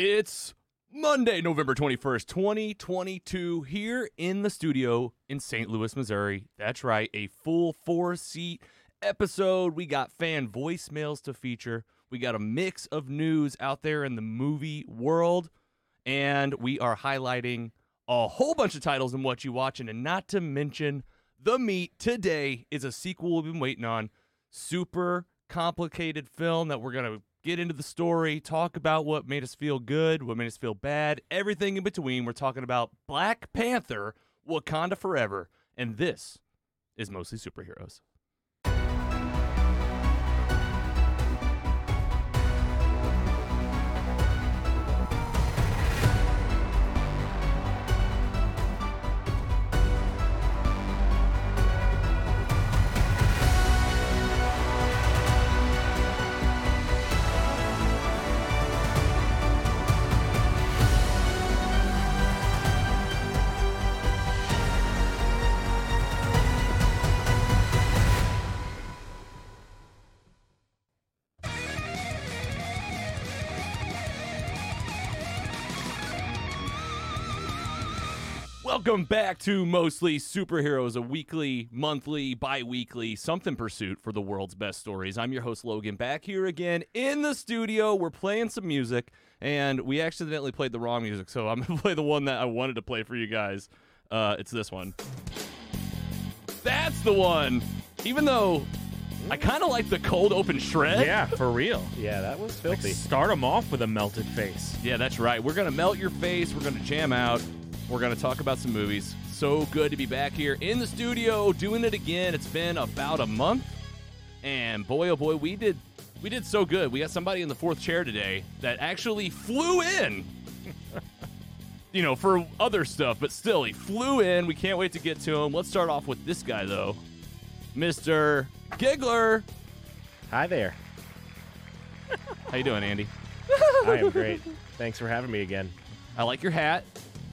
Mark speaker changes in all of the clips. Speaker 1: It's Monday, November 21st, 2022, here in the studio in St. Louis, Missouri. That's right, a full four seat episode. We got fan voicemails to feature, we got a mix of news out there in the movie world, and we are highlighting a whole bunch of titles and what you watching, and not to mention the meat today is a sequel we've been waiting on. Super complicated film that we're gonna get into the story, talk about what made us feel good, what made us feel bad, everything in between. We're talking about Black Panther, Wakanda Forever, and this is mostly superheroes. Welcome back to Mostly Superheroes, a weekly, monthly, bi weekly something pursuit for the world's best stories. I'm your host, Logan, back here again in the studio. We're playing some music, and we accidentally played the wrong music, so I'm going to play the one that I wanted to play for you guys. Uh, it's this one. That's the one! Even though I kind of like the cold open shred.
Speaker 2: Yeah, for real.
Speaker 3: Yeah, that was
Speaker 2: Like,
Speaker 3: filthy.
Speaker 2: start them off with a melted face.
Speaker 1: Yeah, that's right. We're going to melt your face. We're going to jam out. We're going to talk about some movies. So good to be back here in the studio doing it again. It's been about a month. And boy oh boy, we did we did so good. We got somebody in the fourth chair today that actually flew in. you know, for other stuff, but still he flew in. We can't wait to get to him. Let's start off with this guy though. Mr. Giggler.
Speaker 3: Hi there.
Speaker 1: How you doing, Andy?
Speaker 3: I am great. Thanks for having me again.
Speaker 1: I like your hat.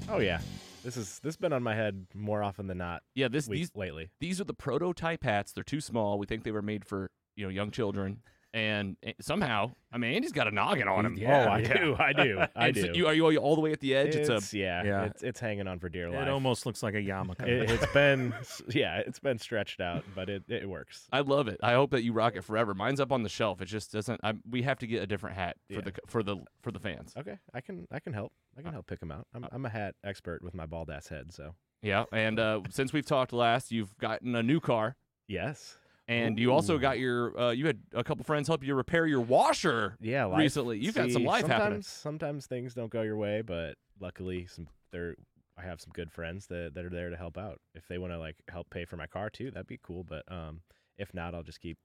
Speaker 3: Oh yeah, this is this has been on my head more often than not
Speaker 1: Yeah, this
Speaker 3: we-
Speaker 1: these
Speaker 3: lately.
Speaker 1: these are the prototype hats. They're too small. We think they were made for you know young children, and eh, somehow, I mean, Andy's got a noggin on him.
Speaker 3: oh, I do, I do, I
Speaker 1: And
Speaker 3: do.
Speaker 1: so you, are you are you all the way at the edge?
Speaker 3: it's,
Speaker 1: It's, a
Speaker 3: yeah,
Speaker 2: yeah.
Speaker 3: It's, it's hanging on for dear life.
Speaker 2: It almost looks like a yarmulke.
Speaker 3: It, has been yeah, it's been stretched out, but it it works.
Speaker 1: I love it. I hope that you rock it forever. Mine's up on the shelf. It just doesn't. I, we have to get a different hat for
Speaker 3: Yeah.
Speaker 1: the for the for the fans.
Speaker 3: Okay, I can I can help. I can help pick them out. I'm,
Speaker 1: uh,
Speaker 3: I'm a hat expert with my bald ass head, so
Speaker 1: Yeah. And uh, since we've talked last, you've gotten a new car,
Speaker 3: yes,
Speaker 1: and you also
Speaker 2: Ooh.
Speaker 1: got your. Uh, you had a couple friends help you repair your washer.
Speaker 3: yeah. Life.
Speaker 1: Recently, you've had some
Speaker 3: See,
Speaker 1: life
Speaker 3: sometimes,
Speaker 1: happening.
Speaker 3: Sometimes things don't go your way, but luckily, some there I have some good friends that, that are there to help out. If they want to like help pay for my car too, that'd be cool. But um, if not, I'll just keep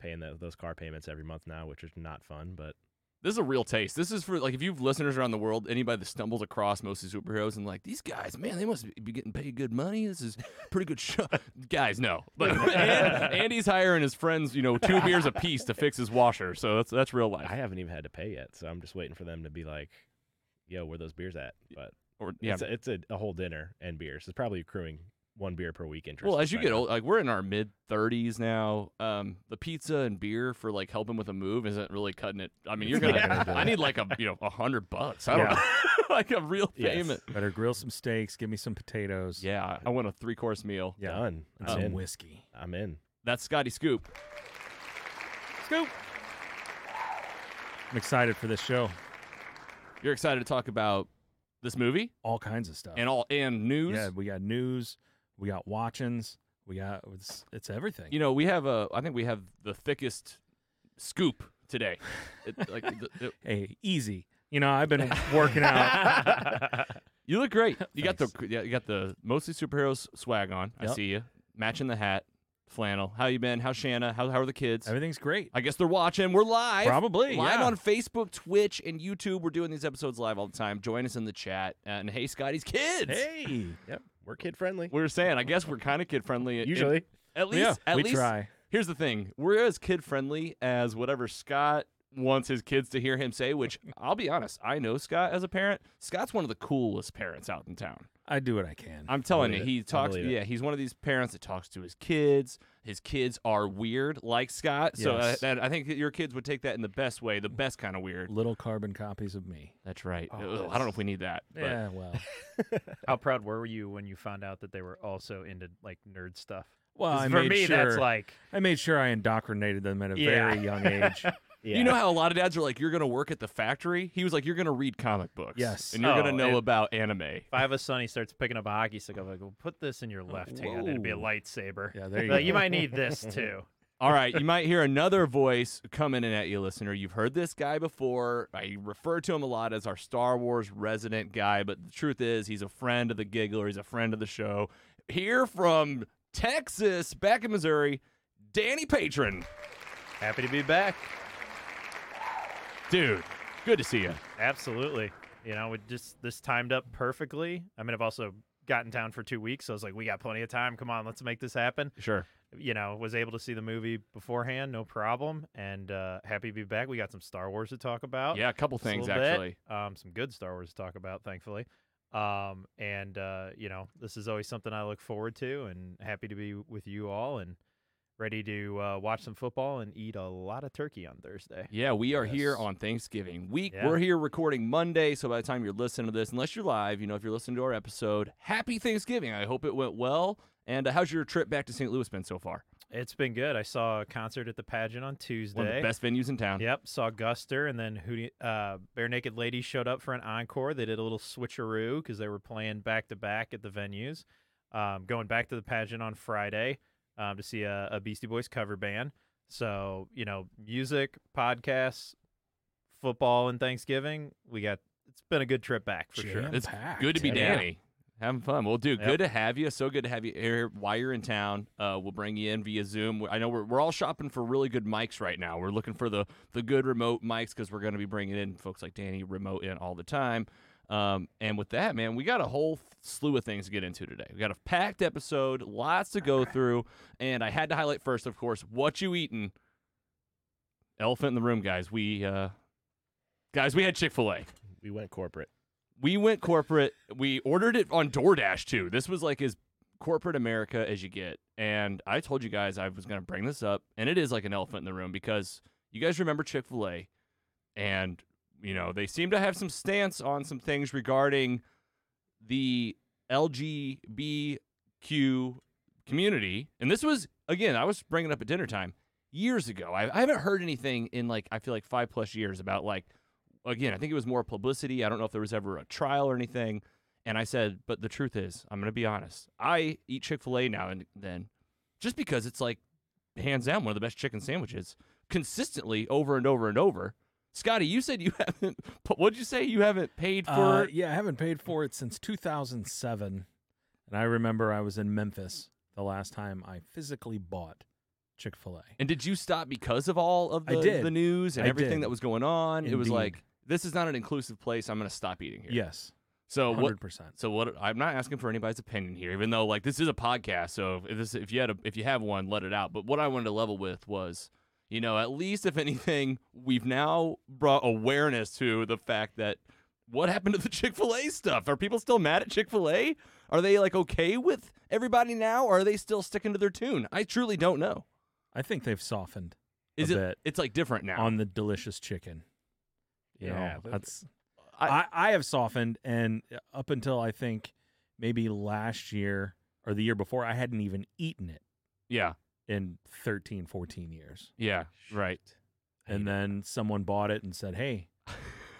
Speaker 3: paying tho- those car payments every month now, which is not fun. But
Speaker 1: This is a real taste. This is for like if you've listeners around the world, anybody that stumbles across mostly superheroes and like these guys, man, they must be getting paid good money. This is pretty good show. guys, no. But and, Andy's hiring his friends, you know, two beers apiece to fix his washer. So that's that's real life.
Speaker 3: I haven't even had to pay yet, so I'm just waiting for them to be like, "Yo, where those beers at?" But
Speaker 1: Or yeah.
Speaker 3: it's, a, it's a, a whole dinner and beers. It's probably accruing one beer per week interest.
Speaker 1: Well, as you
Speaker 3: right
Speaker 1: get
Speaker 3: now.
Speaker 1: old, like we're in our mid 30s now, um, the pizza and beer for like helping with a move isn't really cutting it. I mean, you're gonna.
Speaker 3: Yeah.
Speaker 1: I need like a you know a hundred bucks. I don't know, like a real
Speaker 3: Yes.
Speaker 1: payment.
Speaker 2: Better grill some steaks, give me some potatoes.
Speaker 1: Yeah, I want a three course meal.
Speaker 2: Yeah.
Speaker 3: done.
Speaker 2: And
Speaker 3: I'm
Speaker 2: some
Speaker 3: in.
Speaker 2: whiskey.
Speaker 3: I'm in.
Speaker 1: That's Scotty Scoop.
Speaker 2: Scoop. I'm excited for this show.
Speaker 1: You're excited to talk about this movie
Speaker 2: All kinds of stuff.
Speaker 1: and all and news.
Speaker 2: yeah, we got news, we got watchings, we got it's, it's everything.
Speaker 1: You know, we have a. I think we have the thickest scoop today. It, like the, it-
Speaker 2: hey, easy. You know, I've been working out.
Speaker 1: you look great. You got the yeah, you got the mostly superheroes swag on. I
Speaker 2: Yep.
Speaker 1: see you matching the hat, flannel. How you been? How's Shanna? How how are the kids?
Speaker 2: Everything's great.
Speaker 1: I guess they're watching. We're live.
Speaker 2: Probably,
Speaker 1: Live
Speaker 2: yeah.
Speaker 1: on Facebook, Twitch, and YouTube. We're doing these episodes live all the time. Join us in the chat. And hey, Scotty's kids.
Speaker 2: Hey.
Speaker 3: Yep, we're kid friendly.
Speaker 1: We were saying, I guess we're kind of kid friendly.
Speaker 3: Usually,
Speaker 1: At least,
Speaker 2: Yeah,
Speaker 1: at
Speaker 2: we
Speaker 1: least,
Speaker 2: try.
Speaker 1: Here's the thing: we're as kid friendly as whatever Scott wants his kids to hear him say, which I'll be honest, I know Scott as a parent. Scott's one of the coolest parents out in town.
Speaker 2: I do what I can.
Speaker 1: I'm telling you,
Speaker 3: believe it.
Speaker 1: he
Speaker 3: I
Speaker 1: talks.
Speaker 3: believe it.
Speaker 1: Yeah, he's one of these parents that talks to his kids. His kids are weird, like Scott. So uh,
Speaker 2: Yes.
Speaker 1: that, I think that your kids would take that in the best way, the best kind of weird.
Speaker 2: Little carbon copies of me.
Speaker 1: That's right.
Speaker 3: Oh,
Speaker 1: Ugh, I
Speaker 3: that's-
Speaker 1: don't know if we need that. But
Speaker 2: yeah, well,
Speaker 4: How proud were you when you found out that they were also into like nerd stuff?
Speaker 2: well,
Speaker 4: 'Cause
Speaker 2: Oh, I
Speaker 4: for
Speaker 2: made
Speaker 4: me,
Speaker 2: sure
Speaker 4: that's like
Speaker 2: I made sure I indoctrinated them at a
Speaker 4: Yeah.
Speaker 2: very young age.
Speaker 3: Yeah.
Speaker 1: You know how a lot of dads are like, "You're gonna work at the factory." He was like, "You're gonna read comic books,
Speaker 2: Yes.
Speaker 1: and you're
Speaker 4: Oh,
Speaker 1: gonna know
Speaker 4: it-
Speaker 1: about anime."
Speaker 4: if I have a son, he starts picking up a hockey stick. I'm like, well, put this in your left hand. It'd be a
Speaker 1: Whoa.
Speaker 4: lightsaber.
Speaker 2: Oh, Yeah, there you
Speaker 4: Like,
Speaker 2: go.
Speaker 4: you might need this too.
Speaker 1: All right, you might hear another voice coming in at you, listener. You've heard this guy before. I refer to him a lot as our Star Wars resident guy, but the truth is, he's a friend of the giggler, he's a friend of the show. Here from Texas, back in Missouri, Danny Patron.
Speaker 4: Happy to be back.
Speaker 1: Dude, good to see you.
Speaker 4: Absolutely. You know, it just this timed up perfectly. I mean, I've also got in town for two weeks, so I was like, we got plenty of time. Come on, let's make this happen.
Speaker 1: Sure.
Speaker 4: You know, was able to see the movie beforehand, no problem, and uh, happy to be back. We got some Star Wars to talk about.
Speaker 1: Yeah, a couple
Speaker 4: Oh, just a
Speaker 1: things
Speaker 4: little bit.
Speaker 1: actually.
Speaker 4: Um, some good Star Wars to talk about, thankfully. Um, and uh, you know, this is always something I look forward to, and happy to be with you all, and ready to uh, watch some football and eat a lot of turkey on Thursday.
Speaker 1: Yeah, we are here
Speaker 2: Yes.
Speaker 1: on Thanksgiving week.
Speaker 4: Yeah.
Speaker 1: We're here recording Monday, so by the time you're listening to this, unless you're live, you know, if you're listening to our episode, happy Thanksgiving. I hope it went well. And uh, how's your trip back to St. Louis been so far?
Speaker 4: It's been good. I saw a concert at the pageant on Tuesday.
Speaker 1: One of the best venues in town.
Speaker 4: Yep, saw Guster, and then Hootie, uh, Bare Naked Ladies showed up for an encore. They did a little switcheroo because they were playing back to back at the venues. Um, going back to the pageant on Friday um, to see a, a Beastie Boys cover band. So you know, music, podcasts, football, and Thanksgiving. We got. It's been a good trip back for sure.
Speaker 1: It's
Speaker 2: Jam-packed.
Speaker 1: Good to be
Speaker 4: Yeah.
Speaker 1: Danny. Having fun. Well, dude,
Speaker 4: Yep.
Speaker 1: good to have you. So good to have you here while you're in town. Uh, we'll bring you in via Zoom. We- I know we're, we're all shopping for really good mics right now. We're looking for the, the good remote mics because we're going to be bringing in folks like Danny remote in all the time. Um, and with that, man, we got a whole slew of things to get into today. We got a packed episode, lots to go through. And I had to highlight first, of course, what you eating. Elephant in the room, guys. We, uh, guys, we had Chick fil A.
Speaker 3: we went corporate.
Speaker 1: We went corporate. We ordered it on DoorDash too. This was like as corporate America as you get. And I told you guys I was going to bring this up, and it is like an elephant in the room because you guys remember Chick fil A, and, you know, they seem to have some stance on some things regarding the LGBTQ community. And this was, again, I was bringing up at dinner time years ago. I, I haven't heard anything in like, I feel like five plus years about like, again, I think it was more publicity. I don't know if there was ever a trial or anything. And I said, but the truth is, I'm going to be honest. I eat Chick fil A now and then just because it's like hands down one of the best chicken sandwiches consistently over and over and over. Scotty, you said you haven't, what'd you say? You haven't paid for
Speaker 2: Uh, yeah, I haven't paid for it since 2007, and I remember I was in Memphis the last time I physically bought Chick Fil A.
Speaker 1: And did you stop because of all of
Speaker 2: I
Speaker 1: the,
Speaker 2: did.
Speaker 1: the news and
Speaker 2: I
Speaker 1: everything
Speaker 2: did.
Speaker 1: that was going on? It was
Speaker 2: Indeed.
Speaker 1: like this is not an inclusive place. I'm going to stop eating here.
Speaker 2: Yes,
Speaker 1: So what?
Speaker 2: 100. percent
Speaker 1: So what? I'm not asking for anybody's opinion here, even though like this is a podcast. So if this, if you had a, if you have one, let it out. But what I wanted to level with was, you know, at least if anything, we've now brought awareness to the fact that what happened to the Chick Fil A stuff. Are people still mad at Chick Fil A? Are they like okay with everybody now? Or are they still sticking to their tune? I truly don't know.
Speaker 2: I think they've softened a
Speaker 1: Is it?
Speaker 2: bit
Speaker 1: It's like different now.
Speaker 2: on the delicious chicken. You
Speaker 3: Yeah,
Speaker 2: know,
Speaker 3: but-
Speaker 2: that's
Speaker 1: I-
Speaker 2: I, I have softened, and up until I think maybe last year or the year before, I hadn't even eaten it
Speaker 1: yeah.
Speaker 2: in 13, 14 years.
Speaker 1: Yeah, right.
Speaker 2: And then someone bought it and said, "Hey,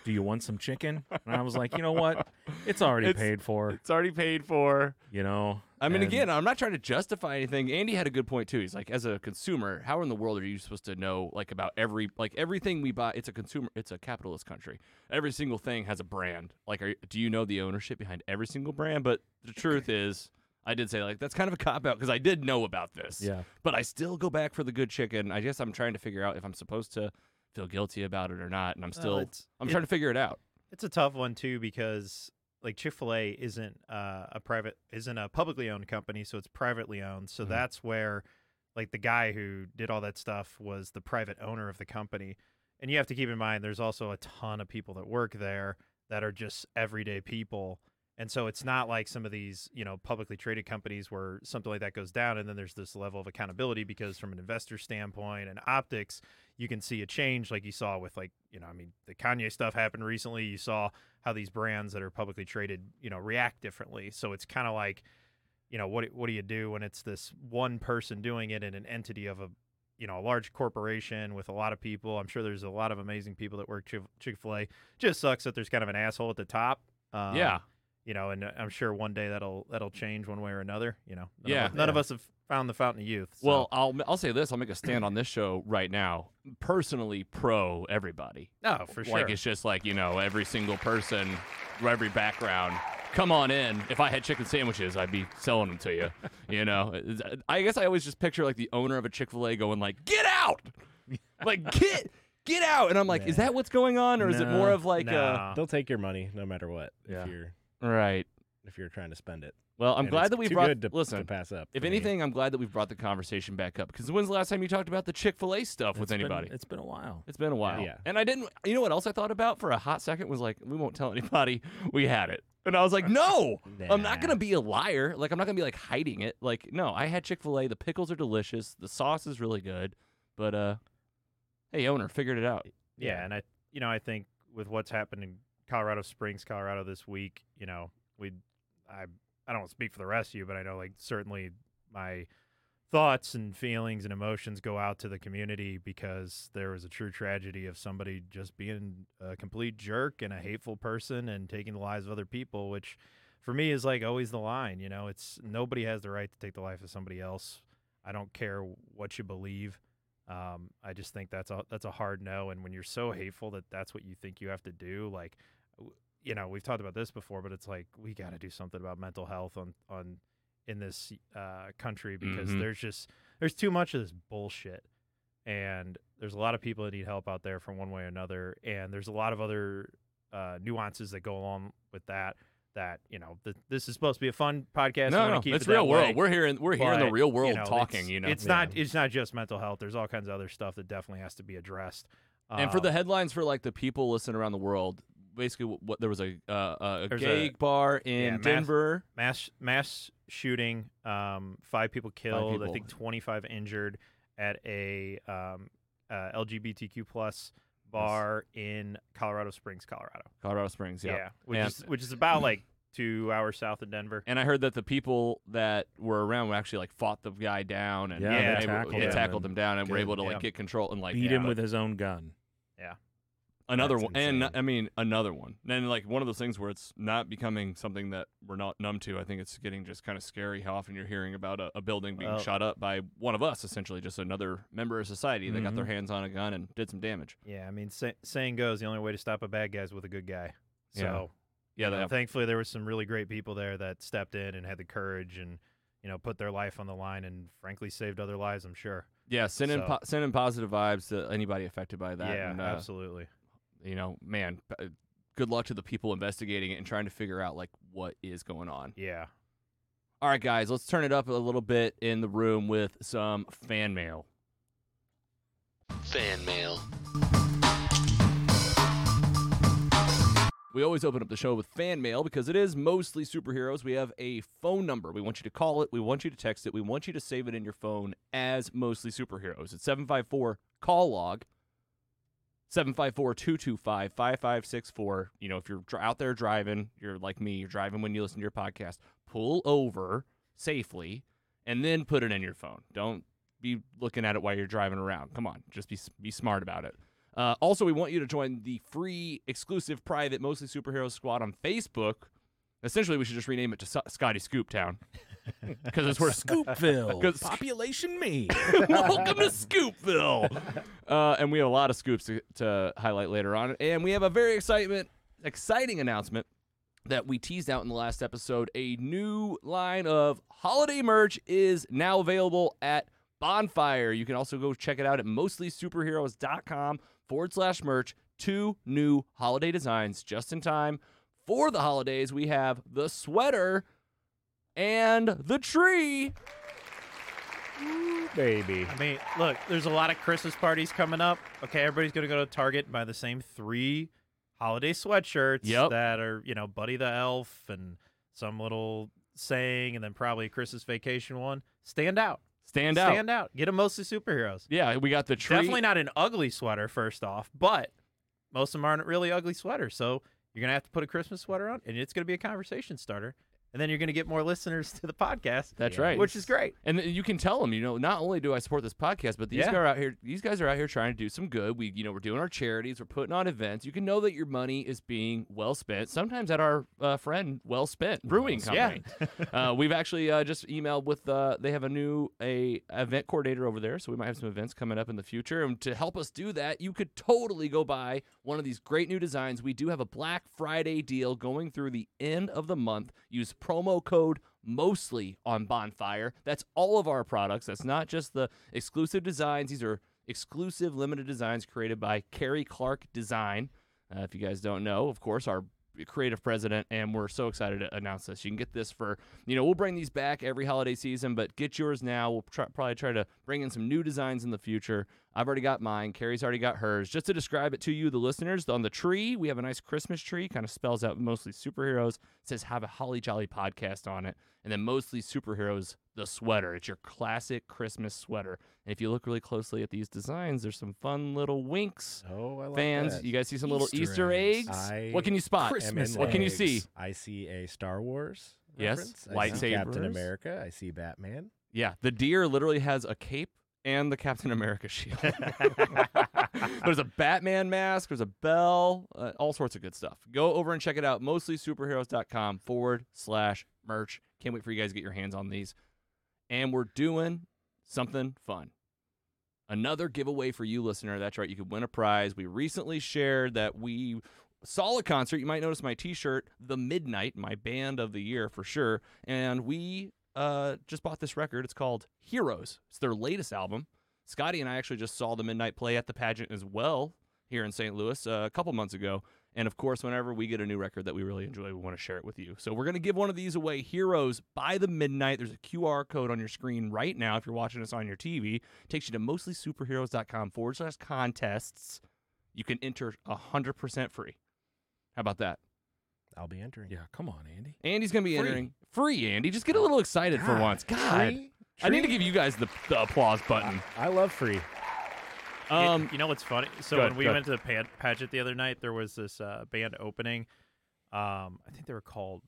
Speaker 2: do you want some chicken?" And I was like, "You know what? It's already
Speaker 1: It's-
Speaker 2: paid for.
Speaker 1: It's already paid for.
Speaker 2: You know."
Speaker 1: I mean,
Speaker 2: And
Speaker 1: again, I'm not trying to justify anything. Andy had a good point too. He's like, as a consumer, how in the world are you supposed to know like about every like everything we buy? It's a consumer. It's a capitalist country. Every single thing has a brand. Like, are, do you know the ownership behind every single brand? But the truth is, I did say like that's kind of a cop out because I did know about this.
Speaker 2: yeah,
Speaker 1: But I still go back for the good chicken. I guess I'm trying to figure out if I'm supposed to feel guilty about it or not, and I'm still I'm trying to figure it out.
Speaker 4: It's a tough one too because like Chick Fil A isn't uh, a private, isn't a publicly owned company, so it's privately owned. So
Speaker 1: Mhm.
Speaker 4: that's where, like, the guy who did all that stuff was the private owner of the company, and you have to keep in mind there's also a ton of people that work there that are just everyday people. And so it's not like some of these, you know, publicly traded companies where something like that goes down and then there's this level of accountability because from an investor standpoint and optics, you can see a change like you saw with like, you know, I mean, the Kanye stuff happened recently. You saw how these brands that are publicly traded, you know, react differently. So it's kind of like, you know, what what do you do when it's this one person doing it in an entity of a you know, a large corporation with a lot of people. I'm sure there's a lot of amazing people that work Chick Fil A. Just sucks that there's kind of an asshole at the top. Um,
Speaker 1: yeah.
Speaker 4: you know, and uh, I'm sure one day that'll that'll change one way or another. You know, none
Speaker 1: Yeah.
Speaker 4: of, none of us have found the fountain of youth. so-
Speaker 1: Well, I'll I'll say this. I'll make a stand on this show right now. Personally, pro everybody.
Speaker 4: no, for sure.
Speaker 1: Like it's just like you know every single person, every background. Come on in. If I had chicken sandwiches, I'd be selling them to you. You know, It's- I guess I always just picture like the owner of a Chick Fil A going like, "Get out!" Like get get out. And I'm like, is that what's going on, or is it more
Speaker 2: No,
Speaker 1: of like uh,
Speaker 4: Nah.
Speaker 3: They'll take your money no matter what
Speaker 2: Yeah.
Speaker 3: if you're
Speaker 1: a right?
Speaker 3: if you're trying to spend it.
Speaker 1: Well, I'm
Speaker 3: And
Speaker 1: glad
Speaker 3: it's
Speaker 1: that we
Speaker 3: too
Speaker 1: brought.
Speaker 3: good to,
Speaker 1: listen,
Speaker 3: to pass up.
Speaker 1: if
Speaker 3: for me.
Speaker 1: anything, I'm glad that we've brought the conversation back up. Because when's the last time you talked about the Chick Fil A stuff with
Speaker 2: It's been-
Speaker 1: anybody?
Speaker 2: it's been a while.
Speaker 1: It's been a while.
Speaker 3: Yeah.
Speaker 1: And I didn't. You know what else I thought about for a hot second was like, we won't tell anybody we had it. And I was like, no, I'm not
Speaker 3: Nah.
Speaker 1: gonna be a liar. Like I'm not gonna be like hiding it. Like no, I had Chick Fil A. The pickles are delicious. The sauce is really good. But uh, hey owner, figured it out.
Speaker 4: yeah, and I, you know, I think with what's happened in Colorado Springs, Colorado this week, you know, we, I, I don't speak for the rest of you, but I know like certainly my thoughts and feelings and emotions go out to the community because there was a true tragedy of somebody just being a complete jerk and a hateful person and taking the lives of other people, which for me is like always the line. You know, it's nobody has the right to take the life of somebody else. I don't care what you believe. Um, I just think that's a that's a hard no. And when you're so hateful that that's what you think you have to do, like, w- you know, we've talked about this before, but it's like we got to do something about mental health on on in this uh, country because
Speaker 1: Mhm.
Speaker 4: there's just there's too much of this bullshit, and there's a lot of people that need help out there from one way or another, and there's a lot of other uh, nuances that go along with that. That you know, th- this is supposed to be a fun podcast. I
Speaker 1: no,
Speaker 4: wanna
Speaker 1: no,
Speaker 4: keep
Speaker 1: it's
Speaker 4: it that
Speaker 1: real
Speaker 4: way.
Speaker 1: world. We're here in we're here in the
Speaker 4: But,
Speaker 1: real world
Speaker 4: you know,
Speaker 1: talking.
Speaker 4: it's-
Speaker 1: you know,
Speaker 4: it's not it's not just mental health. There's all kinds of other stuff that definitely has to be addressed.
Speaker 1: And for
Speaker 4: Um,
Speaker 1: the headlines for like the people listening around the world, basically what, what there was a uh, a
Speaker 4: There's
Speaker 1: gay
Speaker 4: a-
Speaker 1: bar in
Speaker 4: yeah, mass-
Speaker 1: Denver.
Speaker 4: Uh, mass mass shooting, um, five people killed, I
Speaker 1: people.
Speaker 4: think 25 injured at a um, uh, LGBTQ plus bar in Colorado Springs, Colorado.
Speaker 1: Colorado Springs, yeah.
Speaker 4: Yeah, which
Speaker 1: And-
Speaker 4: is which is about like two hours south of Denver.
Speaker 1: And I heard that the people that were around were actually like fought the guy down and
Speaker 2: Yeah,
Speaker 4: they
Speaker 1: they
Speaker 2: tackled
Speaker 1: yeah,
Speaker 2: him
Speaker 1: tackled
Speaker 2: and-
Speaker 1: him down and were
Speaker 2: Good,
Speaker 1: able to like
Speaker 4: yeah.
Speaker 1: get control and like
Speaker 2: Beat
Speaker 1: yeah,
Speaker 2: him with his own gun.
Speaker 1: another
Speaker 3: That's
Speaker 1: one and
Speaker 3: insane.
Speaker 1: I mean another one. And like one of those things where it's not becoming something that we're not numb to. I think it's getting just kind of scary how often you're hearing about a, a building being
Speaker 4: Well-
Speaker 1: shot up by one of us, essentially just another member of society that got their
Speaker 2: Mhm.
Speaker 1: hands on a gun and did some damage.
Speaker 4: yeah, I mean, say, saying goes the only way to stop a bad guy is with a good guy.
Speaker 1: Yeah.
Speaker 4: So.
Speaker 1: Yeah,
Speaker 4: you know,
Speaker 1: that,
Speaker 4: thankfully there was some really great people there that stepped in and had the courage and you know put their life on the line and frankly saved other lives i'm sure
Speaker 1: yeah. Send in
Speaker 4: So-
Speaker 1: po- send in positive vibes to anybody affected by that.
Speaker 4: yeah
Speaker 1: and, uh,
Speaker 4: absolutely
Speaker 1: you know, man, b- good luck to the people investigating it and trying to figure out like what is going on.
Speaker 4: yeah
Speaker 1: All right, guys, let's turn it up a little bit in the room with some fan mail.
Speaker 5: Fan mail.
Speaker 1: We always open up the show with fan mail because it is mostly superheroes. We have a phone number. We want you to call it. We want you to text it. We want you to save it in your phone as mostly superheroes. It's 754 call log. 754-225-5564. You know, if you're dr- out there driving, you're like me, you're driving when you listen to your podcast, pull over safely and then put it in your phone. Don't be looking at it while you're driving around. Come on, just be s- be smart about it. Uh, also, we want you to join the free, exclusive, private, mostly superhero squad on Facebook. Essentially, we should just rename it to S- Scotty Scoop Town because it's where
Speaker 2: Scoopville.
Speaker 1: 'Cause-
Speaker 2: Population me.
Speaker 1: Welcome to Scoopville. Uh, and we have a lot of scoops to, to highlight later on. And we have a very excitement, exciting announcement that we teased out in the last episode. A new line of holiday merch is now available at Bonfire. You can also go check it out at mostlysuperheroes.com forward slash merch. Two new holiday designs just in time for the holidays. We have the sweater and the tree.
Speaker 3: baby.
Speaker 4: I mean, look, there's a lot of Christmas parties coming up. Okay, everybody's gonna go to Target and buy the same three holiday sweatshirts
Speaker 1: Yep.
Speaker 4: that are, you know, Buddy the Elf and some little saying, and then probably a Christmas vacation one. Stand out,
Speaker 1: Stand out.
Speaker 4: stand out. Get them mostly superheroes.
Speaker 1: yeah, we got the tree.
Speaker 4: Definitely not an ugly sweater, first off, but most of them aren't really ugly sweaters. So you're gonna have to put a Christmas sweater on, and it's gonna be a conversation starter, and then you're gonna get more listeners to the podcast,
Speaker 1: That's
Speaker 3: Yeah.
Speaker 1: right.
Speaker 4: which is great.
Speaker 1: And th- you can tell them, you know, not only do I support this podcast, but these
Speaker 4: Yeah.
Speaker 1: guys are out here. These guys are out here trying to do some good. We, you know, we're doing our charities, we're putting on events. You can know that your money is being well spent. Sometimes at our uh, friend Well Spent Brewing Company. uh, we've actually uh, just emailed with. Uh, they have a new a event coordinator over there, so we might have some events coming up in the future. And to help us do that, you could totally go buy one of these great new designs. We do have a Black Friday deal going through the end of the month. Use promo code mostly on Bonfire. That's all of our products. That's not just the exclusive designs. These are exclusive limited designs created by Carrie Clark Design. Uh, if you guys don't know, of course, our creative president, and we're so excited to announce this. You can get this for, you know, we'll bring these back every holiday season, but get yours now. We'll try, probably try to bring in some new designs in the future. I've already got mine. Carrie's already got hers. Just to describe it to you, the listeners, on the tree, we have a nice Christmas tree, kind of spells out mostly superheroes. It says, have a Holly Jolly podcast on it. And then mostly superheroes, the sweater. It's your classic Christmas sweater. And if you look really closely at these designs, there's some fun little winks.
Speaker 3: Oh, I like
Speaker 1: Fans,
Speaker 3: that.
Speaker 1: you guys see some little
Speaker 2: Easter
Speaker 1: Easter eggs?
Speaker 2: eggs.
Speaker 3: I
Speaker 1: what can you spot?
Speaker 3: am
Speaker 2: Christmas
Speaker 3: in
Speaker 1: What can you
Speaker 3: eggs.
Speaker 1: see?
Speaker 3: I see a Star Wars.
Speaker 1: Yes,
Speaker 3: Reference. I see Captain
Speaker 1: lightsabers.
Speaker 3: America. I see Batman.
Speaker 1: Yeah, the deer literally has a cape and the Captain America shield. there's a Batman mask, there's a bell, uh, all sorts of good stuff. Go over and check it out. MostlySuperheroes.com forward slash merch. Can't wait for you guys to get your hands on these. And we're doing something fun. Another giveaway for you, listener. That's right. You could win a prize. We recently shared that we saw a concert. You might notice my t shirt, The Midnight, my band of the year for sure. And we uh, just bought this record. It's called Heroes. It's their latest album. Scotty and I actually just saw the Midnight play at the pageant as well here in St. Louis uh, a couple months ago. And of course, whenever we get a new record that we really enjoy, we want to share it with you. So we're going to give one of these away Heroes by the Midnight. There's a QR code on your screen right now if you're watching us on your TV. takes you to mostlysuperheroes.com forward slash contests. You can enter 100% free. How about that?
Speaker 3: I'll be entering.
Speaker 2: Yeah, come on, Andy.
Speaker 1: Andy's going to be
Speaker 2: Free.
Speaker 1: entering free, Andy. Just
Speaker 4: Oh,
Speaker 1: get a little excited for once. God.
Speaker 3: Free?
Speaker 1: I need to
Speaker 3: Free?
Speaker 1: give you guys the, the applause button.
Speaker 3: I love free.
Speaker 4: You-
Speaker 1: Um,
Speaker 4: you know what's funny? So
Speaker 1: go ahead,
Speaker 4: when we
Speaker 1: go
Speaker 4: went to the pan- pageant the other night, there was this uh, band opening. Um, I think they were called.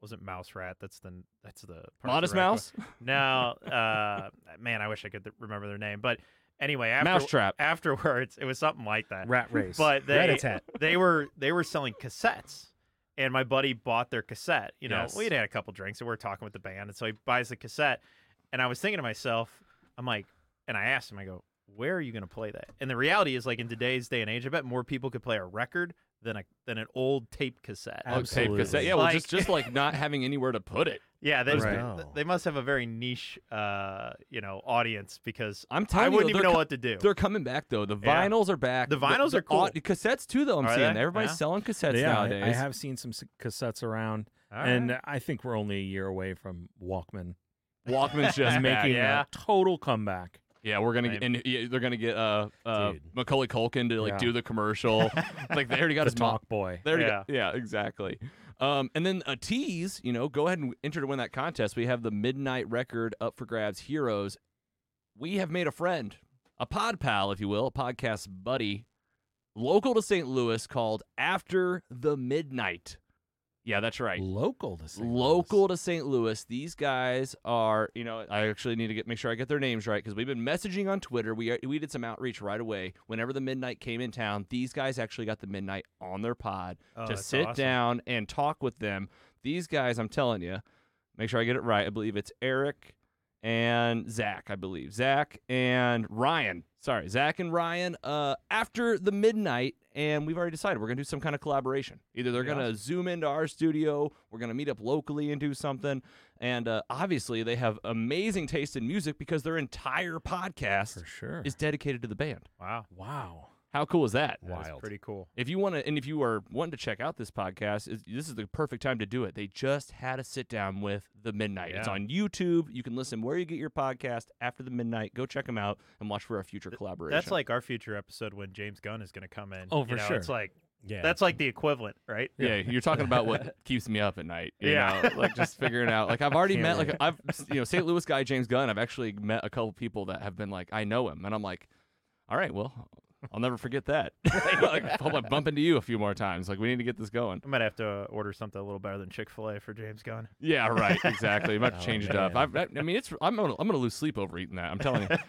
Speaker 4: Was it Mouse Rat? That's the that's the Parks and
Speaker 1: Modest
Speaker 4: Rec one.
Speaker 1: Mouse,
Speaker 4: No, uh, man, I wish I could th- remember their name. But anyway, after,
Speaker 1: Mousetrap.
Speaker 4: afterwards, it was something like that.
Speaker 2: Rat race.
Speaker 4: But they
Speaker 3: Rat-a-tat.
Speaker 4: they were they were selling cassettes, and my buddy bought their cassette. You know,
Speaker 1: Yes.
Speaker 4: we had had a couple drinks and we were talking with the band, and so he buys the cassette. And I was thinking to myself, I'm like, and I asked him, I go, where are you going to play that? And the reality is, like in today's day and age, I bet more people could play a record than a than an old tape cassette.
Speaker 1: Oh, tape
Speaker 2: Absolutely.
Speaker 1: cassette. Yeah, well, just
Speaker 4: Like-
Speaker 1: just like not having anywhere to put it.
Speaker 4: Yeah, they,
Speaker 2: Right.
Speaker 3: No.
Speaker 4: they must have a very niche, uh, you know, audience because
Speaker 1: I'm
Speaker 4: I
Speaker 1: telling you,
Speaker 4: wouldn't
Speaker 1: they're
Speaker 4: even know
Speaker 1: co-
Speaker 4: what to do.
Speaker 1: They're coming back though. The
Speaker 4: Yeah.
Speaker 1: vinyls are back.
Speaker 4: The vinyls are cool.
Speaker 1: au- cassettes too, though. I'm
Speaker 4: Are
Speaker 1: seeing
Speaker 4: they?
Speaker 1: everybody's
Speaker 4: Yeah.
Speaker 1: selling cassettes
Speaker 2: yeah, I-
Speaker 1: nowadays.
Speaker 2: I have seen some s- cassettes around,
Speaker 4: All right.
Speaker 2: and I think we're only a year away from Walkman
Speaker 1: Walkman's just back.
Speaker 2: making
Speaker 4: Yeah.
Speaker 2: a total comeback.
Speaker 1: Yeah, we're gonna
Speaker 4: Right.
Speaker 1: get, and yeah, they're gonna get uh, uh
Speaker 3: Dude.
Speaker 1: Macaulay Culkin to like
Speaker 2: Yeah.
Speaker 1: do the commercial. like they already got
Speaker 2: The
Speaker 1: his mom.
Speaker 2: Talk Boy.
Speaker 1: There you
Speaker 4: Yeah.
Speaker 1: go. Yeah, exactly. Um, and then a tease, you know, go ahead and enter to win that contest. We have the Midnight Record up for grabs heroes. We have made a friend, a pod pal, if you will, a podcast buddy, local to St. Louis called After the Midnight. Yeah, that's right
Speaker 2: Local to St. Louis.
Speaker 1: local to St. Louis. These guys are, you know, I actually need to get make sure I get their names right because we've been messaging on Twitter. We we did some outreach right away. Whenever the midnight came in town, these guys actually got the midnight on their pod
Speaker 4: Oh,
Speaker 1: to
Speaker 4: that's
Speaker 1: sit
Speaker 4: awesome.
Speaker 1: down and talk with them. These guys, I'm telling you, make sure I get it right. I believe it's Eric and Zach. I believe Zach and Ryan. Sorry, Zach and Ryan. Uh, after the midnight, and we've already decided we're gonna do some kind of collaboration. Either they're
Speaker 4: That'd be
Speaker 1: gonna zoom into our studio, we're gonna meet up locally and do something. And uh, obviously, they have amazing taste in music because their entire podcast
Speaker 2: For sure.
Speaker 1: is dedicated to the band.
Speaker 4: Wow.
Speaker 2: wow.
Speaker 1: How cool is that?
Speaker 4: That is
Speaker 3: Wild.
Speaker 4: pretty cool.
Speaker 1: If you want to, and if you are wanting to check out this podcast, is, this is the perfect time to do it. They just had a sit down with the Midnight. It's
Speaker 4: Yeah.
Speaker 1: on YouTube. You can listen where you get your podcast after the Midnight. Go check them out and watch for a future collaboration.
Speaker 4: That's like our future episode when James Gunn is going to come in.
Speaker 2: Oh,
Speaker 4: You
Speaker 2: for
Speaker 4: know,
Speaker 2: sure.
Speaker 4: It's like
Speaker 3: Yeah,
Speaker 4: that's like the equivalent, right?
Speaker 1: yeah, you're talking about what keeps me up at night. You
Speaker 4: Yeah.
Speaker 1: know, like just figuring out. Like I've already
Speaker 2: Can't
Speaker 1: met,
Speaker 2: wait.
Speaker 1: like I've you know St. Louis guy James Gunn. I've actually met a couple people that have been like, I know him, and I'm like, all right, well, I'll never forget that. like, I hope I bump into you a few more times. Like we need to get this going.
Speaker 4: I might have to uh, order something a little better than Chick Fil A for James Gunn.
Speaker 1: Yeah, right. Exactly. I'm about to
Speaker 3: Oh,
Speaker 1: change it up.
Speaker 3: man.
Speaker 1: I've, I, I mean, it's I'm gonna, I'm gonna lose sleep over eating that. I'm telling you.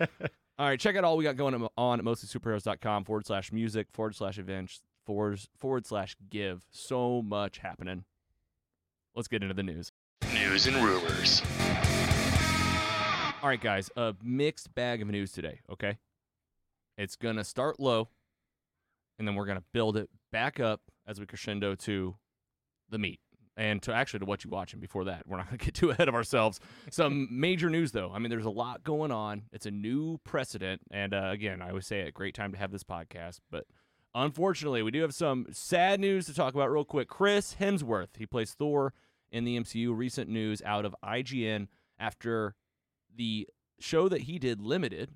Speaker 1: all right, check out all we got going on at mostlysuperheroes.com forward slash music forward slash events forward forward slash give. So much happening. Let's get into the news.
Speaker 5: News and rumors.
Speaker 1: All right, guys, a mixed bag of news today. Okay, it's gonna start low, and then we're gonna build it back up as we crescendo to the meat and to actually to what you watching before that. We're not gonna get too ahead of ourselves. Some major news though. I mean, there's a lot going on. It's a new precedent, and uh, again, I always say a great time to have this podcast, but. Unfortunately, we do have some sad news to talk about real quick. Chris Hemsworth, he plays Thor in the MCU. Recent news out of IGN after the show that he did limited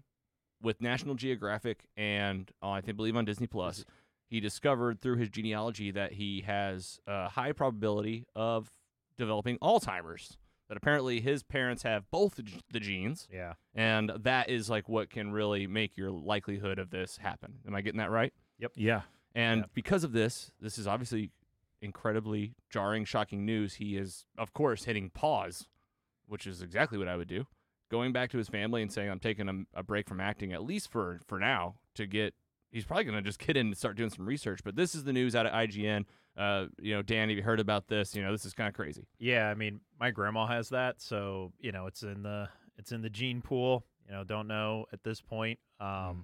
Speaker 1: with National Geographic and uh, I think believe on Disney Plus, he discovered through his genealogy that he has a high probability of developing Alzheimer's. That apparently his parents have both the g- the genes,
Speaker 4: Yeah.
Speaker 1: and that is like what can really make your likelihood of this happen. Am I getting that right?
Speaker 2: Yeah.
Speaker 1: And
Speaker 4: Yeah.
Speaker 1: because of this, this is obviously incredibly jarring, shocking news. He is, of course, hitting pause, which is exactly what I would do. Going back to his family and saying, I'm taking a, a break from acting, at least for, for now, to get. He's probably going to just get in and start doing some research. But this is the news out of IGN. Uh, you know, Dan, have you heard about this? You know, this is kind of crazy.
Speaker 4: Yeah, I mean, my grandma has that, so you know, it's in the it's in the gene pool. You know, don't know at this point. Um,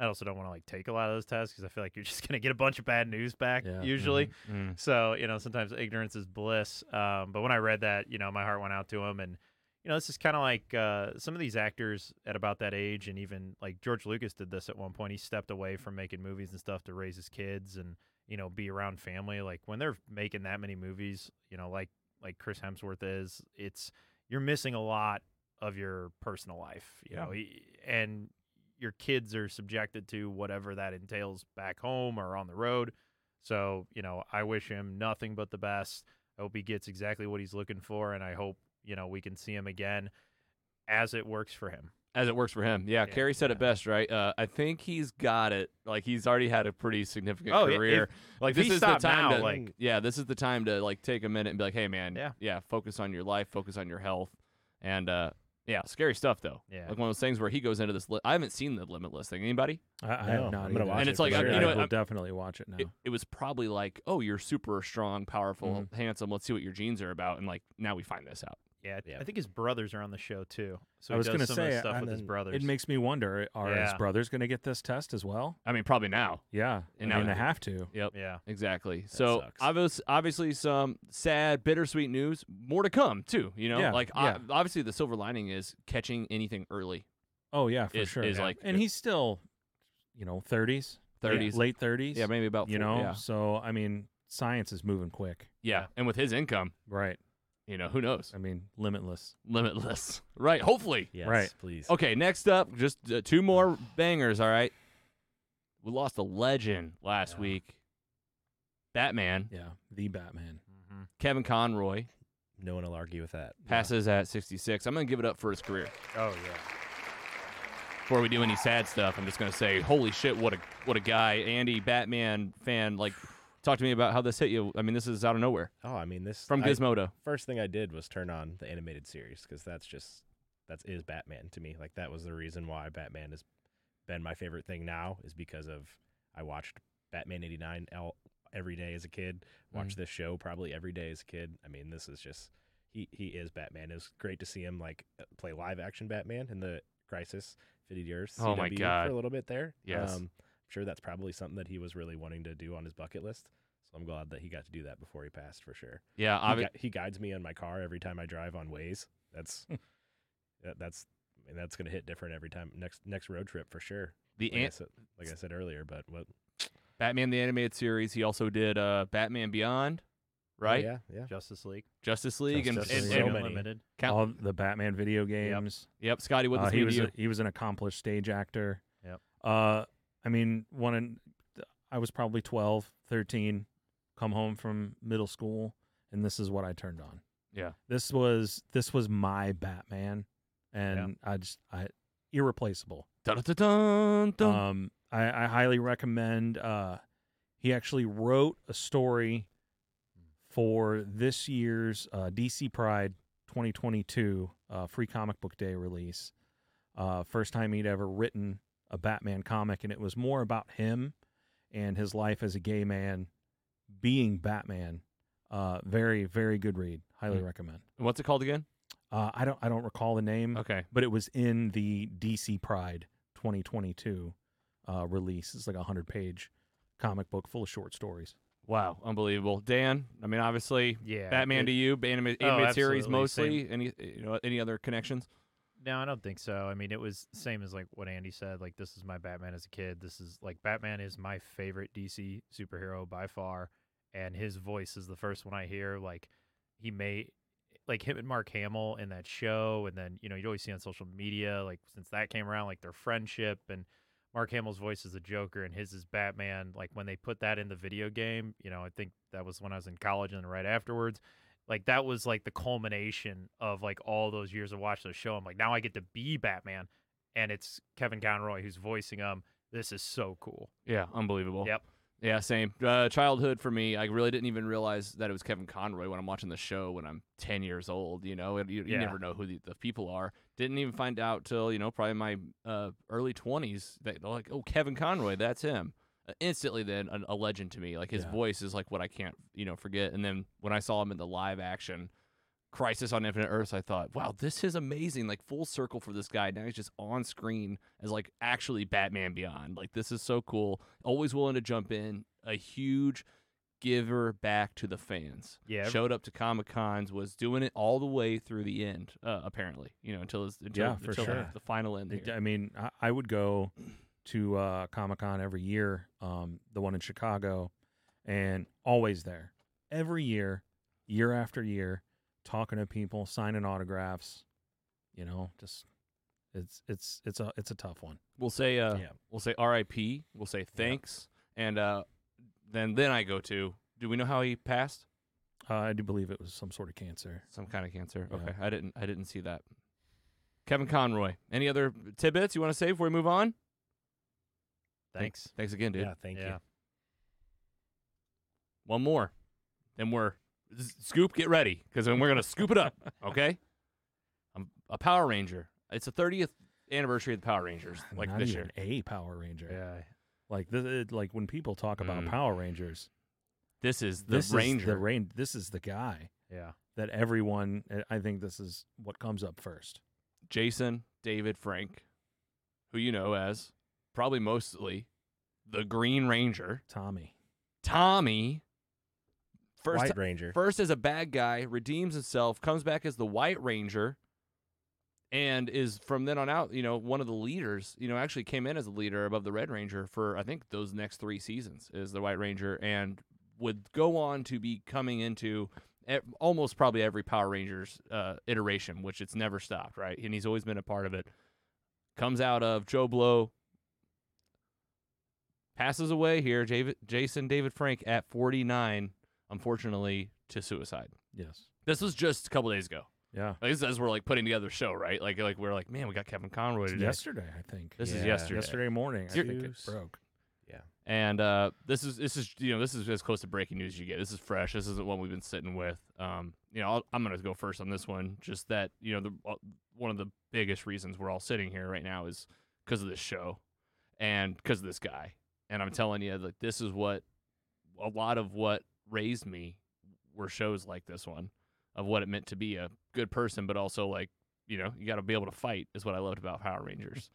Speaker 4: I also don't want to like take a lot of those tests because I feel like you're just gonna get a bunch of bad news back
Speaker 2: Yeah,
Speaker 4: usually.
Speaker 1: Mm.
Speaker 4: So you know, sometimes ignorance is bliss. Um, but when I read that, you know, my heart went out to him, and you know, this is kind of like uh, some of these actors at about that age, and even like George Lucas did this at one point. He stepped away from making movies and stuff to raise his kids and you know be around family. Like when they're making that many movies, you know, like like Chris Hemsworth is, it's you're missing a lot of your personal life, you know, e- and your kids are subjected to whatever that entails back home or on the road. So, you know, I wish him nothing but the best. I hope he gets exactly what he's looking for, and I hope, you know, we can see him again as it works for him.
Speaker 1: As it works for him. Yeah,
Speaker 4: Yeah,
Speaker 1: Carrie said it best, right? Uh, I think he's got it. Like, he's already had a pretty significant
Speaker 4: Oh, yeah, if-
Speaker 1: career. like,
Speaker 4: if
Speaker 1: this
Speaker 4: he
Speaker 1: is the
Speaker 4: stopped
Speaker 1: time
Speaker 4: now,
Speaker 1: to,
Speaker 4: like-
Speaker 1: yeah, this is the time to, like, take a minute and be like, hey, man,
Speaker 4: Yeah.
Speaker 1: focus on your life, focus on your health. And, uh, yeah, scary stuff, though.
Speaker 4: Yeah.
Speaker 1: Like, one of those things where he goes into this. Li- I haven't seen the Limitless thing. Anybody?
Speaker 2: I, I
Speaker 3: No,
Speaker 2: have not.
Speaker 3: I'm gonna
Speaker 2: either.
Speaker 3: watch
Speaker 1: And it it's for like, sure. you
Speaker 2: I
Speaker 1: know what,
Speaker 2: will
Speaker 1: I'm-
Speaker 2: definitely watch it now.
Speaker 1: It, it was probably like, oh, you're super strong, powerful,
Speaker 2: Mm-hmm.
Speaker 1: handsome. Let's see what your genes are about. And, like, now we find this out.
Speaker 4: Yeah, I-
Speaker 3: Yeah.
Speaker 4: I think his brothers are on the show too.
Speaker 2: I
Speaker 4: So he
Speaker 2: was
Speaker 4: does
Speaker 2: gonna
Speaker 4: some of
Speaker 2: say,
Speaker 4: the stuff
Speaker 2: I
Speaker 4: with his
Speaker 2: mean,
Speaker 4: brothers.
Speaker 2: it makes me wonder: Are his
Speaker 4: Yeah.
Speaker 2: brothers going to get this test as well?
Speaker 1: I mean, probably now.
Speaker 2: Yeah,
Speaker 1: And
Speaker 2: I
Speaker 1: now
Speaker 2: mean,
Speaker 1: they
Speaker 2: they have to.
Speaker 1: Yep.
Speaker 4: yeah.
Speaker 1: Exactly. so
Speaker 3: sucks.
Speaker 1: obvious, obviously, some sad, bittersweet news. More to come too. You know,
Speaker 2: Yeah,
Speaker 1: like
Speaker 2: yeah.
Speaker 1: ob- obviously, the silver lining is catching anything early.
Speaker 2: Oh yeah, for
Speaker 1: Is-
Speaker 2: sure.
Speaker 1: is like-
Speaker 2: and he's still, you know, thirties,
Speaker 1: 30s.
Speaker 2: late thirties.
Speaker 1: Yeah, maybe about
Speaker 2: you
Speaker 1: four-
Speaker 2: know.
Speaker 1: Yeah.
Speaker 2: So I mean, science is moving quick,
Speaker 1: yeah, and with his income,
Speaker 2: right?
Speaker 1: you know, who knows?
Speaker 2: I mean, limitless.
Speaker 1: Limitless, right? Hopefully.
Speaker 3: yes,
Speaker 2: right.
Speaker 3: Please.
Speaker 1: Okay, next up, just uh, two more bangers. All right, we lost a legend last
Speaker 4: Yeah.
Speaker 1: week. Batman,
Speaker 2: Yeah, the Batman.
Speaker 4: hmm
Speaker 1: Kevin Conroy,
Speaker 3: No one will argue with that.
Speaker 1: passes at 66. I'm gonna give it up for his career.
Speaker 4: Oh, yeah.
Speaker 1: before we do any sad stuff, I'm just gonna say, holy shit, what a what a guy, Andy, Batman fan. Like, talk to me about how this hit you. I mean, this is out of nowhere
Speaker 3: Oh, I mean this
Speaker 1: from
Speaker 3: I-
Speaker 1: Gizmodo.
Speaker 3: first thing I did was turn on the animated series because that's just that's is Batman to me. Like that was the reason why Batman has been my favorite thing now is because of I watched Batman '89 all every day as a kid. Watched
Speaker 1: Mm.
Speaker 3: this show probably every day as a kid. I mean, this is just he he is Batman. It was great to see him like uh, play live action Batman in the Crisis 50 years.
Speaker 1: Oh my
Speaker 3: CW
Speaker 1: God.
Speaker 3: For a little bit there. Um,
Speaker 1: Yes.
Speaker 3: I'm sure that's probably something that he was really wanting to do on his bucket list. So I'm glad that he got to do that before he passed for sure
Speaker 1: Yeah,
Speaker 3: he,
Speaker 1: obvi-
Speaker 3: gui- he guides me in my car every time I drive on Waze.
Speaker 1: Hmm.
Speaker 3: That's that, that's I mean, that's gonna hit different every time next next road trip for sure.
Speaker 1: The
Speaker 3: Like, I,
Speaker 1: ant-
Speaker 3: said, like I said earlier, but what?
Speaker 1: Batman the animated series. He also did uh, Batman Beyond, right?
Speaker 3: Yeah, yeah.
Speaker 4: Justice League.
Speaker 1: Justice League and,
Speaker 3: Justice
Speaker 1: and,
Speaker 3: League.
Speaker 1: and-
Speaker 3: So many.
Speaker 4: Unlimited.
Speaker 1: count-
Speaker 2: All the Batman video games.
Speaker 1: yep. Scotty, what
Speaker 2: Uh,
Speaker 1: this
Speaker 2: he
Speaker 1: mean
Speaker 2: was
Speaker 1: to you?
Speaker 2: a, he was an accomplished stage actor.
Speaker 4: Yep.
Speaker 2: Uh, I mean, one in, I was probably 12, 13, come home from middle school, and this is what I turned on.
Speaker 1: Yeah.
Speaker 2: This was this was my Batman, and
Speaker 4: Yeah.
Speaker 2: I just I irreplaceable.
Speaker 1: Dun, dun, dun, dun.
Speaker 2: Um, I, I highly recommend. Uh, he actually wrote a story for this year's uh, DC Pride 2022 uh, Free Comic Book Day release. Uh, first time he'd ever written a Batman comic, and it was more about him and his life as a gay man being Batman. Uh, very, very good read. Highly
Speaker 1: Hmm.
Speaker 2: recommend.
Speaker 1: What's it called again?
Speaker 2: Uh, I don't, I don't recall the name
Speaker 1: Okay.
Speaker 2: but it was in the DC Pride 2022 uh, release. It's like a hundred page comic book full of short stories.
Speaker 1: Wow, unbelievable, Dan. I mean, obviously,
Speaker 4: Yeah.
Speaker 1: Batman
Speaker 4: it-
Speaker 1: to you, ba- anima-
Speaker 4: Oh,
Speaker 1: animated series
Speaker 4: absolutely,
Speaker 1: mostly. Any you know any other connections?
Speaker 4: No, I don't think so. I mean, it was same as like what Andy said. Like this is my Batman as a kid. This is like Batman is my favorite DC superhero by far, and his voice is the first one I hear. Like he made like him and Mark Hamill in that show, and then you know you'd always see on social media like since that came around like their friendship and Mark Hamill's voice is the Joker and his is Batman. Like when they put that in the video game, you know I think that was when I was in college and right afterwards like that was like the culmination of like all those years of watching the show. I'm like, now I get to be Batman, and it's Kevin Conroy who's voicing him. This is so cool.
Speaker 1: Yeah, unbelievable.
Speaker 4: Yep.
Speaker 1: Yeah, same. Uh, childhood for me, I really didn't even realize that it was Kevin Conroy when I'm watching the show when I'm 10 years old. You know, and you, you
Speaker 4: Yeah.
Speaker 1: never know who the, the people are. Didn't even find out till you know probably my uh, early 20s that they're like, oh, Kevin Conroy, that's him. Uh, instantly, then a, a legend to me. Like his
Speaker 2: Yeah.
Speaker 1: voice is like what I can't you know forget. And then when I saw him in the live action. Crisis on Infinite Earths, I thought, wow, this is amazing. Like full circle for this guy. Now he's just on screen as like actually Batman Beyond. Like this is so cool. Always willing to jump in. A huge giver back to the fans.
Speaker 4: Yeah.
Speaker 1: Showed up to Comic Cons, was doing it all the way through the end, uh, apparently. You know, until his until,
Speaker 2: Yeah, for
Speaker 1: until
Speaker 2: sure.
Speaker 1: the final end.
Speaker 2: It-
Speaker 1: here.
Speaker 2: I mean, I, I would go to uh, Comic Con every year, um, the one in Chicago, and always there. Every year, year after year, talking to people, signing autographs. You know, just it's it's it's a it's a tough one.
Speaker 1: We'll say uh,
Speaker 3: Yeah.
Speaker 1: we'll say R.I.P. We'll say thanks, and uh, then then I go to. Do we know how he passed?
Speaker 2: Uh, I do believe it was some sort of cancer.
Speaker 1: Some kind of cancer.
Speaker 2: Yeah.
Speaker 1: Okay, I didn't. I didn't see that. Kevin Conroy. Any other tidbits you want to say before we move on?
Speaker 4: Thanks.
Speaker 1: Thanks again, dude.
Speaker 3: Yeah, thank you.
Speaker 4: Yeah.
Speaker 1: One more, then we're s- scoop. Get ready, because then we're gonna scoop it up. Okay. I'm a Power Ranger. It's the 30th anniversary of the Power Rangers, like
Speaker 2: Not
Speaker 1: this
Speaker 2: even
Speaker 1: year.
Speaker 2: a Power Ranger.
Speaker 4: Yeah.
Speaker 2: Like this, it, like when people talk about
Speaker 1: Mm.
Speaker 2: Power Rangers,
Speaker 1: This is the
Speaker 2: this is the
Speaker 1: Ranger.
Speaker 2: rain. This is the guy
Speaker 4: Yeah.
Speaker 2: that everyone. eh, I- I think this is what comes up first.
Speaker 1: Jason David Frank, who you know as probably mostly the Green Ranger.
Speaker 2: Tommy.
Speaker 1: Tommy, first
Speaker 3: White Ranger.
Speaker 1: First as a bad guy, redeems himself, comes back as the White Ranger, and is from then on out, you know, one of the leaders. You know, actually came in as a leader above the Red Ranger for I think those next three seasons is the White Ranger, and would go on to be coming into e- almost probably every Power Rangers uh, iteration, which it's never stopped, right? And he's always been a part of it. Comes out of Joe Blow. Passes away here, Jav- Jason David Frank at 49 unfortunately, to suicide.
Speaker 2: Yes.
Speaker 1: This was just a couple days ago.
Speaker 2: Yeah.
Speaker 1: Like, this is as we're like putting together the show, right? Like, like we're like, man, we got Kevin Conroy today.
Speaker 2: Yesterday, I think.
Speaker 1: This is
Speaker 3: Yeah.
Speaker 1: yesterday.
Speaker 2: Yesterday morning, I
Speaker 1: Here-
Speaker 2: think it
Speaker 3: Juice.
Speaker 2: broke.
Speaker 1: And uh, this is this is you know this is as close to breaking news as you get. This is fresh. This isn't one we've been sitting with. Um, you know, I'll, I'm gonna go first on this one. Just that you know the uh, one of the biggest reasons we're all sitting here right now is because of this show and because of this guy. And I'm telling you, like this is what a lot of what raised me were shows like this one of what it meant to be a good person, but also like you know you got to be able to fight is what I loved about Power Rangers.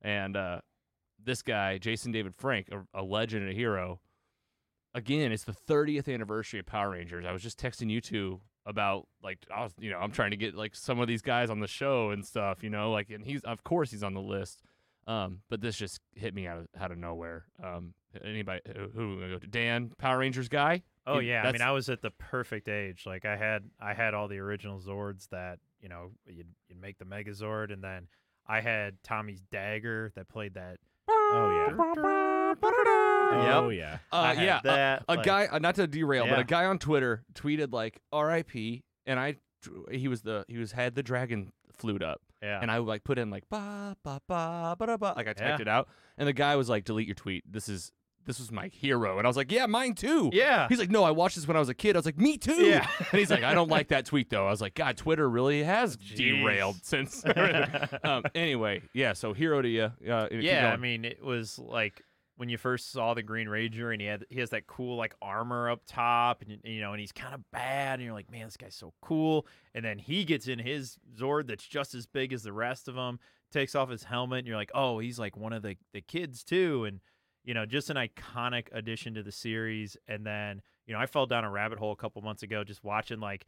Speaker 1: And uh, this guy, Jason David Frank, a, a legend and a hero. Again, it's the 30th anniversary of Power Rangers. I was just texting you two about like I was, you know, I'm trying to get like some of these guys on the show and stuff, you know, like and he's of course he's on the list. Um, but this just hit me out of out of nowhere. Um, anybody who, who we gonna go to? Dan, Power Rangers guy.
Speaker 4: Oh
Speaker 1: It-
Speaker 4: yeah, I mean
Speaker 1: that's-
Speaker 4: I was at the perfect age. Like I had I had all the original Zords that you know you'd, you'd make the Megazord, and then I had Tommy's dagger that played that.
Speaker 3: Oh, yeah. Oh,
Speaker 1: Yep.
Speaker 3: yeah.
Speaker 4: I
Speaker 1: Uh,
Speaker 4: had
Speaker 1: yeah. a-
Speaker 4: that
Speaker 1: a
Speaker 4: like,
Speaker 1: guy, uh, not to derail, but
Speaker 4: Yeah.
Speaker 1: a guy on Twitter tweeted like "R.I.P." and I, he was the he was had the dragon flute up,
Speaker 4: Yeah,
Speaker 1: and I like put in like ba ba ba ba da, ba like I typed
Speaker 4: Yeah.
Speaker 1: it out, and the guy was like, "Delete your tweet. This is this was my hero," and I was like, "Yeah, mine too."
Speaker 4: yeah,
Speaker 1: He's like, no, I watched this when I was a kid. I was like, me too.
Speaker 4: Yeah.
Speaker 1: And he's like, I don't like that tweet though. I was like, God, Twitter really has
Speaker 4: Jeez.
Speaker 1: derailed since. um, anyway, yeah. So hero to you. Uh, and keep
Speaker 4: yeah. I
Speaker 1: going.
Speaker 4: mean it was like when you first saw the Green Ranger, and he had he has that cool like armor up top, and you know, and he's kind of bad, and you're like, man, this guy's so cool. And then he gets in his Zord that's just as big as the rest of them. takes off his helmet and you're like, oh, he's like one of the, the kids too. And, you know, just an iconic addition to the series. And then, you know, I fell down a rabbit hole a couple months ago just watching like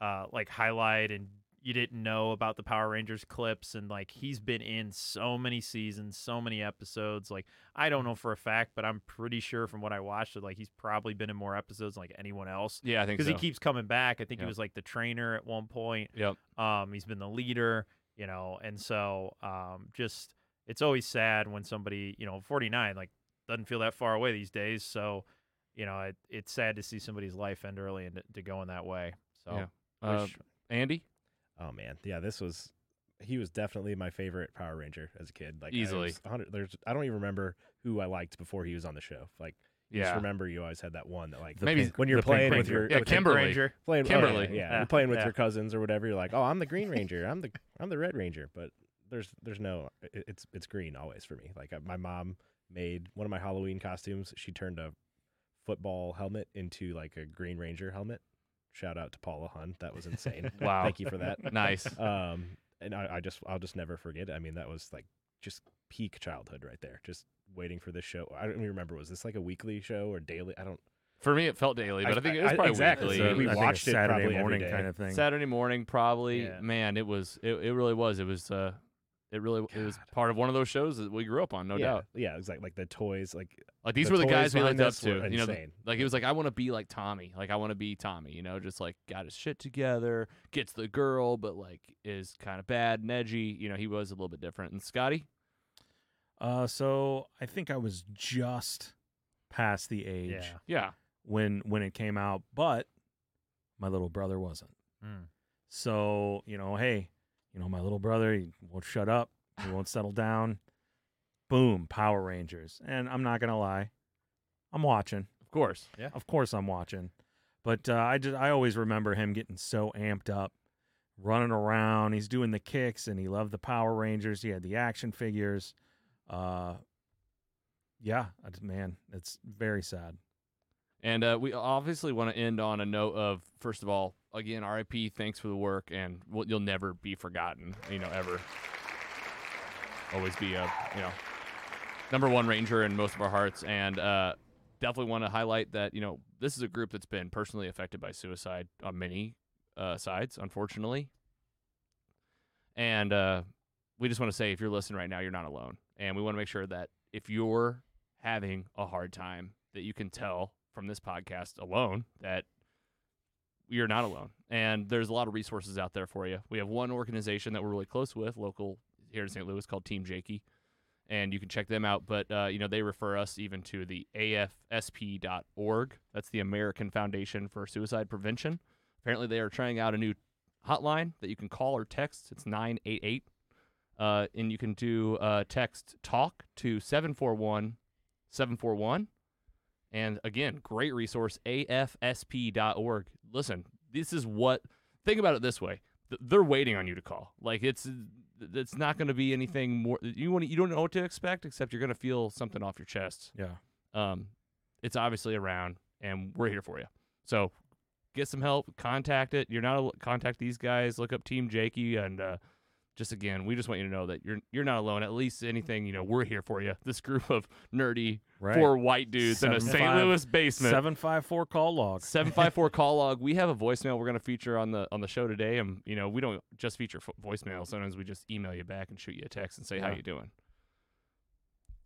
Speaker 4: uh like highlight and you didn't know about the Power Rangers clips and like he's been in so many seasons, so many episodes. Like I don't know for a fact, but I'm pretty sure from what I watched that like he's probably been in more episodes than like anyone else.
Speaker 1: yeah, I think
Speaker 4: Because
Speaker 1: so.
Speaker 4: he keeps coming back. I think
Speaker 1: Yeah.
Speaker 4: he was like the trainer at one point.
Speaker 1: yep.
Speaker 4: Um, he's been the leader, you know, and so um, just it's always sad when somebody, you know, 49 like doesn't feel that far away these days. So, you know, it, it's sad to see somebody's life end early and to, to go in that way. So,
Speaker 1: Yeah. Uh,
Speaker 4: wish-
Speaker 1: Andy.
Speaker 3: Oh man, yeah, this was. He was definitely my favorite Power Ranger as a kid. Like I
Speaker 1: Easily.
Speaker 3: was 100 there's, I don't even remember who I liked before he was on the show. Like, you just
Speaker 1: Yeah.
Speaker 3: remember you always had that one that like
Speaker 1: The Maybe- Pink-
Speaker 3: when you're
Speaker 2: the Pink
Speaker 3: playing with
Speaker 2: Ranger.
Speaker 3: your
Speaker 1: Yeah,
Speaker 3: with your-
Speaker 1: Kimberly.
Speaker 4: Ranger.
Speaker 3: playing oh,
Speaker 1: Kimberly. Ah,
Speaker 3: yeah, yeah,
Speaker 4: Yeah.
Speaker 3: you're playing with
Speaker 4: Yeah.
Speaker 3: your cousins or whatever. You're like, oh, I'm the Green Ranger. I'm the I'm the Red Ranger. But there's there's no it- it's it's green always for me. Like uh, my mom made one of my Halloween costumes. She turned a football helmet into like a Green Ranger helmet. Shout out to Paula Hun. That was insane.
Speaker 1: Wow.
Speaker 3: Thank you for that.
Speaker 1: nice.
Speaker 3: Um, and I, I just I'll just never forget. it. I mean, that was like just peak childhood right there. Just waiting for this show. I don't even remember was this like a weekly show or daily? I don't.
Speaker 1: For me, it felt daily, but I, think it was
Speaker 3: I-
Speaker 1: probably
Speaker 3: exactly.
Speaker 1: weekly.
Speaker 3: So
Speaker 1: It
Speaker 3: we
Speaker 1: was
Speaker 2: I think a
Speaker 3: watched it
Speaker 2: Saturday
Speaker 3: probably every
Speaker 2: morning
Speaker 3: day.
Speaker 2: kind of thing.
Speaker 1: Saturday morning, probably.
Speaker 4: Yeah.
Speaker 1: Man, it was. It, it really was. It was. Uh, it really it was
Speaker 3: God.
Speaker 1: part of one of those shows that we grew up on, no
Speaker 3: yeah,
Speaker 1: doubt.
Speaker 3: Yeah, exactly. Like the toys. Like
Speaker 1: Like these
Speaker 3: The
Speaker 1: were the guys
Speaker 3: toys
Speaker 1: we
Speaker 3: behind
Speaker 1: looked up
Speaker 3: this
Speaker 1: to.
Speaker 3: were
Speaker 1: You know,
Speaker 3: insane.
Speaker 1: like it was like I want to be like Tommy. Like I want to be Tommy. You know, just like got his shit together, gets the girl, but like is kind of bad and edgy. You know, he was a little bit different. And Scotty,
Speaker 2: Uh, so I think I was just past the age
Speaker 4: Yeah.
Speaker 1: yeah,
Speaker 2: when when it came out, but my little brother wasn't.
Speaker 4: Mm.
Speaker 2: So you know, hey, you know, my little brother he won't shut up. He won't settle down. Boom, Power Rangers, and I'm not gonna lie, I'm watching.
Speaker 1: of course.
Speaker 2: Of course, I'm watching. But uh, I just I always remember him getting so amped up, running around. He's doing the kicks, and he loved the Power Rangers. He had the action figures. Uh, yeah, I just- man, it's very sad.
Speaker 1: And uh, we obviously want to end on a note of first of all, again, RIP. Thanks for the work, and we'll, you'll never be forgotten. You know, ever. Always be a you know number one ranger in most of our hearts, and uh, definitely want to highlight that you know this is a group that's been personally affected by suicide on many uh, sides, unfortunately. And uh, we just want to say, if you're listening right now, you're not alone, and we want to make sure that if you're having a hard time, that you can tell from this podcast alone that you're not alone. And there's a lot of resources out there for you. We have one organization that we're really close with, local here in St. Louis, called Team Jakey, and you can check them out. But uh, you know, they refer us even to the AFSP.org. That's the American Foundation for Suicide Prevention. Apparently, they are trying out a new hotline that you can call or text. It's nine eight eight. Uh, and you can do uh, text talk to 741 741. And again, great resource, afsp.org. Listen, this is what, think about it this way. Th- They're waiting on you to call. Like it's, it's not going to be anything more. You want to, you don't know what to expect, except you're going to feel something off your chest.
Speaker 2: Yeah.
Speaker 1: Um, it's obviously around, and we're here for you. So get some help, contact it. You're not al- contact these guys. Look up Team Jakey, and uh, just again, we just want you to know that you're you're not alone. At least anything, you know, we're here for you. This group of nerdy
Speaker 2: Right.
Speaker 1: four white dudes in a
Speaker 2: Seven
Speaker 1: St.
Speaker 2: five-
Speaker 1: Louis basement.
Speaker 2: Seven five four call log.
Speaker 1: 754 call log. We have a voicemail we're going to feature on the on the show today and you know, we don't just feature fo- voicemail. Sometimes we just email you back and shoot you a text and say how
Speaker 2: Yeah.
Speaker 1: you doing.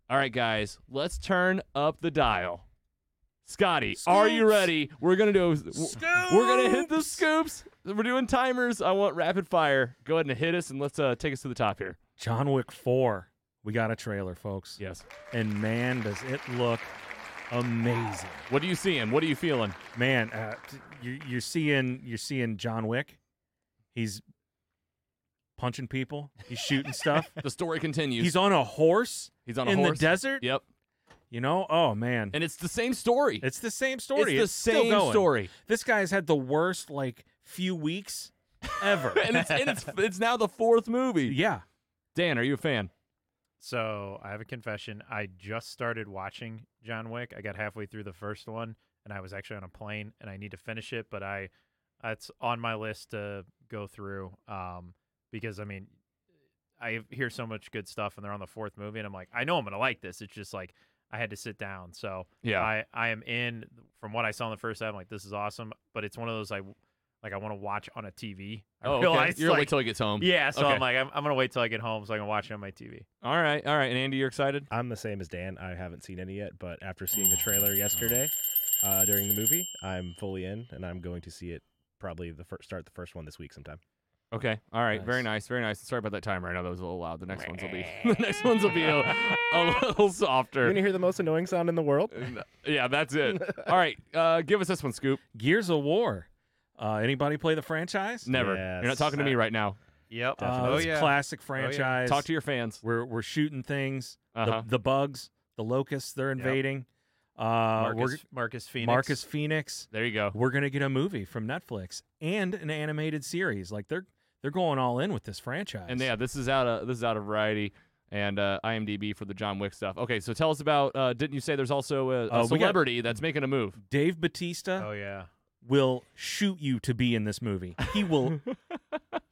Speaker 1: All right, guys, let's turn up the dial. Scotty, are you ready? We're gonna do. We're gonna hit the scoops. We're doing timers. I want rapid fire. Go ahead and hit us, and let's uh, take us to the top here.
Speaker 2: John Wick 4. We got a trailer, folks.
Speaker 1: Yes.
Speaker 2: And man, does it look amazing.
Speaker 1: What are you seeing? What are you feeling?
Speaker 2: Man, uh, t- you, you're seeing you're seeing John Wick. He's punching people. He's shooting stuff.
Speaker 1: The story continues.
Speaker 2: He's on a horse
Speaker 1: He's on a
Speaker 2: in
Speaker 1: horse.
Speaker 2: the desert.
Speaker 1: Yep.
Speaker 2: You know? Oh man.
Speaker 1: And it's the same story.
Speaker 2: it's the same story.
Speaker 1: It's the
Speaker 2: still
Speaker 1: same
Speaker 2: going.
Speaker 1: story.
Speaker 2: This guy's had the worst like few weeks ever.
Speaker 1: and it's and it's it's now the fourth movie.
Speaker 2: yeah.
Speaker 1: Dan, are you a fan?
Speaker 4: So I have a confession. I just started watching John Wick. I got halfway through the first one, and I was actually on a plane, and I need to finish it. But I, it's on my list to go through. Um, because I mean, I hear so much good stuff, and they're on the fourth movie, and I'm like, I know I'm gonna like this. It's just like I had to sit down. So
Speaker 1: Yeah.
Speaker 4: I I am in. From what I saw in the first, I'm like, this is awesome. But it's one of those I, like, I want to watch on a TV. I
Speaker 1: oh, okay.
Speaker 4: realized,
Speaker 1: You're gonna wait
Speaker 4: like-
Speaker 1: till he gets home.
Speaker 4: yeah, so
Speaker 1: Okay.
Speaker 4: I'm like, I'm, I'm gonna wait till I get home so I can watch it on my TV.
Speaker 1: All right, all right. And Andy, you're excited?
Speaker 3: I'm the same as Dan. I haven't seen any yet, but after seeing the
Speaker 1: Mm.
Speaker 3: trailer yesterday uh, during the movie, I'm fully in, and I'm going to see it probably the first start the first one this week sometime.
Speaker 1: Okay. All right. Very nice. Very nice. Sorry about that timer. I know that was a little loud. The next ones will be the next ones will be a, a little
Speaker 3: You're gonna
Speaker 1: softer.
Speaker 3: hear the most annoying sound in the world.
Speaker 1: Uh, Yeah, that's it. All right. Uh, give us this one, Scoop.
Speaker 2: Gears of War. Uh, anybody play the franchise?
Speaker 1: Never. You're not
Speaker 3: Yes.
Speaker 1: talking to me right now.
Speaker 4: Yep.
Speaker 2: Uh,
Speaker 4: oh
Speaker 2: it's a
Speaker 4: yeah.
Speaker 2: classic franchise.
Speaker 1: Talk to your fans.
Speaker 2: We're we're shooting things.
Speaker 1: Uh-huh.
Speaker 2: The, the bugs, the locusts, they're invading. Uh,
Speaker 4: Marcus,
Speaker 2: we're,
Speaker 4: Marcus Phoenix.
Speaker 2: Marcus Phoenix.
Speaker 1: There you go.
Speaker 2: We're gonna get a movie from Netflix and an animated series. Like they're they're going all in with this franchise.
Speaker 1: And yeah, this is out of this is out of variety and uh, IMDb for the John Wick stuff. Okay, so tell us about. Uh, didn't you say there's also a, a
Speaker 2: Uh, we got-
Speaker 1: celebrity that's making a move?
Speaker 2: Dave Batista
Speaker 4: Oh yeah.
Speaker 2: will shoot you to be in this movie. He will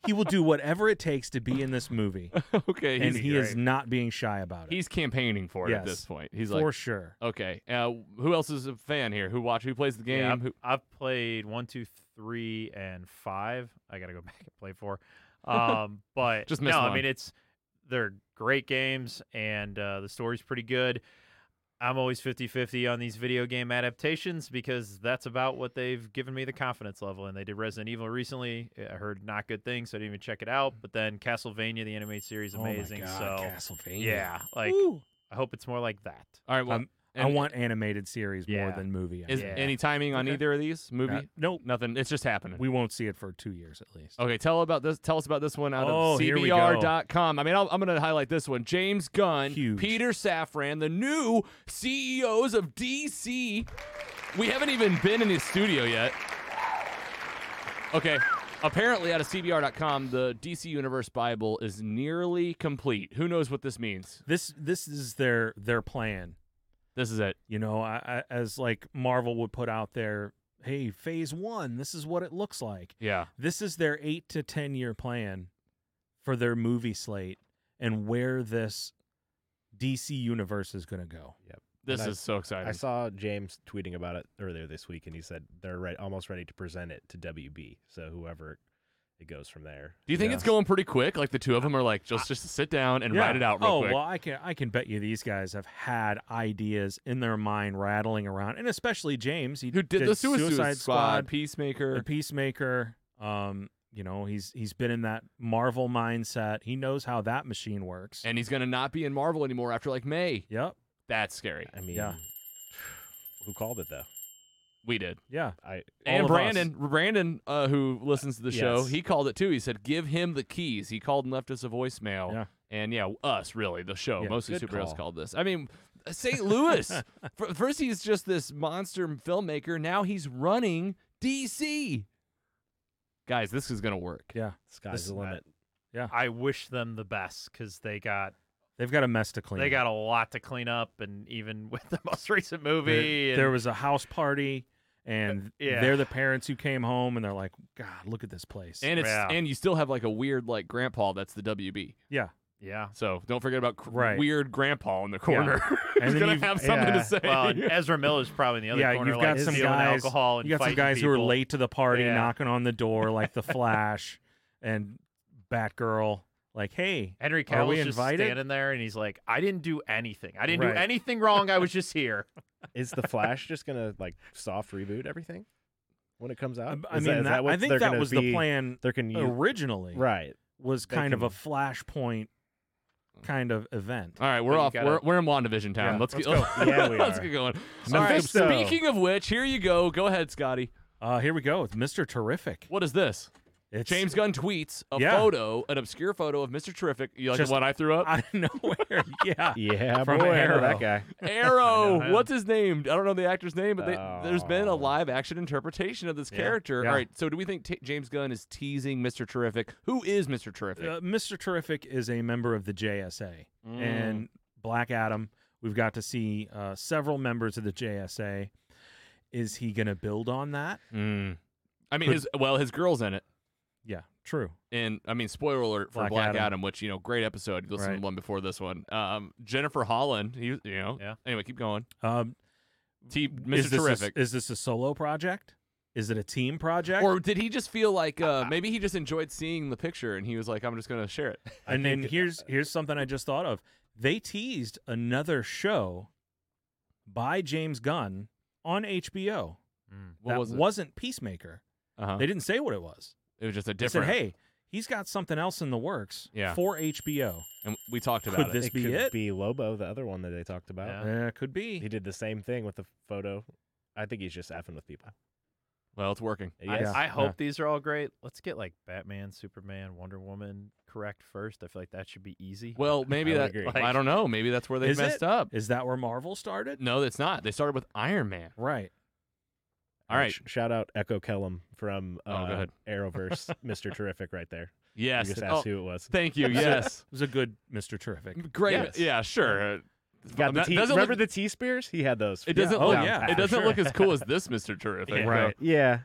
Speaker 2: he will do whatever it takes to be in this movie,
Speaker 1: okay,
Speaker 2: and
Speaker 1: he's,
Speaker 2: he is not being shy about it.
Speaker 1: he's campaigning for it at
Speaker 2: Yes.
Speaker 1: this point. He's
Speaker 2: for
Speaker 1: like,
Speaker 2: sure.
Speaker 1: okay, uh, who else is a fan here? Who watch? Who plays the game?
Speaker 4: Yeah, I've,
Speaker 1: Who,
Speaker 4: I've played one, two, three, and five. I gotta go back and play four. Um, but
Speaker 1: Just
Speaker 4: no,
Speaker 1: missed
Speaker 4: I
Speaker 1: one.
Speaker 4: mean it's they're great games and uh, the story's pretty good. I'm always 50-50 on these video game adaptations because that's about what they've given me the confidence level. And they did Resident Evil recently. I heard not good things, so I didn't even check it out. But then Castlevania, the anime series, amazing.
Speaker 2: Oh my
Speaker 4: so
Speaker 2: God, Castlevania.
Speaker 4: yeah, like
Speaker 2: Woo.
Speaker 4: I hope it's more like that.
Speaker 1: all right, well,
Speaker 2: Um, I
Speaker 1: and-
Speaker 2: want animated series more
Speaker 4: Yeah.
Speaker 2: than movie. I
Speaker 1: Is
Speaker 4: Yeah.
Speaker 1: any timing on
Speaker 4: Okay.
Speaker 1: either of these movie?
Speaker 2: Not- nope.
Speaker 1: Nothing. It's just happening.
Speaker 2: We won't see it for two years at least.
Speaker 1: okay, tell about this. Tell us about this one out
Speaker 2: Oh,
Speaker 1: of
Speaker 2: here we
Speaker 1: CBR.com. I mean, I'll, I'm going to highlight this one. James Gunn,
Speaker 2: Huge.
Speaker 1: Peter Safran, the new CEOs of DC. We haven't even been in his studio yet. Okay. Apparently, out of CBR.com, the DC Universe Bible is nearly complete. Who knows what this means?
Speaker 2: This this is their their plan.
Speaker 1: This is it.
Speaker 2: You know, I, I, as like Marvel would put out there, hey, Phase One, this is what it looks like.
Speaker 1: Yeah.
Speaker 2: This is their eight to ten year plan for their movie slate and where this DC universe is going to go.
Speaker 1: This
Speaker 3: And I-
Speaker 1: is so exciting.
Speaker 3: I saw James tweeting about it earlier this week, and he said they're re- almost ready to present it to WB. So whoever it goes from there.
Speaker 1: Do you think
Speaker 3: Yeah.
Speaker 1: it's going pretty quick? Like the two of them are like, just just sit down and write it out real
Speaker 2: oh
Speaker 1: quick.
Speaker 2: well, I can I can bet you these guys have had ideas in their mind rattling around, and especially James. He
Speaker 1: Who did, the Suicide, Squad, Peacemaker?
Speaker 2: the peacemaker um you know he's he's been in that marvel mindset he knows how that machine works
Speaker 1: and he's gonna not be in Marvel anymore after like May.
Speaker 2: yep
Speaker 1: That's scary.
Speaker 3: I mean,
Speaker 2: Yeah.
Speaker 3: who called it though?
Speaker 1: We did.
Speaker 2: yeah
Speaker 3: I
Speaker 2: All
Speaker 1: and
Speaker 2: of us.
Speaker 1: Brandon, Brandon, uh, who listens to the show,
Speaker 3: Yes.
Speaker 1: he called it too. He said, "Give him the keys." He called and left us a voicemail.
Speaker 2: Yeah.
Speaker 1: And yeah, us really the show
Speaker 2: Yeah,
Speaker 1: mostly
Speaker 3: good
Speaker 1: superheroes
Speaker 3: call.
Speaker 1: called this. I mean, St. Louis. Fir- First, he's just this monster filmmaker. Now he's running DC. Guys, this is gonna work.
Speaker 2: yeah This
Speaker 3: sky's
Speaker 2: is
Speaker 3: the limit.
Speaker 4: I wish them the best because they got
Speaker 2: they've got a mess to clean
Speaker 4: They
Speaker 2: up.
Speaker 4: got a lot to clean up, and even with the most recent
Speaker 2: there,
Speaker 4: movie, and Uh,
Speaker 2: there was a house party and
Speaker 4: yeah.
Speaker 2: they're the parents who came home and they're like god look at this place
Speaker 1: And it's
Speaker 4: Yeah.
Speaker 1: and you still have like a weird like grandpa that's the WB.
Speaker 2: yeah
Speaker 4: yeah.
Speaker 1: So don't forget about cr-
Speaker 2: Right.
Speaker 1: weird grandpa in the corner.
Speaker 2: And
Speaker 1: He's
Speaker 2: then
Speaker 1: gonna
Speaker 2: you've-
Speaker 1: have something
Speaker 4: Yeah.
Speaker 1: to say.
Speaker 4: Well, and Ezra Miller's probably in the other
Speaker 2: yeah
Speaker 4: corner,
Speaker 2: you've
Speaker 4: like
Speaker 2: got some
Speaker 4: stealing
Speaker 2: guys
Speaker 4: alcohol and
Speaker 2: you got some
Speaker 4: fighting
Speaker 2: guys who are
Speaker 4: people.
Speaker 2: late to the party
Speaker 4: Yeah.
Speaker 2: knocking on the door like the flash and batgirl like, hey,
Speaker 4: Henry
Speaker 2: Are we
Speaker 4: Cavill's just
Speaker 2: invited?
Speaker 4: standing there, and he's like, "I didn't do anything. I didn't
Speaker 2: Right.
Speaker 4: do anything wrong. I was just here."
Speaker 3: Is the Flash just gonna like soft reboot everything when it comes
Speaker 2: I,
Speaker 3: out?
Speaker 2: Um, I
Speaker 3: Is
Speaker 2: mean,
Speaker 3: is
Speaker 2: that,
Speaker 3: what
Speaker 2: I think
Speaker 3: they're
Speaker 2: that
Speaker 3: gonna
Speaker 2: was
Speaker 3: be-
Speaker 2: the plan
Speaker 3: They're gonna use
Speaker 2: originally.
Speaker 3: right.
Speaker 2: was
Speaker 3: They
Speaker 2: kind of a
Speaker 3: can-
Speaker 2: flashpoint kind of event.
Speaker 1: All right, we're
Speaker 4: But you
Speaker 1: off.
Speaker 4: gotta-
Speaker 1: We're, we're in WandaVision town.
Speaker 2: Yeah,
Speaker 1: let's,
Speaker 4: let's
Speaker 1: get,
Speaker 3: go. Yeah, we
Speaker 1: let's
Speaker 3: are.
Speaker 1: get going.
Speaker 3: Mephisto.
Speaker 1: All right, speaking of which, here you go. Go ahead, Scotty.
Speaker 2: Uh, here we go with Mr. Terrific.
Speaker 1: What is this?
Speaker 2: It's
Speaker 1: James Gunn tweets a
Speaker 2: Yeah.
Speaker 1: photo, an obscure photo of Mr. Terrific. You like
Speaker 2: Just-
Speaker 1: the one I threw up?
Speaker 2: out of nowhere. yeah.
Speaker 3: Yeah,
Speaker 2: From
Speaker 3: boy, I know
Speaker 2: Arrow.
Speaker 3: that guy.
Speaker 1: Arrow.
Speaker 4: him.
Speaker 1: What's his name? I don't know the actor's name, but they, there's been a
Speaker 3: Oh.
Speaker 1: live action interpretation of this
Speaker 4: Yeah.
Speaker 1: character.
Speaker 2: Yeah.
Speaker 1: All right. So do we think t- James Gunn is teasing Mr. Terrific? Who is Mr. Terrific?
Speaker 2: Uh, Mr. Terrific is a member of the JSA and Black Adam. We've got to see uh, several members of the JSA. Is he going to build on that?
Speaker 1: Mm. I mean,
Speaker 2: Could-
Speaker 1: his well, his girl's in it,
Speaker 2: Yeah, true.
Speaker 1: and I mean, spoiler alert for
Speaker 2: Black
Speaker 1: Black,
Speaker 2: Adam.
Speaker 1: Adam. which you know, great episode. Listen to
Speaker 2: Right.
Speaker 1: the one before this one. Um, Jennifer Holland. You, you know.
Speaker 4: Yeah.
Speaker 1: Anyway, keep going.
Speaker 2: Um,
Speaker 1: T- Mr.
Speaker 2: Is this a-
Speaker 1: Terrific.
Speaker 2: is this a solo project? Is it a team project?
Speaker 1: or did he just feel like uh, maybe he just enjoyed seeing the picture and he was like, I'm just gonna share it.
Speaker 2: and then here's here's something I just thought of. They teased another show by James Gunn on HBO
Speaker 1: What
Speaker 2: that
Speaker 1: was it?
Speaker 2: wasn't Peacemaker.
Speaker 1: uh-huh.
Speaker 2: They didn't say what it was.
Speaker 1: It was just a
Speaker 2: They said,
Speaker 1: different.
Speaker 2: "Hey, he's got something else in the works
Speaker 1: Yeah.
Speaker 2: for HBO."
Speaker 1: and we talked about
Speaker 2: Could
Speaker 1: it.
Speaker 2: this
Speaker 3: it
Speaker 2: be
Speaker 3: could
Speaker 2: it?
Speaker 3: be Lobo, the other one that they talked about.
Speaker 4: Yeah.
Speaker 2: Uh, could be.
Speaker 3: He did the same thing with the photo. I think he's just effing with people.
Speaker 1: Well, it's working.
Speaker 4: I,
Speaker 2: Yeah.
Speaker 4: I hope these are all great. Let's get like Batman, Superman, Wonder Woman correct first. I feel like that should be easy.
Speaker 1: Well, maybe
Speaker 3: I would
Speaker 1: that
Speaker 3: agree.
Speaker 1: I don't know. Maybe that's where they
Speaker 2: Is
Speaker 1: messed
Speaker 2: it?
Speaker 1: up.
Speaker 2: Is that where Marvel started?
Speaker 1: No, that's not. They started with Iron Man.
Speaker 2: Right.
Speaker 1: All right.
Speaker 3: Sh- shout out Echo Kellum from
Speaker 1: Oh,
Speaker 3: uh,
Speaker 1: go ahead.
Speaker 3: Arrowverse, Mr. Terrific, right there.
Speaker 1: Yes.
Speaker 3: You just
Speaker 1: Oh,
Speaker 3: asked who it was.
Speaker 1: thank you. Yes.
Speaker 2: It was a good Mr. Terrific.
Speaker 1: Great.
Speaker 3: Yes.
Speaker 1: Yeah. Sure. Uh,
Speaker 3: Got the
Speaker 1: um, That
Speaker 3: tea,
Speaker 1: doesn't
Speaker 3: remember
Speaker 1: look-
Speaker 3: the T spears? He had those.
Speaker 1: It doesn't
Speaker 2: Oh,
Speaker 1: look.
Speaker 2: yeah,
Speaker 1: It
Speaker 2: for
Speaker 1: doesn't
Speaker 2: sure.
Speaker 1: look as cool as this, Mr. Terrific.
Speaker 4: Yeah.
Speaker 1: though.
Speaker 2: Right.
Speaker 3: Yeah.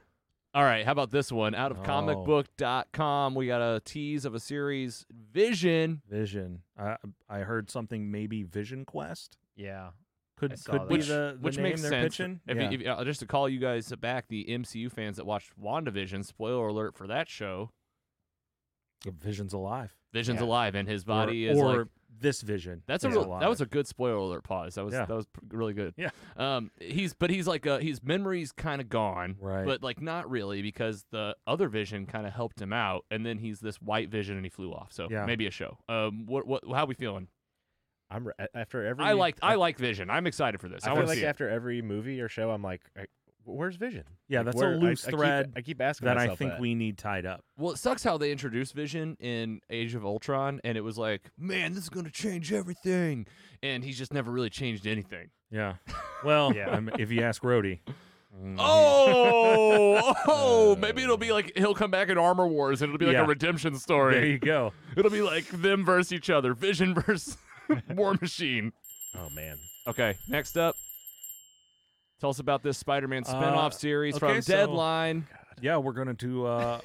Speaker 1: All right. How about this one? Out of
Speaker 2: Oh.
Speaker 1: comicbook.com, we got a tease of a series, Vision.
Speaker 2: Vision. I I heard something maybe Vision Quest
Speaker 4: yeah.
Speaker 2: could
Speaker 4: I saw
Speaker 2: could be
Speaker 1: that.
Speaker 2: the, the
Speaker 1: Which
Speaker 2: name
Speaker 1: makes
Speaker 2: they're
Speaker 1: sense.
Speaker 2: pitching.
Speaker 1: If you-
Speaker 2: yeah.
Speaker 1: if- uh, just to call you guys back, the MCU fans that watched WandaVision, spoiler alert for that show,
Speaker 2: Vision's alive.
Speaker 1: Vision's
Speaker 3: Yeah.
Speaker 1: alive and his body
Speaker 2: or,
Speaker 1: is
Speaker 2: or
Speaker 1: like
Speaker 2: this Vision.
Speaker 1: That's a
Speaker 2: is
Speaker 1: real,
Speaker 2: alive.
Speaker 1: that was a good spoiler alert pause. That was
Speaker 2: Yeah.
Speaker 1: that was pr- really good.
Speaker 2: Yeah.
Speaker 1: Um. He's but he's like uh his memory's kind of gone.
Speaker 2: Right.
Speaker 1: But like not really because the other Vision kind of helped him out, and then he's this white Vision and he flew off. So
Speaker 2: Yeah.
Speaker 1: maybe a show. Um. What what how we feeling?
Speaker 3: I'm re- after every.
Speaker 1: I liked I like Vision. I'm excited for this.
Speaker 3: I
Speaker 1: I,
Speaker 3: feel
Speaker 1: want to
Speaker 3: like
Speaker 1: see. it.
Speaker 3: after every movie or show, I'm like, I, where's Vision?
Speaker 2: Yeah,
Speaker 3: Like,
Speaker 2: that's a
Speaker 3: where- I-
Speaker 2: loose
Speaker 3: I keep-
Speaker 2: thread
Speaker 3: I keep, asking
Speaker 2: that I
Speaker 3: myself
Speaker 2: think
Speaker 3: that.
Speaker 2: we need tied up.
Speaker 1: Well, it sucks how they introduced Vision in Age of Ultron, and it was like, man, this is gonna change everything, and he's just never really changed anything.
Speaker 2: Yeah. Well,
Speaker 4: Yeah.
Speaker 2: I'm- if you ask Rhodey. mm,
Speaker 1: Oh, oh, maybe it'll be like he'll come back in Armor Wars, and it'll be like
Speaker 2: Yeah.
Speaker 1: a redemption
Speaker 2: there
Speaker 1: story.
Speaker 2: you go.
Speaker 1: It'll be like them versus each other, Vision versus War Machine.
Speaker 3: Oh man,
Speaker 1: Okay, next up, tell us about this Spider-Man spin-off
Speaker 2: Uh,
Speaker 1: series
Speaker 2: okay,
Speaker 1: from
Speaker 2: so-
Speaker 1: Deadline.
Speaker 2: Yeah, we're gonna do uh,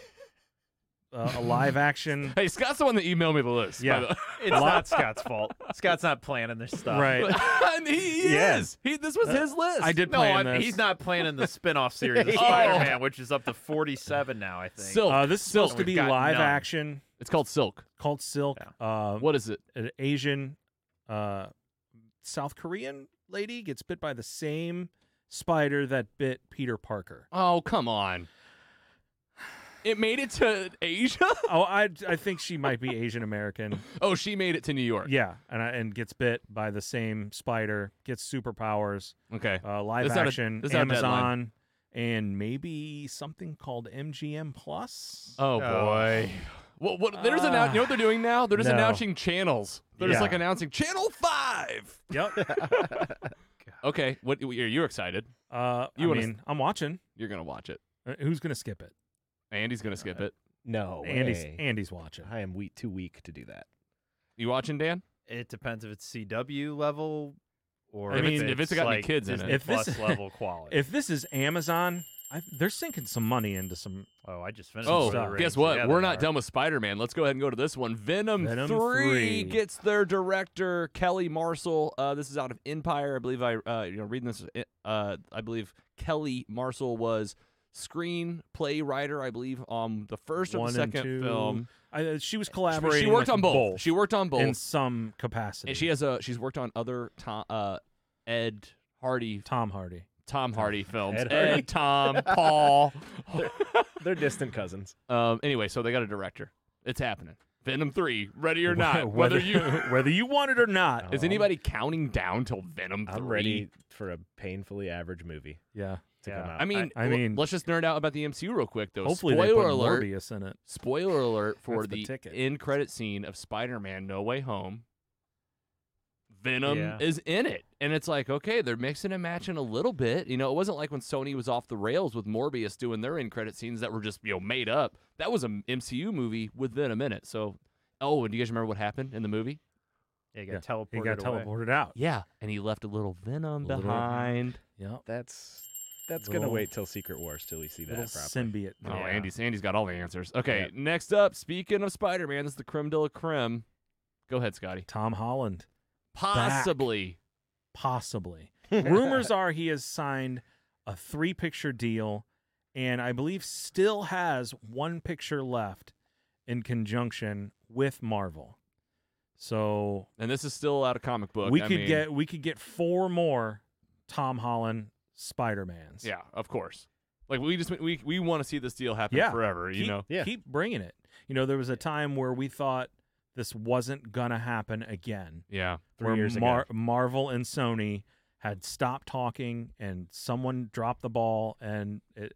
Speaker 2: uh, a live action.
Speaker 1: Hey, Scott's the one that emailed me the list. by
Speaker 2: Yeah.
Speaker 1: the-
Speaker 4: It's not Scott's fault. Scott's not planning this stuff.
Speaker 2: Right.
Speaker 1: And he he
Speaker 2: Yeah.
Speaker 1: is. He, this was
Speaker 2: Uh,
Speaker 1: his list.
Speaker 2: I did
Speaker 4: No,
Speaker 2: plan
Speaker 4: I-
Speaker 2: this.
Speaker 4: he's not planning the spin-off series of
Speaker 1: Yeah.
Speaker 4: Spider-Man, which is up to 47 now, I think.
Speaker 1: Silk.
Speaker 2: Uh, this is
Speaker 1: Silk.
Speaker 2: supposed to be
Speaker 4: We've got
Speaker 2: live
Speaker 4: none.
Speaker 2: action
Speaker 1: It's called Silk.
Speaker 2: called Silk. Uh,
Speaker 1: What is it?
Speaker 2: an Asian, uh, South Korean lady gets bit by the same spider that bit Peter Parker.
Speaker 1: Oh, come on. It made it to Asia?
Speaker 2: Oh, I I think she might be Asian American.
Speaker 1: Oh, she made it to New York.
Speaker 2: Yeah, and I, and gets bit by the same spider, gets superpowers,
Speaker 1: Okay.
Speaker 2: uh, live
Speaker 1: This is not a-
Speaker 2: action,
Speaker 1: this is not a deadline.
Speaker 2: Amazon, and maybe something called MGM Plus.
Speaker 1: Oh boy. What, what, there's an annou- you know what they're doing now? They're just
Speaker 2: No.
Speaker 1: announcing channels. They're just
Speaker 2: Yeah.
Speaker 1: like announcing channel five.
Speaker 2: yep.
Speaker 1: Okay, what are you excited?
Speaker 2: Uh,
Speaker 1: You
Speaker 2: I
Speaker 1: wanna-
Speaker 2: mean, I'm watching.
Speaker 1: You're gonna watch it.
Speaker 2: Uh, Who's gonna skip it?
Speaker 1: Andy's gonna skip it.
Speaker 3: no
Speaker 2: Andy's
Speaker 3: way.
Speaker 2: Andy's watching.
Speaker 3: I am we- too weak to do that.
Speaker 1: You watching, Dan?
Speaker 4: It depends if it's CW level or
Speaker 2: I mean,
Speaker 1: if it's got any
Speaker 4: like
Speaker 1: kids in
Speaker 4: Disney
Speaker 2: it. If this-
Speaker 4: Plus level quality.
Speaker 2: If this is Amazon, I, they're sinking some money into some
Speaker 4: oh, I just finished.
Speaker 1: Oh,
Speaker 4: Lord of the
Speaker 1: guess
Speaker 4: Rings.
Speaker 1: what?
Speaker 4: Yeah,
Speaker 1: We're
Speaker 4: they
Speaker 1: not
Speaker 4: are.
Speaker 1: done with Spider Man. Let's go ahead and go to this one. Venom,
Speaker 2: Venom 3.
Speaker 1: 3 gets their director, Kelly Marcel. Uh, this is out of Empire. I believe I, uh, you know, reading this, uh, I believe Kelly Marcel was screenplay writer, I believe, on the first or
Speaker 2: One
Speaker 1: the
Speaker 2: and
Speaker 1: second
Speaker 2: two.
Speaker 1: film.
Speaker 2: I, uh, she was
Speaker 1: She-
Speaker 2: collaborating.
Speaker 1: She worked
Speaker 2: with
Speaker 1: on both. She worked on both,
Speaker 2: in some capacity.
Speaker 1: and she has a she's worked on other Tom, uh, Ed Hardy,
Speaker 2: Tom Hardy.
Speaker 1: Tom Hardy films.
Speaker 3: Ed Hardy.
Speaker 1: Ed, Tom, Paul.
Speaker 3: They're distant cousins.
Speaker 1: um. Anyway, so they got a director. It's happening. Venom three, ready or not, whether, you.
Speaker 2: whether you want it or not.
Speaker 1: Is
Speaker 3: Oh, I'm-
Speaker 1: anybody counting down till Venom 3?
Speaker 3: I'm ready for a painfully average movie
Speaker 2: Yeah.
Speaker 3: to
Speaker 4: Yeah.
Speaker 3: come out.
Speaker 1: I mean,
Speaker 2: I- I
Speaker 1: l-
Speaker 2: mean-
Speaker 1: let's just nerd out about the MCU real quick, though.
Speaker 2: Hopefully
Speaker 1: spoiler
Speaker 2: they put
Speaker 1: alert!
Speaker 2: Morbius in it.
Speaker 1: Spoiler alert for
Speaker 2: That's the
Speaker 1: the,
Speaker 2: ticket.
Speaker 1: end credit scene of Spider-Man: No Way Home. Venom
Speaker 4: Yeah.
Speaker 1: is in it, and it's like, okay, they're mixing and matching a little bit. You know, it wasn't like when Sony was off the rails with Morbius doing their end credit scenes that were just you know made up. That was an MCU movie with Venom in it. So, oh, and do you guys remember what happened in the movie?
Speaker 4: Yeah, you
Speaker 2: Yeah,
Speaker 4: got teleported.
Speaker 2: He got
Speaker 4: away.
Speaker 2: teleported out.
Speaker 1: Yeah, and he left a little Venom
Speaker 2: A little-
Speaker 1: behind.
Speaker 2: Yep.
Speaker 3: that's that's gonna
Speaker 2: Little-
Speaker 3: wait till Secret Wars till we see that
Speaker 2: Little
Speaker 3: properly.
Speaker 2: symbiote.
Speaker 1: Oh,
Speaker 4: Yeah.
Speaker 1: Andy, Sandy's got all the answers. Okay,
Speaker 3: Yep.
Speaker 1: next up, speaking of Spider Man, this is the creme de la creme. Go ahead, Scotty.
Speaker 2: Tom Holland,
Speaker 1: Possibly.
Speaker 2: possibly. Rumors are he has signed a three-picture deal, and I believe still has one picture left in conjunction with Marvel. So
Speaker 1: And this is still out of comic book.
Speaker 2: we
Speaker 1: I
Speaker 2: could
Speaker 1: mean,
Speaker 2: get we could get four more Tom Holland Spider-Mans.
Speaker 1: Yeah, of course. Like we just we we want to see this deal happen
Speaker 2: Yeah.
Speaker 1: forever, you
Speaker 2: keep,
Speaker 1: know.
Speaker 3: Yeah.
Speaker 2: keep bringing it. You know, there was a time where we thought this wasn't gonna happen again.
Speaker 1: Yeah.
Speaker 3: Three
Speaker 2: where
Speaker 3: years
Speaker 2: Mar-
Speaker 3: ago.
Speaker 2: Marvel and Sony had stopped talking, and someone dropped the ball, and it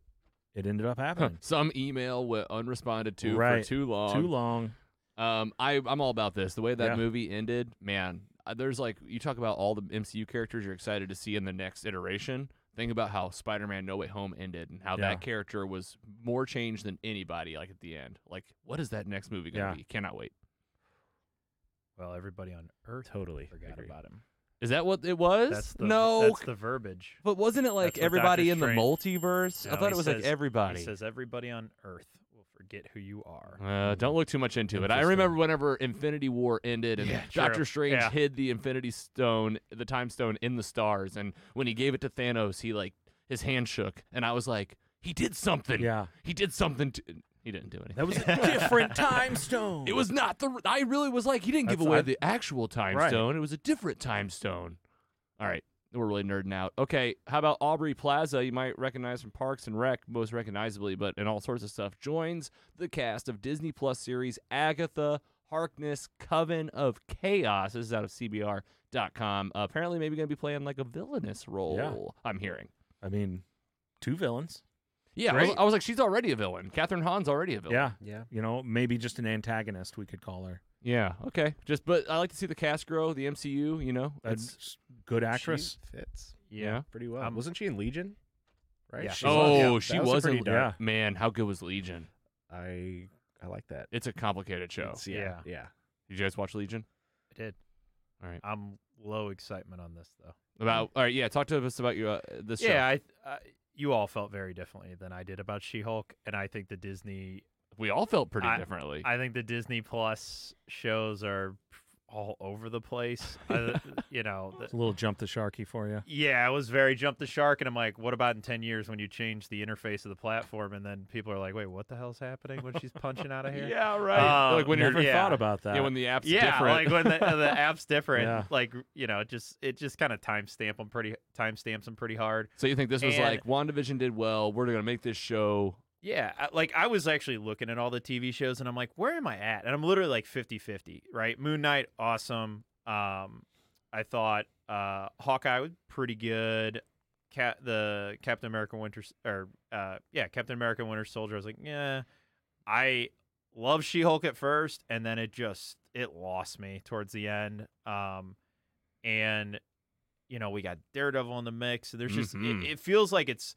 Speaker 2: it ended up happening.
Speaker 1: Some email went unresponded to
Speaker 2: Right.
Speaker 1: for too long.
Speaker 2: Too long.
Speaker 1: Um, I I'm all about this. The way that
Speaker 2: Yeah.
Speaker 1: movie ended, man. uh, There's like you talk about all the MCU characters you're excited to see in the next iteration. Think about how Spider-Man: No Way Home ended and how
Speaker 2: Yeah.
Speaker 1: that character was more changed than anybody. Like at the end, like what is that next movie gonna
Speaker 2: Yeah.
Speaker 1: be? Cannot wait.
Speaker 4: Well, everybody on Earth
Speaker 3: Totally
Speaker 4: forgot
Speaker 3: agree.
Speaker 4: about him.
Speaker 1: Is that what it was?
Speaker 4: That's the,
Speaker 1: no,
Speaker 4: That's the verbiage.
Speaker 1: but wasn't it like
Speaker 4: that's what
Speaker 1: everybody
Speaker 4: Dr.
Speaker 1: in the
Speaker 4: Strange-
Speaker 1: multiverse? I
Speaker 4: No,
Speaker 1: thought
Speaker 4: he
Speaker 1: it was like
Speaker 4: says-
Speaker 1: everybody.
Speaker 4: He says everybody on Earth will forget who you are.
Speaker 1: Uh, don't look too much into it. I
Speaker 2: Interesting.
Speaker 1: remember whenever Infinity War ended and
Speaker 4: Yeah, true.
Speaker 1: Doctor Strange
Speaker 4: Yeah.
Speaker 1: hid the Infinity Stone, the Time Stone, in the stars, and when he gave it to Thanos, he like his hand shook, and I was like, he did something.
Speaker 2: Yeah,
Speaker 1: he did something. To... He didn't do anything.
Speaker 2: that was a different time stone.
Speaker 1: It was not the. I really was like, he didn't give
Speaker 2: That's-
Speaker 1: away
Speaker 2: I-
Speaker 1: the actual time
Speaker 2: Right.
Speaker 1: stone. It was a different time stone. All right, we're really nerding out. Okay, how about Aubrey Plaza? You might recognize from Parks and Rec, most recognizably, but in all sorts of stuff. Joins the cast of Disney Plus series Agatha Harkness: Coven of Chaos. This is out of CBR.com. Uh, apparently, maybe going to be playing like a villainous role. I'm hearing.
Speaker 2: I mean, two villains.
Speaker 1: Yeah, I was,
Speaker 4: Great.
Speaker 1: I was like, she's already a villain. Catherine Hahn's already a villain.
Speaker 2: Yeah,
Speaker 3: Yeah.
Speaker 2: you know, maybe just an antagonist. We could call her.
Speaker 1: Yeah. Okay. Just, but I like to see the cast grow. The MCU. You know,
Speaker 2: That's s- good actress.
Speaker 3: She fits
Speaker 1: Yeah.
Speaker 3: pretty well.
Speaker 4: Um,
Speaker 3: Wasn't she in Legion? Right.
Speaker 4: Yeah.
Speaker 3: She
Speaker 1: Oh,
Speaker 3: yeah,
Speaker 1: she
Speaker 3: that
Speaker 1: was,
Speaker 3: was a pretty
Speaker 1: in-
Speaker 3: dark.
Speaker 1: Man, how good was Legion?
Speaker 3: I I like that.
Speaker 1: It's a complicated show.
Speaker 3: It's- yeah. Yeah.
Speaker 1: Did you guys watch Legion?
Speaker 4: I did.
Speaker 1: All right.
Speaker 4: I'm low excitement on this though.
Speaker 1: About all right, yeah. Talk to us about your uh, this
Speaker 4: Mm. yeah,
Speaker 1: show.
Speaker 4: I, I you all felt very differently than I did about She-Hulk, and I think the Disney,
Speaker 1: We all felt pretty
Speaker 4: I-
Speaker 1: differently.
Speaker 4: I think the Disney Plus shows are all over the place. I, you know, the-
Speaker 2: It's a little jump the sharky for you.
Speaker 4: Yeah, I was very jump the shark, and I'm like, what about in ten years when you change the interface of the platform, and then people are like, wait, what the hell's happening when she's punching out of here?
Speaker 1: yeah,
Speaker 4: right. Uh,
Speaker 1: like when
Speaker 4: Never
Speaker 1: you're
Speaker 4: yeah.
Speaker 2: thought about that.
Speaker 1: yeah, when the app's
Speaker 4: Yeah,
Speaker 1: different.
Speaker 4: like when the, uh, the app's different,
Speaker 2: Yeah.
Speaker 4: like you know, it just it just kind of timestamp them pretty timestamps them pretty hard.
Speaker 1: so you think this was
Speaker 4: and-
Speaker 1: like WandaVision did well? We're gonna make this show.
Speaker 4: Yeah, I- like I was actually looking at all the TV shows and I'm like, where am I at? And I'm literally like 50-50, right? Moon Knight, awesome. Um, I thought uh, Hawkeye was pretty good. Cat the Captain America Winter S- or uh, yeah, Captain America Winter Soldier. I was like, yeah, I love She Hulk at first, and then it just it lost me towards the end. Um, and you know we got Daredevil in the mix. There's just
Speaker 1: Mhm.
Speaker 4: it, it feels like it's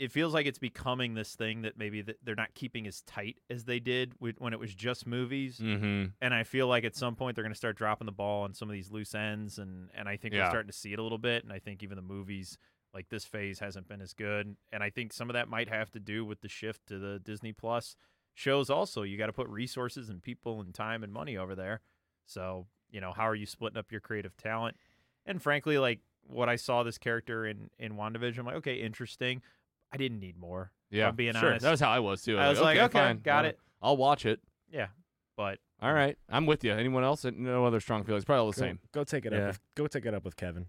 Speaker 4: it feels like it's becoming this thing that maybe th- they're not keeping as tight as they did with, when it was just movies.
Speaker 1: Mm-hmm.
Speaker 4: And I feel like at some point they're going to start dropping the ball on some of these loose ends, and and I think
Speaker 1: Yeah.
Speaker 4: we're starting to see it a little bit. And I think even the movies like this phase hasn't been as good. And I think some of that might have to do with the shift to the Disney Plus shows. Also, you got to put resources and people and time and money over there. So you know how are you splitting up your creative talent? And frankly, like what I saw this character in in Wandavision, I'm like okay, interesting. I didn't need more.
Speaker 1: Yeah,
Speaker 4: I'm being
Speaker 1: sure.
Speaker 4: honest.
Speaker 1: That was how I was too.
Speaker 4: I was like, okay,
Speaker 1: fine.
Speaker 4: got
Speaker 1: I'll-
Speaker 4: it.
Speaker 1: I'll watch it.
Speaker 4: Yeah, but
Speaker 1: All right, I'm with you. Anyone else? No other strong feelings. Probably all the
Speaker 3: Go-
Speaker 1: same.
Speaker 3: Go, take it
Speaker 2: Yeah.
Speaker 3: up. With, go take it up with Kevin.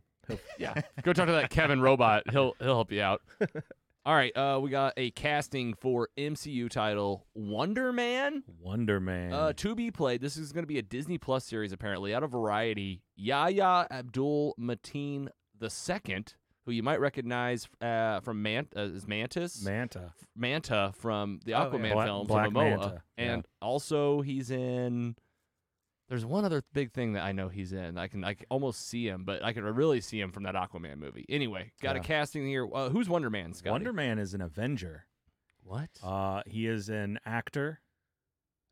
Speaker 1: Yeah, go talk to that Kevin robot. He'll he'll help you out. All right, uh, we got a casting for MCU title Wonder Man.
Speaker 2: Wonder Man.
Speaker 1: Uh, to be played. This is going to be a Disney Plus series, apparently, out of Variety. Yahya Abdul Mateen II, who you might recognize uh, from Man- uh, is Mantis,
Speaker 2: Manta.
Speaker 1: Manta from the
Speaker 4: Oh, yeah.
Speaker 1: Aquaman
Speaker 2: Black-
Speaker 1: films,
Speaker 2: Black
Speaker 1: from Momoa,
Speaker 2: Manta, yeah.
Speaker 1: and also he's in. There's one other big thing that I know he's in. I can I can almost see him, but I can really see him from that Aquaman movie. Anyway, got
Speaker 2: Yeah.
Speaker 1: a casting here. Uh, who's Wonder Man? Scotty?
Speaker 2: Wonder Man is an Avenger.
Speaker 1: What?
Speaker 2: Uh, he is an actor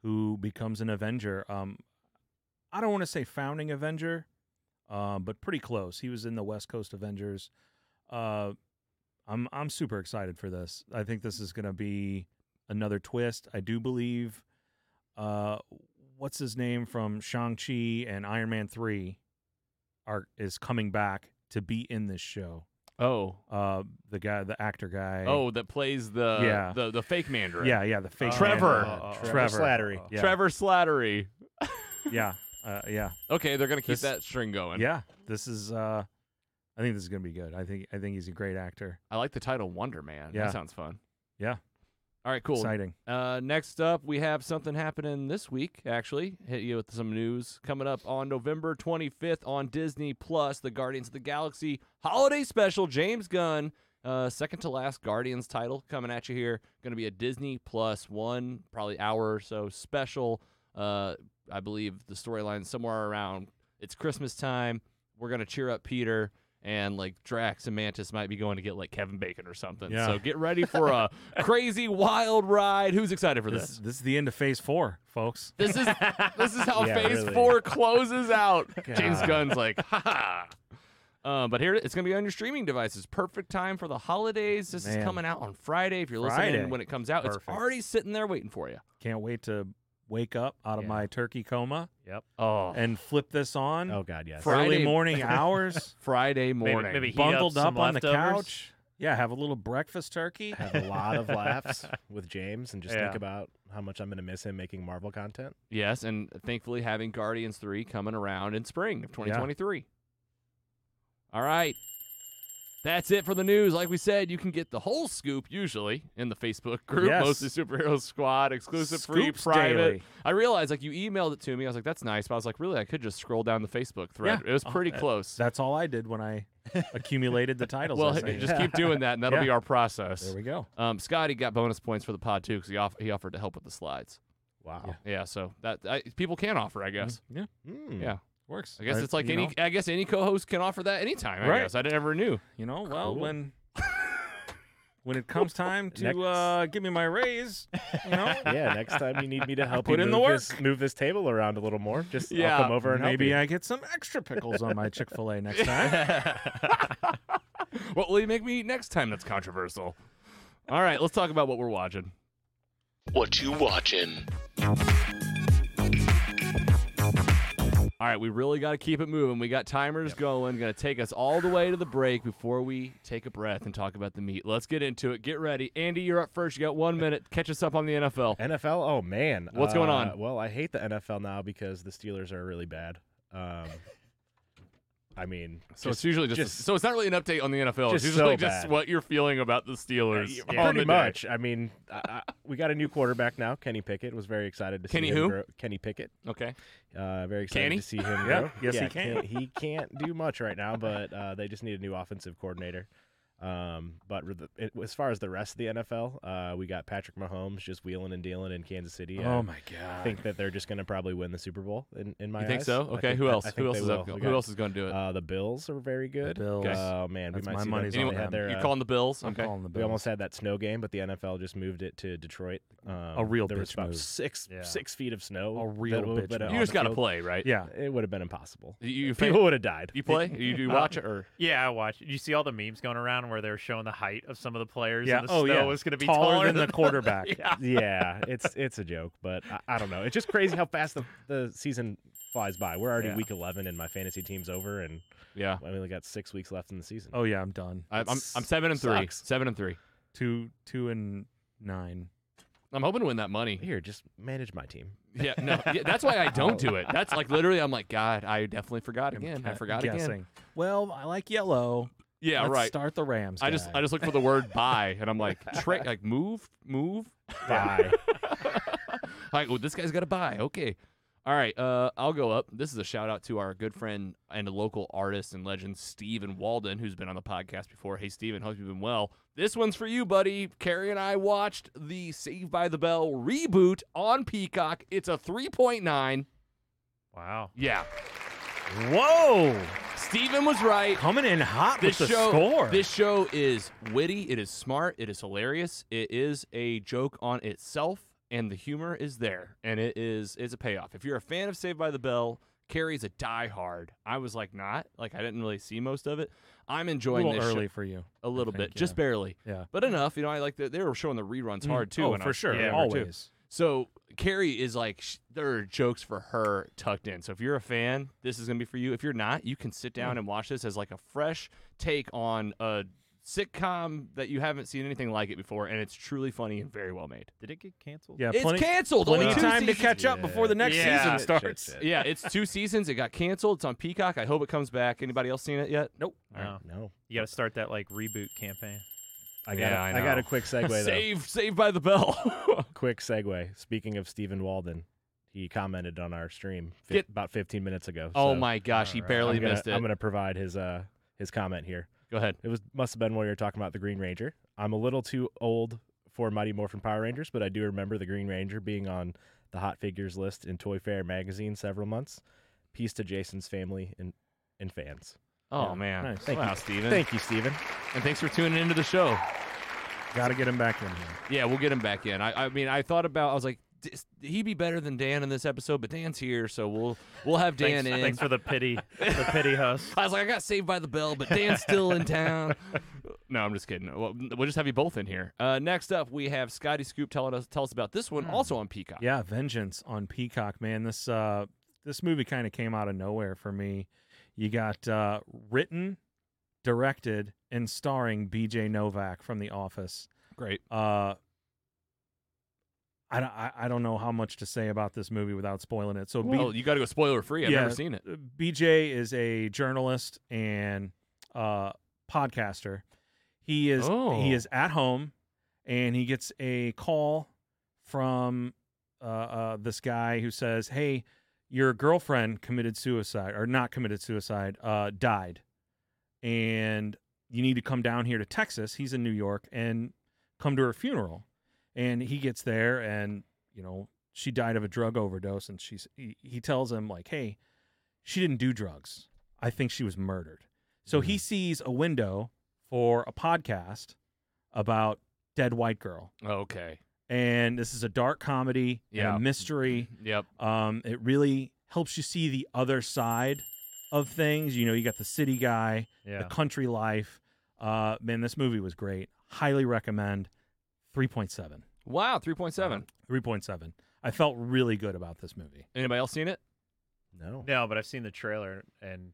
Speaker 2: who becomes an Avenger. Um, I don't want to say founding Avenger, uh, but pretty close. He was in the West Coast Avengers. Uh, I'm I'm super excited for this. I think this is going to be another twist. I do believe. Uh, what's his name from Shang Chi and Iron Man three are is coming back to be in this show.
Speaker 1: oh.
Speaker 2: Uh, the guy, the actor guy.
Speaker 1: Oh, that plays the
Speaker 2: Yeah.
Speaker 1: the, the fake Mandarin.
Speaker 2: yeah, yeah, the fake
Speaker 1: Trevor.
Speaker 2: Man.
Speaker 4: Oh,
Speaker 2: Uh, Trevor.
Speaker 3: uh, Slattery.
Speaker 2: Yeah.
Speaker 1: Trevor Slattery.
Speaker 2: yeah, uh, yeah,
Speaker 1: Okay, they're gonna keep
Speaker 2: This-
Speaker 1: that string going.
Speaker 2: yeah. This is. Uh, I think this is gonna be good. I think. I think he's a great actor.
Speaker 1: I like the title Wonder Man.
Speaker 2: Yeah.
Speaker 1: That sounds fun.
Speaker 2: Yeah.
Speaker 1: All right, cool.
Speaker 2: Exciting.
Speaker 1: Uh, next up, we have something happening this week. Actually, hit you with some news coming up on November 25th on Disney Plus, the Guardians of the Galaxy holiday special. James Gunn, uh, second to last Guardians title coming at you here. Going to be a Disney Plus one, probably hour or so special. Uh, I believe the storyline somewhere around it's Christmas time. We're gonna cheer up Peter. And like Drax and Mantis might be going to get like Kevin Bacon or something.
Speaker 2: Yeah.
Speaker 1: So get ready for a crazy wild ride. Who's excited for
Speaker 2: This,
Speaker 1: this?
Speaker 2: this is the end of Phase Four, folks.
Speaker 1: This is this is how
Speaker 3: Yeah,
Speaker 1: Phase
Speaker 3: really.
Speaker 1: Four closes out. James
Speaker 3: God.
Speaker 1: Gunn's like, ha ha. Uh, but here it's gonna be on your streaming devices. Perfect time for the holidays. This is
Speaker 2: Man.
Speaker 1: coming out on Friday. If you're
Speaker 2: Friday.
Speaker 1: listening when it comes out,
Speaker 2: Perfect.
Speaker 1: it's already sitting there waiting for you.
Speaker 2: Can't wait to wake up out of
Speaker 1: Yeah.
Speaker 2: my turkey coma
Speaker 1: Oh,
Speaker 2: and flip this on
Speaker 3: Oh God, yes.
Speaker 1: For- Friday-
Speaker 2: early morning hours,
Speaker 1: Friday
Speaker 4: maybe,
Speaker 1: morning.
Speaker 4: maybe heat
Speaker 2: bundled
Speaker 4: up,
Speaker 2: up,
Speaker 4: some
Speaker 2: on the
Speaker 4: leftovers.
Speaker 2: couch. Yeah, have a little breakfast turkey.
Speaker 3: Have a lot of laughs with James, and just think
Speaker 4: Yeah.
Speaker 3: about how much I'm gonna miss him making Marvel content.
Speaker 1: Yes, and thankfully having Guardians 3 coming around in spring of 2023. All right. That's it for the news. Like we said, you can get the whole scoop usually in the Facebook group,
Speaker 2: Yes.
Speaker 1: mostly Superhero Squad, exclusive free,
Speaker 2: Scoops
Speaker 1: private.
Speaker 2: daily.
Speaker 1: I realized like you emailed it to me. I was like, that's nice. But I was like, really, I could just scroll down the Facebook thread.
Speaker 2: Yeah.
Speaker 1: It was
Speaker 2: Oh,
Speaker 1: pretty
Speaker 2: that-
Speaker 1: close.
Speaker 2: That's all I did when I accumulated the titles.
Speaker 1: well,
Speaker 2: I
Speaker 1: hey,
Speaker 2: saved.
Speaker 1: just keep doing that, and that'll
Speaker 2: Yeah.
Speaker 1: be our process.
Speaker 2: there we go.
Speaker 1: Um, Scotty got bonus points for the pod too because he, off- he offered to help with the slides.
Speaker 3: Wow.
Speaker 1: Yeah, so that I, people can offer, I guess.
Speaker 2: Yeah,
Speaker 3: Mm.
Speaker 1: Yeah.
Speaker 2: works.
Speaker 1: I guess it's like
Speaker 2: you
Speaker 1: any.
Speaker 2: know,
Speaker 1: I guess any co-host can offer that anytime. I
Speaker 2: Right.
Speaker 1: guess I never knew.
Speaker 2: You know, well,
Speaker 3: Cool.
Speaker 2: when when it comes time
Speaker 3: Next.
Speaker 2: to uh, give me my raise, you know,
Speaker 3: Yeah, Next time you need me to help
Speaker 2: Put
Speaker 3: you
Speaker 2: in the
Speaker 3: move
Speaker 2: work.
Speaker 3: This, move this table around a little more. Just
Speaker 1: Yeah,
Speaker 3: I'll come over and help
Speaker 2: maybe
Speaker 3: you.
Speaker 2: I get some extra pickles on my Chick Fil A next time.
Speaker 1: What will you make me eat next time? That's controversial. All right, let's talk about what we're watching.
Speaker 5: What you watching?
Speaker 1: All right, we really got to keep it moving. We got timers going. Going to take us all the way to the break before we take a breath and talk about the meat. Let's get into it. Get ready, Andy. You're up first. You got one minute. Catch us up on the NFL.
Speaker 3: NFL. Oh man,
Speaker 1: What's going on?
Speaker 3: Uh, Well, I hate the NFL now because the Steelers are really bad. Um, I mean,
Speaker 1: So
Speaker 3: just-
Speaker 1: it's usually just,
Speaker 3: just-
Speaker 1: so it's not really an update on the NFL.
Speaker 3: just
Speaker 1: it's usually
Speaker 3: so
Speaker 1: just
Speaker 3: bad.
Speaker 1: what you're feeling about the Steelers.
Speaker 3: Yeah,
Speaker 1: on
Speaker 3: pretty
Speaker 1: the day.
Speaker 3: much. I mean, I, I, we got a new quarterback now, Kenny Pickett. Was very excited to
Speaker 1: Kenny
Speaker 3: see him
Speaker 1: who?
Speaker 3: grow. Kenny Pickett.
Speaker 1: Okay.
Speaker 3: Uh, very
Speaker 1: Can
Speaker 3: excited
Speaker 1: he?
Speaker 3: to see him
Speaker 2: Yeah,
Speaker 3: grow.
Speaker 2: yes, he
Speaker 3: Yeah,
Speaker 2: can.
Speaker 3: can't- He can't do much right now, but uh, they just need a new offensive coordinator. Um, but with the- it, as far as the rest of the NFL, uh, we got Patrick Mahomes just wheeling and dealing in Kansas City. I
Speaker 2: Oh my god!
Speaker 3: think that they're just going to probably win the Super Bowl. In, in my
Speaker 1: You think
Speaker 3: eyes.
Speaker 1: so?
Speaker 3: I
Speaker 1: Okay.
Speaker 3: think
Speaker 1: Who
Speaker 3: that- I
Speaker 1: else?
Speaker 3: think
Speaker 1: Who else
Speaker 3: they
Speaker 1: is up?
Speaker 3: will. We
Speaker 1: Who
Speaker 3: got,
Speaker 1: else is going to do it?
Speaker 3: Uh, the Bills are very good.
Speaker 2: Bills.
Speaker 1: Okay.
Speaker 3: Oh man,
Speaker 2: That's
Speaker 3: we might
Speaker 2: my
Speaker 3: see them.
Speaker 2: money's
Speaker 3: They
Speaker 1: on
Speaker 3: had
Speaker 1: them.
Speaker 3: their,
Speaker 1: you
Speaker 3: uh,
Speaker 1: calling the Bills?
Speaker 2: I'm
Speaker 1: okay.
Speaker 2: calling the Bills.
Speaker 3: we almost had that snow game, but the NFL just moved it to Detroit. Um,
Speaker 2: real
Speaker 3: there was
Speaker 2: bitch
Speaker 3: about
Speaker 2: move.
Speaker 3: six
Speaker 2: Yeah.
Speaker 3: six feet of snow.
Speaker 2: A real
Speaker 3: that would've
Speaker 2: bitch
Speaker 3: been
Speaker 2: move.
Speaker 3: on
Speaker 1: You just
Speaker 3: the
Speaker 1: got to
Speaker 3: field.
Speaker 1: play, right?
Speaker 2: yeah.
Speaker 3: It would have been impossible.
Speaker 1: You, you, fa-
Speaker 3: People would have died.
Speaker 1: you play? You do watch it or?
Speaker 4: Yeah, I watched. Did you see all the memes going around where they were showing the height of some of the players?
Speaker 2: Yeah.
Speaker 4: and the
Speaker 2: Oh
Speaker 4: snow
Speaker 2: yeah.
Speaker 4: was going to be
Speaker 2: taller, than, the
Speaker 4: than
Speaker 2: quarterback.
Speaker 4: yeah.
Speaker 3: yeah, it's it's a joke, but I, I don't know. It's just crazy how fast the, the season flies by. We're already
Speaker 2: Yeah.
Speaker 3: week eleven, and my fantasy team's over, and
Speaker 1: Yeah.
Speaker 3: I only got six weeks left in the season.
Speaker 2: Oh yeah, I'm done.
Speaker 1: I, I'm I'm
Speaker 3: It's-
Speaker 1: seven and three.
Speaker 3: sucks.
Speaker 1: Seven and three.
Speaker 2: Two, two and nine.
Speaker 1: I'm hoping to win that money.
Speaker 3: Here, just manage my team.
Speaker 1: Yeah, no, yeah, that's why I don't do it. That's like literally, I'm like, God, I definitely forgot again. I
Speaker 2: Gu-
Speaker 1: forgot
Speaker 2: guessing.
Speaker 1: again.
Speaker 2: Well, I like yellow.
Speaker 1: Yeah,
Speaker 2: Let's
Speaker 1: right.
Speaker 2: Start the Rams.
Speaker 1: I just
Speaker 2: guy.
Speaker 1: I just look for the word buy, and I'm like, tra- like move, move,
Speaker 3: Bye.
Speaker 1: like, oh, this guy's got to buy. Okay. All right. Uh, I'll go up. This is a shout out to our good friend and a local artist and legend, Steven Walden, who's been on the podcast before. Hey, Steven, hope you've been well. This one's for you, buddy. Carrie and I watched the Save by the Bell reboot on Peacock. It's a 3.9.
Speaker 4: Wow.
Speaker 1: Yeah.
Speaker 2: whoa
Speaker 1: Steven was right.
Speaker 2: coming in hot
Speaker 1: This
Speaker 2: with the
Speaker 1: show,
Speaker 2: score.
Speaker 1: this show is witty. It is smart. It is hilarious. It is a joke on itself, and the humor is there, and it is it's a payoff. If you're a fan of Saved by the Bell, Carrie's a diehard. I was like not like I didn't really see most of it. I'm
Speaker 2: a
Speaker 1: enjoying
Speaker 2: little
Speaker 1: this show-
Speaker 2: early for you.
Speaker 1: a little
Speaker 2: think,
Speaker 1: bit, just
Speaker 2: yeah.
Speaker 1: barely,
Speaker 2: Yeah.
Speaker 1: but enough. You know, I like that they were showing the reruns hard too.
Speaker 2: Oh,
Speaker 1: when I
Speaker 2: for
Speaker 1: was
Speaker 2: sure.
Speaker 1: younger, too.
Speaker 2: Always.
Speaker 1: So Carrie is like sh- there are jokes for her tucked in. So if you're a fan, this is gonna be for you. If you're not, you can sit down and watch this as like a fresh take on a sitcom that you haven't seen anything like it before, and it's truly funny and very well made.
Speaker 4: Did it get canceled?
Speaker 2: Yeah.
Speaker 1: it's
Speaker 2: plenty
Speaker 1: canceled.
Speaker 2: plenty
Speaker 1: only two
Speaker 2: time to
Speaker 1: seasons.
Speaker 2: catch up
Speaker 3: Yeah.
Speaker 2: before the next
Speaker 4: Yeah.
Speaker 2: season
Speaker 4: Shit,
Speaker 2: starts.
Speaker 3: shit, shit.
Speaker 1: Yeah, it's two seasons. It got canceled. It's on Peacock. I hope it comes back. Anybody else seen it yet? Nope.
Speaker 4: No.
Speaker 3: No.
Speaker 4: Oh, You got to start that like reboot campaign.
Speaker 3: I got
Speaker 1: Yeah,
Speaker 3: a,
Speaker 1: I
Speaker 3: I, got
Speaker 1: know.
Speaker 3: a quick segue though.
Speaker 1: Save, Save by the Bell.
Speaker 3: Quick segue. Speaking of Stephen Walden, he commented on our stream fi-
Speaker 1: Get-
Speaker 3: about 15 minutes ago.
Speaker 1: oh
Speaker 3: so
Speaker 1: my gosh, he
Speaker 4: Alright.
Speaker 1: barely
Speaker 3: I'm gonna,
Speaker 1: missed it.
Speaker 3: I'm gonna provide his uh his comment here.
Speaker 1: Go ahead.
Speaker 3: It was must have been when you were talking about the Green Ranger. I'm a little too old for Mighty Morphin Power Rangers, but I do remember the Green Ranger being on the hot figures list in Toy Fair magazine several months. Peace to Jason's family and and fans.
Speaker 1: Oh
Speaker 2: Yeah.
Speaker 1: man,
Speaker 2: Nice.
Speaker 3: Thank
Speaker 1: wow,
Speaker 3: you.
Speaker 1: Steven.
Speaker 3: Thank you, Steven.
Speaker 1: and thanks for tuning into the show.
Speaker 2: Got to get him back in here.
Speaker 1: Yeah, we'll get him back in. I, I mean, I thought about. I was like, "D- he'd be better than Dan in this episode, but Dan's here, so we'll we'll have Dan
Speaker 4: Thanks,
Speaker 1: in.
Speaker 4: thanks for the pity, the pity huss.
Speaker 1: I was like, I got saved by the bell, but Dan's still in town. No, I'm just kidding. We'll, we'll just have you both in here. Uh, next up, we have Scotty Scoop telling us tell us about this one, also on Peacock.
Speaker 2: Yeah, Vengeance on Peacock, man. This uh this movie kind of came out of nowhere for me. You got uh written, directed, and starring BJ Novak from The Office.
Speaker 1: great.
Speaker 2: Uh I don't, I, I don't know how much to say about this movie without spoiling it. So B-
Speaker 1: Well, Oh, you got to go spoiler free. I've
Speaker 2: Yeah.
Speaker 1: never seen it.
Speaker 2: BJ Uh, is a journalist and uh, podcaster. He is
Speaker 1: Oh.
Speaker 2: he is at home, and he gets a call from uh, uh, this guy who says, "Hey, your girlfriend committed suicide, or not committed suicide, uh, died, and you need to come down here to Texas." He's in New York and come to her funeral, and he gets there, and you know she died of a drug overdose, and she's he, he tells him like, "Hey." she didn't do drugs. I think she was murdered. So he sees a window for a podcast about dead white girl,
Speaker 1: Oh, Okay.
Speaker 2: and this is a dark comedy and
Speaker 1: Yeah.
Speaker 2: a mystery.
Speaker 1: Yep.
Speaker 2: Um, it really helps you see the other side of things. You know, you got the city guy,
Speaker 4: Yeah.
Speaker 2: the country life. Uh, man, this movie was great. Highly recommend. Three point seven.
Speaker 1: Wow. Three point seven.
Speaker 2: Three point seven. I felt really good about this movie.
Speaker 1: Uh, Anybody else seen it?
Speaker 3: No.
Speaker 4: No, but I've seen the trailer and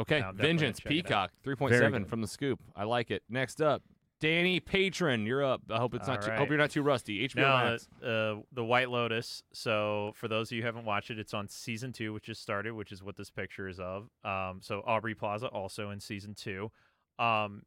Speaker 1: Okay.
Speaker 4: No, I'm definitely
Speaker 1: Vengeance
Speaker 4: gonna check it
Speaker 1: Peacock. Three point
Speaker 2: Very
Speaker 1: seven
Speaker 2: good.
Speaker 1: from the scoop. I like it. Next up, Danny Patron. You're up. I hope it's not.
Speaker 4: All
Speaker 1: Too,
Speaker 4: right.
Speaker 1: hope you're not too rusty. HBO
Speaker 4: No,
Speaker 1: Max.
Speaker 4: uh, the White Lotus. So for those of you who haven't watched it, it's on season two, which just started, which is what this picture is of. Um, so Aubrey Plaza also in season two. Um,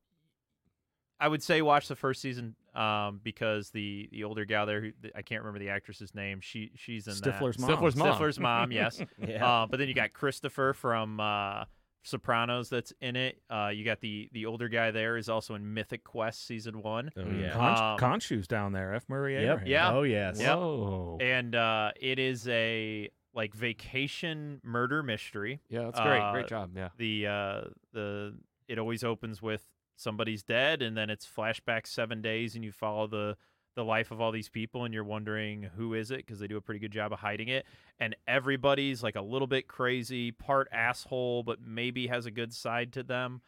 Speaker 4: I would say watch the first season um, because the the older gal there, who, I can't remember the actress's name. She she's in that.
Speaker 2: Stifler's mom.
Speaker 1: Stifler's mom.
Speaker 4: Stifler's mom, yes.
Speaker 3: Yeah.
Speaker 4: Uh, but then you got Christopher from uh, Sopranos that's in it. Uh, you got the the older guy there is also in Mythic Quest season one.
Speaker 3: oh
Speaker 1: Mm.
Speaker 3: yeah.
Speaker 2: Conch,
Speaker 4: Um,
Speaker 2: Conchu's down there. F. Murray
Speaker 3: Yep.
Speaker 2: Abraham.
Speaker 4: Yeah.
Speaker 3: Oh yes.
Speaker 4: Yep.
Speaker 1: Whoa.
Speaker 4: and uh, it is a like vacation murder mystery.
Speaker 1: Yeah, that's great.
Speaker 4: Uh,
Speaker 1: great job. Yeah.
Speaker 4: The uh, the it always opens with somebody's dead, and then it's flashback seven days, and you follow the the life of all these people, and you're wondering who is it because they do a pretty good job of hiding it, and everybody's like a little bit crazy, part asshole, but maybe has a good side to them,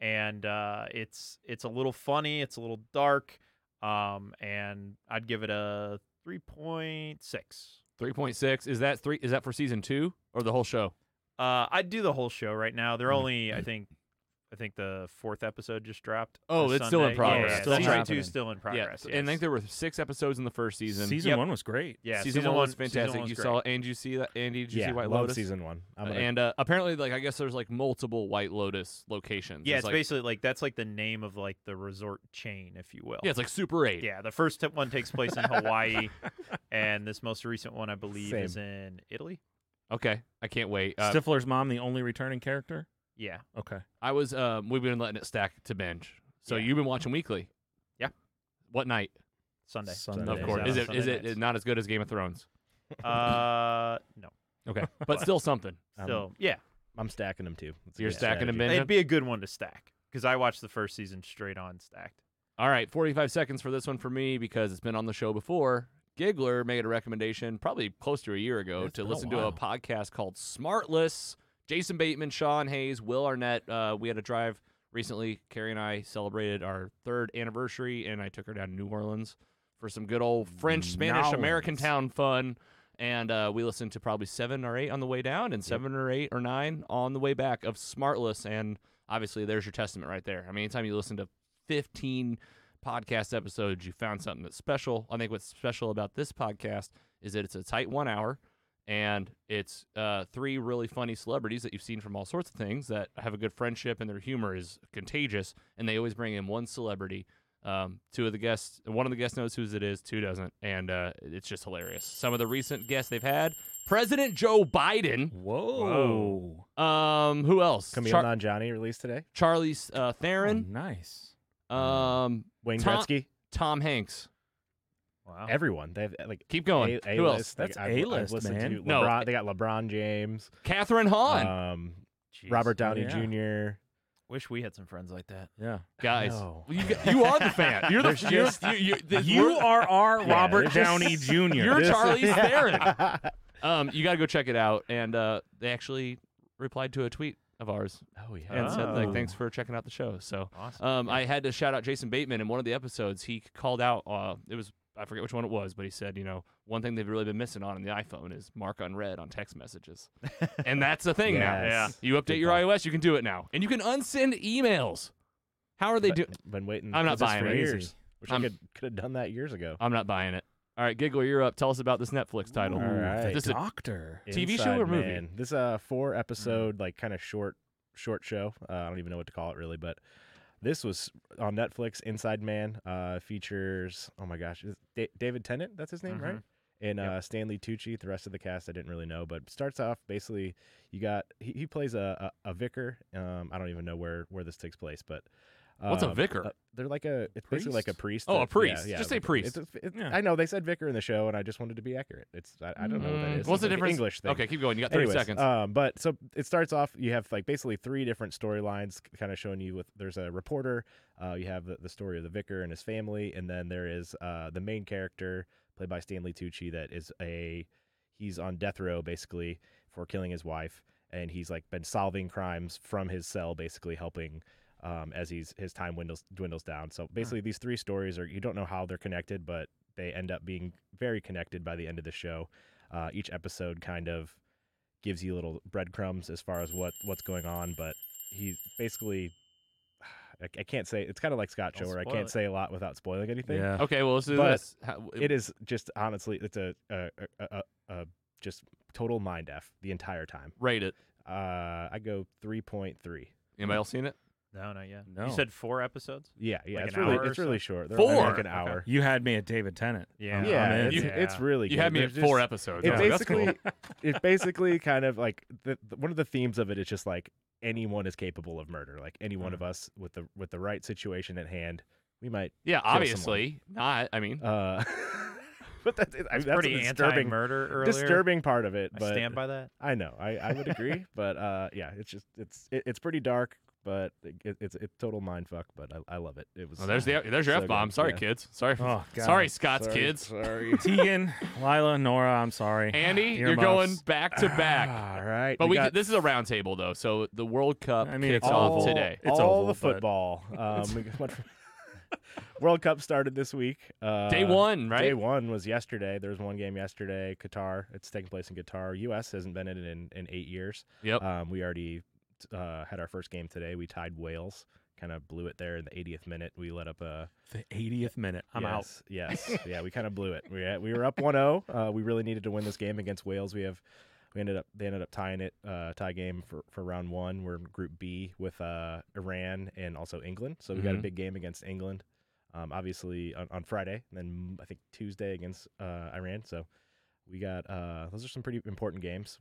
Speaker 4: and uh, it's it's a little funny, it's a little dark, um, and I'd give it a three point six.
Speaker 1: Three point six. Is that three? Is that for season two or the whole show? Mm-hmm.
Speaker 4: Uh, I'd do the whole show right now. They're only, I think, I think the fourth episode just dropped.
Speaker 1: Oh,
Speaker 4: this
Speaker 1: it's still in
Speaker 4: Sunday. Yeah,
Speaker 1: progress.
Speaker 4: Yeah,
Speaker 1: Still
Speaker 4: season
Speaker 2: happening.
Speaker 4: two's still in progress.
Speaker 1: yeah, and I
Speaker 4: yes.
Speaker 1: think there were six episodes in the first season.
Speaker 2: Season
Speaker 4: Yep.
Speaker 2: one was great.
Speaker 4: yeah,
Speaker 1: season, one was fantastic.
Speaker 4: Season one was
Speaker 1: you
Speaker 4: great.
Speaker 1: saw and you see that Andy, did you see White
Speaker 3: love
Speaker 1: Lotus?
Speaker 3: season one. I'm gonna,
Speaker 1: and uh, apparently, like I guess there's like multiple White Lotus locations.
Speaker 4: Yeah,
Speaker 1: There's,
Speaker 4: it's
Speaker 1: like,
Speaker 4: basically like that's like the name of like the resort chain, if you will.
Speaker 1: yeah, it's like Super Eight.
Speaker 4: Yeah, the first t- one takes place in Hawaii, and this most recent one, I believe,
Speaker 3: Same.
Speaker 4: is in Italy.
Speaker 1: Okay, I can't wait. Uh,
Speaker 2: Stifler's mom, the only returning character.
Speaker 4: Yeah,
Speaker 2: Okay.
Speaker 1: I was um, we've been letting it stack to binge. So
Speaker 4: Yeah.
Speaker 1: you've been watching weekly.
Speaker 4: Yeah.
Speaker 1: What night?
Speaker 4: Sunday.
Speaker 2: Sunday.
Speaker 1: Of
Speaker 3: Sundays
Speaker 1: course.
Speaker 3: out
Speaker 1: Is
Speaker 3: on
Speaker 1: it is
Speaker 4: Sunday
Speaker 1: it
Speaker 4: nights.
Speaker 1: not as good as Game of Thrones?
Speaker 4: Uh, no.
Speaker 1: Okay, but still something.
Speaker 3: I'm,
Speaker 4: So yeah,
Speaker 3: I'm stacking them too. It's a
Speaker 1: You're
Speaker 3: good
Speaker 1: stacking 'em
Speaker 3: strategy.
Speaker 1: Benja?
Speaker 4: it'd be a good one to stack because I watched the first season straight on stacked.
Speaker 1: All right, 45 seconds for this one for me because it's been on the show before. Giggler made a recommendation probably close to a year ago
Speaker 2: It's
Speaker 1: to
Speaker 2: been a
Speaker 1: listen to a
Speaker 2: while.
Speaker 1: podcast called Smartless. Jason Bateman, Sean Hayes, Will Arnett. Uh, we had a drive recently. Carrie and I celebrated our third anniversary, and I took her down to New Orleans for some good old French, Spanish, American
Speaker 2: Nowlins.
Speaker 1: town fun. And uh, we listened to probably seven or eight on the way down and seven or eight or nine on the way back of Smartless. And obviously, there's your testament right there. I mean, anytime you listen to 15 podcast episodes, you found something that's special. I think what's special about this podcast is that it's a tight one hour and it's uh, three really funny celebrities that you've seen from all sorts of things that have a good friendship and their humor is contagious. And they always bring in one celebrity. Um, two of the guests, one of the guests knows whose it is, two doesn't. And uh, it's just hilarious. Some of the recent guests they've had President Joe Biden.
Speaker 2: Whoa.
Speaker 1: Um, who else?
Speaker 3: Camille
Speaker 1: Char-
Speaker 3: on Johnny released today.
Speaker 1: Charlie's uh,
Speaker 2: Oh,
Speaker 1: Theron.
Speaker 2: nice.
Speaker 3: Mm-hmm.
Speaker 1: Um,
Speaker 3: Wayne
Speaker 1: Tom-
Speaker 3: Gretzky.
Speaker 1: Tom Hanks.
Speaker 4: Wow.
Speaker 3: Everyone. They have like
Speaker 1: Keep going.
Speaker 3: A-
Speaker 1: Who else?
Speaker 3: A-list. Like,
Speaker 2: That's
Speaker 3: I've- I've
Speaker 2: A-list,
Speaker 3: listened
Speaker 2: man.
Speaker 3: to
Speaker 1: No.
Speaker 3: LeBron- They got LeBron James,
Speaker 1: Catherine Hahn.
Speaker 3: um,
Speaker 4: Jeez.
Speaker 1: Oh,
Speaker 3: Robert Downey
Speaker 2: yeah.
Speaker 3: Jr.
Speaker 4: Wish we had some friends like that.
Speaker 2: Yeah.
Speaker 1: Guys,
Speaker 3: No.
Speaker 1: you, you are the fan. You're the you're, you, you, the-
Speaker 2: You
Speaker 1: we're-
Speaker 2: are our
Speaker 3: Yeah,
Speaker 2: Robert
Speaker 3: there's just-
Speaker 2: Downey Jr.
Speaker 1: You're
Speaker 3: This-
Speaker 1: Charlie Theron. Um, you got to go check it out. And uh, they actually replied to a tweet of ours
Speaker 3: oh yeah.
Speaker 1: and said like,
Speaker 4: Oh.
Speaker 1: "Thanks for checking out the show." So
Speaker 4: Awesome.
Speaker 1: Um, I had to shout out Jason Bateman in one of the episodes. He called out. Uh, it was I forget which one it was, but he said, you know, one thing they've really been missing on in the iPhone is mark unread on text messages, and that's the thing now.
Speaker 3: Oh, Yes.
Speaker 1: You update
Speaker 3: Good
Speaker 1: your
Speaker 3: call.
Speaker 1: iOS, you can do it now, and you can unsend emails. How are they
Speaker 3: But-
Speaker 1: doing?
Speaker 3: Been waiting.
Speaker 1: I'm not
Speaker 3: for this
Speaker 1: buying
Speaker 3: for
Speaker 1: it.
Speaker 3: years. Wish I
Speaker 1: I'm-
Speaker 3: could could have done that years ago.
Speaker 1: I'm not buying it. All right, Giggle, you're up. Tell us about this Netflix title.
Speaker 2: Ooh,
Speaker 3: All right.
Speaker 1: This
Speaker 2: The
Speaker 1: is-
Speaker 2: doctor.
Speaker 1: TV show or movie? Mm.
Speaker 3: This is a four episode like kind of short short show. Uh, I don't even know what to call it really, but this was on Netflix. Inside Man uh, features oh my gosh, is da- David Tennant. That's his name, right?
Speaker 1: Mm-hmm.
Speaker 3: And uh, Stanley Tucci. The rest of the cast I didn't really know, but starts off basically you got he, he plays a a, a vicar. Um, I don't even know where where this takes place, but.
Speaker 1: What's a
Speaker 3: um,
Speaker 1: vicar?
Speaker 3: uh, they're like a it's basically like a priest.
Speaker 1: Oh, a
Speaker 3: that- yeah,
Speaker 1: priest. Just say
Speaker 3: like a-
Speaker 1: priest.
Speaker 3: it's a- it-
Speaker 2: Yeah.
Speaker 3: I know they said vicar in the show, and I just wanted to be accurate. It's I, I don't know what that
Speaker 1: Mm, What's
Speaker 3: is. It's
Speaker 1: the
Speaker 3: like an
Speaker 1: difference?
Speaker 3: English thing.
Speaker 1: Okay, keep going. You got 30
Speaker 3: Anyways,
Speaker 1: seconds.
Speaker 3: Um, but so it starts off. You have like basically three different storylines, kind of showing you with. There's a reporter. Uh, you have the, the story of the vicar and his family, and then there is uh, the main character played by Stanley Tucci that is a he's on death row basically for killing his wife, and he's like been solving crimes from his cell, basically helping. Um, as he's his time dwindles dwindles down.
Speaker 4: Hmm.
Speaker 3: So basically, these three stories are you don't know how they're connected, but they end up being very connected by the end of the show. Uh, each episode kind of gives you little breadcrumbs as far as what what's going on, but he's basically I, I can't say it's kind of like Scott
Speaker 4: Don't
Speaker 3: Show where I
Speaker 4: spoil
Speaker 3: can't
Speaker 4: it.
Speaker 3: say a lot without spoiling anything.
Speaker 2: Yeah.
Speaker 1: okay, well, let's do
Speaker 3: but
Speaker 1: this. How-
Speaker 3: It is just honestly, it's a a, a, a, a just total mind f the entire time.
Speaker 1: Rate it.
Speaker 3: Uh, I go three point three.
Speaker 1: Anybody else seen it?
Speaker 4: no, no, yeah.
Speaker 2: No.
Speaker 4: You said four episodes.
Speaker 3: Yeah, yeah,
Speaker 4: Like
Speaker 3: it's
Speaker 4: an
Speaker 3: really
Speaker 4: hour or
Speaker 3: it's really short. They're
Speaker 1: Four?
Speaker 3: only like an
Speaker 4: Okay.
Speaker 3: hour.
Speaker 2: You had me at David Tennant. I'm- I'm in.
Speaker 3: it's,
Speaker 1: You-
Speaker 3: it's really
Speaker 1: You
Speaker 3: good.
Speaker 1: had me at
Speaker 3: There's
Speaker 1: four
Speaker 3: just-
Speaker 1: episodes.
Speaker 3: It
Speaker 1: I was like, that's cool.
Speaker 3: basically, it basically kind of like the, the- one of the themes of it is just like anyone is capable of murder. Like any
Speaker 1: Mm-hmm.
Speaker 3: one of us with the with the right situation at hand, we might.
Speaker 1: Yeah,
Speaker 3: someone.
Speaker 1: obviously not. I mean,
Speaker 3: Uh, but that's it. I mean, that's
Speaker 4: Pretty
Speaker 3: a disturbing,
Speaker 4: anti-murder earlier.
Speaker 3: disturbing part of it.
Speaker 4: I
Speaker 3: But
Speaker 4: stand by that.
Speaker 3: I know, I, I would agree. but uh, yeah, it's just it's it, it's pretty dark, but it, it's it's total mind fuck. But I, I love it. It was
Speaker 1: oh, there's the there's your
Speaker 3: so good,
Speaker 1: f bomb. Sorry,
Speaker 3: yeah.
Speaker 1: kids. Sorry,
Speaker 2: Oh, God.
Speaker 1: sorry, Scott's
Speaker 3: Sorry,
Speaker 1: kids.
Speaker 3: Sorry,
Speaker 2: Tegan, Lila, Nora, I'm sorry.
Speaker 1: Andy, you're
Speaker 2: Earmuffs.
Speaker 1: going back to back.
Speaker 3: All right,
Speaker 1: But we,
Speaker 3: got
Speaker 1: can- this is a roundtable though, so the World Cup
Speaker 2: I mean,
Speaker 1: kicks
Speaker 2: it's
Speaker 1: off
Speaker 2: all-
Speaker 1: today.
Speaker 2: It's
Speaker 3: all
Speaker 2: oval,
Speaker 3: the
Speaker 2: but-
Speaker 3: football. Um, we went from- World Cup started this week. Uh,
Speaker 1: Day one, right?
Speaker 3: Day one was yesterday. There was one game yesterday. Qatar. It's taking place in Qatar. U.S. hasn't been in it in, in eight years.
Speaker 1: Yep.
Speaker 3: Um, we already uh, had our first game today. We tied Wales, kind of blew it there in the 80th minute. We let up a
Speaker 2: The 80th minute. I'm out.
Speaker 3: yes, Yes, yeah, we kind of blew it. We had- we were up 1-0. Uh, we really needed to win this game against Wales. We have we ended up they ended up tying it uh, tie game for, for round one. We're in Group B with uh, Iran and also England. So we got
Speaker 2: Mm-hmm.
Speaker 3: a
Speaker 1: Mhm.
Speaker 3: big game against England. Um, obviously on, on Friday, and then I think Tuesday against uh, Iran. So we got uh, those are some pretty important games.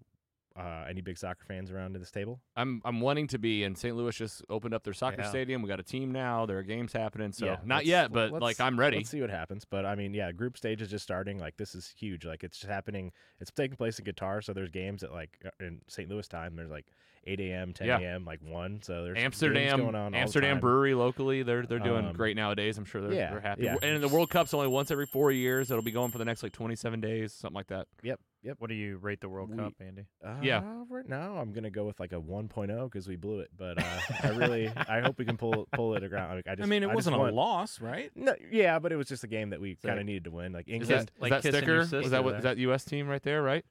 Speaker 3: Uh, any big soccer fans around to this table?
Speaker 1: I'm I'm wanting to be, and St. Louis just opened up their soccer
Speaker 4: Yeah.
Speaker 1: stadium. We got a team now. There are games happening, so
Speaker 3: Yeah,
Speaker 1: not
Speaker 3: let's-
Speaker 1: yet, but
Speaker 3: let's-
Speaker 1: like I'm ready.
Speaker 3: Let's see what happens. But I mean, yeah, group stage is just starting. Like this is huge. Like it's just happening. It's taking place in Qatar. So there's games at like uh, in St. Louis time. There's like 8 a.m., 10
Speaker 1: Yeah.
Speaker 3: a.m., like one. So there's games
Speaker 1: Amsterdam,
Speaker 3: going on. all the
Speaker 1: Amsterdam
Speaker 3: time.
Speaker 1: Brewery locally, they're they're doing
Speaker 3: Um,
Speaker 1: great nowadays. I'm sure they're,
Speaker 3: yeah,
Speaker 1: they're happy.
Speaker 3: yeah.
Speaker 1: And the World Cup's only once every four years. It'll be going for the next like 27 days, something like that.
Speaker 3: Yep. Yep.
Speaker 4: What do you rate the World
Speaker 3: We-
Speaker 4: Cup, Andy?
Speaker 1: Yeah.
Speaker 3: Uh, Right now, I'm gonna go with like a 1.0 because we blew it. But uh, I really, I hope we can pull pull it around. Like, I, just,
Speaker 2: I mean, it
Speaker 3: just
Speaker 2: wasn't a
Speaker 3: want-
Speaker 2: loss, right?
Speaker 3: No, yeah, but it was just a game that we
Speaker 4: So-
Speaker 3: kind of needed to win. Like
Speaker 1: Is
Speaker 3: England,
Speaker 1: that,
Speaker 4: like
Speaker 1: is that
Speaker 4: kissing your
Speaker 1: sticker? Is
Speaker 4: sister
Speaker 1: that what is
Speaker 4: there.
Speaker 1: that U.S. team right there? Right?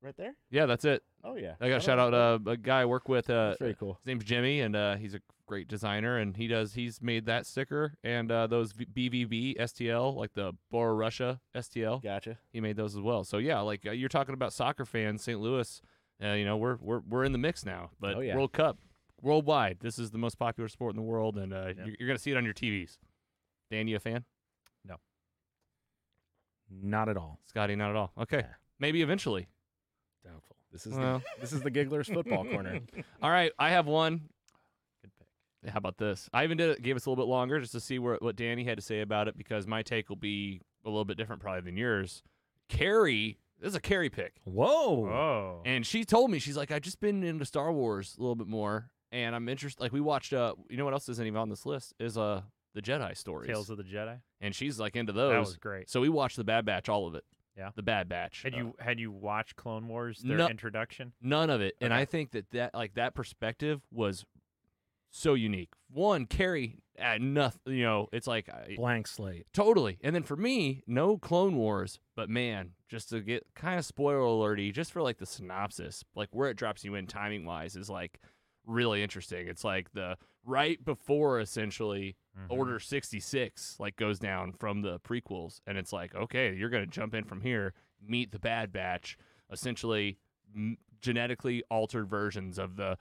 Speaker 3: right there.
Speaker 1: Yeah, that's it.
Speaker 3: Oh yeah,
Speaker 1: I got to
Speaker 3: don't
Speaker 1: shout
Speaker 3: know.
Speaker 1: out uh, a guy I work with. Uh,
Speaker 3: That's very cool.
Speaker 1: His name's Jimmy, and uh, he's a great designer, and he does he's made that sticker and uh, those v- BVB STL, like the Bora Russia STL.
Speaker 3: Gotcha.
Speaker 1: He made those as well. So yeah, like uh, you're talking about soccer fans, St. Louis. Uh, you know we're we're we're in the mix now, but
Speaker 3: Oh, yeah.
Speaker 1: World Cup worldwide. This is the most popular sport in the world, and uh,
Speaker 4: Yeah.
Speaker 1: you're, you're gonna see it on your TVs. Dan, you a fan?
Speaker 2: Not at all.
Speaker 1: Scotty, not at all. Okay,
Speaker 3: Yeah.
Speaker 1: maybe eventually.
Speaker 2: Doubtful.
Speaker 3: This is
Speaker 1: Well.
Speaker 3: the, this is the Gigglers football corner.
Speaker 1: All right, I have one.
Speaker 4: Good pick.
Speaker 1: How about this? I even did it, gave us a little bit longer just to see where, what Danny had to say about it because my take will be a little bit different probably than yours. Carrie, this is a Carrie pick.
Speaker 2: Whoa.
Speaker 4: Oh,
Speaker 1: And she told me, she's like, I've just been into Star Wars a little bit more. And I'm interested. Like, we watched, uh, you know what else isn't even on this list? Is uh the Jedi stories.
Speaker 4: Tales of the Jedi.
Speaker 1: and she's like into
Speaker 4: That
Speaker 1: those.
Speaker 4: was great.
Speaker 1: So we watched The Bad Batch, all of it.
Speaker 4: Yeah.
Speaker 1: The Bad Batch.
Speaker 4: Had
Speaker 1: Uh,
Speaker 4: you had you watched Clone Wars? Their
Speaker 1: No.
Speaker 4: introduction.
Speaker 1: None of it. And
Speaker 4: Okay.
Speaker 1: I think that that like that perspective was so unique. One, Carrie, uh, nothing. You know, it's like I,
Speaker 2: Blank slate.
Speaker 1: totally. And then for me, no Clone Wars, but man, just to get kind of spoiler alerty, just for like the synopsis, like where it drops you in timing wise is like really interesting. It's like the right before essentially
Speaker 4: Mhm.
Speaker 1: Order 66 like goes down from the prequels and it's like okay you're going to jump in from here meet the bad batch essentially m- genetically altered versions of the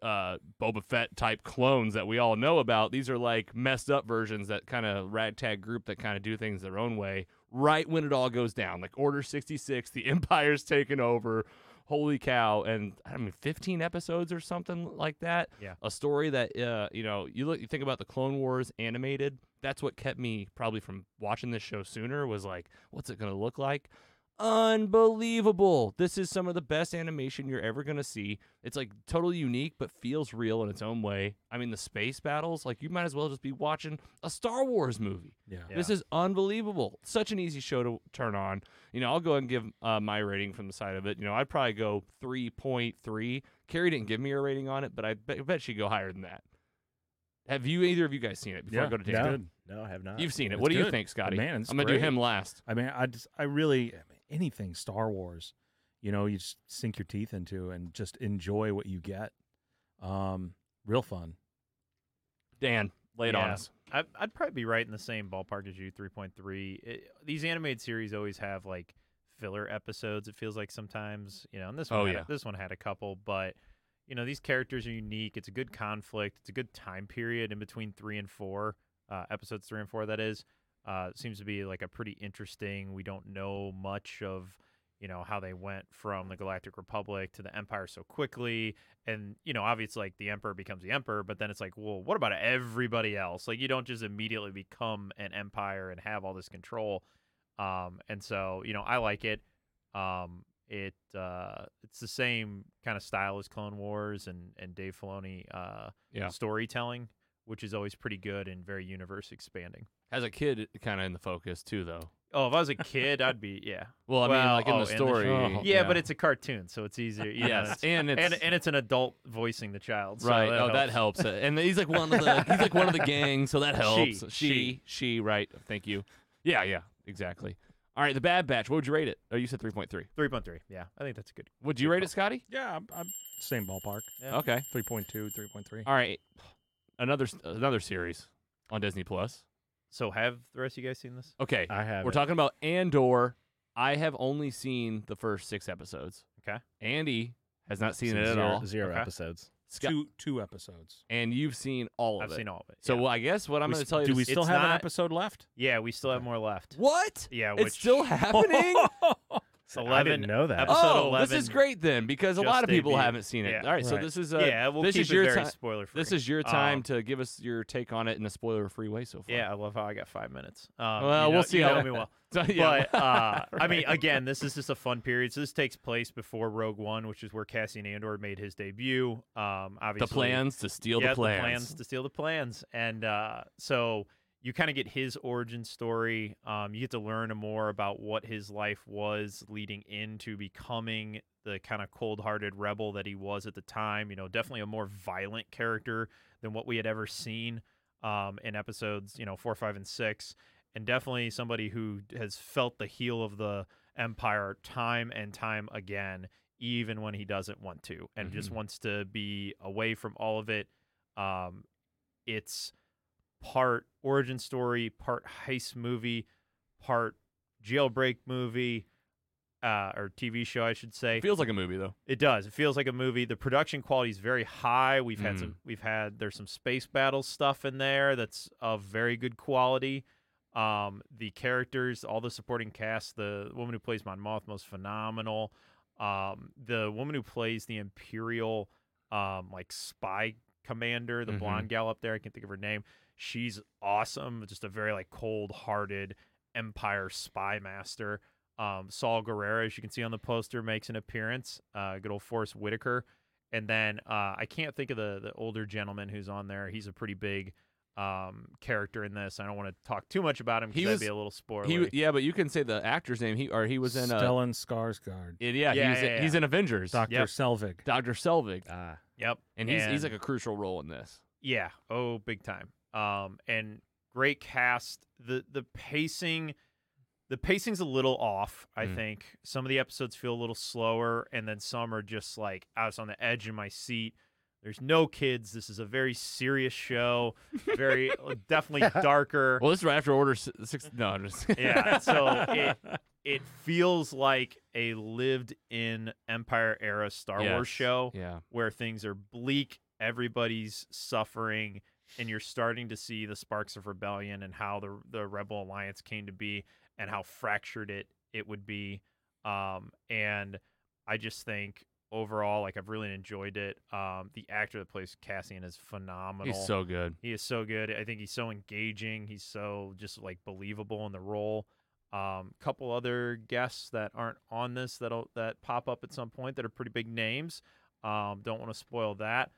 Speaker 1: uh, Boba Fett type clones that we all know about these are like messed up versions that kind of ragtag group that kind of do things their own way right when it all goes down like Order 66 the empire's taken over holy cow and I mean 15 episodes or something like that a story that uh, you know you look you think about the clone wars animated that's what kept me probably from watching this show sooner was like what's it going to look like unbelievable this is some of the best animation you're ever going to see it's like totally unique but feels real in its own way i mean the space battles like you might as well just be watching a star wars movie
Speaker 2: Yeah.
Speaker 4: Yeah.
Speaker 1: this is unbelievable. Such an easy show to turn on. You know, I'll go ahead and give uh, my rating from the side of it. You know, I'd probably go 3.3. Carrie didn't give me a rating on it, but I bet, I bet she'd go higher than that. Have you, either of you guys seen it before I
Speaker 2: Yeah,
Speaker 1: go to
Speaker 2: it's
Speaker 1: Dan?
Speaker 2: good.
Speaker 3: No, I have not.
Speaker 1: You've seen it.
Speaker 2: It's
Speaker 1: What do you
Speaker 2: good.
Speaker 1: think, Scotty?
Speaker 2: Man, it's
Speaker 1: I'm gonna do
Speaker 2: great.
Speaker 1: him last.
Speaker 2: I mean, I just, I really, I mean, anything Star Wars, you know, you just sink your teeth into and just enjoy what you get. Um, real fun.
Speaker 1: Dan, lay it on
Speaker 4: Yeah.
Speaker 1: us.
Speaker 4: I, I'd probably be right in the same ballpark as you, three point three. These animated series always have like filler episodes. It feels like sometimes, you know, and this one,
Speaker 1: Oh,
Speaker 4: had,
Speaker 1: yeah.
Speaker 4: this one had a couple, but you know, these characters are unique. It's a good conflict. It's a good time period in between three and four uh, episodes, three and four. That is, uh, seems to be like a pretty interesting. We don't know much of. You know how they went from the Galactic Republic to the Empire so quickly, and you know obviously like the emperor becomes the emperor but then it's like well what about everybody else like you don't just immediately become an empire and have all this control um and so you know i like it um it uh it's the same kind of style as clone wars and and dave filoni uh
Speaker 1: Yeah.
Speaker 4: storytelling which is always pretty good and very universe expanding
Speaker 1: As a kid, kind of in the focus too, though.
Speaker 4: oh if i was a kid i'd be yeah
Speaker 1: Well, I mean,
Speaker 4: Well,
Speaker 1: like in
Speaker 4: oh,
Speaker 1: the
Speaker 4: in the
Speaker 1: story.
Speaker 2: show.
Speaker 4: yeah, but it's a cartoon so it's easier you know,
Speaker 1: yes,
Speaker 4: it's-
Speaker 1: and it's
Speaker 4: and, and it's an adult voicing the child so
Speaker 1: right. oh, that
Speaker 4: helps.
Speaker 1: helps. Uh, and he's like one of the he's like one of the gang, so that helps.
Speaker 4: She,
Speaker 1: she, she, right? Thank you. Yeah, yeah, exactly. All right, The Bad Batch. What would you rate it? Oh, you said 3.3.
Speaker 4: Three point three. Yeah, I think that's a good.
Speaker 1: Would you rate it, Scotty?
Speaker 2: Yeah, I'm, I'm same ballpark.
Speaker 4: Yeah.
Speaker 1: Okay.
Speaker 2: 3.2, 3.3.
Speaker 1: All right. Another s- another series on Disney Plus.
Speaker 4: So have the rest of you guys seen this?
Speaker 1: Okay.
Speaker 3: I have.
Speaker 1: We're
Speaker 3: it.
Speaker 1: talking about Andor. I have only seen the first six episodes.
Speaker 4: Okay.
Speaker 1: Andy has not seen
Speaker 3: Seen
Speaker 1: it at
Speaker 3: zero-
Speaker 1: all.
Speaker 3: Zero
Speaker 4: Okay.
Speaker 3: episodes.
Speaker 1: Scott-
Speaker 2: Two two episodes.
Speaker 1: and you've seen all of
Speaker 4: I've
Speaker 1: it.
Speaker 4: seen all of it.
Speaker 1: So
Speaker 4: yeah.
Speaker 1: well, I guess what I'm
Speaker 2: We
Speaker 1: going
Speaker 2: s-
Speaker 1: to tell you
Speaker 2: do we
Speaker 1: is
Speaker 2: still
Speaker 4: it's
Speaker 2: have an
Speaker 4: not-
Speaker 2: episode left?
Speaker 4: yeah, we still have more left.
Speaker 1: what?
Speaker 4: Yeah, Uh, which
Speaker 1: It's still happening.
Speaker 3: So I
Speaker 4: 11
Speaker 3: didn't know that.
Speaker 4: episodes.
Speaker 1: oh,
Speaker 4: episode
Speaker 1: this is
Speaker 4: 11
Speaker 1: great then because a
Speaker 4: just
Speaker 1: lot of people
Speaker 4: debuted.
Speaker 1: haven't seen it.
Speaker 4: Yeah.
Speaker 1: All right, so
Speaker 3: Right.
Speaker 1: this is uh,
Speaker 4: yeah, we'll
Speaker 1: this
Speaker 4: keep
Speaker 1: is
Speaker 4: it
Speaker 1: your
Speaker 4: very
Speaker 1: ti-
Speaker 4: spoiler free.
Speaker 1: this is your time
Speaker 4: Um,
Speaker 1: to give us your take on it in a spoiler-free way so far.
Speaker 4: Yeah, I love how I got five minutes. Um,
Speaker 1: Well,
Speaker 4: you
Speaker 1: we'll
Speaker 4: know-
Speaker 1: see
Speaker 4: You
Speaker 1: how-
Speaker 4: know me well.
Speaker 1: So, yeah.
Speaker 4: But uh, I mean,
Speaker 1: Right.
Speaker 4: again, this is just a fun period. So this takes place before Rogue One, which is where Cassian Andor made his debut. Um, obviously,
Speaker 1: the plans to steal
Speaker 4: yeah,
Speaker 1: the plans.
Speaker 4: to steal the plans, and uh, so you kind of get his origin story. Um, you get to learn more about what his life was leading into becoming the kind of cold-hearted rebel that he was at the time. You know, definitely a more violent character than what we had ever seen um, in episodes, you know, four, five, and six, and definitely somebody who has felt the heel of the empire time and time again, even when he doesn't want to, and just
Speaker 1: Mhm.
Speaker 4: wants to be away from all of it. Um, it's part origin story, part heist movie, part jailbreak movie. Uh, or TV show, I should say.
Speaker 1: It feels like a movie though.
Speaker 4: It does. It feels like a movie. The production quality is very high. We've had some. We've had there's some space battle stuff in there that's of very good quality. Um, the characters, all the supporting cast, the woman who plays Mon Mothma's phenomenal. Um, the woman who plays the Imperial, um, like spy commander, the
Speaker 1: Mhm.
Speaker 4: blonde gal up there, I can't think of her name. She's awesome. Just a very like cold-hearted Empire spy master. Um, Saul Guerrero, as you can see on the poster, makes an appearance. Uh, good old Forrest Whitaker, and then uh, I can't think of the the older gentleman who's on there. He's a pretty big um, character in this. I don't want to talk too much about him
Speaker 1: He was-
Speaker 4: because that'd be a little spoiler.
Speaker 1: He w- yeah, but you can say the actor's name. He or he was in uh,
Speaker 2: Stellan Skarsgård,
Speaker 1: yeah, yeah,
Speaker 4: Yeah,
Speaker 1: he's,
Speaker 4: yeah,
Speaker 1: he's
Speaker 4: yeah.
Speaker 1: in Avengers.
Speaker 2: Dr.
Speaker 4: Yep.
Speaker 2: Selvig.
Speaker 1: Dr. Selvig.
Speaker 3: Ah,
Speaker 4: yep,
Speaker 1: And he's he's like a crucial role in this.
Speaker 4: Yeah. Oh, big time. Um, and great cast. The the pacing, the pacing's a little off. I
Speaker 1: Mm.
Speaker 4: think some of the episodes feel a little slower, and then some are just like I was on the edge of my seat. There's no kids. This is a very serious show. Very uh, definitely darker.
Speaker 1: Well, this is right after Order si- Six. No, I'm just
Speaker 4: yeah. So it it feels like a lived in Empire era Star
Speaker 1: Yes.
Speaker 4: Wars show
Speaker 1: yeah.
Speaker 4: where things are bleak, everybody's suffering, and you're starting to see the sparks of rebellion and how the the Rebel Alliance came to be and how fractured it it would be. Um, and I just think overall, like I've really enjoyed it. Um, the actor that plays Cassian is phenomenal.
Speaker 1: He's so good.
Speaker 4: He is so good. I think he's so engaging. He's so just like believable in the role. Um, couple other guests that aren't on this that'll that pop up at some point that are pretty big names. Um, don't want to spoil that,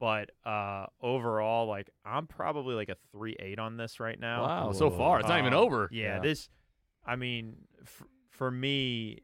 Speaker 4: but uh, overall, like I'm probably like a three eight on this right now.
Speaker 1: Wow. So
Speaker 3: Whoa.
Speaker 1: far, it's not even
Speaker 4: Um,
Speaker 1: over.
Speaker 4: Yeah,
Speaker 3: Yeah.
Speaker 4: this. I mean, f- for me,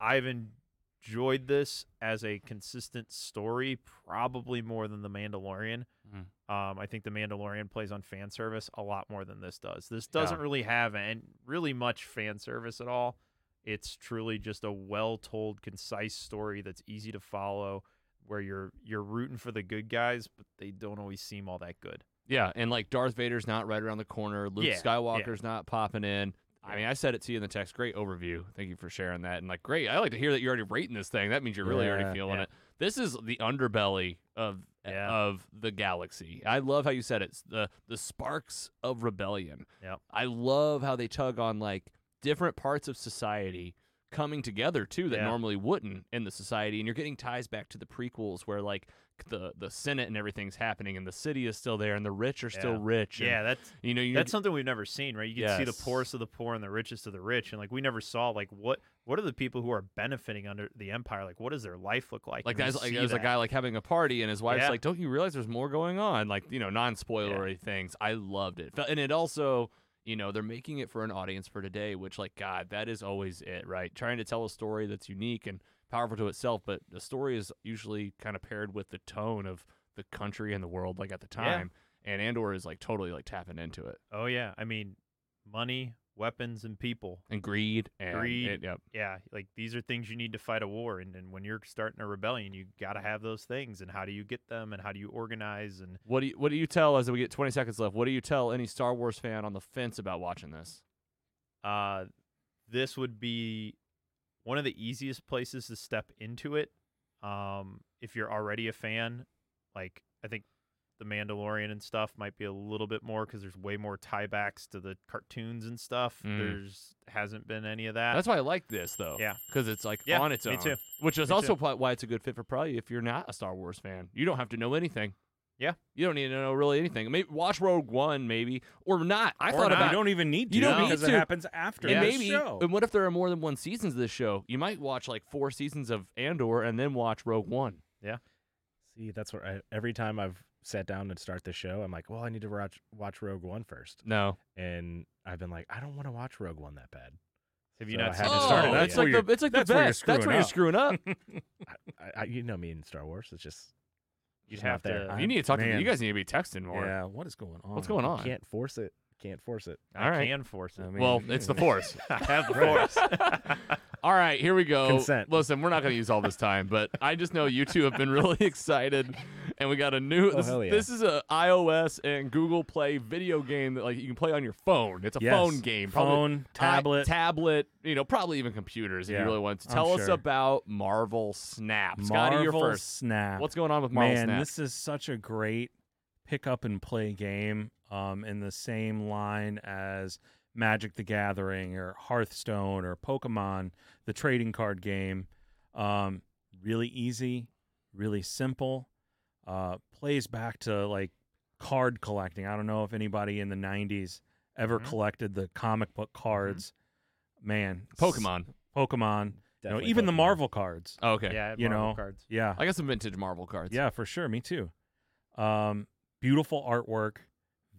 Speaker 4: I've enjoyed this as a consistent story, probably more than The Mandalorian.
Speaker 1: Mm.
Speaker 4: Um, I think The Mandalorian plays on fan service a lot more than this does. This doesn't really have and really much fan service at all. It's truly just a well-told, concise story that's easy to follow, where you're you're rooting for the good guys, but they don't always seem all that good.
Speaker 1: Yeah, and like Darth Vader's not right around the corner. Luke
Speaker 4: Yeah, yeah.
Speaker 1: Skywalker's not popping in. I
Speaker 4: Yeah.
Speaker 1: mean, I said it to you in the text. Great overview. Thank you for sharing that. And like, great. I like to hear that you're already rating this thing. That means you're really already
Speaker 2: Yeah,
Speaker 1: feeling
Speaker 4: yeah.
Speaker 1: it. This is the underbelly of
Speaker 4: Yeah.
Speaker 1: of the galaxy. I love how you said it. It's the the sparks of rebellion.
Speaker 4: Yep.
Speaker 1: I love how they tug on like different parts of society coming together too that
Speaker 4: Yeah.
Speaker 1: normally wouldn't in the society and you're getting ties back to the prequels where like the the senate and everything's happening and the city is still there and the rich are still
Speaker 4: Yeah.
Speaker 1: rich and,
Speaker 4: Yeah, that's
Speaker 1: you know you
Speaker 4: That's something we've never seen, right? You can see the
Speaker 1: Yes.
Speaker 4: poorest of the poor and the richest of the rich, and like we never saw like what what are the people who are benefiting under the empire? Like, what does their life look like?
Speaker 1: like
Speaker 4: And we
Speaker 1: guys like
Speaker 4: see
Speaker 1: there's a
Speaker 4: that.
Speaker 1: guy like having a party and his wife's
Speaker 4: Yeah.
Speaker 1: like don't you realize there's more going on like you know non-spoilery things i loved it Fe- and it also you know they're making it for an audience for today which like god that is always it right trying to tell a story that's unique and powerful to itself but the story is usually kind of paired with the tone of the country and the world like at the
Speaker 4: Yeah.
Speaker 1: time and andor is like totally like tapping into it
Speaker 4: Oh yeah, I mean, money, weapons and people.
Speaker 1: and greed and
Speaker 4: Greed.
Speaker 1: and- yep.
Speaker 4: Yeah, like these are things you need to fight a war, and, and when you're starting a rebellion, you got to have those things. And how do you get them? And how do you organize? And
Speaker 1: What do you, what do you tell as we get 20 seconds left? What do you tell any Star Wars fan on the fence about watching this?
Speaker 4: uh, this would be one of the easiest places to step into it. Um, if you're already a fan, like I think the Mandalorian and stuff might be a little bit more because there's way more tiebacks to the cartoons and stuff.
Speaker 1: Mm.
Speaker 4: There's hasn't been any of that.
Speaker 1: That's why I like this though.
Speaker 4: Uh, Yeah.
Speaker 1: Cuz it's like
Speaker 4: Yeah,
Speaker 1: on its
Speaker 4: me
Speaker 1: own.
Speaker 4: too.
Speaker 1: Which is
Speaker 4: Me
Speaker 1: also pro- why it's a good fit for probably if you're not a Star Wars fan. You don't have to know anything.
Speaker 4: Yeah.
Speaker 1: You don't need to know really anything. Maybe watch Rogue One maybe or not. I
Speaker 4: Or
Speaker 1: thought
Speaker 4: not.
Speaker 1: about
Speaker 2: You don't even need to.
Speaker 1: You don't need
Speaker 2: because
Speaker 1: to.
Speaker 2: it happens after
Speaker 1: and
Speaker 2: the
Speaker 1: maybe
Speaker 2: show.
Speaker 1: and what if there are more than one seasons of this show? You might watch like 4 seasons of Andor and then watch Rogue One.
Speaker 3: See, that's where I, every time I've sat down to start the show, I'm like, well, I need to watch watch Rogue One first,
Speaker 1: No.
Speaker 3: and I've been like, I don't want to watch Rogue One that bad.
Speaker 4: Have you
Speaker 3: So
Speaker 4: not
Speaker 3: I
Speaker 4: seen
Speaker 3: haven't
Speaker 4: it?
Speaker 1: oh,
Speaker 3: started
Speaker 2: Oh,
Speaker 3: it
Speaker 1: that's
Speaker 3: yet.
Speaker 2: yeah.
Speaker 1: like the it's like
Speaker 2: That's
Speaker 1: the
Speaker 2: where you're
Speaker 1: best. That's where you're screwing up.
Speaker 3: I, I, you know me in Star Wars. It's just
Speaker 4: You'd
Speaker 3: It's not
Speaker 4: have
Speaker 3: there.
Speaker 4: to.
Speaker 1: you need to talk to
Speaker 2: Man.
Speaker 1: you guys need to be texting more.
Speaker 2: yeah, what is going on?
Speaker 1: What's going on?
Speaker 3: can't force it. Can't force it.
Speaker 1: All right.
Speaker 4: I can force it.
Speaker 2: I mean,
Speaker 1: well, it's the
Speaker 2: yeah.
Speaker 1: force.
Speaker 4: I have the force.
Speaker 1: All right, here we go.
Speaker 3: Consent.
Speaker 1: Listen, we're not going to use all this time, but I just know you two have been really excited, and we got a new.
Speaker 3: Oh,
Speaker 1: this,
Speaker 3: hell yeah.
Speaker 1: this is a iOS and Google Play video game that like you can play on your phone. It's a
Speaker 2: Yes.
Speaker 1: phone game, probably
Speaker 2: Phone,
Speaker 1: I-
Speaker 2: tablet,
Speaker 1: tablet. You know, probably even computers if
Speaker 2: Yeah,
Speaker 1: you really want to.
Speaker 2: I'm
Speaker 1: Tell us
Speaker 2: sure.
Speaker 1: about Marvel Snap. Scotty, you're
Speaker 2: Marvel
Speaker 1: first.
Speaker 2: Snap.
Speaker 1: What's going on with Marvel
Speaker 2: Man,
Speaker 1: Snap?
Speaker 2: this is such a great pick up and play game um, in the same line as Magic the Gathering or Hearthstone or Pokemon, the trading card game. Um, really easy, really simple. Uh, plays back to like card collecting. I don't know if anybody in the 90s ever
Speaker 3: Mm-hmm.
Speaker 4: Mhm.
Speaker 2: collected the comic book cards. Man, s-
Speaker 1: Pokemon.
Speaker 2: Pokemon. You know,
Speaker 3: Definitely
Speaker 2: even the
Speaker 3: Pokemon.
Speaker 2: Marvel cards.
Speaker 1: Oh, okay.
Speaker 4: yeah, I have
Speaker 2: You
Speaker 4: Marvel
Speaker 2: know,
Speaker 4: cards.
Speaker 2: Yeah.
Speaker 1: I got some vintage Marvel cards.
Speaker 2: Yeah, for sure. Me too. Um, beautiful artwork.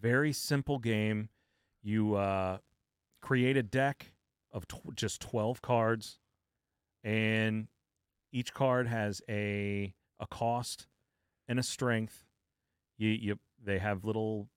Speaker 2: Very simple game. You uh, create a deck of tw- just 12 cards, and each card has a a cost and a strength. You, you they have little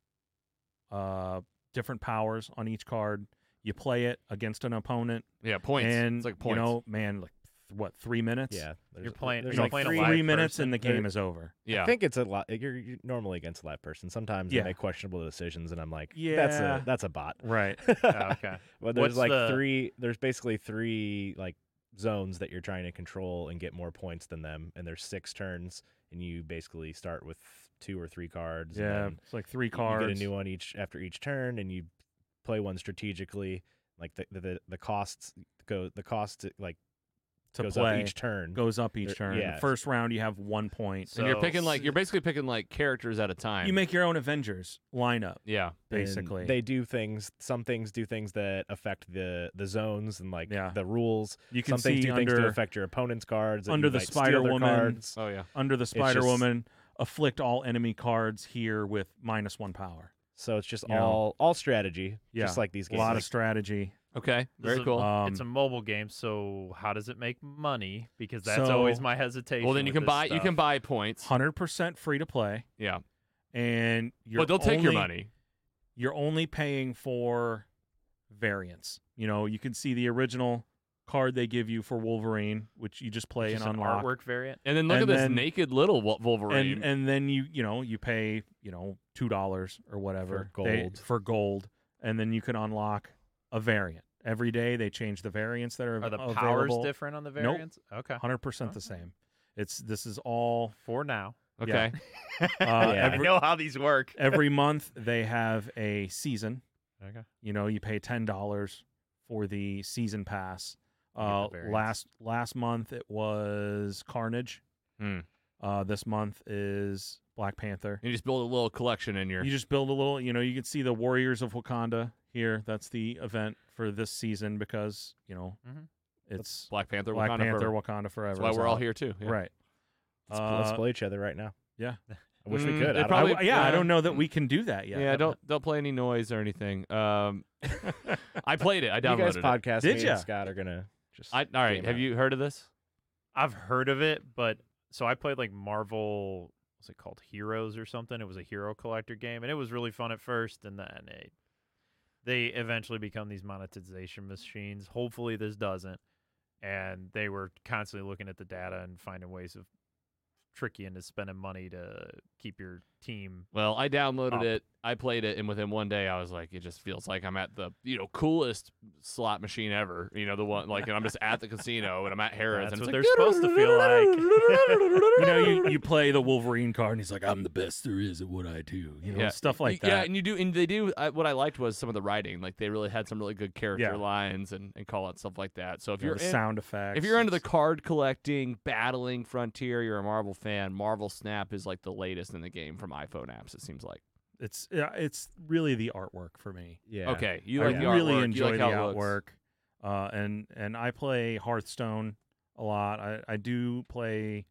Speaker 2: uh, different powers on each card. You play it against an opponent,
Speaker 1: Yeah. Points.
Speaker 2: and
Speaker 1: it's like
Speaker 2: you
Speaker 1: points.
Speaker 2: know, man, like th- what three minutes?
Speaker 3: Yeah, there's-
Speaker 4: You're playing-
Speaker 3: There's
Speaker 4: you're
Speaker 3: like
Speaker 4: playing a
Speaker 3: three-
Speaker 4: live
Speaker 2: three minutes, and the
Speaker 3: person.
Speaker 2: game is over.
Speaker 1: yeah.
Speaker 3: I think it's a lot. You're, you're normally against a live person. Sometimes
Speaker 2: Yeah.
Speaker 3: they make questionable decisions, and I'm like, that's
Speaker 2: Yeah.
Speaker 3: a that's a bot.
Speaker 2: Right.
Speaker 4: Oh, okay.
Speaker 3: Well, there's
Speaker 4: What's
Speaker 3: like
Speaker 4: the-
Speaker 3: three. There's basically three like zones that you're trying to control and get more points than them. And there's six turns, and you basically start with two or three cards. and
Speaker 2: Yeah,
Speaker 3: then
Speaker 2: it's like three
Speaker 3: y-
Speaker 2: cards.
Speaker 3: You get a new one each after each turn, and you play one strategically. Like the the the, the costs go the cost like
Speaker 2: to
Speaker 3: goes
Speaker 2: play.
Speaker 3: up each turn.
Speaker 2: Goes up each
Speaker 3: There-
Speaker 2: turn.
Speaker 3: yeah.
Speaker 2: The first round, you have one point.
Speaker 4: So-
Speaker 1: and you're picking like
Speaker 4: s-
Speaker 1: you're basically picking like characters at a time.
Speaker 2: you make your own Avengers lineup,
Speaker 1: yeah.
Speaker 3: and
Speaker 2: basically.
Speaker 3: they do things. Some things do things that affect the the zones and like
Speaker 2: Yeah.
Speaker 3: the rules.
Speaker 2: you can
Speaker 3: some things
Speaker 2: see
Speaker 3: do things to
Speaker 2: under
Speaker 3: affect your opponent's cards. that
Speaker 2: under
Speaker 3: you
Speaker 2: the
Speaker 3: might steal their
Speaker 2: Spider-Woman,
Speaker 3: cards.
Speaker 1: Oh yeah.
Speaker 2: under the
Speaker 3: just-
Speaker 2: Spider Woman, afflict all enemy cards here with minus one power.
Speaker 3: So it's just
Speaker 2: You know?
Speaker 3: all all strategy,
Speaker 2: Yeah.
Speaker 3: just like these
Speaker 2: A
Speaker 3: games.
Speaker 2: lot
Speaker 3: like,
Speaker 2: of strategy.
Speaker 1: Okay,
Speaker 4: This
Speaker 1: very
Speaker 4: is-
Speaker 1: cool.
Speaker 2: Um,
Speaker 4: it's a mobile game, so how does it make money? Because that's
Speaker 2: so-
Speaker 4: always my hesitation.
Speaker 1: well, then you
Speaker 4: with
Speaker 1: can
Speaker 4: this
Speaker 1: buy you
Speaker 4: stuff.
Speaker 1: can buy points.
Speaker 2: hundred percent free to play,
Speaker 1: Yeah,
Speaker 2: and you're
Speaker 1: but they'll take your
Speaker 2: only-
Speaker 1: money.
Speaker 2: You're only paying for variants. You know, you can see the original card they give you for Wolverine, which you just play
Speaker 4: Just
Speaker 2: and
Speaker 4: an
Speaker 2: unlock.
Speaker 4: artwork variant.
Speaker 1: And then look
Speaker 2: and
Speaker 1: at this
Speaker 2: then-
Speaker 1: naked little Wol- Wolverine.
Speaker 2: and and then you you know you pay you know two dollars or whatever
Speaker 3: For
Speaker 2: they-
Speaker 3: gold.
Speaker 2: for gold, and then you can unlock a variant every day. They change the variants that are,
Speaker 4: Are the
Speaker 2: av-
Speaker 4: powers
Speaker 2: available.
Speaker 4: different on the
Speaker 2: Nope.
Speaker 4: variants? Okay.
Speaker 2: Hundred percent the
Speaker 4: Okay.
Speaker 2: same. It's this is all
Speaker 4: For now.
Speaker 1: okay,
Speaker 4: uh, I
Speaker 2: every-
Speaker 4: know how these work.
Speaker 2: every month. They have a season.
Speaker 4: Okay.
Speaker 2: You know, you pay ten dollars for the season pass.
Speaker 4: You get the
Speaker 2: Uh,
Speaker 4: variants.
Speaker 2: last last month it was Carnage.
Speaker 1: Hmm.
Speaker 2: Uh, this month is Black Panther.
Speaker 1: you just build a little collection in your.
Speaker 2: You just build a little, you know, you can see the Warriors of Wakanda here. That's the event for this season because, you know,
Speaker 4: Mhm.
Speaker 2: it's
Speaker 1: Black Panther,
Speaker 2: Black
Speaker 1: Mm-hmm. Wakanda
Speaker 2: Panther,
Speaker 1: forever.
Speaker 2: Wakanda Forever.
Speaker 1: That's why
Speaker 2: is
Speaker 1: we're all
Speaker 2: out.
Speaker 1: here too. yeah.
Speaker 2: Right.
Speaker 3: let's, pl- let's
Speaker 2: Uh,
Speaker 3: play each other right now.
Speaker 2: yeah.
Speaker 3: I wish
Speaker 1: Mm,
Speaker 3: we could.
Speaker 1: they
Speaker 3: I don't,
Speaker 1: probably-
Speaker 2: I- yeah, I
Speaker 1: uh,
Speaker 2: don't know that we can do that yet.
Speaker 1: Yeah, don't don't play any noise or anything. Um, I played it. I
Speaker 3: you guys
Speaker 1: downloaded it.
Speaker 3: podcast.
Speaker 2: Did
Speaker 3: me
Speaker 2: ya?
Speaker 3: and Scott are gonna just.
Speaker 1: I, all right,
Speaker 3: came
Speaker 1: have
Speaker 3: out.
Speaker 1: you heard of this?
Speaker 4: I've heard of it, but so I played like Marvel. What's it called? Heroes or something? It was a hero collector game, and it was really fun at first, and then it they eventually become these monetization machines. Hopefully, this doesn't. And they were constantly looking at the data and finding ways of trick you into spending money to keep your team.
Speaker 1: Well, I downloaded
Speaker 4: Up.
Speaker 1: it, I played it, and within one day, I was like, it just feels like I'm at the you know coolest slot machine ever. You know, the one like, and I'm just at the casino, and I'm at Harris, and
Speaker 4: That's
Speaker 1: it's
Speaker 4: what
Speaker 1: like,
Speaker 4: they're supposed to feel like.
Speaker 2: You know, you, you play the Wolverine card, and he's like, "I'm the best there is at what I do." You know,
Speaker 1: Yeah.
Speaker 2: stuff like
Speaker 1: Y- Yeah,
Speaker 2: that.
Speaker 1: and you do, and they do. I, what I liked was some of the writing. Like they really had some really good character
Speaker 2: Yeah.
Speaker 1: lines and, and call out stuff like that. So if
Speaker 2: You know,
Speaker 1: you're
Speaker 2: the
Speaker 1: in-
Speaker 2: sound effects.
Speaker 1: if you're into the
Speaker 2: it's-
Speaker 1: card collecting, battling frontier, you're a Marvel fan. Marvel Snap is like the latest in the game from iPhone apps. It seems like.
Speaker 2: it's yeah, it's really the artwork for me.
Speaker 3: Yeah.
Speaker 1: Okay, you
Speaker 2: I
Speaker 1: like the
Speaker 2: really
Speaker 1: artwork.
Speaker 2: enjoy
Speaker 1: you like
Speaker 2: the
Speaker 1: how it
Speaker 2: artwork,
Speaker 1: looks.
Speaker 2: uh, and and I play Hearthstone a lot. I, I do play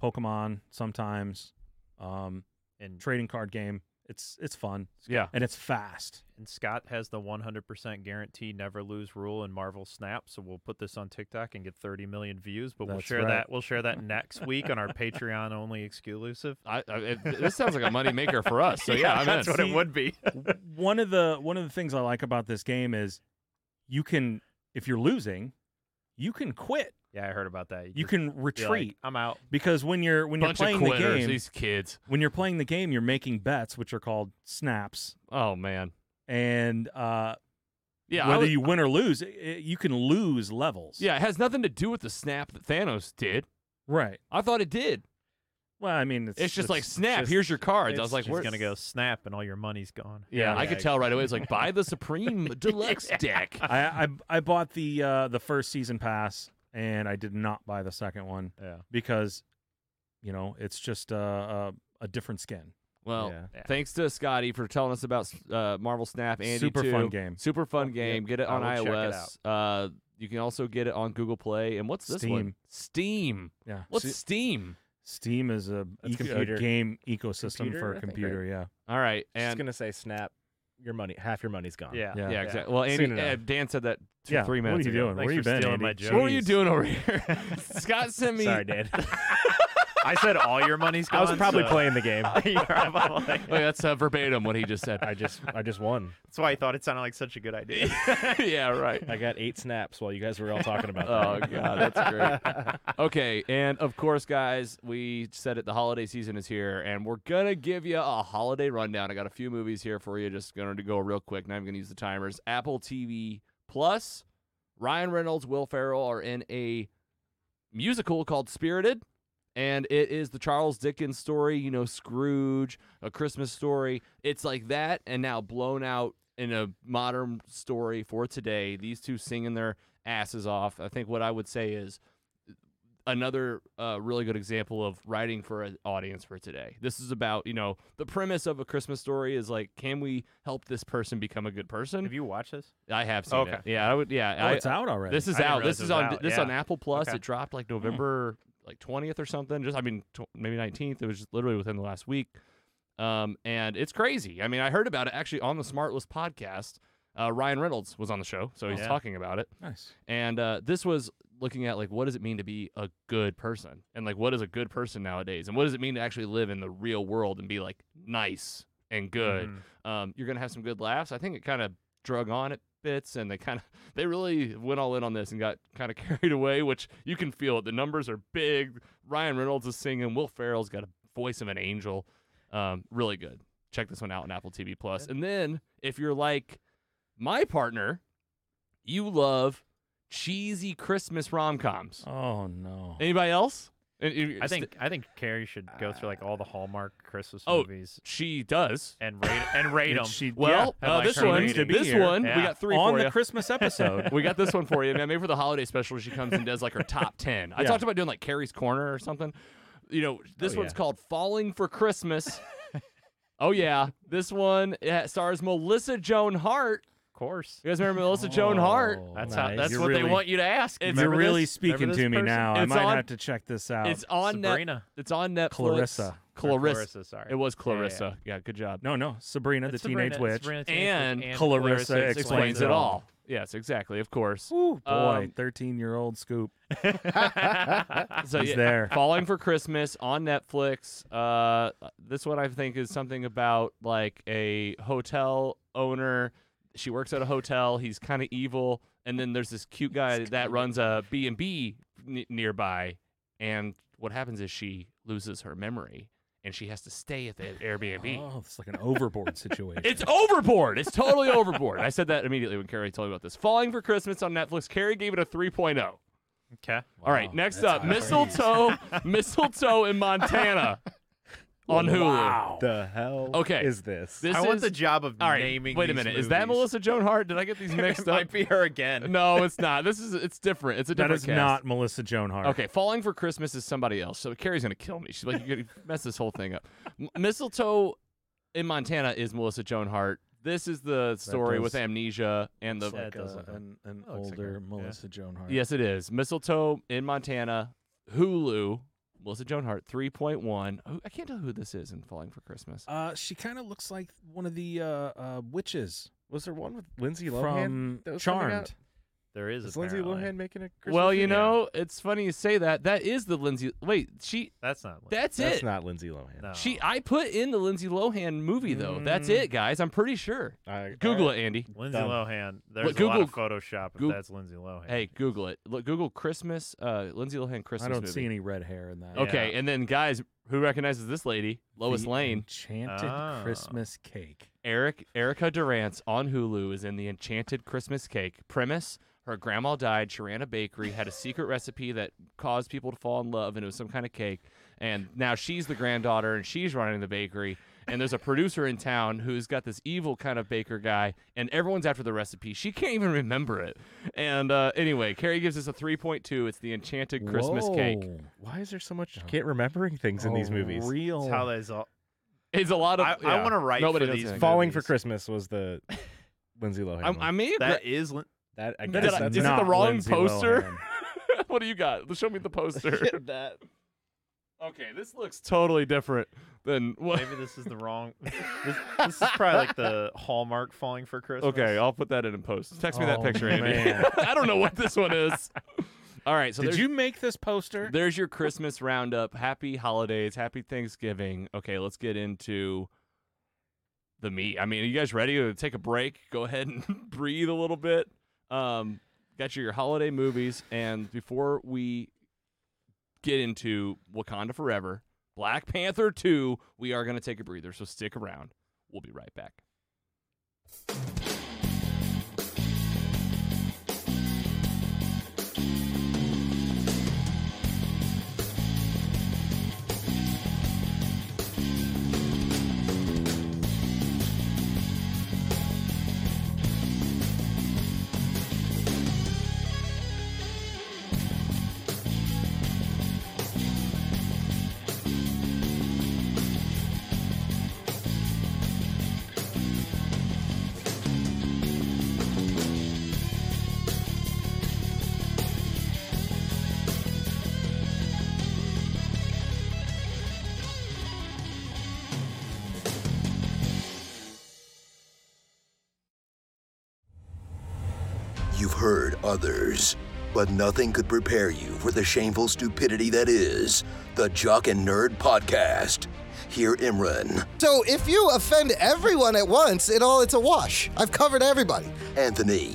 Speaker 2: Pokemon sometimes. Um,
Speaker 4: And,
Speaker 2: trading card game. It's it's fun
Speaker 1: Yeah,
Speaker 2: and it's fast.
Speaker 4: and Scott has the 100% guarantee never lose rule in Marvel Snap. So we'll put this on TikTok and get 30 million views. But we'll
Speaker 2: That's
Speaker 4: share
Speaker 2: right.
Speaker 4: that. We'll share that next week on our Patreon only exclusive.
Speaker 1: I, I, it, this sounds like a money maker for us. So yeah, I'm
Speaker 4: that's
Speaker 1: in.
Speaker 4: what it would be.
Speaker 2: one of the one of the things I like about this game is you can if you're losing, you can quit.
Speaker 4: Yeah, I heard about that.
Speaker 2: You
Speaker 4: just
Speaker 2: can
Speaker 4: be like,
Speaker 2: retreat
Speaker 4: I'm out.
Speaker 2: because when you're when
Speaker 1: Bunch
Speaker 2: you're
Speaker 1: of
Speaker 2: playing the
Speaker 1: quitters,
Speaker 2: game,
Speaker 1: these kids.
Speaker 2: when you're playing the game, you're making bets which are called snaps
Speaker 1: Oh man,
Speaker 2: and uh
Speaker 1: yeah. I
Speaker 2: whether
Speaker 1: was-
Speaker 2: you win or lose, i i- you can lose levels.
Speaker 1: yeah, it has nothing to do with the snap that Thanos did.
Speaker 2: Right.
Speaker 1: I thought it did.
Speaker 2: Well, I mean it's
Speaker 1: It's just like snap.
Speaker 2: just-
Speaker 1: here's your cards. I was
Speaker 3: it's
Speaker 1: like,
Speaker 4: She's
Speaker 1: where
Speaker 4: gonna go snap, and all your money's gone.
Speaker 1: Yeah,
Speaker 2: Yeah.
Speaker 1: I could tell right away. It's like buy the Supreme Deluxe deck.
Speaker 2: I, I I bought the uh the first season pass and I did not buy the second one
Speaker 4: Yeah.
Speaker 2: because you know, it's just uh, uh a different skin.
Speaker 1: Well,
Speaker 3: Yeah.
Speaker 4: Yeah.
Speaker 1: thanks to Scotty for telling us about uh, Marvel Snap. Andy
Speaker 2: Super
Speaker 1: too.
Speaker 2: fun game.
Speaker 1: Super fun
Speaker 4: Yep.
Speaker 1: game. Get it
Speaker 4: I
Speaker 1: on
Speaker 4: will check it
Speaker 1: iOS. Uh, you can also get it on Google Play. And what's this one? Steam.
Speaker 2: Yeah.
Speaker 1: What's
Speaker 2: Se-
Speaker 1: Steam?
Speaker 2: Steam is a,
Speaker 3: That's
Speaker 2: eco- a
Speaker 3: computer.
Speaker 2: game ecosystem
Speaker 3: Computer,
Speaker 2: for
Speaker 3: I
Speaker 2: a
Speaker 3: think, right?
Speaker 2: computer. Yeah.
Speaker 1: All right,
Speaker 3: She's
Speaker 1: and
Speaker 3: gonna say snap your money. Half your money's gone.
Speaker 4: Yeah.
Speaker 1: yeah,
Speaker 2: Yeah.
Speaker 1: exactly. Well, Andy,
Speaker 3: Soon enough.
Speaker 1: uh, Dan said that two,
Speaker 2: Yeah,
Speaker 1: three
Speaker 2: what are
Speaker 1: minutes
Speaker 2: you
Speaker 1: ago.
Speaker 2: doing? Where
Speaker 4: Thanks
Speaker 2: you
Speaker 4: for
Speaker 2: been,
Speaker 4: stealing my
Speaker 2: Andy?
Speaker 4: joke.
Speaker 1: What were you doing over here? Scott sent me.
Speaker 3: Sorry, Dad.
Speaker 4: I said all your money's gone.
Speaker 3: I was probably
Speaker 4: so-
Speaker 3: playing the game.
Speaker 4: You're probably-
Speaker 1: Wait, that's uh, verbatim what he just said.
Speaker 3: I just I just won.
Speaker 4: That's why I thought it sounded like such a good idea.
Speaker 1: yeah, right.
Speaker 3: I got eight snaps while you guys were all talking about
Speaker 1: Oh
Speaker 3: that.
Speaker 1: god, that's great. okay, and of course, guys, we said it. The holiday season is here, and we're gonna give you a holiday rundown. I got a few movies here for you. Just gonna go real quick. Now I'm gonna use the timers. Apple TV Plus. Ryan Reynolds, Will Ferrell are in a musical called Spirited, and it is the Charles Dickens story. You know, Scrooge, A Christmas Story. It's like that, and now blown out in a modern story for today. These two singing their asses off. I think what I would say is another uh, really good example of writing for an audience for today. This is about, you know, the premise of a Christmas story is like, can we help this person become a good person?
Speaker 4: Have you watched this?
Speaker 1: I have seen
Speaker 4: Okay.
Speaker 1: it. Yeah, I would. Yeah,
Speaker 2: Oh,
Speaker 1: I,
Speaker 2: it's out already.
Speaker 1: this
Speaker 4: I
Speaker 1: is
Speaker 4: didn't
Speaker 1: out.
Speaker 4: realize
Speaker 1: This
Speaker 4: it
Speaker 1: is
Speaker 4: was
Speaker 1: on
Speaker 4: out,
Speaker 1: this is on
Speaker 4: yeah.
Speaker 1: Apple Plus.
Speaker 4: Okay. Hmm.
Speaker 1: It dropped like November like twentieth or something. Just I mean tw- maybe nineteenth. It was just literally within the last week. Um, and it's crazy. I mean, I heard about it actually on the Smartless podcast. Uh, Ryan Reynolds was on the show, so he's
Speaker 4: yeah.
Speaker 1: talking about it.
Speaker 2: nice.
Speaker 1: And uh, this was looking at like what does it mean to be a good person, and like what is a good person nowadays, and what does it mean to actually live in the real world and be like nice and good
Speaker 4: Mhm.
Speaker 1: um, you're gonna have some good laughs. I think it kind of drug on at bits, and they kind of they really went all in on this and got kind of carried away, which you can feel it. The numbers are big. Ryan Reynolds is singing. Will Ferrell's got a voice of an angel. Um, really good. Check this one out on Apple TV Plus. And then if you're like my partner, you love cheesy Christmas rom coms.
Speaker 2: Oh no.
Speaker 1: Anybody else? And you-
Speaker 4: I think I think Carrie should go through like all the Hallmark Christmas
Speaker 1: Oh.
Speaker 4: movies
Speaker 1: she does.
Speaker 4: and rate and rate
Speaker 2: Did
Speaker 4: them.
Speaker 2: she-
Speaker 1: Well,
Speaker 4: I'd
Speaker 1: uh,
Speaker 4: like
Speaker 1: this
Speaker 4: her
Speaker 1: one,
Speaker 4: rating. To be
Speaker 1: this
Speaker 2: here.
Speaker 1: one, we
Speaker 4: Yeah.
Speaker 1: got three
Speaker 2: on
Speaker 1: for
Speaker 2: the
Speaker 1: you.
Speaker 2: Christmas episode.
Speaker 1: we got this one for you, man. Maybe for the holiday special, she comes and does like her top ten. I
Speaker 2: Yeah.
Speaker 1: talked about doing like Carrie's Corner or something. You know, this
Speaker 3: Oh,
Speaker 1: one's
Speaker 3: yeah.
Speaker 1: called Falling for Christmas. oh yeah, this one yeah, stars Melissa Joan Hart.
Speaker 4: of course.
Speaker 1: You guys remember Melissa Joan Hart?
Speaker 2: Oh,
Speaker 4: That's how
Speaker 3: nice.
Speaker 4: that's
Speaker 2: You're
Speaker 4: what they
Speaker 2: really-
Speaker 4: want you to ask.
Speaker 1: It's-
Speaker 2: You're
Speaker 4: Remember
Speaker 2: really
Speaker 4: this? Remember
Speaker 2: speaking
Speaker 4: this
Speaker 2: to me
Speaker 4: person?
Speaker 2: now. I
Speaker 1: It's
Speaker 2: might
Speaker 1: on-
Speaker 2: have to check this out.
Speaker 1: It's on net.
Speaker 4: Sabrina.
Speaker 1: It's on Netflix.
Speaker 2: Clarissa.
Speaker 4: Or
Speaker 1: Clarissa.
Speaker 4: Clarissa, sorry.
Speaker 1: It was
Speaker 4: Yeah, yeah, yeah.
Speaker 1: Clarissa. Yeah, good job.
Speaker 2: no, no, Sabrina, the
Speaker 4: It's Sabrina-
Speaker 2: teenage witch.
Speaker 4: Sabrina the Teenage Witch
Speaker 1: And
Speaker 2: Clarissa
Speaker 1: This
Speaker 2: explains
Speaker 1: explains
Speaker 2: it
Speaker 1: it
Speaker 2: all.
Speaker 1: all. Yes, exactly. Of course.
Speaker 2: Ooh, boy,
Speaker 1: Um,
Speaker 2: thirteen-year-old Scoop.
Speaker 1: So
Speaker 2: He's
Speaker 1: yeah,
Speaker 2: there.
Speaker 1: Falling for Christmas on Netflix. Uh, this one I think is something about like a hotel owner She works at a hotel. He's kind of evil, and then there's this cute guy that runs a B and B nearby. And what happens is she loses her memory, and she has to stay at the Airbnb.
Speaker 2: Oh, it's like an overboard situation.
Speaker 1: It's overboard. It's totally overboard. I said that immediately when Carrie told me about this. Falling for Christmas on Netflix. Carrie gave it a oh. 3.0.
Speaker 4: Okay.
Speaker 1: All right,
Speaker 6: Wow,
Speaker 1: next
Speaker 6: that's
Speaker 1: up,
Speaker 6: high praise.
Speaker 1: mistletoe, mistletoe in Montana on Hulu.
Speaker 2: Wow.
Speaker 3: The hell
Speaker 1: Okay.
Speaker 3: is this?
Speaker 1: This
Speaker 4: I want
Speaker 1: is-
Speaker 4: the job of
Speaker 1: All right,
Speaker 4: naming.
Speaker 1: wait a
Speaker 4: these
Speaker 1: minute. Is that
Speaker 4: movies.
Speaker 1: Melissa Joan Hart? Did I get these mixed
Speaker 4: it
Speaker 1: up?
Speaker 4: might be her again.
Speaker 1: No, it's not. This is it's different. It's a
Speaker 2: That
Speaker 1: different
Speaker 2: is
Speaker 1: cast.
Speaker 2: not Melissa Joan Hart.
Speaker 1: Okay, falling for Christmas is somebody else. So Carrie's gonna kill me. She's like, you're gonna mess this whole thing up. M- mistletoe in Montana is Melissa Joan Hart. This is the story with
Speaker 2: does-
Speaker 1: amnesia and the
Speaker 2: Looks like
Speaker 4: That does
Speaker 2: a-
Speaker 4: look like-
Speaker 2: an, an
Speaker 4: that looks like
Speaker 2: older
Speaker 4: her, yeah.
Speaker 2: Melissa Joan Hart.
Speaker 1: Yes, it is. Mistletoe in Montana, Hulu, Melissa Joan Hart, 3.1. Who- I can't tell who this is in Falling for Christmas.
Speaker 2: Uh, she kind of looks like one of the uh, uh, witches
Speaker 3: Was there one with Lindsay Lohan?
Speaker 2: from
Speaker 3: that was coming out?
Speaker 2: Charmed.
Speaker 4: There is.
Speaker 3: Is Lindsay
Speaker 4: apparently.
Speaker 3: Lohan making a Christmas
Speaker 1: well, you
Speaker 3: movie?
Speaker 1: know, it's funny you say that. That is the Lindsay. Wait, she.
Speaker 4: That's not. Lindsay.
Speaker 1: That's,
Speaker 3: That's
Speaker 1: it.
Speaker 3: not Lindsay Lohan.
Speaker 4: No.
Speaker 1: She. I put in the Lindsay Lohan movie though. That's
Speaker 2: Oh. Mm.
Speaker 1: it, guys. I'm pretty sure.
Speaker 3: I-
Speaker 1: Google
Speaker 3: I-
Speaker 1: it, Andy.
Speaker 4: Lindsay
Speaker 3: Done.
Speaker 4: Lohan. There's a lot
Speaker 1: Google-
Speaker 4: of Photoshop. If
Speaker 1: Goog-
Speaker 4: that's Lindsay Lohan.
Speaker 1: Hey, Google it. Look, Google Christmas. Uh, Lindsay Lohan Christmas.
Speaker 2: I don't
Speaker 1: movie.
Speaker 2: see any red hair in that.
Speaker 4: Yeah.
Speaker 1: Okay, and then guys, who recognizes this lady? Lois
Speaker 2: The
Speaker 1: Lane.
Speaker 2: Enchanted
Speaker 4: Ah.
Speaker 2: Christmas Cake.
Speaker 1: Eric Erica Durance on Hulu is in the Enchanted Christmas Cake. Premise: Her grandma died. She ran a bakery, had a secret recipe that caused people to fall in love, and it was some kind of cake. And now she's the granddaughter, and she's running the bakery. And there's a producer in town who's got this evil kind of baker guy, and everyone's after the recipe. She can't even remember it. And uh, anyway, Carrie gives us a 3.2. It's the Enchanted Christmas Cake.
Speaker 2: Whoa.
Speaker 3: Why is there so much can't remembering things in
Speaker 1: Oh,
Speaker 3: these
Speaker 2: A
Speaker 3: movies?
Speaker 2: Real.
Speaker 4: That's how that's all.
Speaker 1: It's a lot of.
Speaker 4: I, I
Speaker 1: yeah.
Speaker 4: want to write
Speaker 1: Nobody
Speaker 4: for
Speaker 1: does
Speaker 4: these.
Speaker 1: anything.
Speaker 3: Falling for
Speaker 4: movies.
Speaker 3: Christmas was the Lindsay Lohan.
Speaker 1: I'm-
Speaker 3: one.
Speaker 1: I may have
Speaker 4: That is. Lin-
Speaker 3: that I
Speaker 1: That
Speaker 3: guess
Speaker 1: is-
Speaker 3: that's
Speaker 1: is it the
Speaker 2: not
Speaker 1: wrong
Speaker 2: Lindsay
Speaker 1: poster?
Speaker 2: Lohan.
Speaker 1: what do you got? Show me the poster.
Speaker 4: that.
Speaker 1: Okay, this looks totally different than what.
Speaker 4: Maybe this is the wrong. This, this is probably like the hallmark falling for Christmas.
Speaker 1: Okay, I'll put that in and post. Text me that
Speaker 2: Oh,
Speaker 1: picture, Andy.
Speaker 2: man.
Speaker 1: I don't know what this one is. All right, so
Speaker 2: Did
Speaker 1: there's,
Speaker 2: you make this poster?
Speaker 1: there's your Christmas roundup. Happy holidays. Happy Thanksgiving. Okay, let's get into the meat. I mean, are you guys ready to take a break? Go ahead and breathe a little bit. Um, got your, your holiday movies, and before we get into Wakanda Forever, Black Panther 2, we are going to take a breather, so stick around. We'll be right back.
Speaker 7: You've heard others, but nothing could prepare you for the shameful stupidity that is the Jock and Nerd Podcast. Hear Imran,
Speaker 8: So if you offend everyone at once, it all it's a wash. I've covered everybody. Uh,
Speaker 7: Anthony,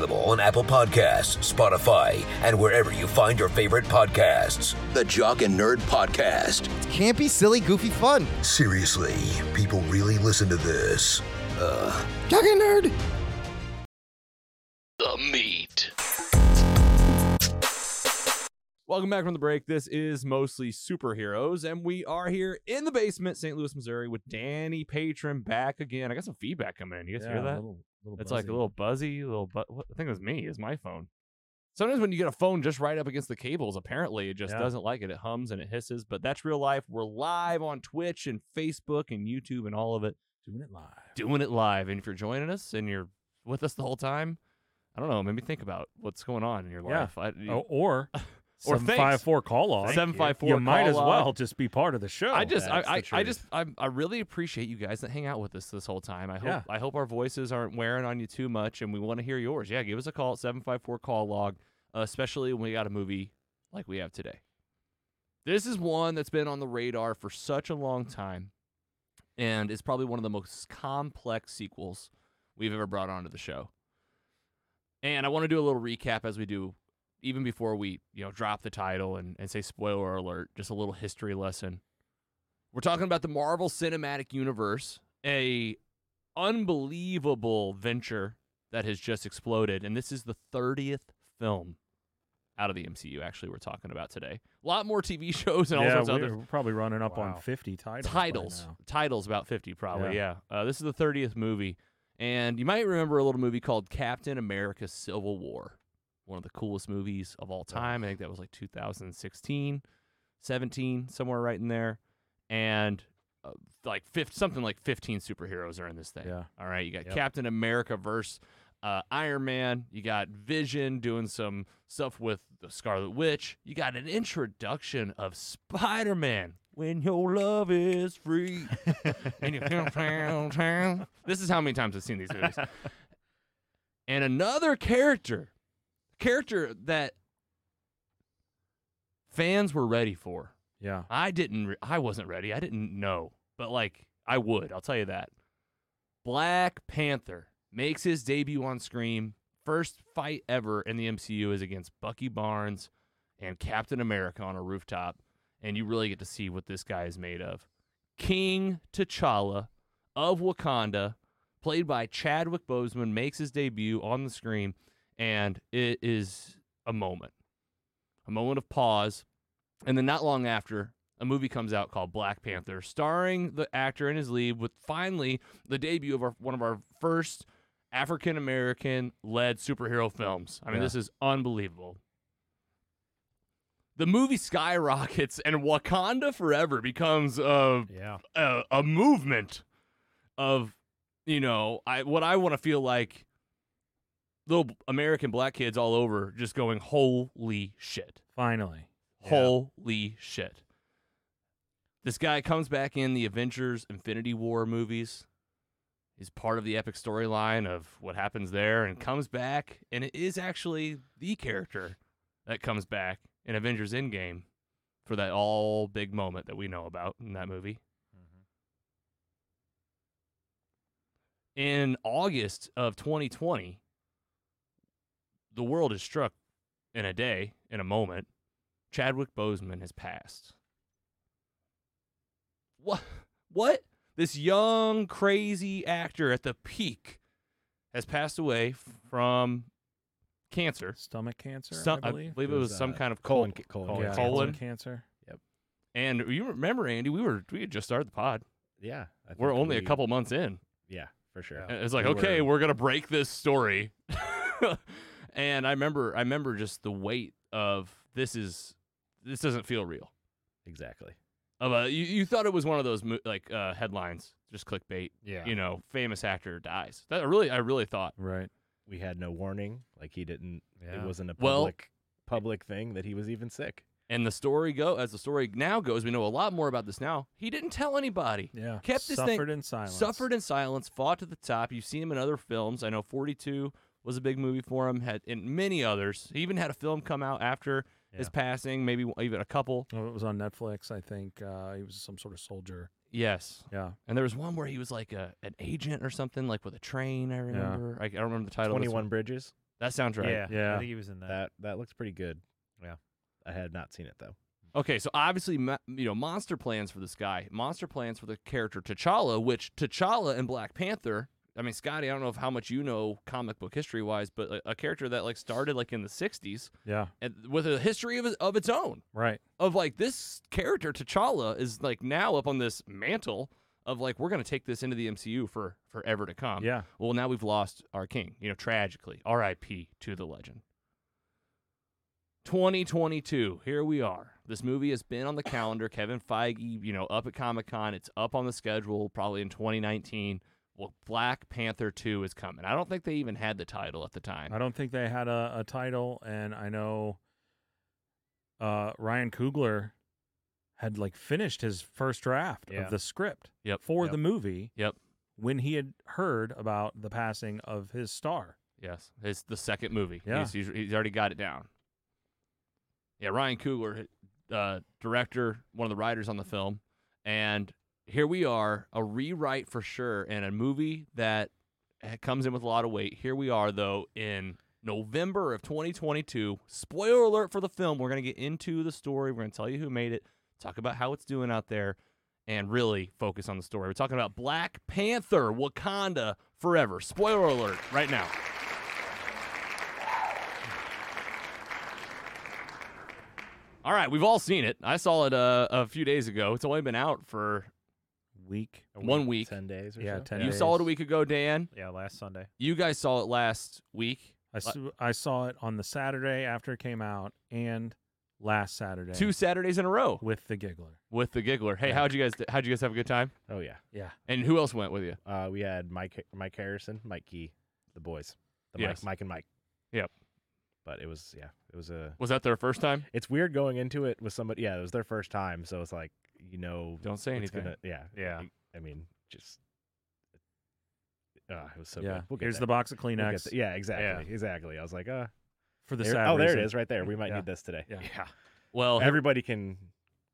Speaker 7: on Apple Podcasts, Spotify, and wherever you find your favorite podcasts. The Jock and Nerd Podcast.
Speaker 8: Can't be silly, goofy fun.
Speaker 7: Seriously, people really listen to this. Uh,
Speaker 8: Jogging nerd.
Speaker 5: The meat.
Speaker 1: Welcome back from the break. This is mostly superheroes, and we are here in the basement, St. Louis, Missouri, with Danny Patron back again. I got some feedback coming in. You guys hear
Speaker 2: Yeah, a
Speaker 1: that?
Speaker 2: little- little
Speaker 1: it's like a
Speaker 2: buzzy.
Speaker 1: little buzzy, a little. Bu- what? I think it was me. It's my phone. Sometimes when you get a phone just right up against the cables, apparently it just
Speaker 2: Yeah.
Speaker 1: doesn't like it. It hums and it hisses, but that's real life. We're live on Twitch and Facebook and YouTube and all of it
Speaker 2: doing it live.
Speaker 1: doing it live. And if you're joining us and you're with us the whole time. I don't know. Made me think about what's going on in your
Speaker 2: Yeah.
Speaker 1: life. I,
Speaker 2: Oh, or
Speaker 1: Or
Speaker 2: seven five four call log.
Speaker 1: seven five four.
Speaker 2: You might as
Speaker 1: call
Speaker 2: well
Speaker 1: up.
Speaker 2: just be part of the show.
Speaker 1: I just,
Speaker 3: That's the
Speaker 1: I, I, I
Speaker 3: truth.
Speaker 1: just, I, I really appreciate you guys that hang out with us this whole time. I hope,
Speaker 2: Yeah.
Speaker 1: I hope our voices aren't wearing on you too much, and we want to hear yours. Yeah, give us a call at seven five four call log, uh, especially when we got a movie like we have today. This is one that's been on the radar for such a long time, and it's probably one of the most complex sequels we've ever brought onto the show. And I want to do a little recap as we do, even before we, you know, drop the title and, and say spoiler alert, just a little history lesson. We're talking about the Marvel Cinematic Universe, a unbelievable venture that has just exploded, and this is the 30th film out of the MCU actually we're talking about today. A lot more TV shows and all
Speaker 2: yeah,
Speaker 1: sorts of
Speaker 2: we're
Speaker 1: other
Speaker 2: probably running up
Speaker 4: Wow.
Speaker 2: on fifty titles. by
Speaker 1: titles
Speaker 2: now.
Speaker 1: titles about 50 probably yeah, Uh, this is the 30th movie and you might remember a little movie called captain america civil war one of the coolest movies of all time i think that was like 2016 17 somewhere right in there and uh, like fif- something like 15 superheroes are in this thing
Speaker 2: Yeah.
Speaker 1: all right you got
Speaker 3: Yep.
Speaker 1: captain america versus uh, Iron Man, you got Vision doing some stuff with the Scarlet Witch. You got an introduction of Spider Man when your love is free. and you this is how many times I've seen these movies. and another character, character that fans were ready for.
Speaker 2: Yeah.
Speaker 1: I didn't. Re- I wasn't ready. I didn't know, but like I would. I'll tell you that. Black Panther makes his debut on Scream. First fight ever in the MCU is against Bucky Barnes and Captain America on a rooftop, and you really get to see what this guy is made of. King T'Challa of Wakanda, played by Chadwick Boseman, makes his debut on the screen, and it is a moment, a moment of pause. And then not long after, a movie comes out called Black Panther, starring the actor and his lead, with finally the debut of our, one of our first African American led superhero films. I mean,
Speaker 2: Yeah.
Speaker 1: this is unbelievable. The movie skyrockets, and Wakanda Forever becomes a
Speaker 4: Yeah.
Speaker 1: a, a movement of you know I what I want to feel like little American black kids all over just going holy shit
Speaker 2: Finally.
Speaker 1: holy shit this guy comes back in the Avengers Infinity War movies is part of the epic storyline of what happens there and comes back and it is actually the character that comes back in Avengers Endgame for that all big moment that we know about in that movie in August of 2020, the world is struck in a day, in a moment. Chadwick Boseman has passed. What? What? This young, crazy actor at the peak has passed away f- from cancer.
Speaker 2: Stomach cancer.
Speaker 1: Some-
Speaker 2: I believe.
Speaker 1: it was, some kind of colon.
Speaker 3: colon ca- colon,
Speaker 1: colon
Speaker 2: yeah,
Speaker 3: cancer.
Speaker 1: colon.
Speaker 2: cancer.
Speaker 1: And you remember, Andy, we were we had just started the pod.
Speaker 3: Yeah, I
Speaker 1: We're
Speaker 3: think
Speaker 1: only a
Speaker 3: we-
Speaker 1: couple months in.
Speaker 3: Yeah, for sure.
Speaker 1: And It's like,
Speaker 3: We
Speaker 1: okay,
Speaker 3: were-
Speaker 1: we're gonna break this story. and I remember, I remember just the weight of this is this doesn't feel real.
Speaker 3: exactly.
Speaker 1: Of a, you, you thought it was one of those mo- like uh, headlines, just clickbait.
Speaker 4: Yeah.
Speaker 1: You know, famous actor dies. That I really, I really thought.
Speaker 2: Right.
Speaker 3: We had no warning. Like he didn't.
Speaker 4: Yeah.
Speaker 3: It wasn't a
Speaker 1: Well-
Speaker 3: public public thing that he was even sick.
Speaker 1: And the story go as the story now goes, we know a lot more about this now. He didn't tell anybody.
Speaker 2: Yeah.
Speaker 1: Kept this
Speaker 2: suffered
Speaker 1: thing-
Speaker 2: in silence.
Speaker 1: Suffered in silence, fought to the top. You've seen him in other films. I know 42 was a big movie for him, had and many others. He even had a film come out after his
Speaker 4: Yeah.
Speaker 1: passing, maybe w- even a couple.
Speaker 2: Oh, it was on Netflix, I think. Uh, he was some sort of soldier.
Speaker 1: Yes.
Speaker 2: Yeah.
Speaker 1: And there was one where he was like a, an agent or something, like with a train, I remember. I, I don't remember the title. of
Speaker 3: Twenty
Speaker 1: this
Speaker 3: one bridges.
Speaker 1: one. That sounds right.
Speaker 4: Yeah.
Speaker 2: Yeah.
Speaker 4: I think he was in that.
Speaker 3: That that looks pretty good.
Speaker 4: Yeah.
Speaker 3: I had not seen it though.
Speaker 1: Okay, so obviously, ma- you know, monster plans for this guy, monster plans for the character T'Challa, which T'Challa and Black Panther. I mean, Scotty, I don't know if how much you know comic book history wise, but a, a character that like started like in the '60s
Speaker 2: Yeah.
Speaker 1: and with a history of, of its own.
Speaker 2: Right.
Speaker 1: Of like this character T'Challa is like now up on this mantle of like we're gonna take this into the MCU for forever to come.
Speaker 2: yeah.
Speaker 1: Well, now we've lost our king, you know, tragically. RIP to the legend. 2022, here we are. This movie has been on the calendar. Kevin Feige, you know, up at Comic Con. It's up on the schedule probably in 2019. well, Black Panther 2 is coming. I don't think they even had the title at the time.
Speaker 2: I don't think they had a, a title, and I know uh, Ryan Coogler had like finished his first draft
Speaker 4: Yeah.
Speaker 2: of the script
Speaker 1: Yep.
Speaker 2: for
Speaker 1: Yep.
Speaker 2: the movie
Speaker 1: Yep.
Speaker 2: when he had heard about the passing of his star.
Speaker 1: Yes, it's the second movie.
Speaker 2: Yeah.
Speaker 1: he's, he's, he's already got it down. Yeah, Ryan Coogler, uh, director, one of the writers on the film, and here we are, a rewrite for sure, and a movie that ha- comes in with a lot of weight. Here we are, though, in November of 2022. Spoiler alert for the film. We're gonna get into the story. We're gonna tell you who made it, talk about how it's doing out there, and really focus on the story. We're talking about Black Panther: Wakanda Forever. Spoiler alert! Right now. All right, we've all seen it. I saw it uh, a few days ago. It's only been out for
Speaker 2: Week.
Speaker 1: one week.
Speaker 3: ten days or
Speaker 2: Yeah,
Speaker 3: so.
Speaker 2: 10
Speaker 1: You
Speaker 2: days.
Speaker 1: saw it a week ago, Dan.
Speaker 4: Yeah, last Sunday.
Speaker 1: You guys saw it last week,
Speaker 2: I, su- I saw it on the Saturday after it came out and last Saturday
Speaker 1: two Saturdays in a row
Speaker 2: with the Giggler.
Speaker 1: with the Giggler. Hey, how'd you guys? How'd you guys have a good time?
Speaker 3: Oh yeah.
Speaker 2: Yeah.
Speaker 1: And who else went with you?
Speaker 3: Uh, we had Mike, Mike Harrison, Mike Key, the boys, the
Speaker 1: Yes.
Speaker 3: Mike, Mike and Mike.
Speaker 1: Yep.
Speaker 3: But it was yeah, it was a.
Speaker 1: Was that their first time?
Speaker 3: It's weird going into it with somebody. Yeah, it was their first time, so it's like you know.
Speaker 1: Don't say
Speaker 3: it's
Speaker 1: anything.
Speaker 3: gonna- yeah.
Speaker 4: Yeah.
Speaker 3: I mean, just. Uh, it was so
Speaker 2: yeah.
Speaker 3: good. We'll get
Speaker 2: Here's
Speaker 3: there.
Speaker 2: the box of
Speaker 3: We'll get
Speaker 2: Kleenex
Speaker 3: there. Yeah, exactly, exactly. I was like, uh,
Speaker 2: for the
Speaker 3: there-
Speaker 2: Saturday.
Speaker 3: oh, there it is, right there. We might
Speaker 2: Yeah.
Speaker 3: need this today.
Speaker 2: Yeah.
Speaker 4: Oh.
Speaker 1: Well,
Speaker 3: Everybody can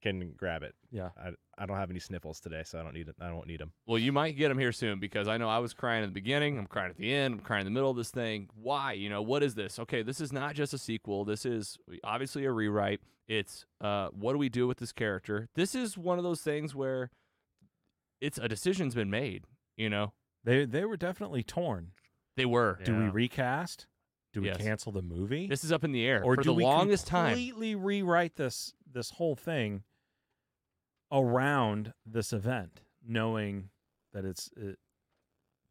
Speaker 3: can grab it.
Speaker 2: Yeah.
Speaker 3: I, I don't have any sniffles today, so I don't need it. I don't need them.
Speaker 1: well, you might get them here soon because I know I was crying at the beginning. I'm crying at the end. I'm crying in the middle of this thing. Why? You know, what is this? Okay, this is not just a sequel. This is obviously a rewrite. It's uh, what do we do with this character? This is one of those things where it's a decision's been made. You know,
Speaker 2: They, they were definitely torn.
Speaker 1: they were.
Speaker 2: Do we
Speaker 4: Yeah.
Speaker 2: recast? Do we
Speaker 1: Yes.
Speaker 2: cancel the movie?
Speaker 1: This is up in the air
Speaker 2: or
Speaker 1: for
Speaker 2: do
Speaker 1: the
Speaker 2: we
Speaker 1: longest time.
Speaker 2: completely rewrite this this whole thing around this event, knowing that it's it,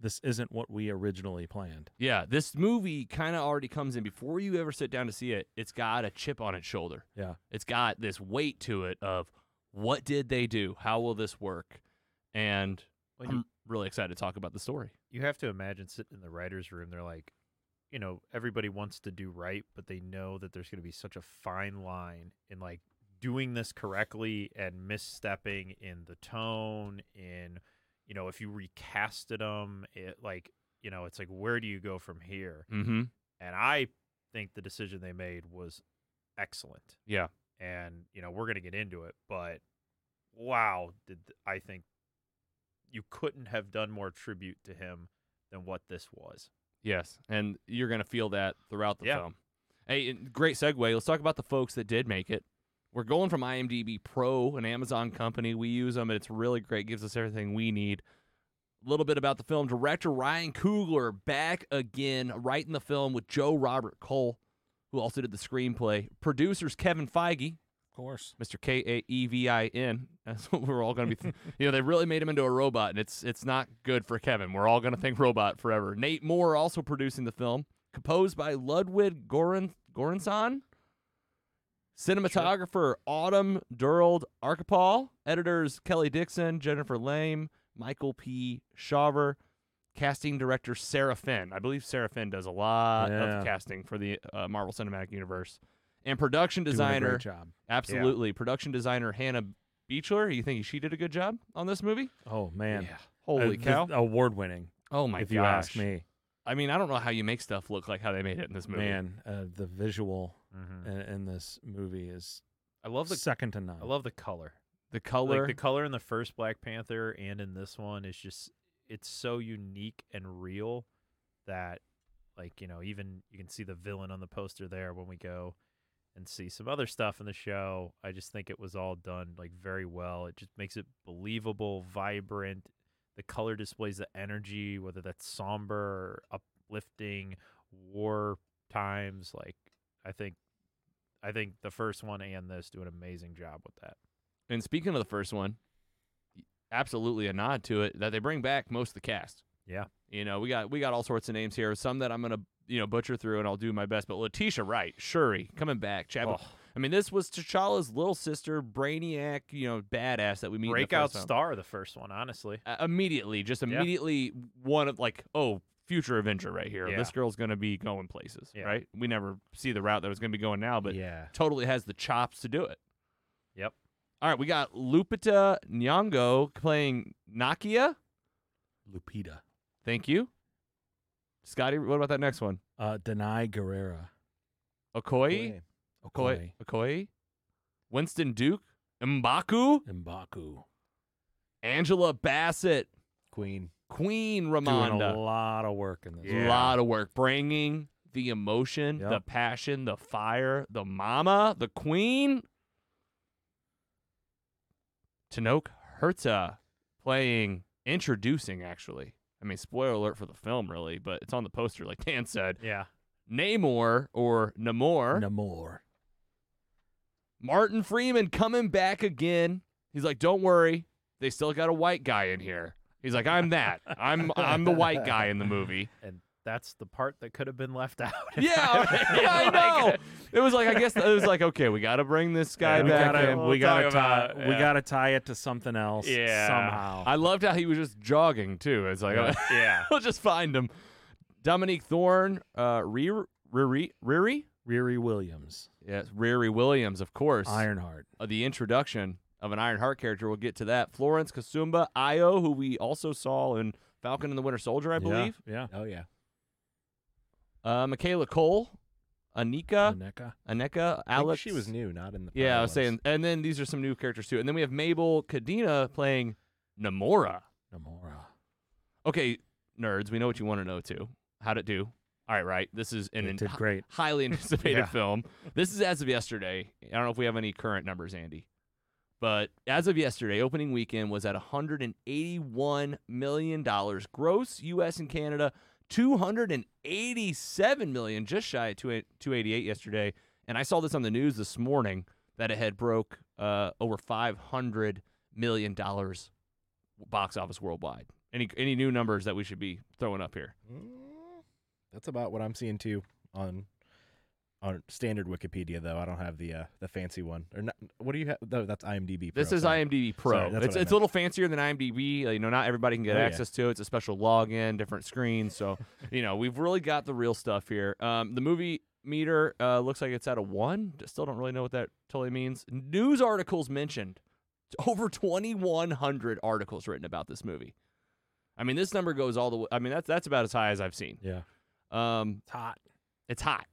Speaker 2: this isn't what we originally planned?
Speaker 1: Yeah, this movie kind of already comes in before you ever sit down to see it. It's got a chip on its shoulder.
Speaker 2: Yeah.
Speaker 1: It's got this weight to it of what did they do? How will this work? And
Speaker 4: Well, you,
Speaker 1: I'm really excited to talk about the story.
Speaker 4: you have to imagine sitting in the writer's room. They're like, you know, everybody wants to do right, but they know that there's going to be such a fine line in like doing this correctly and misstepping in the tone, in, you know, if you recasted them, it like, you know, it's like, where do you go from here?
Speaker 1: Mm-hmm.
Speaker 4: And I think the decision they made was excellent.
Speaker 1: Yeah.
Speaker 4: And, you know, we're going to get into it, but wow, did th- I think you couldn't have done more tribute to him than what this was.
Speaker 1: Yes, and you're gonna feel that throughout the
Speaker 4: Yeah.
Speaker 1: film. Hey, and great segue. Let's talk about the folks that did make it. We're going from IMDb Pro, an Amazon company. We use them, and it's really great. Gives us everything we need. A little bit about the film. Director Ryan Coogler back again, writing the film with Joe Robert Cole, who also did the screenplay. Producers Kevin Feige,
Speaker 2: Of course.
Speaker 1: Mr. K A E V I N. That's what we're all going to be. you know, they really made him into a robot, and it's it's not good for Kevin. We're all going to think robot forever. Nate Moore also producing the film, composed by Ludwig Goran Goranson. Cinematographer Autumn Durald Archipal, editors Kelly Dixon, Jennifer Lame, Michael P. Shaver, casting director Sarah Finn. I believe Sarah Finn does a lot
Speaker 2: Yeah.
Speaker 1: of casting for the uh, Marvel Cinematic Universe, and production
Speaker 2: Doing a
Speaker 1: designer
Speaker 2: great job.
Speaker 1: Absolutely. Production designer Hannah Beechler, you think she did a good job on this movie?
Speaker 2: Oh man.
Speaker 1: Holy cow.
Speaker 2: Award winning,
Speaker 1: oh my
Speaker 2: if
Speaker 1: gosh.
Speaker 2: you ask me.
Speaker 1: I mean, I don't know how you make stuff look like how they made it in this movie. Mm.
Speaker 2: Man, uh, the visual
Speaker 4: Mm-hmm.
Speaker 2: in, in this movie is
Speaker 4: I love the
Speaker 2: second to none.
Speaker 4: I love the color.
Speaker 1: The color.
Speaker 4: Like the color in the first Black Panther and in this one is just it's so unique and real that like, you know, even you can see the villain on the poster there when we go and see some other stuff in the show. I just think it was all done like very well. It just makes it believable, vibrant. The color displays the energy, whether that's somber, uplifting, war times, like I think I think the first one and this do an amazing job with that.
Speaker 1: and speaking of the first one, absolutely a nod to it that they bring back most of the cast.
Speaker 4: Yeah.
Speaker 1: You know, we got we got all sorts of names
Speaker 2: Oh.
Speaker 1: here. Some that I'm gonna you know butcher through, and I'll do my best. But Letitia Wright, Shuri coming back, Chadwick. I mean, this was T'Challa's little sister, brainiac, you know, badass that we meet. in the first
Speaker 4: Breakout
Speaker 1: film.
Speaker 4: star, the first one, honestly.
Speaker 1: Uh, immediately, just
Speaker 4: Yeah.
Speaker 1: immediately one of like, oh, future Avenger right here.
Speaker 4: Yeah.
Speaker 1: This girl's gonna be going places,
Speaker 4: Yeah.
Speaker 1: right? We never see the route that was gonna be going now, but
Speaker 3: yeah,
Speaker 1: totally has the chops to do it.
Speaker 4: Yep.
Speaker 1: All right, we got Lupita Nyong'o playing Nakia.
Speaker 2: Lupita.
Speaker 1: Thank you, Scotty. What about that next one?
Speaker 2: Uh, Denai Guerrera.
Speaker 1: Okoye, Okoye, Okoye, Winston Duke, Mbaku,
Speaker 2: Mbaku.
Speaker 1: Angela Bassett,
Speaker 3: Queen.
Speaker 1: Queen
Speaker 2: Doing
Speaker 1: Ramonda.
Speaker 2: a lot of work in this.
Speaker 1: A lot of work bringing the emotion, the
Speaker 2: Yep.
Speaker 1: passion, the fire, the mama, the queen. Tanoke Herta playing, introducing actually. I mean, spoiler alert for the film, really, but it's on the poster, like Dan said.
Speaker 4: Yeah.
Speaker 1: Namor or Namor,
Speaker 2: Namor.
Speaker 1: Martin Freeman coming back again. He's like, "Don't worry, they still got a white guy in here." He's like, "I'm that. I'm I'm the white guy in the movie."
Speaker 4: And that's the part that could have been left out.
Speaker 1: Yeah, yeah, I
Speaker 4: Like,
Speaker 1: know. It was like I guess it was like okay, we got to bring this guy
Speaker 2: Yeah, we
Speaker 1: back.
Speaker 2: gotta,
Speaker 1: in.
Speaker 2: we gotta tie,
Speaker 1: about-
Speaker 2: we
Speaker 1: yeah.
Speaker 2: gotta tie it to something else.
Speaker 1: Yeah.
Speaker 2: somehow.
Speaker 1: I loved how he was just jogging too. It's like
Speaker 4: uh,
Speaker 1: yeah, we'll just find him. Dominique Thorne, uh, Riri, Riri, Riri,
Speaker 2: Riri Williams,
Speaker 1: yes, Riri Williams, of course.
Speaker 2: Ironheart.
Speaker 1: Uh, the introduction of an Iron Heart character. We'll get to that. Florence Kasumba, Io, who we also saw in Falcon and the Winter Soldier, I believe.
Speaker 2: Yeah.
Speaker 3: Oh yeah.
Speaker 1: Uh, Michaela Cole, Anika,
Speaker 2: Aneka.
Speaker 1: Aneka,
Speaker 3: I think
Speaker 1: Uh, Alex.
Speaker 3: she was new, not in the.
Speaker 1: Yeah,
Speaker 3: prior
Speaker 1: I was
Speaker 3: ones.
Speaker 1: saying, and then these are some new characters too, and then we have Mabel Cadena playing Namora.
Speaker 2: Namora.
Speaker 1: Okay, nerds, we know what you want to know too. How'd it do? All right, right. This is an
Speaker 2: It
Speaker 1: an-
Speaker 2: did great.
Speaker 1: highly anticipated
Speaker 2: Yeah.
Speaker 1: film. This is as of yesterday. I don't know if we have any current numbers, Andy, but as of yesterday, opening weekend was at 181 million dollars gross, U.S. and Canada, 287 million, just shy of 2 288 yesterday. And I saw this on the news this morning that it had broke uh, over 500 million dollars box office worldwide. Any any new numbers that we should be throwing up here?
Speaker 3: Mm, That's about what I'm seeing too on on standard Wikipedia though. I don't have the uh, the fancy one. Or not, what do you have? No, that's IMDb. Pro,
Speaker 1: This is
Speaker 3: sorry.
Speaker 1: IMDb Pro.
Speaker 3: Sorry, that's
Speaker 1: it's
Speaker 3: what I
Speaker 1: it's a
Speaker 3: meant.
Speaker 1: little fancier than IMDb. You know, not everybody can get
Speaker 3: Oh, yeah.
Speaker 1: access to it. It's a special login, different screen. So, you know, we've really got the real stuff here. Um, the movie meter uh, looks like it's at a one. Still don't really know what that totally means. News articles mentioned over 2,100 articles written about this movie. I mean, this number goes all the way. I mean, that's that's about as high as I've seen.
Speaker 2: Yeah.
Speaker 1: Um,
Speaker 2: It's hot.
Speaker 1: it's hot.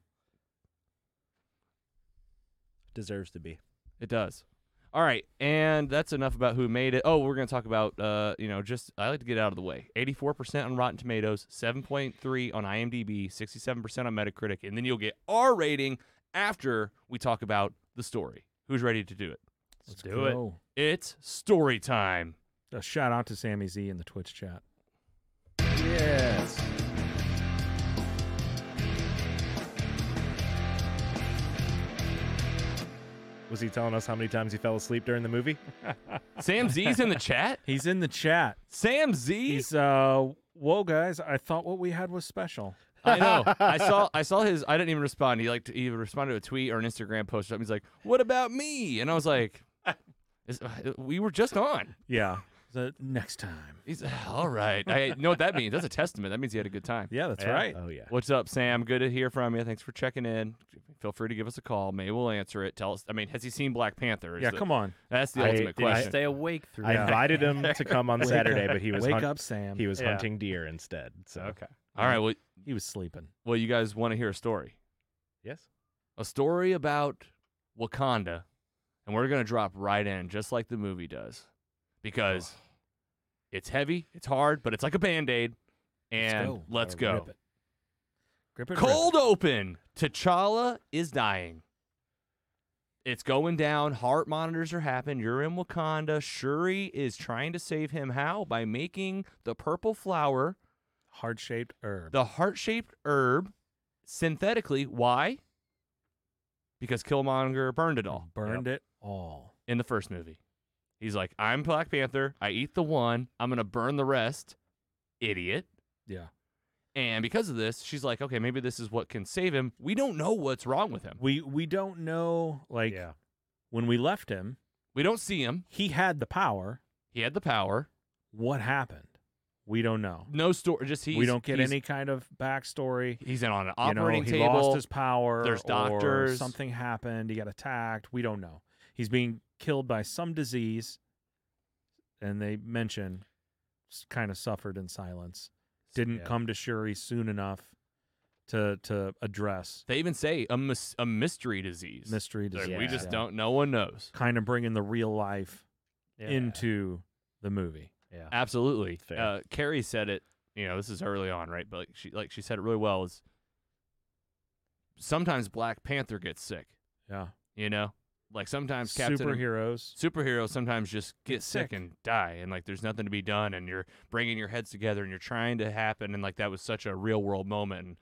Speaker 3: Deserves to be.
Speaker 1: It does. All right, and that's enough about who made it. Oh, we're going to talk about, uh, you know, just I like to get out of the way. Eighty-four percent on Rotten Tomatoes, seven point three on IMDb, sixty-seven percent on Metacritic, and then you'll get our rating after we talk about the story. Who's ready to do it?
Speaker 4: Let's do it.
Speaker 1: It's story time.
Speaker 2: A shout out to Sammy Z in the Twitch chat.
Speaker 3: Yes. Was he telling us how many times he fell asleep during the movie?
Speaker 1: Sam Z's in the chat.
Speaker 2: He's in the chat.
Speaker 1: Sam Z.
Speaker 2: He's uh, whoa guys, I thought what we had was special.
Speaker 1: I know. I saw. I saw his. I didn't even respond. He like he responded to a tweet or an Instagram post. He's like, "What about me?" And I was like, "Is- uh, "We were just on."
Speaker 2: Yeah. The next time.
Speaker 1: He's all right. I know what that means. That's a testament. That means he had a good time.
Speaker 2: Yeah, that's
Speaker 4: Yeah.
Speaker 2: right.
Speaker 3: Oh yeah.
Speaker 1: What's up, Sam? Good to hear from you. Thanks for checking in. Feel free to give us a call. Maybe we'll answer it. Tell us. I mean, has he seen Black Panther? Is
Speaker 2: yeah,
Speaker 1: the-
Speaker 2: come on.
Speaker 1: That's the
Speaker 3: I-
Speaker 1: ultimate
Speaker 3: did I
Speaker 1: question.
Speaker 4: Stay awake through
Speaker 3: I
Speaker 4: that.
Speaker 3: invited him to come on
Speaker 2: Wake
Speaker 3: Saturday,
Speaker 2: up.
Speaker 3: but he was
Speaker 2: Wake
Speaker 3: hunt-
Speaker 2: up, Sam.
Speaker 3: he was
Speaker 4: Yeah.
Speaker 3: hunting deer instead. So
Speaker 4: Okay.
Speaker 1: all right. Well,
Speaker 2: He was sleeping.
Speaker 1: well, you guys want to hear a story?
Speaker 3: yes.
Speaker 1: A story about Wakanda, and we're gonna drop right in, just like the movie does, because it's heavy, it's hard, but it's like a band aid. And let's
Speaker 2: Gotta
Speaker 1: go.
Speaker 2: Rip it. Grip it. rip
Speaker 1: Cold
Speaker 2: it.
Speaker 1: open. T'Challa is dying. It's going down. Heart monitors are happening. You're in Wakanda. Shuri is trying to save him. How? By making the purple flower,
Speaker 2: Hard shaped herb.
Speaker 1: the heart shaped herb, synthetically. Why? Because Killmonger burned it all
Speaker 2: Burned it all.
Speaker 1: in the first movie. He's like, I'm Black Panther. I eat the one. I'm going to burn the rest. Idiot.
Speaker 2: Yeah.
Speaker 1: And because of this, she's like, okay, maybe this is what can save him. We don't know what's wrong with him.
Speaker 2: We we don't know like
Speaker 4: yeah.
Speaker 2: when we left him,
Speaker 1: We don't see him.
Speaker 2: he had the power.
Speaker 1: He had the power.
Speaker 2: What happened? We don't know.
Speaker 1: No story. Just he.
Speaker 2: we don't get
Speaker 1: he's,
Speaker 2: any kind of backstory.
Speaker 1: He's in on an
Speaker 2: You know,
Speaker 1: operating
Speaker 2: he
Speaker 1: table.
Speaker 2: lost his power.
Speaker 1: There's
Speaker 2: or
Speaker 1: doctors.
Speaker 2: something happened. He got attacked. We don't know. He's being killed by some disease, and they mention kind of suffered in silence. Didn't
Speaker 3: Yeah.
Speaker 2: come to Shuri soon enough to to address
Speaker 1: they even say a, mys- a mystery disease.
Speaker 2: mystery
Speaker 1: Like,
Speaker 2: disease.
Speaker 1: We
Speaker 3: Yeah.
Speaker 1: just don't. No one knows.
Speaker 2: kind of bringing the real life
Speaker 4: Yeah.
Speaker 2: into the movie.
Speaker 4: yeah.
Speaker 1: Absolutely.
Speaker 3: Fair.
Speaker 1: Uh, Carrie said it. You know, this is early on, right? But like she like she said it really well. Is sometimes Black Panther gets sick.
Speaker 2: Yeah,
Speaker 1: You know, like sometimes Captain
Speaker 2: superheroes.
Speaker 1: superheroes sometimes just get
Speaker 2: Get
Speaker 1: sick
Speaker 2: sick.
Speaker 1: and die and like there's nothing to be done and you're bringing your heads together and you're trying to happen and like that was such a real world moment and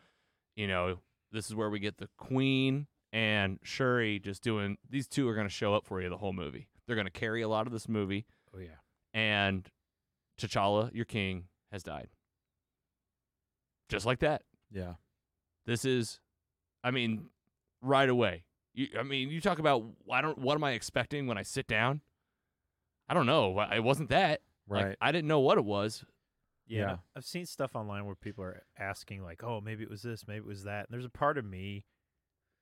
Speaker 1: you know this is where we get the queen and shuri just doing these two are going to show up for you the whole movie they're going to carry a lot of this movie
Speaker 4: Oh yeah.
Speaker 1: and t'challa your king has died just like that
Speaker 2: Yeah,
Speaker 1: this is i mean right away you, i mean you talk about i don't what am i expecting when i sit down i don't know I- it wasn't that Like,
Speaker 2: right.
Speaker 1: i didn't know what it was
Speaker 4: Yeah.
Speaker 2: Yeah.
Speaker 4: I've seen stuff online where people are asking, like, oh, maybe it was this, maybe it was that. And there's a part of me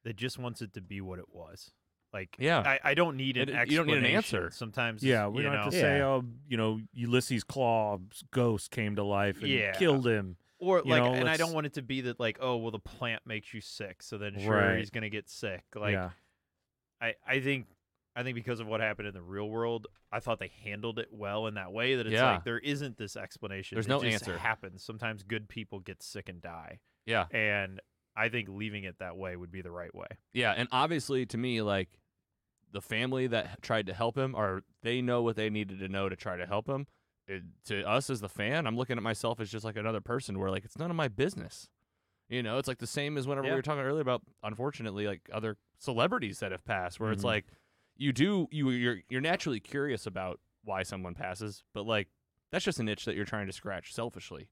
Speaker 4: that just wants it to be what it was. Like,
Speaker 1: Yeah.
Speaker 4: I, I don't need an
Speaker 2: uh,
Speaker 1: It- you don't need an
Speaker 4: explanation.
Speaker 1: answer.
Speaker 4: Sometimes,
Speaker 2: Yeah, we
Speaker 4: you
Speaker 2: don't
Speaker 4: know,
Speaker 2: have to
Speaker 3: know.
Speaker 2: say,
Speaker 3: Yeah.
Speaker 2: oh, you know, Ulysses Claw's ghost came to life and
Speaker 4: Yeah.
Speaker 2: killed him.
Speaker 4: Or,
Speaker 2: you
Speaker 4: like,
Speaker 2: know,
Speaker 4: and I don't
Speaker 2: let's-
Speaker 4: want it to be that, like, oh, well, the plant makes you sick. So then sure,
Speaker 2: Right.
Speaker 4: he's going to get sick. Like,
Speaker 2: yeah,
Speaker 4: I, I think. I think because of what happened in the real world, I thought they handled it well in that way. That it's
Speaker 1: Yeah.
Speaker 4: like there isn't this explanation.
Speaker 1: There's
Speaker 4: It
Speaker 1: no
Speaker 4: just
Speaker 1: answer.
Speaker 4: Happens sometimes. Good people get sick and die.
Speaker 1: yeah
Speaker 4: and I think leaving it that way would be the right way.
Speaker 1: yeah and obviously to me like the family that tried to help him or they know what they needed to know to try to help him it, to us as the fan i'm looking at myself as just like another person where like it's none of my business you know it's like the same as whenever
Speaker 4: Yeah.
Speaker 1: we were talking earlier about unfortunately like other celebrities that have passed where it's
Speaker 2: Mhm.
Speaker 1: like you do you you're you're naturally curious about why someone passes but like that's just an itch that you're trying to scratch selfishly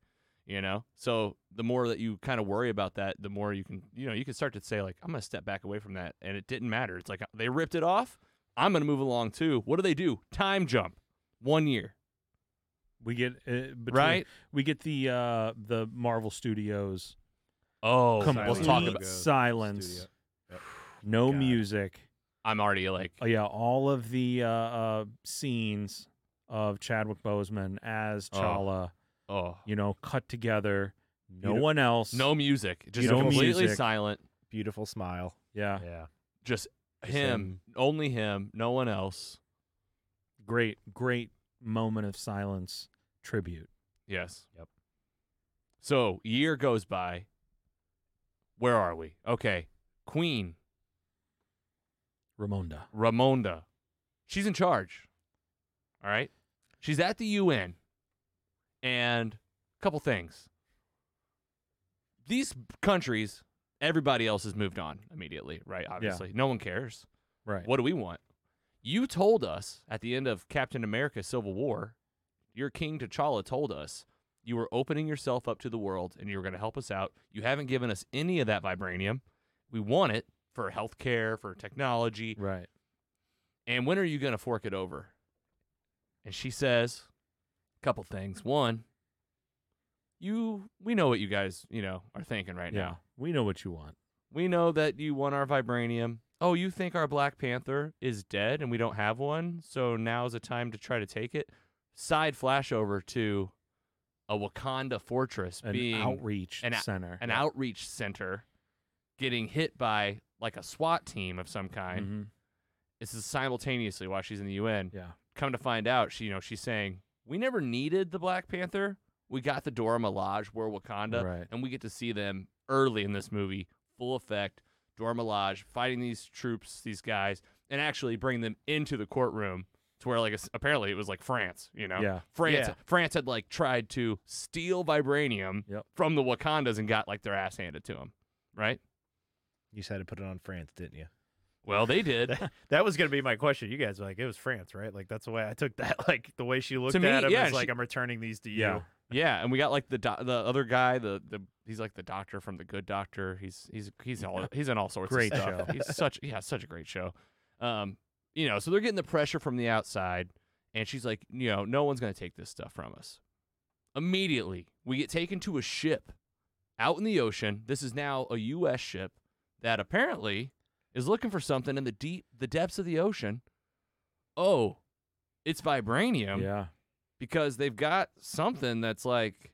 Speaker 1: you know so the more that you kind of worry about that the more you can you know you can start to say like i'm gonna step back away from that and it didn't matter it's like uh, they ripped it off i'm gonna move along too what do they do time jump one year
Speaker 2: we get uh, between,
Speaker 1: Right?
Speaker 2: We get the uh the Marvel Studios
Speaker 1: oh
Speaker 2: complete
Speaker 1: let's talk about
Speaker 2: silence, no
Speaker 3: God.
Speaker 2: music.
Speaker 1: i'm already like
Speaker 2: Oh, yeah, all of the uh, uh scenes of Chadwick Boseman as
Speaker 1: Oh.
Speaker 2: Chala,
Speaker 1: oh
Speaker 2: you know, cut together. No
Speaker 3: Beautiful.
Speaker 2: one else.
Speaker 1: no music just
Speaker 2: don't
Speaker 1: completely
Speaker 2: music.
Speaker 1: silent
Speaker 3: Beautiful smile.
Speaker 2: Yeah.
Speaker 4: Yeah.
Speaker 1: just
Speaker 3: Just
Speaker 1: him only him no one else
Speaker 2: Great, great moment of silence tribute.
Speaker 1: Yes.
Speaker 4: Yep.
Speaker 1: So year goes by. Where are we? Okay. Queen
Speaker 2: Ramonda.
Speaker 1: Ramonda. She's in charge. All right. She's at the UN. And a couple things. These countries, everybody else has moved on immediately, right? Obviously. No one cares.
Speaker 2: Right.
Speaker 1: What do we want? You told us at the end of Captain America Civil War, your king T'Challa told us you were opening yourself up to the world and you were going to help us out. You haven't given us any of that vibranium. We want it for healthcare, for technology.
Speaker 2: Right.
Speaker 1: And when are you going to fork it over? And she says a couple things. One, you we know what you guys, you know, are thinking right
Speaker 2: yeah.
Speaker 1: now.
Speaker 2: We know what you want.
Speaker 1: We know that you want our vibranium. Oh, you think our Black Panther is dead and we don't have one, so now's the time to try to take it. Side flash over to a Wakanda fortress
Speaker 2: An
Speaker 1: being
Speaker 2: outreach
Speaker 1: an ou-
Speaker 2: center.
Speaker 1: an outreach center, getting hit by like a SWAT team of some kind.
Speaker 2: Mhm.
Speaker 1: This is simultaneously while she's in the UN.
Speaker 2: Yeah.
Speaker 1: Come to find out, she you know she's saying we never needed the Black Panther. We got the Dora Milaje. We're Wakanda,
Speaker 2: Right.
Speaker 1: and we get to see them early in this movie, full effect. Dora Milaje fighting these troops, these guys, and actually bring them into the courtroom to where like it's- apparently it was like France, you know,
Speaker 2: Yeah.
Speaker 1: France,
Speaker 4: Yeah.
Speaker 1: France had like tried to steal vibranium
Speaker 2: Yep.
Speaker 1: from the Wakandas and got like their ass handed to them, right?
Speaker 3: You said to put it on France, didn't you?
Speaker 1: Well, they did.
Speaker 4: That was gonna be my question. You guys were like it was France, right? Like that's the way I took that. Like the way she looked
Speaker 1: me,
Speaker 4: at him
Speaker 1: yeah,
Speaker 4: is like
Speaker 1: she-
Speaker 4: I'm returning these to you.
Speaker 2: Yeah.
Speaker 1: Yeah, and we got like the do- the other guy, the the he's like the doctor from the Good Doctor. He's he's he's all he's in all sorts
Speaker 2: Great
Speaker 1: of stuff.
Speaker 2: show.
Speaker 1: He's such yeah, such a great show. Um, you know, so they're getting the pressure from the outside, and she's like, you know, no one's gonna take this stuff from us. Immediately, we get taken to a ship out in the ocean. This is now a U.S. ship that apparently is looking for something in the deep the depths of the ocean. Oh, it's vibranium
Speaker 2: yeah.
Speaker 1: because they've got something that's like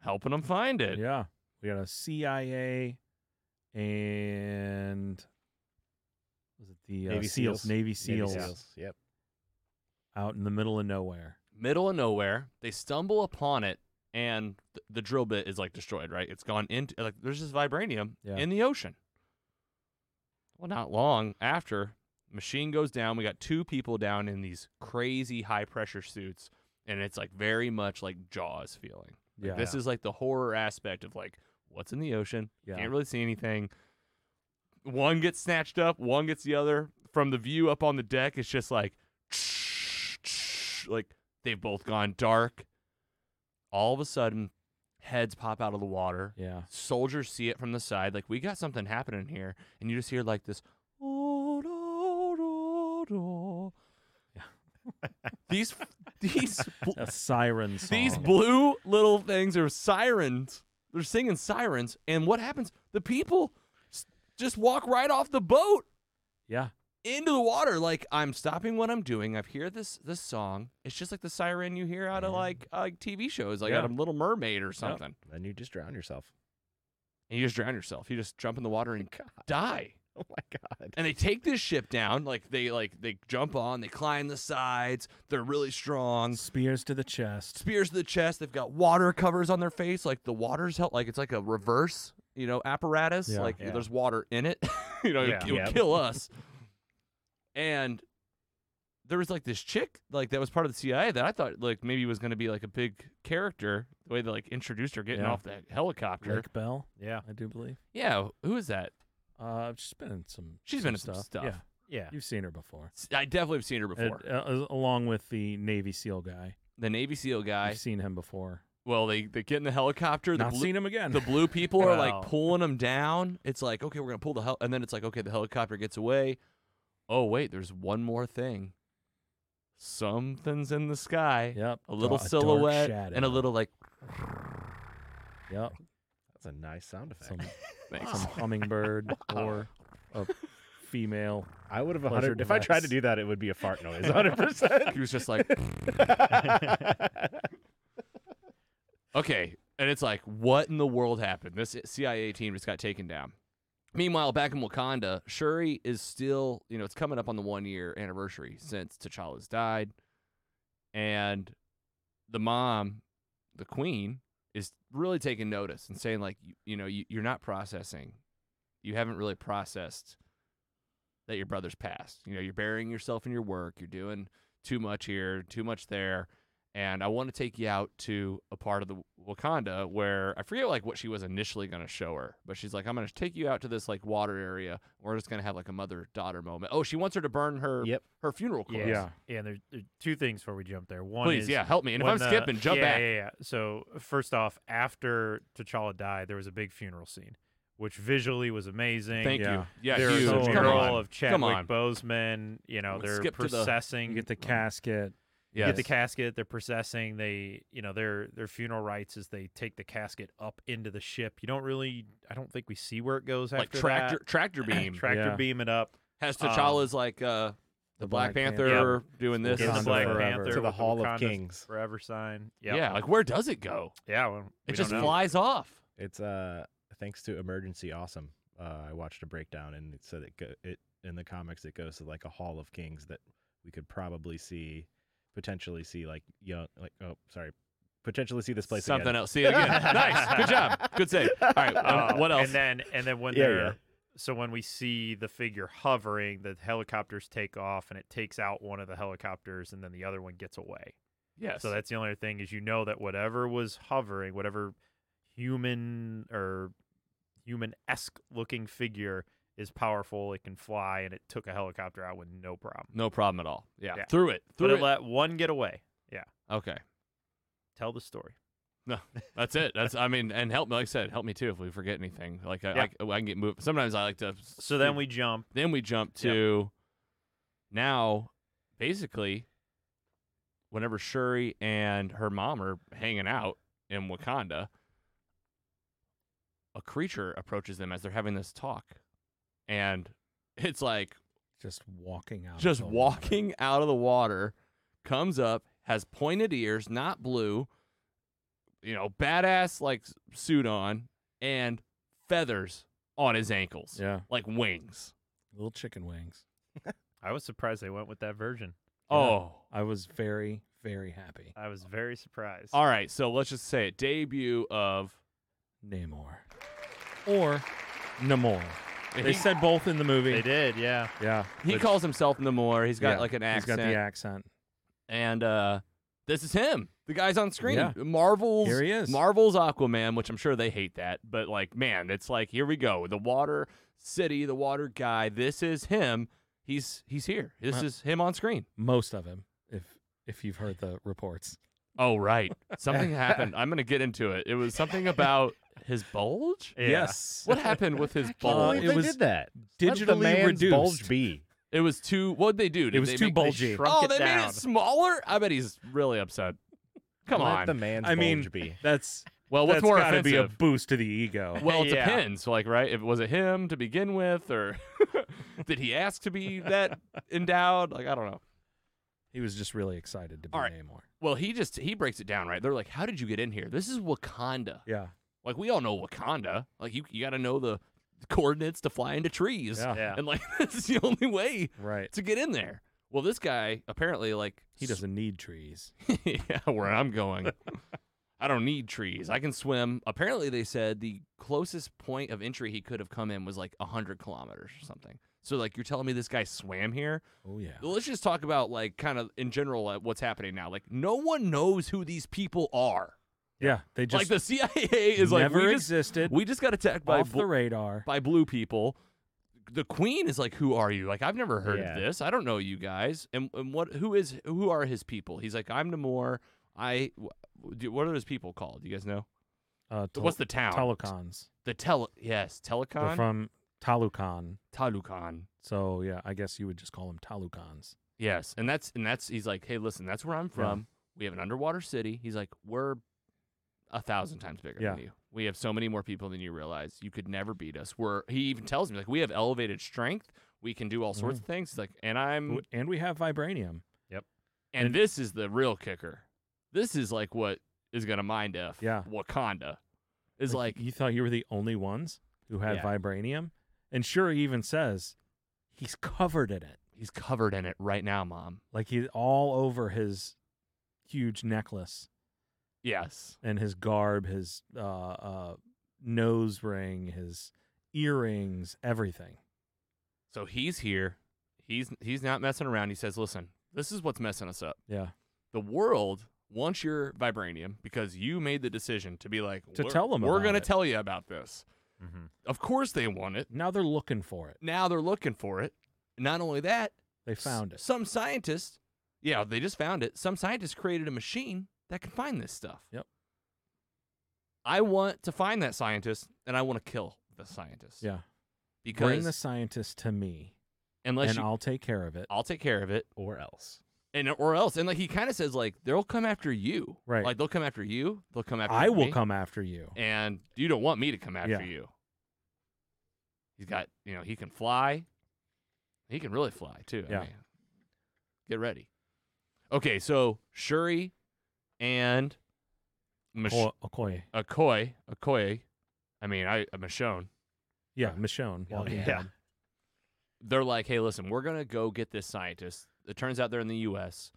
Speaker 1: helping them find it.
Speaker 2: Yeah. We got a CIA and was it the uh,
Speaker 3: Navy
Speaker 2: SEALs,
Speaker 3: SEALs.
Speaker 2: Navy
Speaker 3: Navy
Speaker 2: SEALs,
Speaker 3: Yep.
Speaker 2: out in the middle of nowhere.
Speaker 1: Middle of nowhere, they stumble upon it, and th- the drill bit is like destroyed. Right, it's gone into like there's this vibranium
Speaker 2: Yeah.
Speaker 1: in the ocean. Well, not long after, machine goes down. We got two people down in these crazy high pressure suits, and it's like very much like Jaws feeling.
Speaker 2: Yeah.
Speaker 1: This is like the horror aspect of like what's in the ocean.
Speaker 2: Yeah.
Speaker 1: Can't really see anything. One gets snatched up, one gets the other. From the view up on the deck, it's just like like they've both gone dark. All of a sudden, heads pop out of the water.
Speaker 2: yeah.
Speaker 1: Soldiers see it from the side, like we got something happening here, and you just hear like this. "Oh, no, no, no." these these
Speaker 2: A siren song.
Speaker 1: these blue little things are sirens. They're singing sirens, and what happens? The people s- just walk right off the boat
Speaker 2: yeah.
Speaker 1: into the water. Like I'm stopping what I'm doing. I've hear this this song. It's just like the siren you hear out of like uh, TV shows, like out
Speaker 2: Yeah.
Speaker 1: of Little Mermaid or something.
Speaker 3: Then you just drown yourself.
Speaker 1: And you just drown yourself. You just jump in the water and die.
Speaker 3: Oh my god.
Speaker 1: And they take this ship down. Like they like they jump on. They climb the sides. They're really strong.
Speaker 2: Spears to the chest.
Speaker 1: spears to the chest. They've got water covers on their face. Like the water's help. Like it's like a reverse, you know, apparatus.
Speaker 2: Yeah.
Speaker 1: like
Speaker 4: Yeah.
Speaker 1: there's water in it. you know, it-
Speaker 4: Yeah.
Speaker 1: it would
Speaker 3: Yeah.
Speaker 1: kill us. and there was like this chick, like that was part of the CIA that I thought like maybe was going to be like a big character. The way they like introduced her getting
Speaker 2: Yeah.
Speaker 1: off that helicopter.
Speaker 2: Lake Bell,
Speaker 4: Yeah.
Speaker 2: I do believe.
Speaker 1: yeah, who is that?
Speaker 2: Uh, she's been in some.
Speaker 1: She's
Speaker 2: She's
Speaker 1: been in some stuff.
Speaker 2: Yeah,
Speaker 4: Yeah.
Speaker 2: you've seen her before.
Speaker 1: S- I definitely have seen her
Speaker 2: And,
Speaker 1: before.
Speaker 2: uh, along with the Navy SEAL guy,
Speaker 1: the Navy SEAL
Speaker 2: i
Speaker 1: guy.
Speaker 2: have seen him before.
Speaker 1: well, they they get in the helicopter. The
Speaker 2: Not
Speaker 1: blue-
Speaker 2: seen him again.
Speaker 1: the blue people are
Speaker 4: Wow.
Speaker 1: like pulling them down. It's like, okay, we're gonna pull the hel, and then it's like, okay, the helicopter gets away. Oh wait, there's one more thing. Something's in the sky.
Speaker 2: Yep.
Speaker 1: A little silhouette and a little like.
Speaker 2: Yep.
Speaker 3: That's a nice sound effect.
Speaker 2: Some,
Speaker 1: Thanks.
Speaker 2: some hummingbird or a female.
Speaker 3: I would have a
Speaker 2: pleasure
Speaker 3: hundred. If I tried to
Speaker 2: device.
Speaker 3: do that, it would be a fart noise. Hundred percent.
Speaker 1: He was just like, okay, and it's like, what in the world happened? This CIA team just got taken down. Meanwhile, back in Wakanda, Shuri is still, you know, it's coming up on the one year anniversary since T'Challa's died. And the mom, the queen, is really taking notice and saying, like, you, you know, you, you're not processing. You haven't really processed that your brother's passed. You know, you're burying yourself in your work. You're doing too much here, too much there. And I want to take you out to a part of the Wakanda where I forget like what she was initially going to show her, but she's like, I'm going to take you out to this like water area. We're just going to have like a mother daughter moment. Oh, she wants her to burn her
Speaker 3: Yep.
Speaker 1: her funeral clothes.
Speaker 4: Yeah.
Speaker 2: Yeah.
Speaker 4: Yeah, and there, there are two things before we jump there. One
Speaker 1: Please,
Speaker 4: is
Speaker 1: yeah, help me. And if
Speaker 4: when
Speaker 1: I'm
Speaker 4: the-
Speaker 1: skipping, jump
Speaker 4: yeah,
Speaker 1: back.
Speaker 4: Yeah, yeah. So first off, after T'Challa died, there was a big funeral scene, which visually was amazing.
Speaker 1: Thank
Speaker 2: Yeah.
Speaker 1: you. Yeah,
Speaker 4: there
Speaker 1: huge.
Speaker 4: was a
Speaker 2: so
Speaker 1: Come
Speaker 4: mural
Speaker 1: on.
Speaker 4: of Chadwick
Speaker 1: on.
Speaker 4: Boseman. You know,
Speaker 1: Let's
Speaker 4: they're
Speaker 1: skip to the-
Speaker 4: processing.
Speaker 2: You get the casket.
Speaker 4: you
Speaker 1: Yes.
Speaker 4: get the casket. They're processing. They, you know, their their funeral rites is they take the casket up into the ship. You don't really, I don't think we see where it goes
Speaker 1: like
Speaker 4: after
Speaker 1: tractor tractor
Speaker 4: that.
Speaker 1: beam
Speaker 4: tractor
Speaker 2: Yeah.
Speaker 4: beam it up.
Speaker 1: has T'Challa's like uh the Black, Panther, doing this.
Speaker 4: in the
Speaker 2: Wakanda
Speaker 4: Black
Speaker 2: forever.
Speaker 4: Panther
Speaker 3: To the
Speaker 4: with
Speaker 3: Hall of
Speaker 4: Wakanda's
Speaker 3: Kings.
Speaker 4: forever sign. Yep.
Speaker 1: Yeah, like where does it go?
Speaker 4: yeah. Well, we
Speaker 1: It just
Speaker 4: don't know.
Speaker 1: flies off.
Speaker 3: It's uh thanks to Emergency Awesome. Uh, I watched a breakdown and it said it go, it in the comics it goes to like a Hall of Kings that we could probably see, potentially see like young like oh sorry, potentially see this place
Speaker 1: Something
Speaker 3: again.
Speaker 1: else. See it again. nice. Good job. Good save. All right. uh,
Speaker 4: Um,
Speaker 1: what else?
Speaker 4: And then and then when
Speaker 3: Yeah,
Speaker 4: they're
Speaker 3: yeah.
Speaker 4: so when we see the figure hovering, the helicopters take off and it takes out one of the helicopters and then the other one gets away.
Speaker 1: yes.
Speaker 4: So that's the only other thing is you know that whatever was hovering, whatever human or human esque looking figure is powerful. It can fly, and it took a helicopter out with no problem.
Speaker 1: No problem at all. Yeah,
Speaker 4: Yeah.
Speaker 1: through it,
Speaker 4: But
Speaker 1: through
Speaker 4: it
Speaker 1: it.
Speaker 4: let one get away.
Speaker 1: okay,
Speaker 4: Tell the story.
Speaker 1: that's it. That's I mean, and help. Like I said, help me too if we forget anything. Like I,
Speaker 4: Yeah.
Speaker 1: I, I can get moved. Sometimes I like to.
Speaker 4: So then we jump.
Speaker 1: then we jump
Speaker 4: Yep.
Speaker 1: to now, basically, whenever Shuri and her mom are hanging out in Wakanda, a creature approaches them as they're having this talk, and it's like
Speaker 2: Just walking out. of
Speaker 1: just
Speaker 2: the water.
Speaker 1: walking out of the water, comes up, has pointed ears, not blue, you know, badass like s- suit on, and feathers on his ankles,
Speaker 2: Yeah.
Speaker 1: like wings.
Speaker 2: Little chicken wings.
Speaker 4: I was surprised they went with that version.
Speaker 2: Yeah.
Speaker 1: Oh,
Speaker 2: I was very, very happy.
Speaker 4: I was very surprised.
Speaker 1: all right. So let's just say it. Debut of
Speaker 2: Namor. Or Namor. They
Speaker 1: he,
Speaker 2: said both in the movie.
Speaker 4: They did, yeah.
Speaker 2: Yeah.
Speaker 1: he
Speaker 2: but-
Speaker 1: calls himself Namor. He's got
Speaker 2: yeah,
Speaker 1: like an
Speaker 2: He's
Speaker 1: accent,
Speaker 2: got the accent.
Speaker 1: and uh, this is him. The guy's on screen.
Speaker 2: Yeah.
Speaker 1: Marvel's
Speaker 2: Here he is.
Speaker 1: Marvel's Aquaman, which I'm sure they hate that, but like, man, it's like here we go. The water city, the water guy. This is him. He's he's here. This
Speaker 2: Uh,
Speaker 1: is him on screen.
Speaker 2: Most of him, if if you've heard the reports.
Speaker 1: Oh right, something happened. I'm gonna get into it. It was something about his bulge.
Speaker 4: Yeah.
Speaker 2: Yes.
Speaker 1: What happened with his
Speaker 3: Can't
Speaker 2: Uh,
Speaker 1: bulge?
Speaker 3: believe
Speaker 2: it
Speaker 3: they
Speaker 2: was
Speaker 3: did that. Let the
Speaker 2: digitally
Speaker 3: man's
Speaker 2: reduced.
Speaker 3: Bulge be.
Speaker 1: It was too. What'd they do? Did
Speaker 2: It was
Speaker 1: they
Speaker 2: too
Speaker 1: make-
Speaker 2: bulgy.
Speaker 4: shrunk
Speaker 1: oh,
Speaker 4: it
Speaker 1: they made
Speaker 4: down.
Speaker 1: it smaller. I bet he's really upset. Come
Speaker 3: Let
Speaker 1: on.
Speaker 3: the man's
Speaker 2: I mean,
Speaker 3: bulge be.
Speaker 2: That's
Speaker 1: well, what's
Speaker 2: that's
Speaker 1: more
Speaker 2: gotta
Speaker 1: offensive?
Speaker 2: be a boost to the ego.
Speaker 1: Well, it
Speaker 4: Yeah.
Speaker 1: depends. Like, right? If was it him to begin with, or did he ask to be that endowed? Like, I don't know.
Speaker 2: He was just really excited to be
Speaker 1: All right.
Speaker 2: Namor.
Speaker 1: Well, he just he breaks it down, right? They're like, "How did you get in here? This is Wakanda.
Speaker 2: Yeah.
Speaker 1: Like, we all know Wakanda. Like, you you got to know the coordinates to fly into trees,
Speaker 2: Yeah.
Speaker 4: Yeah.
Speaker 1: and like this is the only way
Speaker 2: Right.
Speaker 1: to get in there." Well, this guy apparently like
Speaker 2: He doesn't need trees.
Speaker 1: yeah, where I'm going. I don't need trees. I can swim. Apparently, they said the closest point of entry he could have come in was like 100 kilometers or something. So, like, you're telling me this guy swam here?
Speaker 2: Oh yeah.
Speaker 1: Well, let's just talk about, like, kind of in general, uh, what's happening now. Like, no one knows who these people are.
Speaker 2: Yeah. They just
Speaker 1: like, the CIA is like,
Speaker 2: never
Speaker 1: we just,
Speaker 2: existed.
Speaker 1: we just got attacked by,
Speaker 2: off
Speaker 1: bl-
Speaker 2: the radar.
Speaker 1: by blue people. The queen is like, who are you? Like, I've never heard
Speaker 3: Yeah.
Speaker 1: of this. I don't know you guys. And, and what? Who is? Who are his people? He's like, I'm Namor. I. wh- do- What are those people called? Do you guys know?
Speaker 2: Uh, Tul-
Speaker 1: What's the town?
Speaker 2: Talukans?
Speaker 1: The tele. Yes, Telecon.
Speaker 2: They're from Talukan.
Speaker 1: Talukan.
Speaker 2: So yeah, I guess you would just call them Talukans.
Speaker 1: Yes, and that's and that's. He's like, hey, listen, that's where I'm from. We have an underwater city. He's like, we're a thousand times bigger
Speaker 2: Yeah.
Speaker 1: than you. We have so many more people than you realize. You could never beat us. We're. He even tells me like, we have elevated strength. We can do all
Speaker 2: Mm.
Speaker 1: sorts of things. He's like, and I'm
Speaker 2: W- And we have vibranium.
Speaker 1: And this is the real kicker. This is like what is gonna mind f
Speaker 2: Yeah.
Speaker 1: Wakanda. Is like,
Speaker 2: you thought you were the only ones who had
Speaker 3: Yeah.
Speaker 2: vibranium, and Shuri even says he's covered in it,
Speaker 1: he's covered in it right now, mom.
Speaker 2: like he's all over his huge necklace
Speaker 1: Yes.
Speaker 2: and his garb, his uh, uh, nose ring, his earrings, everything.
Speaker 1: So he's here. He's he's not messing around. He says, Listen, this is what's messing us up.
Speaker 2: Yeah,
Speaker 1: The world wants your vibranium because you made the decision to be like
Speaker 2: To
Speaker 1: "We're-
Speaker 2: tell 'em
Speaker 1: We're
Speaker 2: about
Speaker 1: gonna
Speaker 2: it."
Speaker 1: tell you about Mm-hmm. this. Of course they want it.
Speaker 2: now they're looking for it.
Speaker 1: Now they're looking for it. Not only that,
Speaker 2: They found
Speaker 1: s-
Speaker 2: it.
Speaker 1: Some scientists, yeah, they just found it. Some scientists created a machine that can find this stuff.
Speaker 2: Yep.
Speaker 1: I want to find that scientist, and I want to kill the scientist.
Speaker 2: Yeah,
Speaker 1: Because
Speaker 2: bring the scientist to me,
Speaker 1: unless
Speaker 2: and
Speaker 1: you, I'll,
Speaker 2: I'll take care of it.
Speaker 1: take care of it,
Speaker 3: Or else.
Speaker 1: and or else, and like he kind of says, like they'll come after you.
Speaker 2: Right.
Speaker 1: Like they'll come after you. They'll come after.
Speaker 2: I will
Speaker 1: me,
Speaker 2: come after you.
Speaker 1: And you don't want me to come after
Speaker 2: Yeah.
Speaker 1: you. He's got, you know, he can fly. He can really fly too. I
Speaker 2: Yeah.
Speaker 1: mean, get ready. Okay, so Shuri and Mich-
Speaker 2: Or Okoye.
Speaker 1: Okoye, Okoye, I mean, I uh, Michonne.
Speaker 2: Yeah, Michonne.
Speaker 3: Yeah.
Speaker 2: Walking
Speaker 4: Yeah.
Speaker 2: Dead.
Speaker 1: They're like, hey, listen, we're gonna go get this scientist. It turns out they're in the U.S.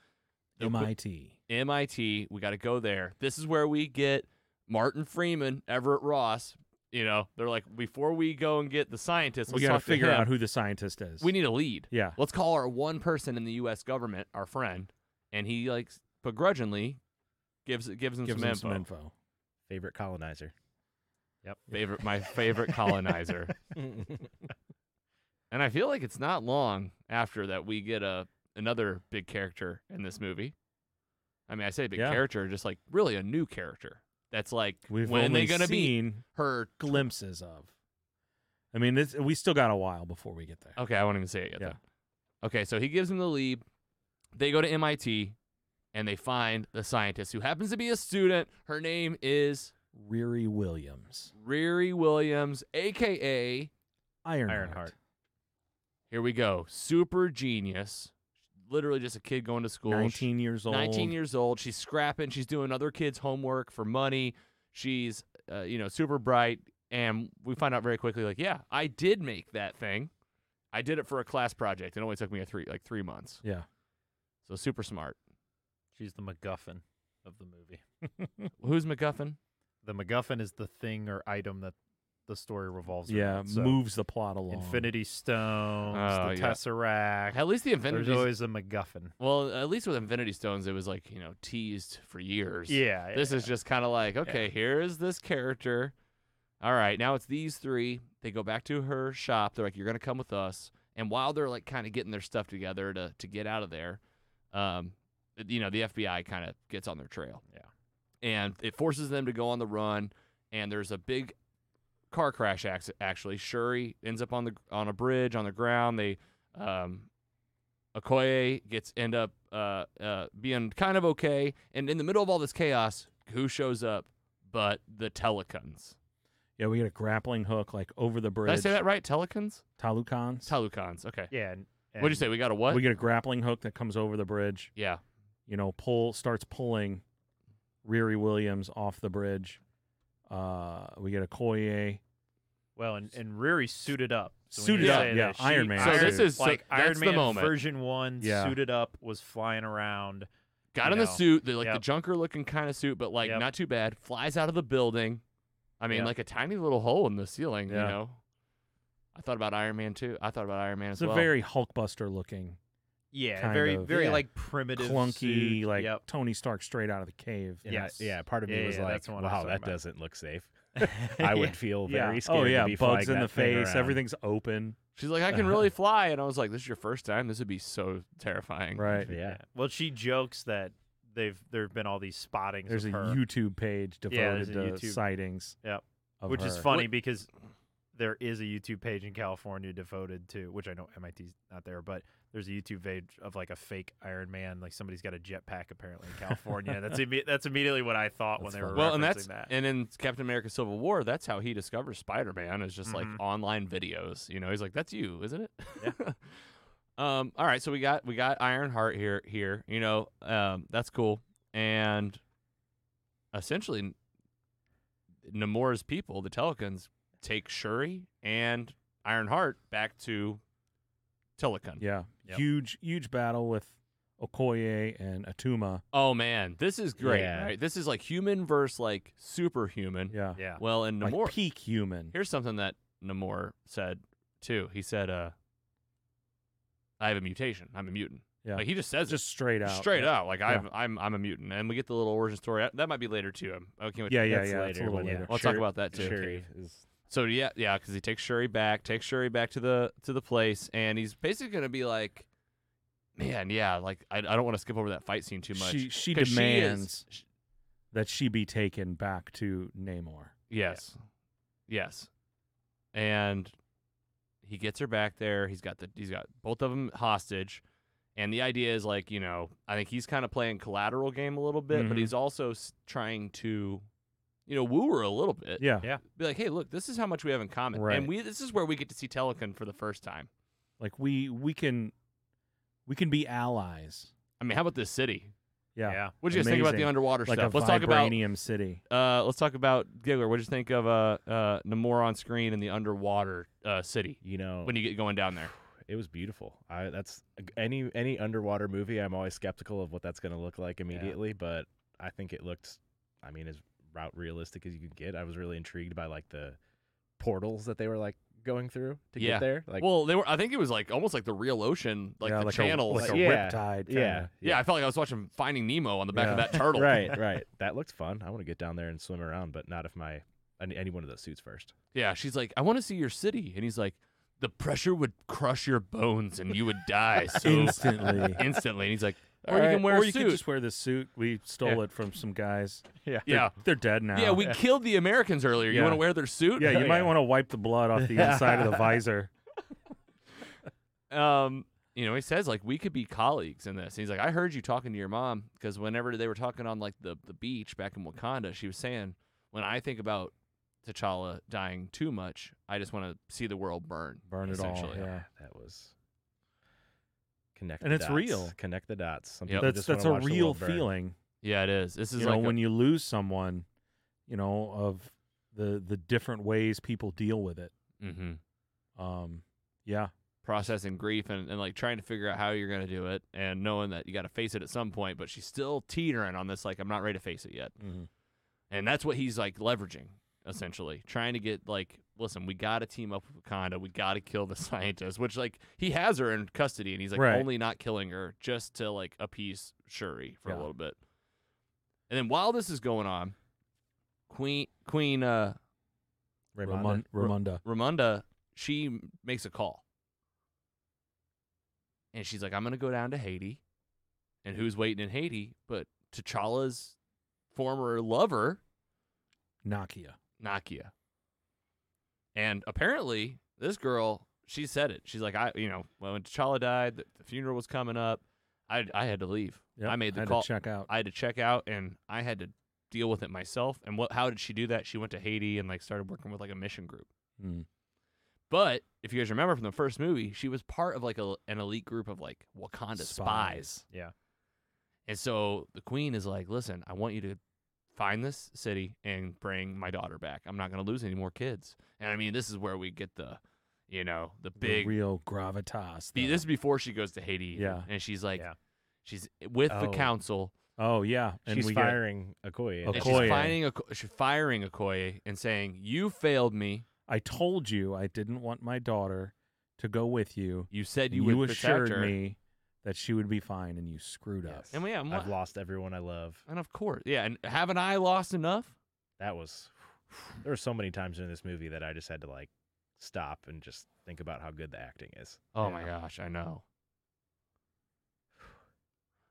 Speaker 1: They'll put-
Speaker 2: MIT.
Speaker 1: MIT. We got to go there. This is where we get Martin Freeman, Everett Ross. You know, they're like, before we go and get the scientist,
Speaker 2: we
Speaker 1: got to
Speaker 2: figure
Speaker 1: him.
Speaker 2: out who the scientist is.
Speaker 1: we need a lead.
Speaker 2: Yeah.
Speaker 1: Let's call our one person in the U.S. government, our friend, and he like begrudgingly gives gives him,
Speaker 2: Gives
Speaker 1: some,
Speaker 2: him
Speaker 1: info.
Speaker 2: some info.
Speaker 3: Favorite colonizer.
Speaker 1: Favorite, my favorite colonizer. And I feel like it's not long after that we get a another big character in this movie. I mean, I say big
Speaker 2: Yeah.
Speaker 1: character, just like really a new character. That's like
Speaker 2: We've
Speaker 1: when
Speaker 2: only
Speaker 1: they gonna be
Speaker 2: seen
Speaker 1: her?
Speaker 2: glimpses of. I mean, it's, we still got a while before we get there.
Speaker 1: Okay, I won't even say it yet.
Speaker 2: Yeah.
Speaker 1: Then. Okay, so he gives him the lead. They go to MIT, and they find the scientist who happens to be a student. Her name is
Speaker 2: Riri Williams,
Speaker 1: Riri Williams, aka
Speaker 2: Ironheart.
Speaker 4: Ironheart.
Speaker 1: Here we go. Super genius. Literally just a kid going to school. She-
Speaker 2: nineteen years old.
Speaker 1: 19 years old. She's scrapping. She's doing other kids' homework for money. She's, uh, you know, super bright. And we find out very quickly, like, yeah, I did make that thing. I did it for a class project. It only took me a three, like three months.
Speaker 2: Yeah.
Speaker 1: So super smart.
Speaker 4: She's the MacGuffin of the movie.
Speaker 1: Who's MacGuffin?
Speaker 4: The MacGuffin is the thing or item that the story revolves
Speaker 2: Yeah,
Speaker 4: around. So,
Speaker 2: moves the plot along.
Speaker 4: Infinity Stones,
Speaker 1: Oh,
Speaker 4: the
Speaker 1: yeah.
Speaker 4: Tesseract.
Speaker 1: At least the Infinity.
Speaker 4: There's always a MacGuffin.
Speaker 1: well, at least with Infinity Stones, it was like you know teased for years.
Speaker 4: Yeah.
Speaker 1: This is
Speaker 4: yeah.
Speaker 1: just kind of like, okay, here is this character. All right, now it's these three. They go back to her shop. They're like, you're going to come with us. And while they're like kind of getting their stuff together to, to get out of there, um, you know, the FBI kind of gets on their trail.
Speaker 4: Yeah.
Speaker 1: And it forces them to go on the run. And there's a big car crash acc- actually. Shuri ends up on the on a bridge on the ground. They um, Okoye gets end up uh, uh, being kind of okay, and in the middle of all this chaos, who shows up but the Telecons?
Speaker 2: Yeah, we get a grappling hook like over the
Speaker 1: Did I
Speaker 2: bridge.
Speaker 1: say that right? Telecons?
Speaker 2: Talukan's.
Speaker 1: Telecons. Okay.
Speaker 4: Yeah. And,
Speaker 1: What'd you say? We got a what?
Speaker 2: We get a grappling hook that comes over the bridge.
Speaker 1: yeah.
Speaker 2: You know, pull starts pulling Riri Williams off the bridge. Uh, we get a Koye.
Speaker 4: Well, and, and Riri suited up. So when
Speaker 2: Suited
Speaker 4: you
Speaker 1: up,
Speaker 4: say
Speaker 2: yeah,
Speaker 4: that she-
Speaker 2: Iron Man
Speaker 1: So this
Speaker 2: suit.
Speaker 1: is so
Speaker 4: like
Speaker 1: that's
Speaker 4: Iron Man
Speaker 1: the moment.
Speaker 4: version one,
Speaker 2: Yeah.
Speaker 4: suited up, was flying around.
Speaker 1: got
Speaker 4: you
Speaker 1: in the
Speaker 4: know.
Speaker 1: suit, the, like the
Speaker 4: Yep.
Speaker 1: junker looking kind of suit, but like
Speaker 4: Yep.
Speaker 1: not too bad. Flies out of the building. I mean,
Speaker 4: Yep.
Speaker 1: like a tiny little hole in the ceiling. You
Speaker 2: Yeah.
Speaker 1: know. I thought about Iron Man too. I thought about Iron Man
Speaker 2: It's
Speaker 1: as well.
Speaker 2: a very Hulkbuster looking,
Speaker 4: Yeah,
Speaker 2: Kind
Speaker 4: very
Speaker 2: of.
Speaker 4: very
Speaker 2: Yeah.
Speaker 4: like primitive,
Speaker 2: clunky,
Speaker 4: suit.
Speaker 2: like
Speaker 4: Yep.
Speaker 2: Tony Stark straight out of the cave.
Speaker 3: And I-
Speaker 4: Yes.
Speaker 3: yeah. Part of me
Speaker 4: Yeah,
Speaker 3: was
Speaker 4: yeah,
Speaker 3: like,
Speaker 4: that's the one I was
Speaker 3: wow,
Speaker 4: talking
Speaker 3: that
Speaker 4: about.
Speaker 3: doesn't look safe. I would feel very
Speaker 2: yeah.
Speaker 3: scared.
Speaker 2: Oh yeah,
Speaker 3: to be
Speaker 2: bugs
Speaker 3: flying
Speaker 2: in the
Speaker 3: that thing
Speaker 2: face.
Speaker 3: around.
Speaker 2: Everything's open.
Speaker 1: She's like, I can really fly, and I was like, this is your first time. This would be so terrifying.
Speaker 2: Right.
Speaker 3: Yeah.
Speaker 4: Well, she jokes that they've there have been all these spottings.
Speaker 2: There's a
Speaker 4: of her,
Speaker 2: YouTube page
Speaker 4: Yeah, there's
Speaker 2: devoted to
Speaker 4: a YouTube-
Speaker 2: sightings.
Speaker 4: Yep.
Speaker 2: of
Speaker 4: which is
Speaker 2: her.
Speaker 4: funny because there is a YouTube page in California devoted to which I know MIT's not there, but there's a YouTube page of like a fake Iron Man, like somebody's got a jetpack apparently in California. that's imme- that's immediately what I thought when
Speaker 2: That's
Speaker 4: they were
Speaker 2: funny.
Speaker 1: well
Speaker 4: referencing
Speaker 1: and that's
Speaker 4: that.
Speaker 1: and in captain america civil war that's how he discovers spider-man is just
Speaker 4: Mhm.
Speaker 1: like online videos you know he's like that's you isn't it yeah um all right so we got we got ironheart here here you know um that's cool and essentially namor's people the telecons take shuri and ironheart back to telecon
Speaker 2: Yeah.
Speaker 4: Yep.
Speaker 2: Huge, huge battle with Okoye and Atuma.
Speaker 1: oh man this is great
Speaker 3: Yeah.
Speaker 1: right this is like human versus like superhuman
Speaker 2: Yeah.
Speaker 4: yeah.
Speaker 1: well and
Speaker 2: Like
Speaker 1: namor
Speaker 2: peak human.
Speaker 1: Here's something that Namor said too. He said, uh, "I have a mutation. I'm a mutant."
Speaker 2: Yeah.
Speaker 1: Like he just says
Speaker 2: Just straight
Speaker 1: it
Speaker 2: out.
Speaker 1: straight
Speaker 2: yeah.
Speaker 1: out. Like
Speaker 2: Yeah.
Speaker 1: I'm, I'm, I'm a mutant, and we get the little origin story. That might be later too. I'm okay with
Speaker 2: Yeah, yeah,
Speaker 3: That's
Speaker 2: yeah. It's a
Speaker 3: later
Speaker 2: little
Speaker 3: when-
Speaker 2: later.
Speaker 1: Let's talk about that too.
Speaker 3: Shuri is-
Speaker 1: So yeah, yeah, because he takes Shuri back, takes Shuri back to the to the place, and he's basically gonna be like, "Man, yeah, like I, I don't want to skip over that fight scene too much."
Speaker 2: She she
Speaker 1: 'Cause she is-
Speaker 2: demands that she be taken back to Namor.
Speaker 1: Yes. Yes. And he gets her back there. He's got the he's got both of them hostage. And the idea is like, you know, I think he's kind of playing collateral game a little bit, but
Speaker 2: Mhm.
Speaker 1: he's also s- trying to you know, woo her a little bit.
Speaker 2: Yeah.
Speaker 4: Yeah.
Speaker 1: Be like, "Hey, look, this is how much we have in common."
Speaker 2: Right.
Speaker 1: And we this is where we get to see Telekin for the first time.
Speaker 2: Like we we can we can be allies.
Speaker 1: I mean, how about this city?
Speaker 2: Yeah.
Speaker 4: Yeah.
Speaker 1: What would you guys think about the
Speaker 2: Amazing.
Speaker 1: underwater
Speaker 2: Like
Speaker 1: stuff?
Speaker 2: a
Speaker 1: Let's talk about
Speaker 2: vibranium city.
Speaker 1: uh let's talk about Giggler. What did you think of uh uh Namor on screen and the underwater uh city
Speaker 3: You know,
Speaker 1: when you get going down there?
Speaker 3: it was beautiful. I that's any any underwater movie. I'm always skeptical of what that's going to look like immediately, but I think it looked. I mean, as route realistic as you could get. I was really intrigued by like the portals that they were like going through to
Speaker 1: Yeah.
Speaker 3: get there. Like,
Speaker 1: well, they were. I think it was like almost like the real ocean, like
Speaker 2: yeah,
Speaker 1: the
Speaker 2: like
Speaker 1: channels.
Speaker 2: A, like a
Speaker 3: Yeah.
Speaker 2: riptide. Kinda.
Speaker 3: yeah,
Speaker 1: yeah, I felt like I was watching Finding Nemo on the back of
Speaker 2: Yeah.
Speaker 1: that turtle.
Speaker 3: right, right. That looked fun. I want to get down there and swim around, but not if my any, any one of those suits first.
Speaker 1: Yeah, she's like, I want to see your city, and he's like, the pressure would crush your bones and you would die so
Speaker 2: Instantly.
Speaker 1: instantly. And he's like, or
Speaker 2: All
Speaker 1: you
Speaker 2: right,
Speaker 1: can wear
Speaker 2: or
Speaker 1: a
Speaker 2: you
Speaker 1: suit.
Speaker 2: could just wear this suit. We stole it from some guys.
Speaker 4: Yeah.
Speaker 2: They're-
Speaker 1: Yeah.
Speaker 2: they're dead now.
Speaker 1: yeah, we killed the Americans earlier. You
Speaker 2: Yeah.
Speaker 1: want to wear their suit?
Speaker 2: Yeah, you might want to wipe the blood off the inside of the visor.
Speaker 1: um, you know, he says like we could be colleagues in this. He's like, I heard you talking to your mom because whenever they were talking on like the the beach back in Wakanda, she was saying, when I think about T'Challa dying too much, I just want to see the world burn,
Speaker 2: Burn it all,
Speaker 1: essentially.
Speaker 2: yeah.
Speaker 3: That was connect,
Speaker 2: And
Speaker 3: the
Speaker 2: it's
Speaker 3: dots.
Speaker 2: real.
Speaker 3: Connect the dots. Some
Speaker 1: Yep.
Speaker 3: people
Speaker 2: That's
Speaker 3: just
Speaker 2: that's
Speaker 3: wanna
Speaker 2: a
Speaker 3: watch the
Speaker 2: real
Speaker 3: world burn.
Speaker 2: feeling.
Speaker 1: Yeah, it is. This is
Speaker 2: you know
Speaker 1: like a-
Speaker 2: when you lose someone, you know of the the different ways people deal with it.
Speaker 1: Mhm.
Speaker 2: Um, yeah,
Speaker 1: processing grief and, and like trying to figure out how you're going to do it and knowing that you got to face it at some point but she's still teetering on this like i'm not ready to face it yet and that's what he's like leveraging essentially trying to get like listen we got to team up with wakanda we got to kill the scientist which like he has her in custody and he's like
Speaker 2: Right.
Speaker 1: only not killing her just to like appease shuri for a
Speaker 2: Yeah.
Speaker 1: little bit and then while this is going on queen queen uh
Speaker 3: Raymond.
Speaker 2: Ramon- Ramunda.
Speaker 1: Ramunda, she m- makes a call. And she's like, I'm going to go down to Haiti. And who's waiting in Haiti? But T'Challa's former lover,
Speaker 2: Nokia.
Speaker 1: Nakia. And apparently, this girl, she said it. She's like, I, you know, when T'Challa died, the, the funeral was coming up. I, I had to leave.
Speaker 2: Yep,
Speaker 1: I made the
Speaker 2: had
Speaker 1: call.
Speaker 2: To check out.
Speaker 1: I had to check out and I had to deal with it myself. And what, how did she do that? She went to Haiti and like started working with like a mission group.
Speaker 2: Mm.
Speaker 1: But if you guys remember from the first movie, she was part of like a, an elite group of like Wakanda spies.
Speaker 2: Spies.
Speaker 4: Yeah.
Speaker 1: And so the queen is like, listen, I want you to find this city and bring my daughter back. I'm not going to lose any more kids. And I mean, this is where we get the, you know, the
Speaker 2: The
Speaker 1: big.
Speaker 2: real gravitas.
Speaker 1: be-
Speaker 2: though.
Speaker 1: this is before she goes to Haiti. even.
Speaker 2: Yeah.
Speaker 1: And she's like,
Speaker 4: Yeah.
Speaker 1: she's with the
Speaker 3: Oh.
Speaker 1: council
Speaker 2: oh yeah, and
Speaker 3: She's
Speaker 2: we get-
Speaker 3: firing Okoye.
Speaker 2: And
Speaker 1: and
Speaker 2: Okoye.
Speaker 1: she's, finding a, she's firing Okoye and saying, you failed me.
Speaker 2: I told you I didn't want my daughter to go with you.
Speaker 1: You said
Speaker 2: and
Speaker 1: you,
Speaker 2: you
Speaker 1: would protect
Speaker 2: assured
Speaker 1: her.
Speaker 2: me that she would be fine, and you screwed up.
Speaker 3: Yes.
Speaker 1: And yeah, I'm
Speaker 3: I've
Speaker 1: like-
Speaker 3: lost everyone I love.
Speaker 1: And of course, yeah. And haven't I lost enough?
Speaker 3: That was there were so many times in this movie that I just had to like stop and just think about how good the acting is.
Speaker 1: Oh my gosh, I know.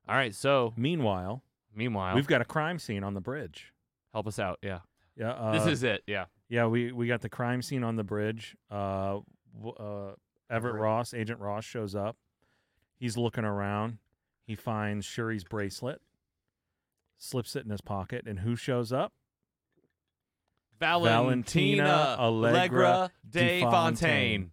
Speaker 1: All right, so
Speaker 2: Meanwhile,
Speaker 1: meanwhile,
Speaker 2: we've got a crime scene on the bridge.
Speaker 1: help us out. Yeah,
Speaker 2: Yeah, uh,
Speaker 1: this is it. Yeah,
Speaker 2: yeah. We we got the crime scene on the bridge. Uh, w- uh, Everett Ross, Agent Ross, shows up. He's looking around. He finds Shuri's bracelet, slips it in his pocket, and who shows up? Valentina Allegra
Speaker 1: de
Speaker 2: de
Speaker 1: Fontaine.
Speaker 2: Fontaine.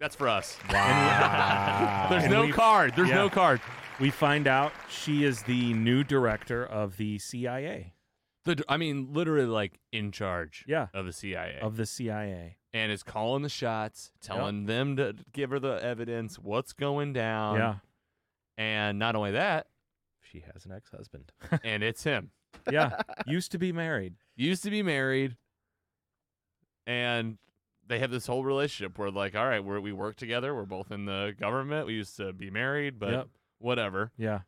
Speaker 1: That's for us.
Speaker 2: Wow.
Speaker 1: There's
Speaker 2: And
Speaker 1: no
Speaker 2: we-
Speaker 1: card. There's no
Speaker 2: yeah.
Speaker 1: card.
Speaker 2: We find out she is the new director of the CIA.
Speaker 1: The, I mean, literally, like in charge.
Speaker 2: Yeah.
Speaker 1: Of the CIA,
Speaker 2: Of the CIA.
Speaker 1: and is calling the shots, telling them to give her the evidence, what's going down.
Speaker 2: yeah.
Speaker 1: And not only that,
Speaker 3: She has an ex-husband.
Speaker 1: and it's him.
Speaker 2: Yeah. Used to be married.
Speaker 1: used to be married and they have this whole relationship where like all right we're, we work together we're both in the government we used to be married but
Speaker 2: Yep.
Speaker 1: whatever
Speaker 2: Yeah.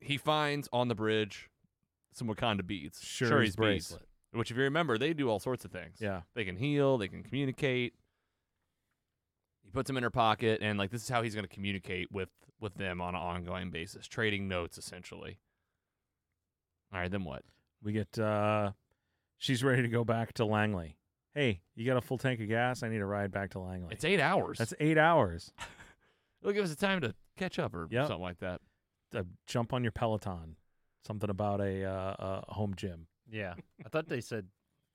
Speaker 1: he finds on the bridge some wakanda beads
Speaker 2: Shuri's
Speaker 1: Shuri's
Speaker 2: bracelet.
Speaker 1: beads, which if you remember they do all sorts of things
Speaker 2: Yeah.
Speaker 1: they can heal they can communicate he puts them in her pocket and like this is how he's going to communicate with with them on an ongoing basis trading notes essentially all right then what
Speaker 2: We get uh she's ready to go back to Langley. Hey, you got a full tank of gas? I need a ride back to Langley.
Speaker 1: it's eight hours
Speaker 2: That's eight hours.
Speaker 1: It'll give us the time to catch up or
Speaker 2: Yep.
Speaker 1: something like that.
Speaker 2: Uh, jump on your Peloton. Something about a uh, a home gym.
Speaker 4: Yeah. I thought they said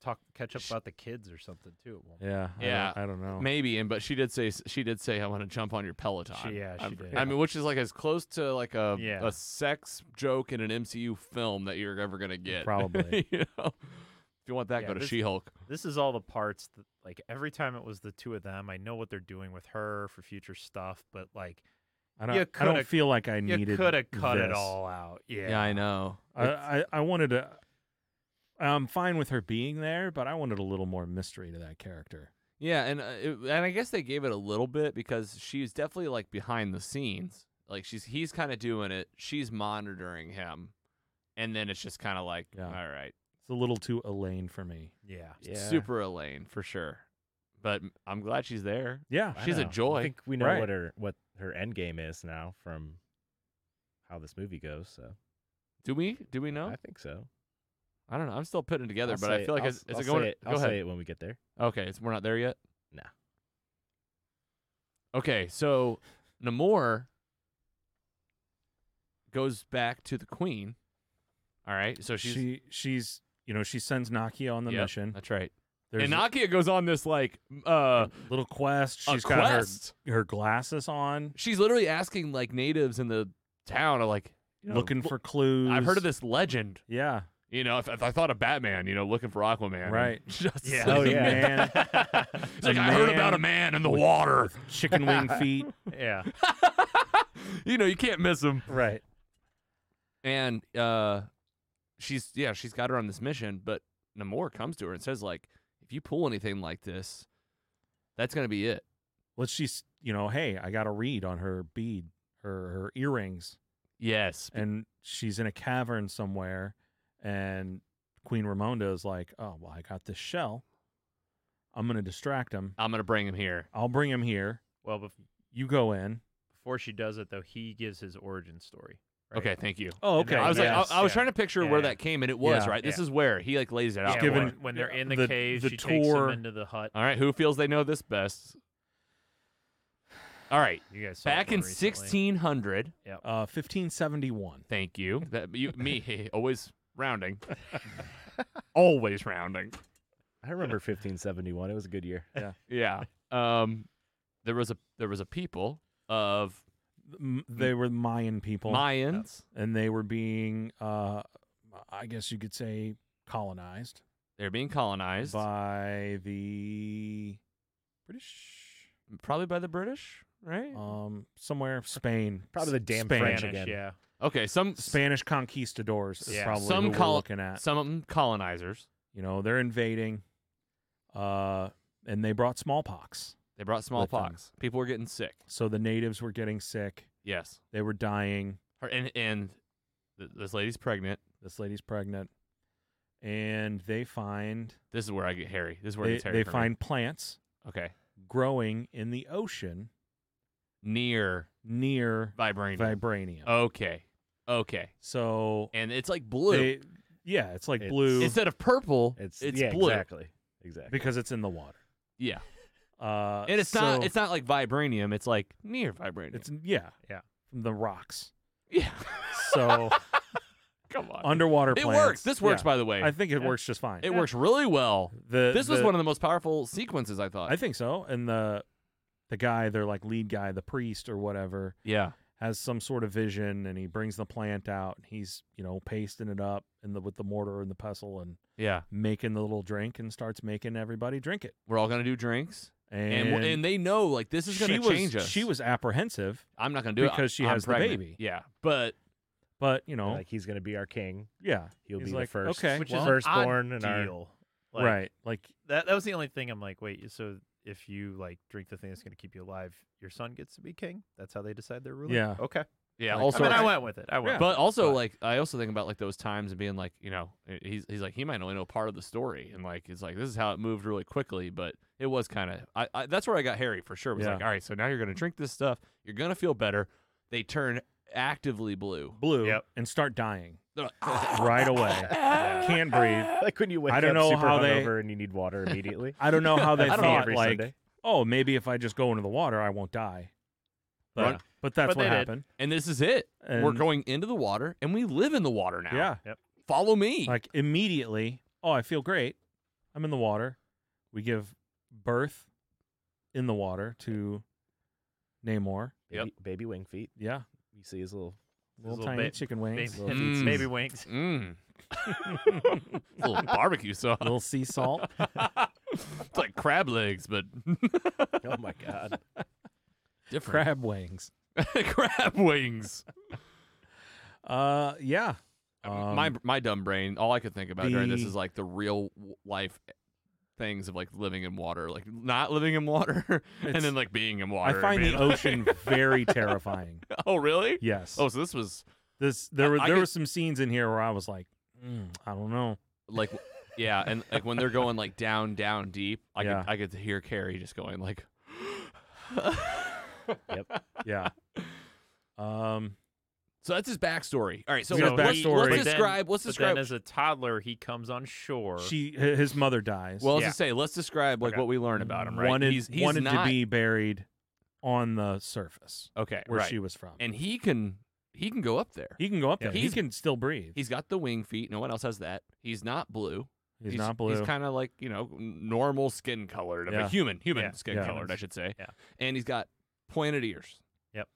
Speaker 4: talk catch up about the kids or something too. At one
Speaker 2: Yeah. I don't-
Speaker 1: Yeah.
Speaker 2: I don't,
Speaker 4: Oh.
Speaker 2: know.
Speaker 1: Maybe, and but she did say she did say I want to jump on your Peloton.
Speaker 4: She- yeah, she
Speaker 1: I'm-
Speaker 4: did.
Speaker 1: I mean, which is like as close to like a
Speaker 4: Yeah.
Speaker 1: a sex joke in an MCU film that you're ever gonna get.
Speaker 2: Probably.
Speaker 1: you know, if you want that,
Speaker 4: Yeah,
Speaker 1: go to
Speaker 4: this-
Speaker 1: She Hulk.
Speaker 4: This is all the parts that, like, every time it was the two of them, I know what they're doing with her for future stuff, but, like,
Speaker 2: I don't,
Speaker 4: you
Speaker 2: I don't
Speaker 4: coulda-
Speaker 2: feel like I
Speaker 4: you
Speaker 2: needed
Speaker 4: could have cut it
Speaker 2: this.
Speaker 4: all out. Yeah.
Speaker 1: Yeah. I know.
Speaker 2: I, I, I wanted to. I'm fine with her being there, but I wanted a little more mystery to that character.
Speaker 1: Yeah, and uh, it, and I guess they gave it a little bit because she's definitely like behind the scenes. Like she's he's kind of doing it. She's monitoring him, and then it's just kind of like,
Speaker 2: Yeah.
Speaker 1: all right,
Speaker 2: It's a little too Elaine for me.
Speaker 4: Yeah.
Speaker 1: super Elaine for sure. but mm, I'm glad she's there.
Speaker 2: Yeah.
Speaker 3: I
Speaker 1: She's a
Speaker 3: know.
Speaker 1: joy.
Speaker 3: I think we know
Speaker 2: Right.
Speaker 3: what her what her end game is now from how this movie goes. So
Speaker 1: Do we? Do we know?
Speaker 3: I think so.
Speaker 1: I don't know. I'm still putting it together,
Speaker 3: I'll
Speaker 1: but
Speaker 3: say
Speaker 1: I feel like
Speaker 3: I'll,
Speaker 1: it's, it's
Speaker 3: I'll
Speaker 1: going.
Speaker 3: Say it,
Speaker 1: Go
Speaker 3: I'll
Speaker 1: ahead.
Speaker 3: say it when we get there.
Speaker 1: Okay, it's, we're not there yet.
Speaker 3: No.
Speaker 1: Okay, so Namor goes back to the Queen. All right, so she's
Speaker 2: she she's you know she sends Nakia on the
Speaker 1: Yep,
Speaker 2: mission.
Speaker 1: That's right.
Speaker 2: There's
Speaker 1: and
Speaker 2: a
Speaker 1: Nakia goes on this like
Speaker 3: Mm,
Speaker 1: uh,
Speaker 2: little quest.
Speaker 1: a
Speaker 2: She's got her,
Speaker 1: quest.
Speaker 2: her glasses on,
Speaker 1: She's literally asking like natives in the town are like you know,
Speaker 2: looking
Speaker 1: "Look,
Speaker 2: for clues.
Speaker 1: I've heard of this legend.
Speaker 2: Yeah,
Speaker 1: You know, if, if I thought of Batman, you know, looking for Aquaman, and
Speaker 2: Right.
Speaker 1: Just
Speaker 2: Yeah.
Speaker 1: like-
Speaker 3: Oh, yeah.
Speaker 2: Man.
Speaker 1: It's like
Speaker 2: A
Speaker 1: I heard about
Speaker 2: man
Speaker 1: a man in the water.
Speaker 2: chicken wing feet.
Speaker 4: Yeah.
Speaker 1: you know, you can't miss him.
Speaker 2: Right.
Speaker 1: and uh she's yeah she's got her on this mission but namor comes to her and says like if you pull anything like this that's gonna be it
Speaker 2: Well, she's you know, hey, I got a read on her bead, her her earrings,
Speaker 1: yes
Speaker 2: and she's in a cavern somewhere, and Queen Ramonda is like, oh well, I got this shell. I'm gonna distract him.
Speaker 1: i'm gonna bring him here
Speaker 2: I'll bring him here.
Speaker 4: Well, bef-
Speaker 2: You go in.
Speaker 4: before she does it though, he gives his origin story. right?
Speaker 1: okay thank you
Speaker 2: Oh,
Speaker 4: And then-
Speaker 1: i was like
Speaker 4: Yes,
Speaker 1: I- I, was
Speaker 4: yeah.
Speaker 1: trying to picture
Speaker 4: Yeah,
Speaker 1: where
Speaker 4: yeah.
Speaker 1: that came and it was
Speaker 2: Yeah,
Speaker 1: right this
Speaker 4: yeah.
Speaker 1: is where he like lays it out
Speaker 4: Yeah,
Speaker 1: for
Speaker 2: given-
Speaker 1: her.
Speaker 4: when, when they're in the,
Speaker 2: the-
Speaker 4: cave,
Speaker 2: the
Speaker 4: she takes
Speaker 2: tour-
Speaker 4: him into the hut.
Speaker 1: all right who feels they know this best all right
Speaker 4: You guys saw
Speaker 1: back
Speaker 4: that
Speaker 1: in
Speaker 4: one recently.
Speaker 1: 1600
Speaker 2: Uh, 1571.
Speaker 1: thank you that you me always rounding always rounding
Speaker 3: I remember 1571. It was a good year.
Speaker 1: Yeah. Um, there was a there was a people of
Speaker 2: M- They
Speaker 1: Mm.
Speaker 2: were Mayan people,
Speaker 1: Mayans.
Speaker 2: and they were being, uh, I guess you could say, colonized
Speaker 1: They're being colonized,
Speaker 2: by the British,
Speaker 1: probably by the British, right?
Speaker 2: um, somewhere Spain,
Speaker 3: Probably the
Speaker 2: S-
Speaker 3: damn
Speaker 2: Spain.
Speaker 3: French
Speaker 4: Spanish,
Speaker 3: again.
Speaker 4: yeah.
Speaker 1: okay, some
Speaker 2: Spanish conquistadors is
Speaker 4: Yeah.
Speaker 2: probably
Speaker 1: Some
Speaker 2: who
Speaker 1: col-
Speaker 2: we're looking at.
Speaker 1: some of 'em colonizers.
Speaker 2: You know, they're invading, uh, and they brought smallpox,
Speaker 1: They brought smallpox. People were getting sick.
Speaker 2: so the natives were getting sick.
Speaker 1: Yes.
Speaker 2: They were dying.
Speaker 1: Her, and and th- this lady's pregnant.
Speaker 2: This lady's pregnant, and they find
Speaker 1: This is where I get hairy. This is where it
Speaker 2: they,
Speaker 1: gets hairy
Speaker 2: they
Speaker 1: for me.
Speaker 2: find plants
Speaker 1: okay
Speaker 2: growing in the ocean
Speaker 1: near
Speaker 2: near
Speaker 1: vibranium.
Speaker 2: vibranium.
Speaker 1: okay, okay,
Speaker 2: So
Speaker 1: and it's like blue
Speaker 2: they- yeah, it's like
Speaker 3: It's-
Speaker 2: blue
Speaker 1: instead of purple.
Speaker 3: It's,
Speaker 1: It's
Speaker 3: yeah,
Speaker 1: blue.
Speaker 3: exactly. Exactly.
Speaker 2: because it's in the water.
Speaker 1: Yeah,
Speaker 2: Uh,
Speaker 1: and it's not
Speaker 2: so
Speaker 1: it's not like vibranium. It's like near vibranium.
Speaker 2: it's yeah
Speaker 4: Yeah.
Speaker 2: from the rocks.
Speaker 1: yeah.
Speaker 2: So
Speaker 1: Come on.
Speaker 2: underwater
Speaker 1: It
Speaker 2: plants.
Speaker 1: works. This works,
Speaker 2: yeah.
Speaker 1: by the way.
Speaker 2: I think it works just fine.
Speaker 1: it works really well.
Speaker 2: The,
Speaker 1: This was
Speaker 2: the-
Speaker 1: one of the most powerful sequences I thought.
Speaker 2: I think so. And the the guy, their like lead guy, the priest or whatever,
Speaker 1: yeah.
Speaker 2: has some sort of vision, and he brings the plant out. And he's you know pasting it up and the with the mortar and the pestle and
Speaker 1: Yeah.
Speaker 2: making the little drink and starts making everybody drink it.
Speaker 1: We're all going to do drinks. And,
Speaker 2: And,
Speaker 1: and, they know, like, this is going
Speaker 2: she
Speaker 1: to change
Speaker 2: was,
Speaker 1: us.
Speaker 2: She was apprehensive,
Speaker 1: I'm not going to do it.
Speaker 2: because she
Speaker 1: I'm
Speaker 2: has the
Speaker 1: pregnant.
Speaker 2: baby.
Speaker 1: Yeah. But
Speaker 2: but you know,
Speaker 3: Like he's gonna be our king.
Speaker 2: yeah,
Speaker 3: He'll
Speaker 2: He's
Speaker 3: be
Speaker 2: like,
Speaker 3: the first,
Speaker 2: okay,
Speaker 4: Which is an odd
Speaker 3: firstborn, and our
Speaker 4: deal. Like,
Speaker 2: right, like
Speaker 4: That that was the only thing I'm like, wait, so if you like drink the thing that's going to keep you alive, your son gets to be king. That's how they decide their ruler.
Speaker 2: Yeah.
Speaker 4: Okay.
Speaker 1: yeah,
Speaker 2: Like,
Speaker 1: also.
Speaker 4: I mean, I went with it. I went. with
Speaker 1: but
Speaker 4: it,
Speaker 1: also,
Speaker 4: but-
Speaker 1: like, I also think about like those times and being like, you know, he's he's like he might only know part of the story, and like it's like this is how it moved really quickly, but it was kind of I, I that's where I got Harry for sure. Was
Speaker 2: Yeah.
Speaker 1: like, all right, so now you're gonna drink this stuff, you're gonna feel better. They turn actively blue.
Speaker 2: blue
Speaker 4: Yep.
Speaker 2: and start dying
Speaker 1: They're like, "Ah."
Speaker 2: right away. Can't breathe.
Speaker 3: like when you wake
Speaker 2: I don't
Speaker 3: up
Speaker 2: know
Speaker 3: super
Speaker 2: how they-
Speaker 3: hungover and you need water immediately.
Speaker 2: I don't know how they
Speaker 3: That's me
Speaker 2: thought
Speaker 3: every
Speaker 2: like,
Speaker 3: Sunday.
Speaker 2: oh, maybe if I just go into the water, I won't die. But,
Speaker 1: Right.
Speaker 2: but that's
Speaker 4: But
Speaker 2: what
Speaker 4: they did.
Speaker 2: happened.
Speaker 1: and this is it. We're
Speaker 2: And-
Speaker 1: going into the water, and we live in the water now.
Speaker 2: Yeah,
Speaker 1: follow me.
Speaker 2: like immediately. Oh, I feel great. I'm in the water. We give birth in the water to Namor.
Speaker 1: Yep.
Speaker 3: Baby, baby wing feet.
Speaker 2: Yeah,
Speaker 3: You see his little.
Speaker 2: little,
Speaker 4: little
Speaker 2: tiny
Speaker 4: ba-
Speaker 2: chicken wings,
Speaker 4: baby,
Speaker 3: little
Speaker 1: feetsies.
Speaker 4: baby winks.
Speaker 1: Mm. little barbecue sauce.
Speaker 2: little sea salt.
Speaker 1: it's like crab legs, but
Speaker 3: Oh my god.
Speaker 1: different.
Speaker 2: crab wings.
Speaker 1: Crab, wings.
Speaker 2: Uh, yeah. Um,
Speaker 1: my my dumb brain. All I could think about during this
Speaker 2: the-
Speaker 1: is like the real w- life things of like living in water, like not living in water, and
Speaker 2: It's-
Speaker 1: then like being in
Speaker 2: I
Speaker 1: water. and
Speaker 2: find the
Speaker 1: being like-
Speaker 2: ocean very terrifying.
Speaker 1: oh, really?
Speaker 2: Yes.
Speaker 1: Oh, so this was
Speaker 2: this there were
Speaker 1: I
Speaker 2: there
Speaker 1: could-
Speaker 2: were some scenes in here where I was like, "Mm, I don't "Hmm, know.
Speaker 1: like Yeah, and like when they're going like down, down deep, I
Speaker 2: Yeah.
Speaker 1: could I could hear Carrie just going like,
Speaker 2: Yeah. Um.
Speaker 1: so that's his backstory. All right, so
Speaker 2: We got
Speaker 1: let's, let's-
Speaker 2: backstory.
Speaker 1: let's
Speaker 2: But
Speaker 4: then-
Speaker 1: describe. let's
Speaker 4: but
Speaker 1: describe.
Speaker 4: Then as a toddler, he comes on shore.
Speaker 2: She. hi- His mother dies.
Speaker 1: well, let's
Speaker 4: yeah.
Speaker 1: just say let's describe like
Speaker 4: Okay.
Speaker 1: what we learn about him. Right,
Speaker 2: Wanted.
Speaker 1: he's, he's
Speaker 2: wanted
Speaker 1: not,
Speaker 2: to be buried on the surface
Speaker 1: okay,
Speaker 2: where
Speaker 1: right,
Speaker 2: she was from.
Speaker 1: and he can he can go up there.
Speaker 2: he can go up
Speaker 1: Yeah,
Speaker 2: there. He
Speaker 1: he's-
Speaker 2: can still breathe.
Speaker 1: He's got the wing feet. No one else has that. He's not blue.
Speaker 2: He's, not blue.
Speaker 1: He's kind of like you know n- normal skin colored of
Speaker 2: Yeah.
Speaker 1: a human, human
Speaker 4: Yeah.
Speaker 1: skin
Speaker 2: Yeah.
Speaker 1: colored, I should say.
Speaker 4: Yeah.
Speaker 1: And he's got pointed ears.
Speaker 4: Yep.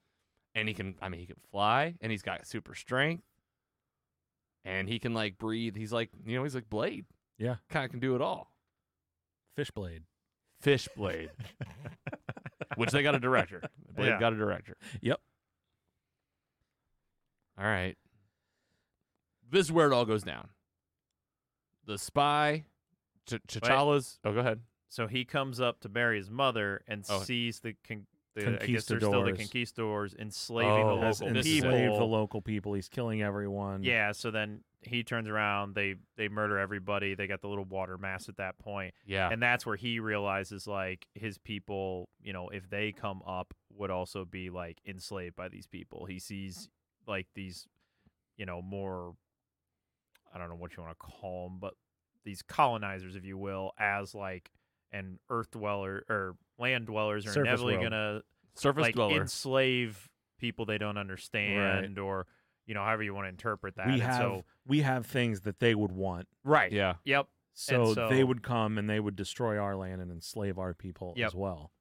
Speaker 1: And he can, I mean, he can fly, and he's got super strength, and he can like breathe. He's like, you know, he's like Blade.
Speaker 2: Yeah.
Speaker 1: Kind of can do it all.
Speaker 2: Fish blade.
Speaker 1: Fish Blade, which they got a director. Blade
Speaker 4: Yeah.
Speaker 1: got a director.
Speaker 2: Yep.
Speaker 1: All right. This is where it all goes down. The spy, Ch- T'Challa's. Oh, go ahead.
Speaker 4: so he comes up to bury his mother and
Speaker 1: Oh.
Speaker 4: sees the, con- the I guess they're still the
Speaker 2: Conquistadors.
Speaker 4: conquistadors enslaving
Speaker 1: Oh,
Speaker 4: the
Speaker 2: Has
Speaker 4: local
Speaker 1: this is
Speaker 2: enslaved
Speaker 1: it.
Speaker 4: people.
Speaker 2: the local people. He's killing everyone.
Speaker 4: Yeah, so then he turns around, they they murder everybody. They got the little water mass at that point,
Speaker 1: Yeah.
Speaker 4: And that's where he realizes like his people, you know, if they come up would also be like enslaved by these people. He sees like these you know, more I don't know what you want to call them, but these colonizers if you will as like an earth dweller or land dwellers are
Speaker 3: Surface
Speaker 4: inevitably
Speaker 3: world.
Speaker 4: going to
Speaker 1: surface
Speaker 4: like
Speaker 1: dweller.
Speaker 4: enslave people they don't understand or you know however you want to interpret that
Speaker 2: We
Speaker 4: And
Speaker 2: have
Speaker 4: so
Speaker 2: we have things that they would want.
Speaker 4: right
Speaker 1: yeah.
Speaker 4: yep
Speaker 2: So, they
Speaker 4: so-
Speaker 2: would come and they would destroy our land and enslave our people
Speaker 4: Yep.
Speaker 2: as well.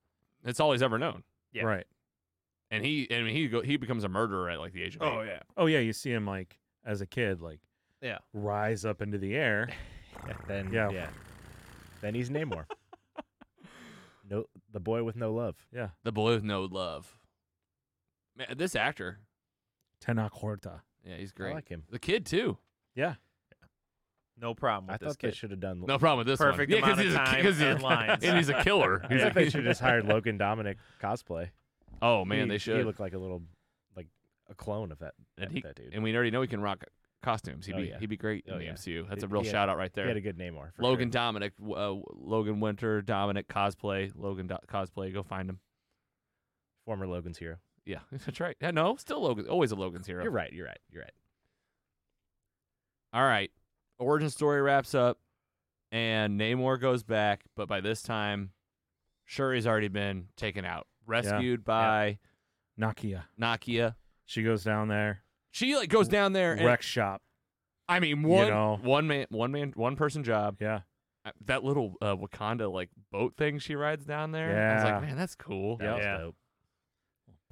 Speaker 1: That's all he's ever known.
Speaker 4: Yeah.
Speaker 2: Right.
Speaker 1: And he, I mean, he go, he becomes a murderer at like the age of eight.
Speaker 4: yeah
Speaker 2: Oh yeah, you see him like as a kid, like
Speaker 4: Yeah.
Speaker 2: rise up into the air.
Speaker 3: Then
Speaker 2: Yeah.
Speaker 3: yeah. Then he's Namor. no, the boy with no love.
Speaker 2: Yeah,
Speaker 1: The boy with no love. Man, this actor,
Speaker 2: Tenoch Horta.
Speaker 1: yeah, he's great.
Speaker 3: I like him.
Speaker 1: The kid too.
Speaker 2: Yeah,
Speaker 4: no problem with
Speaker 3: I
Speaker 4: this
Speaker 3: thought
Speaker 4: kid.
Speaker 3: they should have done.
Speaker 1: No problem with this one.
Speaker 4: Perfect
Speaker 1: Yeah, 'cause
Speaker 4: amount of
Speaker 1: he's a-
Speaker 4: time
Speaker 1: 'cause he's-
Speaker 4: and lines.
Speaker 1: and he's a killer.
Speaker 3: I
Speaker 1: He's
Speaker 3: thought
Speaker 1: a-
Speaker 3: they should have just hired Logan Dominic cosplay.
Speaker 1: oh man,
Speaker 3: He-
Speaker 1: they should.
Speaker 3: He looked like a little, like a clone of that.
Speaker 1: and,
Speaker 3: that,
Speaker 1: he-
Speaker 3: that dude.
Speaker 1: and we already know he can rock costumes. He'd
Speaker 3: Oh,
Speaker 1: be
Speaker 3: yeah.
Speaker 1: he'd be great
Speaker 3: Oh,
Speaker 1: in the
Speaker 3: yeah.
Speaker 1: MCU. That's a
Speaker 3: He-
Speaker 1: real
Speaker 3: he had-
Speaker 1: shout out right
Speaker 3: He had
Speaker 1: there.
Speaker 3: a good Namor. For
Speaker 1: Logan
Speaker 3: sure.
Speaker 1: Dominic, w- uh, w- Logan Winter, Dominic cosplay, Logan Do- cosplay. Go find him.
Speaker 3: former Logan's hero.
Speaker 1: Yeah, that's right. Yeah, no, still Logan. Always a Logan's hero.
Speaker 3: You're right. You're right. You're right.
Speaker 1: All right. Origin story wraps up and Namor goes back, but by this time, Shuri's already been taken out, rescued by
Speaker 2: Nakia.
Speaker 1: Nakia.
Speaker 2: She goes down there.
Speaker 1: She like goes down there and
Speaker 2: Wreck shop.
Speaker 1: I mean one
Speaker 2: know.
Speaker 1: one man one man one person job.
Speaker 2: Yeah,
Speaker 1: Uh, That little uh, Wakanda like boat thing she rides down there. I was like,
Speaker 2: Yeah.
Speaker 1: man, that's cool.
Speaker 3: That was
Speaker 4: Yeah.
Speaker 3: dope.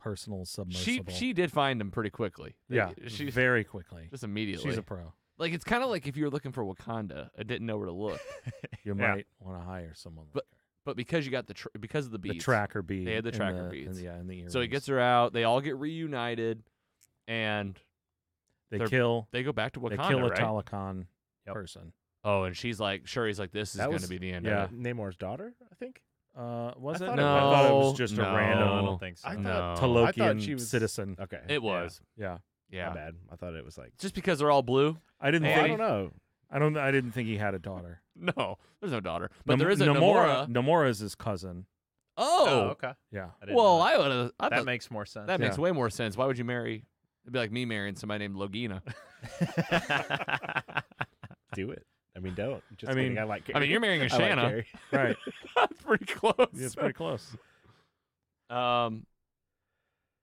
Speaker 2: personal
Speaker 1: She
Speaker 2: submersible.
Speaker 1: she did find him pretty quickly. They-
Speaker 2: yeah,
Speaker 1: she
Speaker 2: very quickly.
Speaker 1: just immediately.
Speaker 2: She's a pro.
Speaker 1: like it's kind of like if you were looking for Wakanda, I didn't know where to look.
Speaker 2: You
Speaker 4: Yeah.
Speaker 2: might want to hire someone.
Speaker 1: But
Speaker 2: like her.
Speaker 1: but because you got the tr- because of the beats,
Speaker 2: the tracker bead.
Speaker 1: had the
Speaker 2: and
Speaker 1: tracker
Speaker 2: and
Speaker 1: beads.
Speaker 2: the- yeah, and the
Speaker 1: So he
Speaker 2: earrings.
Speaker 1: gets her out. They all get reunited, and
Speaker 2: They
Speaker 1: they're-
Speaker 2: kill.
Speaker 1: they go back to
Speaker 2: They
Speaker 1: Wakanda,
Speaker 2: kill a
Speaker 1: right?
Speaker 2: Talakon
Speaker 4: Yep.
Speaker 2: person.
Speaker 1: Oh, and she's like, Shuri's like, this is
Speaker 3: That
Speaker 1: going to
Speaker 3: was-
Speaker 1: be the end.
Speaker 2: yeah.
Speaker 1: Of it.
Speaker 3: Namor's daughter, I think.
Speaker 2: Uh, was
Speaker 3: I
Speaker 2: it?
Speaker 3: thought
Speaker 1: it
Speaker 2: I
Speaker 1: was-
Speaker 2: thought it
Speaker 1: No,
Speaker 2: was just a
Speaker 1: no.
Speaker 4: no i
Speaker 2: random
Speaker 4: don't think so
Speaker 3: I
Speaker 1: No,
Speaker 3: thought I thought
Speaker 2: Talokian
Speaker 3: she was-
Speaker 2: citizen.
Speaker 3: Okay.
Speaker 1: it was.
Speaker 2: Yeah,
Speaker 1: Yeah,
Speaker 3: My bad. I thought it was like.
Speaker 1: just because they're all blue.
Speaker 2: I didn't.
Speaker 1: Well,
Speaker 2: think,
Speaker 3: I don't know.
Speaker 2: I don't. I didn't think he had a daughter.
Speaker 1: No, there's no daughter, but
Speaker 2: Nam-
Speaker 1: there is a
Speaker 2: Namora.
Speaker 1: Namora.
Speaker 2: Namora is his cousin.
Speaker 1: Oh,
Speaker 4: okay
Speaker 2: Yeah.
Speaker 4: I didn't know
Speaker 1: well,
Speaker 4: that.
Speaker 1: I would have.
Speaker 4: that
Speaker 1: That,
Speaker 4: makes more sense
Speaker 1: that makes
Speaker 2: Yeah.
Speaker 1: way more sense. Why would you marry? It'd be like me marrying somebody named Logina.
Speaker 3: Do it. I mean, don't. Just
Speaker 2: I mean-
Speaker 3: kidding. I like.
Speaker 1: I mean, you're marrying a
Speaker 3: Carrie. I like
Speaker 1: Shanna.
Speaker 3: Carrie.
Speaker 2: Right.
Speaker 1: That's pretty close.
Speaker 2: Yeah, it's pretty close.
Speaker 1: Um,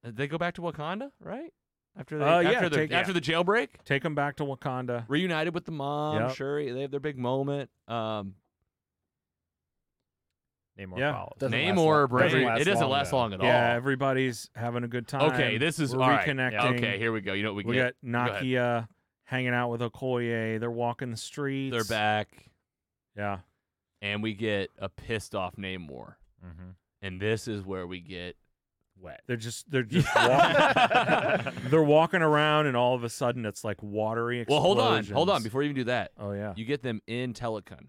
Speaker 1: they go back to Wakanda, right? After they,
Speaker 2: Uh, yeah,
Speaker 1: after, the,
Speaker 2: take-
Speaker 1: after the jailbreak.
Speaker 2: Take him back to Wakanda.
Speaker 1: reunited with the mom.
Speaker 2: Yep.
Speaker 1: Shuri, they have their big moment. Um,
Speaker 4: namor
Speaker 2: Yeah.
Speaker 4: follows
Speaker 3: Doesn't
Speaker 1: Namor,
Speaker 3: last long-
Speaker 1: Bran-
Speaker 3: doesn't
Speaker 1: it doesn't last
Speaker 3: though.
Speaker 1: long at
Speaker 2: Yeah,
Speaker 1: all.
Speaker 2: everybody's having a good time.
Speaker 1: Okay, this is
Speaker 2: We're
Speaker 1: all right.
Speaker 2: reconnecting.
Speaker 1: Okay, here we go. You know what we,
Speaker 2: we
Speaker 1: get?
Speaker 2: got Nakia hanging out with Okoye. They're walking the streets.
Speaker 1: They're back,
Speaker 2: Yeah.
Speaker 1: and we get a pissed off Namor, Mm-hmm. and this is where we get.
Speaker 3: Wet.
Speaker 2: They're just they're just walking. they're walking around, and all of a sudden it's like watery.
Speaker 1: Well, hold on, hold on.
Speaker 2: explosions.
Speaker 1: Before you even do that,
Speaker 2: Oh yeah.
Speaker 1: you get them in Telecon,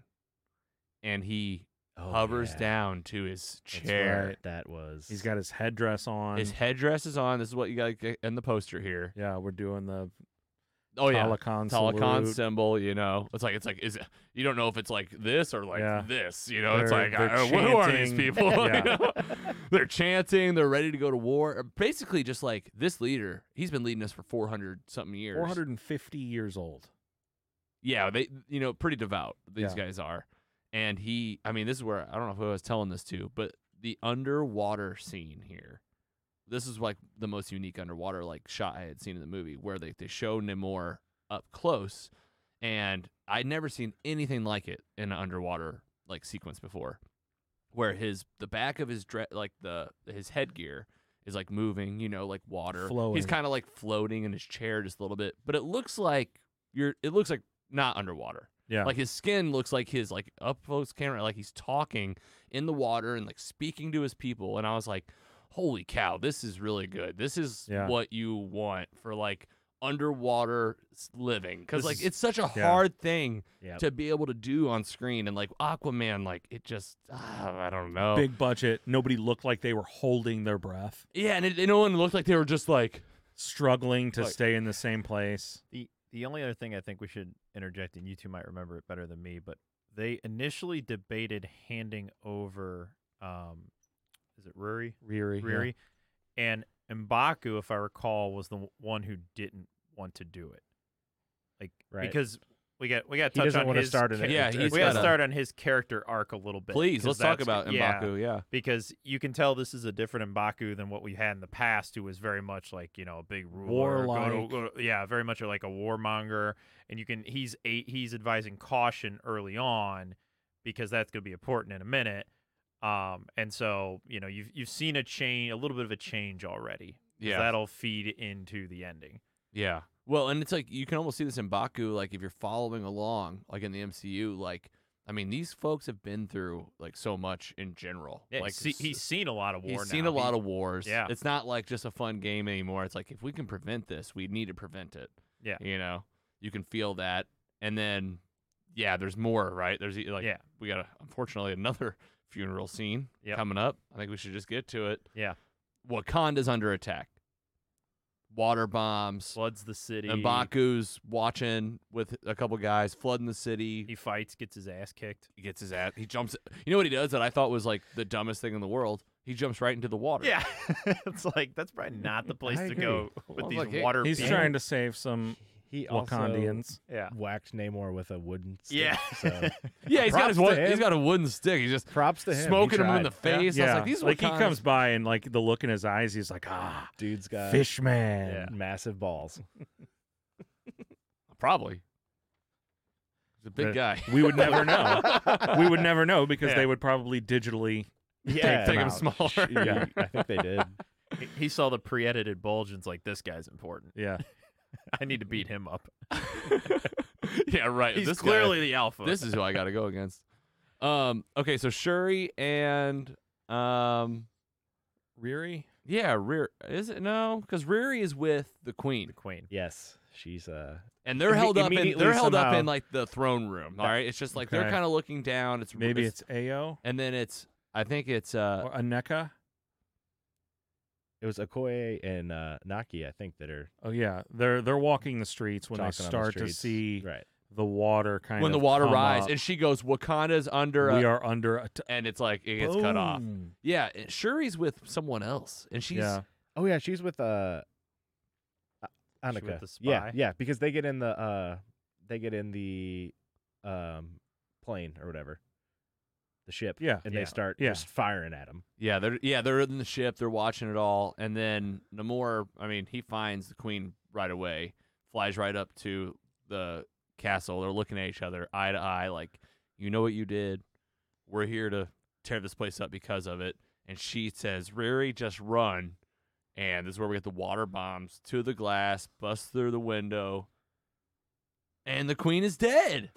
Speaker 1: and he
Speaker 3: Oh,
Speaker 1: hovers
Speaker 3: yeah.
Speaker 1: down to his
Speaker 3: That's
Speaker 1: chair.
Speaker 3: right. That was.
Speaker 2: He's got his headdress on.
Speaker 1: His headdress is on. This is what you got in the poster here.
Speaker 2: yeah, we're doing the
Speaker 1: Oh yeah,
Speaker 2: Talakon
Speaker 1: Talakon
Speaker 2: salute.
Speaker 1: symbol. You know, it's like it's like is it, you don't know if it's like this or like
Speaker 2: Yeah.
Speaker 1: this. You know, it's
Speaker 2: They're-
Speaker 1: like
Speaker 2: they're
Speaker 1: uh, who are these
Speaker 2: chanting.
Speaker 1: people? You
Speaker 2: Yeah.
Speaker 1: know? They're chanting. They're ready to go to war. Uh, Basically, just like this leader, he's been leading us for four hundred something years.
Speaker 2: 450 years old.
Speaker 1: yeah, they you know pretty devout these
Speaker 2: Yeah.
Speaker 1: guys are, and he. I mean, this is where I don't know who I was telling this to, but the underwater scene here. This is like the most unique underwater like shot I had seen in the movie, where they they show Namor up close, and I'd never seen anything like it in an underwater like sequence before, where his the back of his dre- like the his headgear is like moving, you know, like water.
Speaker 2: Flowing.
Speaker 1: He's kind of like floating in his chair just a little bit, but it looks like you're. It looks like not underwater.
Speaker 2: Yeah.
Speaker 1: Like his skin looks like his like up close camera, like he's talking in the water and like speaking to his people. And I was like, holy cow, this is really good. This is
Speaker 2: Yeah.
Speaker 1: what you want for like underwater s- living because
Speaker 2: This
Speaker 1: like
Speaker 2: is-
Speaker 1: it's such a
Speaker 2: yeah.
Speaker 1: hard thing
Speaker 3: Yep.
Speaker 1: to be able to do on screen. And like Aquaman, like it just ah, I don't know.
Speaker 2: Big budget. Nobody looked like they were holding their breath,
Speaker 1: yeah, and it, no one looked like they were just like
Speaker 2: struggling to
Speaker 1: Like-
Speaker 2: stay in the same place.
Speaker 4: The the only other thing I think we should interject, and you two might remember it better than me, but they initially debated handing over, um, is it Ruri?
Speaker 2: Reary.
Speaker 4: Riri, and Mbaku, if I recall, was the one who didn't want to do it, like
Speaker 3: Right.
Speaker 4: because we got we got
Speaker 3: He
Speaker 4: touch
Speaker 3: doesn't
Speaker 4: on
Speaker 3: wanna
Speaker 4: his
Speaker 3: start an-
Speaker 4: char-
Speaker 1: Yeah, he's
Speaker 4: we got to
Speaker 1: gotta-
Speaker 4: start on his character arc a little bit.
Speaker 1: please let's
Speaker 4: 'cause
Speaker 1: talk
Speaker 4: that's-
Speaker 1: about
Speaker 4: yeah,
Speaker 1: Mbaku. Yeah.
Speaker 4: because you can tell this is a different Mbaku than what we had in the past, who was very much like you know a big ruler, go to-
Speaker 2: Warlike.
Speaker 4: go to- yeah, very much like a warmonger. And you can he's a, he's advising caution early on because that's going to be important in a minute. Um, and so you know you've you've seen a change, a little bit of a change already. 'cause
Speaker 1: Yeah.
Speaker 4: that'll feed into the ending.
Speaker 1: Yeah. Well, and it's like you can almost see this in Baku, like if you're following along, like in the MCU, like I mean, these folks have been through like so much in general.
Speaker 4: Yeah,
Speaker 1: like
Speaker 4: see,
Speaker 1: s-
Speaker 4: he's seen a lot of war.
Speaker 1: he's seen
Speaker 4: now.
Speaker 1: a lot
Speaker 4: He-
Speaker 1: of wars.
Speaker 4: yeah.
Speaker 1: it's not like just a fun game anymore. It's like if we can prevent this, we need to prevent it.
Speaker 4: Yeah.
Speaker 1: you know, you can feel that, and then yeah, there's more, right? There's e- like
Speaker 4: Yeah.
Speaker 1: we got a, unfortunately another funeral scene
Speaker 4: Yep.
Speaker 1: coming up. I think we should just get to it.
Speaker 4: Yeah.
Speaker 1: Wakanda's under attack. Water bombs.
Speaker 4: floods the city.
Speaker 1: And Baku's watching with a couple guys, flooding the city.
Speaker 4: he fights, gets his ass kicked.
Speaker 1: He gets his ass. He jumps. You know what he does that I thought was like the dumbest thing in the world? He jumps right into the water.
Speaker 4: Yeah, it's like that's probably not the place
Speaker 3: I
Speaker 4: to go with
Speaker 1: Well,
Speaker 4: these
Speaker 1: look, it-
Speaker 4: water.
Speaker 2: He's
Speaker 4: people.
Speaker 2: trying to save some
Speaker 3: He also
Speaker 2: Wakandians.
Speaker 4: Yeah.
Speaker 3: whacked Namor with a wooden stick.
Speaker 4: Yeah.
Speaker 3: So
Speaker 1: yeah. He's got his.
Speaker 3: Props to
Speaker 1: One, he's
Speaker 3: him.
Speaker 1: got a wooden stick. He's just
Speaker 3: props to him. He
Speaker 1: smoking him in
Speaker 3: tried.
Speaker 1: the face. I was like, these
Speaker 2: like he
Speaker 1: Wakandans-
Speaker 2: comes by and like the look in his eyes, he's like, ah,
Speaker 3: Dude's got
Speaker 2: fish man.
Speaker 3: massive balls.
Speaker 1: probably. He's a big
Speaker 2: But
Speaker 1: guy.
Speaker 2: We would never know. we would never know because
Speaker 4: Yeah.
Speaker 2: they would probably digitally.
Speaker 3: Yeah,
Speaker 1: Take
Speaker 3: him
Speaker 1: him
Speaker 3: out.
Speaker 1: smaller.
Speaker 3: yeah, I think they did.
Speaker 4: He- He saw the pre-edited bulge and's like, "This guy's important.
Speaker 2: Yeah.
Speaker 4: I need to beat him up."
Speaker 1: yeah. Right.
Speaker 4: He's
Speaker 1: this guy-
Speaker 4: clearly the alpha.
Speaker 1: this is who I got to go against. Um. Okay. So Shuri and um.
Speaker 2: Reary?
Speaker 1: Yeah, Rear is it no? Because Reary is with the
Speaker 4: the
Speaker 1: queen,
Speaker 4: queen.
Speaker 3: Yes, she's uh
Speaker 1: and they're
Speaker 3: Imme-
Speaker 1: held up in
Speaker 3: immediately
Speaker 1: they're held up
Speaker 3: somehow-
Speaker 1: in like the throne room. All right, it's just like they're
Speaker 2: Okay.
Speaker 1: kind of looking down. It's
Speaker 2: Maybe it's Ao
Speaker 1: and then it's I think it's uh
Speaker 2: or Aneka.
Speaker 3: it was Okoye and uh, Naki, I think, that are
Speaker 2: Oh yeah, they're they're walking the streets when
Speaker 3: talking
Speaker 2: they
Speaker 3: on
Speaker 2: start
Speaker 3: the
Speaker 2: to
Speaker 3: streets.
Speaker 2: see
Speaker 3: right.
Speaker 2: the water kind
Speaker 1: when
Speaker 2: of
Speaker 1: the water
Speaker 2: come
Speaker 1: rise,
Speaker 2: up.
Speaker 1: and she goes Wakanda's under,
Speaker 2: we
Speaker 1: a,
Speaker 2: are under a t-
Speaker 1: and it's like it gets cut off.
Speaker 2: Boom.
Speaker 1: Yeah, and Shuri's with someone else, and she's
Speaker 2: yeah,
Speaker 3: Oh yeah, she's with uh, A-
Speaker 4: She with
Speaker 3: Annika.
Speaker 4: the spy?
Speaker 3: Yeah, yeah, because they get in the uh, they get in the um plane or whatever, the ship.
Speaker 2: Yeah.
Speaker 3: and
Speaker 4: Yeah.
Speaker 3: they start
Speaker 2: Yeah.
Speaker 3: just firing at him.
Speaker 1: yeah, they're yeah they're in the ship, they're watching it all, and then Namor. I mean, he finds the queen right away, flies right up to the castle. They're looking at each other eye to eye, like you know what you did. We're here to tear this place up because of it. And she says, Riri, just run. And this is where we get the water bombs to the glass, bust through the window. And the queen is dead.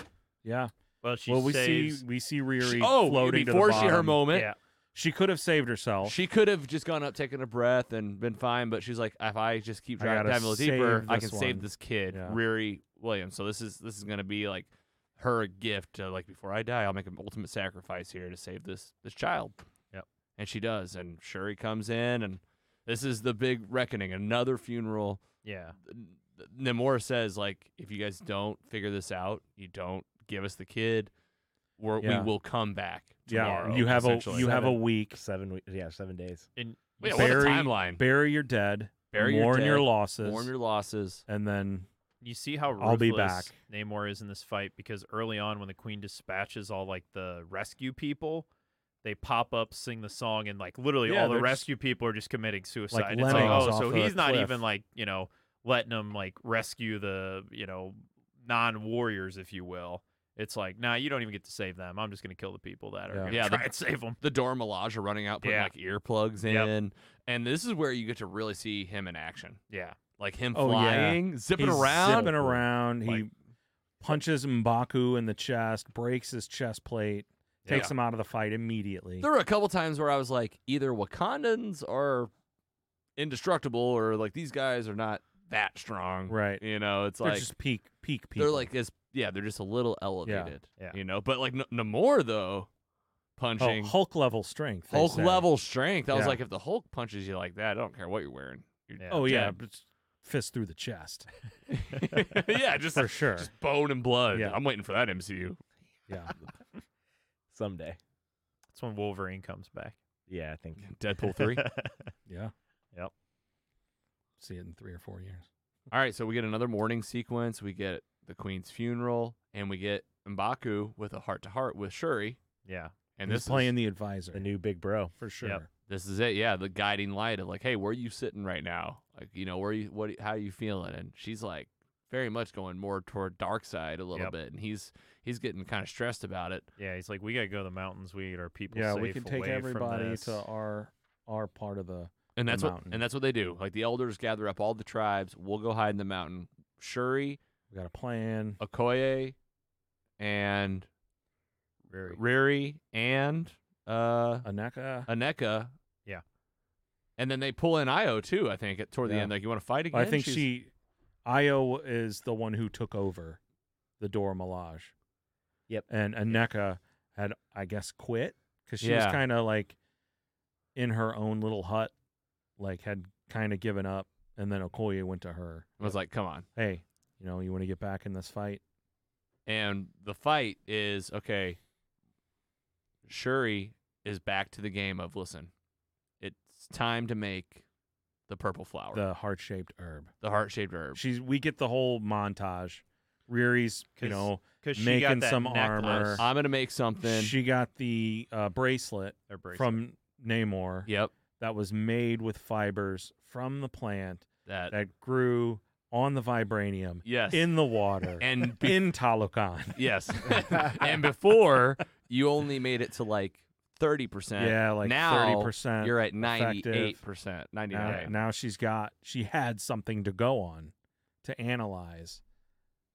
Speaker 2: yeah.
Speaker 4: Well, she
Speaker 2: well, we
Speaker 4: saves.
Speaker 2: see we see Riri
Speaker 1: She- oh,
Speaker 2: floating to the
Speaker 1: before she her
Speaker 2: bottom.
Speaker 1: moment,
Speaker 4: yeah,
Speaker 2: She could have saved herself.
Speaker 1: she could have just gone up, taken a breath, and been fine. But she's like, if I just keep
Speaker 2: I
Speaker 1: driving
Speaker 2: gotta
Speaker 1: down a little deeper,
Speaker 2: save
Speaker 1: I
Speaker 2: this
Speaker 1: can save
Speaker 2: one."
Speaker 1: this kid,
Speaker 2: Yeah.
Speaker 1: Riri Williams. So this is this is gonna be like her gift to like before I die, I'll make an ultimate sacrifice here to save this this child.
Speaker 4: Yep.
Speaker 1: And she does, and Shuri comes in, and this is the big reckoning, another funeral.
Speaker 4: yeah.
Speaker 1: Th- Namora says like, if you guys don't figure this out, you don't give us the kid, we're,
Speaker 2: Yeah.
Speaker 1: we will come back
Speaker 2: Yeah,
Speaker 1: tomorrow.
Speaker 2: you have a
Speaker 1: essentially.
Speaker 2: you have a week.
Speaker 3: Seven weeks. Yeah, seven days.
Speaker 4: And
Speaker 1: Wait, what a
Speaker 2: bury-
Speaker 1: timeline.
Speaker 2: Bury your dead.
Speaker 1: Bury your
Speaker 2: mourn
Speaker 1: dead,
Speaker 2: your losses.
Speaker 1: Mourn your losses.
Speaker 2: and then
Speaker 4: you see how ruthless
Speaker 2: I'll be back.
Speaker 4: Namor is in this fight because early on, when the Queen dispatches all like the rescue people, they pop up, sing the song, and like literally
Speaker 2: Yeah,
Speaker 4: all the
Speaker 2: they're just-
Speaker 4: rescue people are just committing suicide. it's like,
Speaker 2: lemmings
Speaker 4: oh,
Speaker 2: off
Speaker 4: so
Speaker 2: of a
Speaker 4: he's not
Speaker 2: cliff.
Speaker 4: even like you know letting them like rescue the you know non warriors, if you will. It's like, nah, you don't even get to save them. I'm just gonna kill the people that are
Speaker 2: Yeah.
Speaker 4: gonna
Speaker 1: Yeah, the-
Speaker 4: try and save them.
Speaker 1: The Dora Milaje are running out, putting
Speaker 4: Yeah.
Speaker 1: like earplugs in,
Speaker 4: Yep.
Speaker 1: and this is where you get to really see him in action,
Speaker 4: Yeah,
Speaker 1: like him
Speaker 2: Oh, yeah.
Speaker 1: flying, zipping
Speaker 2: he's
Speaker 1: around,
Speaker 2: zipping around.
Speaker 1: Like-
Speaker 2: he punches Mbaku in the chest, breaks his chest plate, takes
Speaker 1: Yeah.
Speaker 2: him out of the fight immediately.
Speaker 1: There were a couple times where I was like, either Wakandans are indestructible, or like these guys are not that strong,
Speaker 2: Right.
Speaker 1: You know, it's
Speaker 2: They're
Speaker 1: like
Speaker 2: just peak peak people.
Speaker 1: they're like this, yeah, they're just a little elevated,
Speaker 4: yeah.
Speaker 1: you know. But like N- Namor though,
Speaker 2: oh,
Speaker 1: punching
Speaker 2: Hulk level strength. they
Speaker 1: Hulk
Speaker 2: say.
Speaker 1: level strength. I was
Speaker 2: Yeah.
Speaker 1: like, if the Hulk punches you like that, I don't care what you're wearing. You're
Speaker 4: Yeah.
Speaker 2: Oh yeah,
Speaker 1: dead.
Speaker 2: but it's fist through the chest
Speaker 1: yeah, just
Speaker 2: for sure.
Speaker 1: just bone and blood.
Speaker 2: Yeah.
Speaker 1: I'm waiting for that MCU.
Speaker 2: yeah,
Speaker 3: Someday.
Speaker 4: that's when Wolverine comes back.
Speaker 3: Yeah, I think.
Speaker 1: Deadpool three.
Speaker 2: yeah,
Speaker 4: Yep.
Speaker 2: See it in three or four years.
Speaker 1: All right, so we get another morning sequence. We get the queen's funeral, and we get Mbaku with a heart to heart with Shuri.
Speaker 4: Yeah,
Speaker 1: And
Speaker 2: He's
Speaker 1: this
Speaker 2: playing
Speaker 1: is,
Speaker 2: the advisor
Speaker 3: The new big bro.
Speaker 2: for sure.
Speaker 1: this is it, yeah, the guiding light of like, hey, where are you sitting right now? Like, you know, where you what, how you feeling? And she's like, very much going more toward dark side a little
Speaker 4: Yep.
Speaker 1: bit, and he's he's getting kind of stressed about it.
Speaker 4: yeah. He's like, we gotta go to the mountains. We get our people.
Speaker 2: yeah,
Speaker 4: safe
Speaker 2: we can
Speaker 4: away
Speaker 2: take
Speaker 4: from
Speaker 2: everybody
Speaker 4: this."
Speaker 2: to our our part of the
Speaker 1: And
Speaker 2: the
Speaker 1: that's what
Speaker 2: mountain.
Speaker 1: and that's what they do. Like the elders gather up all the tribes. We'll go hide in the mountain. Shuri,
Speaker 2: We got a plan.
Speaker 1: Okoye, and
Speaker 4: Very-
Speaker 1: Riri, and uh,
Speaker 2: Aneka.
Speaker 1: Aneka.
Speaker 4: Yeah.
Speaker 1: And then they pull in Io too, I think, at toward the
Speaker 2: Yeah.
Speaker 1: end. Like, you want to fight again?
Speaker 2: I think
Speaker 1: She's-
Speaker 2: she, Io is the one who took over the Dora Milaje.
Speaker 3: Yep.
Speaker 2: And Aneka had, I guess, quit because she
Speaker 1: Yeah.
Speaker 2: was kind of like in her own little hut, like had kind of given up. And then Okoye went to her.
Speaker 1: was like, come on.
Speaker 2: hey, you know, you want to get back in this fight?
Speaker 1: And the fight is okay, Shuri is back to the game of listen, it's time to make the purple flower, the,
Speaker 2: The heart shaped herb.
Speaker 1: heart shaped herb.
Speaker 2: She's. We get the whole montage. Riri's, you
Speaker 4: 'Cause
Speaker 2: know,
Speaker 4: Cause she got
Speaker 2: making
Speaker 4: that
Speaker 2: some
Speaker 4: necklace.
Speaker 2: armor.
Speaker 1: I'm going to make something.
Speaker 2: she got the uh, bracelet
Speaker 4: Or bracelet.
Speaker 2: from Namor.
Speaker 1: yep.
Speaker 2: that was made with fibers from the plant
Speaker 1: That.
Speaker 2: that grew on the vibranium
Speaker 1: yes.
Speaker 2: in the water
Speaker 1: and be-
Speaker 2: in Talokan.
Speaker 1: yes. and before, you only made it to like 30%.
Speaker 2: Yeah, like
Speaker 1: now,
Speaker 2: 30%.
Speaker 1: You're at E
Speaker 2: effective.
Speaker 1: 98%, 99
Speaker 2: now, now she's got she had something to go on to analyze.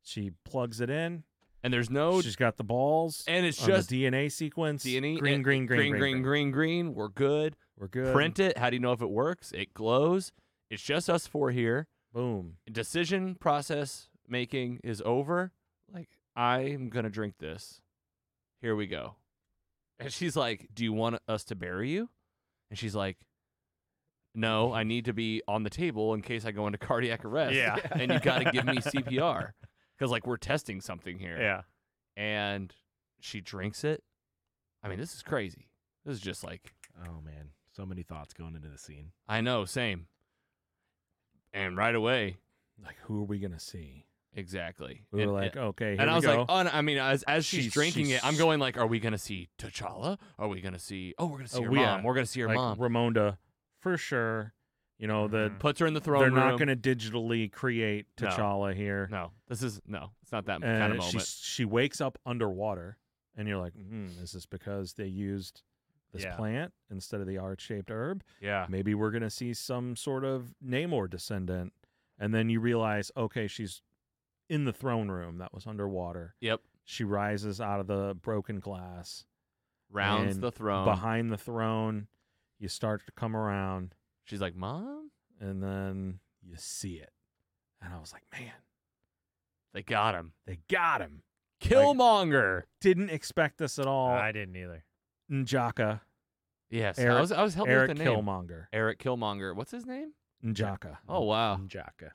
Speaker 2: She plugs it in.
Speaker 1: And there's no
Speaker 2: she's got the balls
Speaker 1: Oh, and it's
Speaker 2: on the
Speaker 1: just
Speaker 2: DNA sequence.
Speaker 1: DNA
Speaker 2: green, green, green,
Speaker 1: green, green, green, green. We're good.
Speaker 2: We're good.
Speaker 1: Print it. How do you know if it works? It glows. It's just us four here.
Speaker 2: Boom.
Speaker 1: Decision process making is over. Like, I'm going to drink this. Here we go. And she's like, Do you want us to bury you? And she's like, No, I need to be on the table in case I go into cardiac arrest.
Speaker 4: Yeah.
Speaker 1: And you got to give me CPR because, like, we're testing something here
Speaker 4: Yeah.
Speaker 1: and she drinks it. I mean, this is crazy. This is just like
Speaker 3: Oh man, so many thoughts going into the scene.
Speaker 1: I know, same. And right away,
Speaker 2: Like who are we gonna see?
Speaker 1: exactly.
Speaker 2: We
Speaker 1: and,
Speaker 2: were like,
Speaker 1: and-
Speaker 2: okay, here
Speaker 1: and I
Speaker 2: we
Speaker 1: was
Speaker 2: go.
Speaker 1: like, oh, and I mean, as as she's,
Speaker 2: She's-
Speaker 1: drinking
Speaker 2: she's-
Speaker 1: it, I'm going like, are we gonna see T'Challa? Are we gonna see? Oh, we're gonna see
Speaker 2: Oh,
Speaker 1: her
Speaker 2: we-
Speaker 1: mom. We're gonna see her
Speaker 2: like
Speaker 1: mom.
Speaker 2: Ramonda for sure. You know the
Speaker 4: Mhm.
Speaker 1: Puts her in the throne
Speaker 2: They're
Speaker 1: room.
Speaker 2: not going to digitally create
Speaker 1: No.
Speaker 2: T'Challa here.
Speaker 1: No, this is no. It's not that
Speaker 2: And
Speaker 1: kind of
Speaker 2: she
Speaker 1: moment.
Speaker 2: she wakes up underwater, and you're like, hmm, is this because they used this
Speaker 4: Yeah.
Speaker 2: plant instead of the heart-shaped herb?
Speaker 1: Yeah,
Speaker 2: Maybe we're going to see some sort of Namor descendant, and then you realize, okay, she's in the throne room that was underwater.
Speaker 1: Yep.
Speaker 2: She rises out of the broken glass
Speaker 1: rounds
Speaker 2: and
Speaker 1: the throne.
Speaker 2: behind the throne. You start to come around,
Speaker 1: She's like, mom,
Speaker 2: and then you see it, and I was like, man,
Speaker 1: they got him.
Speaker 2: they got him.
Speaker 1: Killmonger.
Speaker 2: didn't expect this at all.
Speaker 4: I didn't either.
Speaker 2: Njaka,
Speaker 1: yes, I
Speaker 2: Eric-
Speaker 1: was I was helping
Speaker 2: Eric
Speaker 1: with the name.
Speaker 2: Killmonger,
Speaker 1: Oh.
Speaker 2: Mm-hmm.
Speaker 1: Eric Killmonger. What's his name?
Speaker 2: Njaka.
Speaker 1: Oh wow.
Speaker 3: Jaka.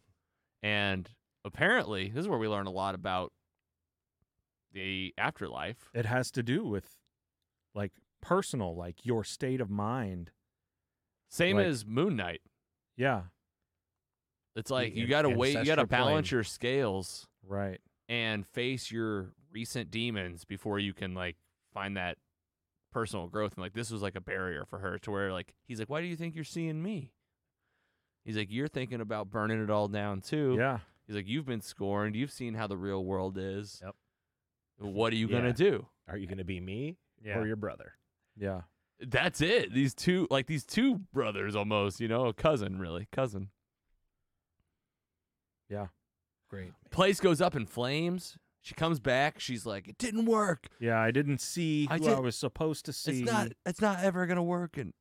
Speaker 1: and apparently, this is where we learn a lot about the afterlife.
Speaker 2: It has to do with like personal, like your state of mind.
Speaker 1: Same
Speaker 2: Like-
Speaker 1: as Moon Knight.
Speaker 2: Yeah,
Speaker 1: It's like you
Speaker 3: an
Speaker 1: got to wait, you got to
Speaker 3: ancestral plane.
Speaker 1: balance your scales
Speaker 2: right.
Speaker 1: and face your recent demons before you can like find that personal growth. And like this was like a barrier for her to where like he's like, why do you think you're seeing me? He's like, you're thinking about burning it all down too.
Speaker 2: Yeah,
Speaker 1: He's like, you've been scorned. You've seen how the real world is.
Speaker 4: Yep.
Speaker 1: What are you gonna
Speaker 3: Yeah.
Speaker 1: do?
Speaker 3: Are you gonna be me
Speaker 4: Yeah.
Speaker 3: or your brother?
Speaker 2: yeah.
Speaker 1: That's it. These two, like these two brothers, almost. You know, a cousin, really, cousin.
Speaker 9: Great.
Speaker 1: Place goes up in flames. She comes back. She's like, it didn't work.
Speaker 2: Yeah, I didn't see
Speaker 1: I
Speaker 2: who I
Speaker 1: did-
Speaker 2: was supposed to see.
Speaker 1: It's not. It's not ever gonna work. And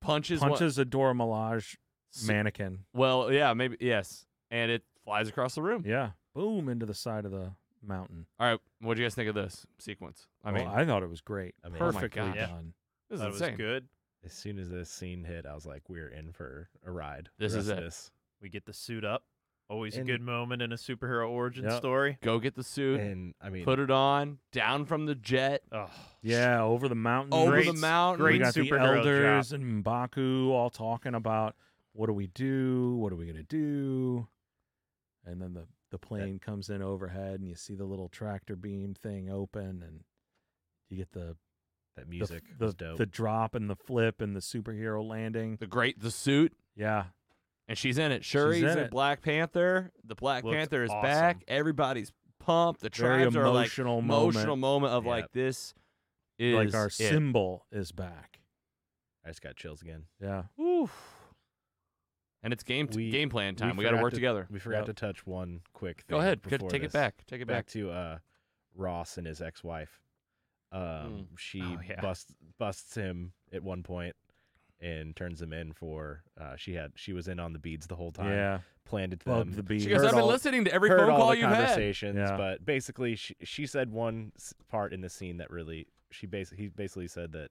Speaker 1: punches. one-
Speaker 2: Punches a Dora Milaje
Speaker 1: s-
Speaker 2: mannequin.
Speaker 1: Well, yeah, maybe yes. And it flies across the room.
Speaker 2: Yeah, boom into the side of the mountain.
Speaker 1: All right. What do you guys think of this sequence? I
Speaker 2: Well,
Speaker 1: mean,
Speaker 2: I thought it was great.
Speaker 3: I mean- Oh my
Speaker 2: Perfectly
Speaker 1: God. Yeah.
Speaker 2: done.
Speaker 1: this is
Speaker 4: Thought it
Speaker 1: insane.
Speaker 4: was good.
Speaker 3: As soon as this scene hit, I was like, we're in for a ride. the
Speaker 1: This is
Speaker 3: rest of
Speaker 1: it.
Speaker 3: This.
Speaker 4: We get the suit up. Always
Speaker 3: And-
Speaker 4: a good moment in a superhero origin
Speaker 2: Yep.
Speaker 4: story.
Speaker 1: Go get the suit.
Speaker 3: And I mean,
Speaker 1: put it on. Down from the jet.
Speaker 4: Oh,
Speaker 2: Yeah, over the mountain.
Speaker 1: Over
Speaker 4: great,
Speaker 1: the mountain.
Speaker 2: we
Speaker 4: Great
Speaker 2: got the
Speaker 4: superhero
Speaker 2: elders
Speaker 4: drop.
Speaker 2: and Mbaku all talking about what do we do? What are we gonna do? And then the the plane comes in overhead, and you see the little tractor beam thing open, and you get the
Speaker 3: that
Speaker 2: the-
Speaker 3: music
Speaker 2: the
Speaker 3: was dope.
Speaker 2: the drop and the flip and the superhero landing.
Speaker 1: The great. The suit.
Speaker 2: Yeah,
Speaker 1: and she's in it. Shuri's
Speaker 2: in
Speaker 1: in
Speaker 2: it.
Speaker 1: Black Panther. The Black
Speaker 4: Looked
Speaker 1: Panther is
Speaker 4: awesome.
Speaker 1: back. Everybody's pumped. The
Speaker 2: very
Speaker 1: tribes are like
Speaker 2: emotional moment.
Speaker 1: emotional moment of like
Speaker 3: Yep.
Speaker 1: this is
Speaker 2: like our
Speaker 1: it.
Speaker 2: symbol is back.
Speaker 3: I just got chills again.
Speaker 2: Yeah,
Speaker 1: Oof. And it's game
Speaker 3: We-
Speaker 1: game plan time. We, got to
Speaker 3: forgot
Speaker 1: work together.
Speaker 3: We forgot
Speaker 2: Yep.
Speaker 3: to touch one quick thing.
Speaker 1: Go ahead. Good,
Speaker 3: before
Speaker 1: Take it
Speaker 3: this.
Speaker 1: back. Take it back.
Speaker 3: back to uh, Ross and his ex-wife. Um,
Speaker 1: Mm.
Speaker 3: She
Speaker 4: Oh, yeah.
Speaker 3: busts busts him at one point and turns him in for. Uh, she had she was in on the beads the whole time.
Speaker 2: yeah.
Speaker 3: planned it to
Speaker 2: Bug
Speaker 3: them.
Speaker 2: the
Speaker 1: She
Speaker 2: beam.
Speaker 1: goes,
Speaker 3: heard
Speaker 1: I've been
Speaker 3: all-
Speaker 1: listening to every
Speaker 3: heard
Speaker 1: phone
Speaker 3: all
Speaker 1: call
Speaker 3: the
Speaker 1: you've had.
Speaker 3: conversations,
Speaker 2: Yeah.
Speaker 3: but basically she, she said one s- part in the scene that really she basically he basically said that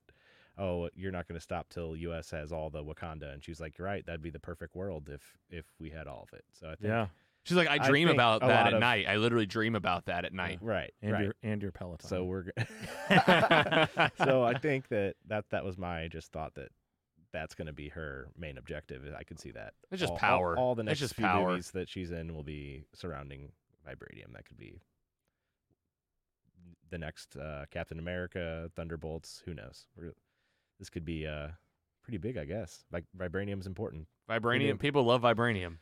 Speaker 3: oh you're not going to stop till U.S. has all the Wakanda, and she's like you're right that'd be the perfect world if if we had all of it. So I think
Speaker 2: Yeah,
Speaker 1: She's like, I
Speaker 3: I
Speaker 1: dream
Speaker 3: think
Speaker 1: about
Speaker 3: a
Speaker 1: that
Speaker 3: lot
Speaker 1: at
Speaker 3: of-
Speaker 1: night. I literally dream about that at night.
Speaker 3: right
Speaker 2: and
Speaker 3: right.
Speaker 2: your and your Peloton.
Speaker 3: So we're go- so uh, I think that that that was my just thought that that's going to be her main objective. I could see that.
Speaker 1: It's just
Speaker 3: all, all-
Speaker 1: power.
Speaker 3: All, the
Speaker 1: It's
Speaker 3: next
Speaker 1: just
Speaker 3: few
Speaker 1: power.
Speaker 3: movies that she's in will be surrounding vibranium. That could be the next uh, Captain America, Thunderbolts. Who knows? We're, this could be uh, pretty big, I guess. Like vibranium's important.
Speaker 1: Vibranium. People love vibranium.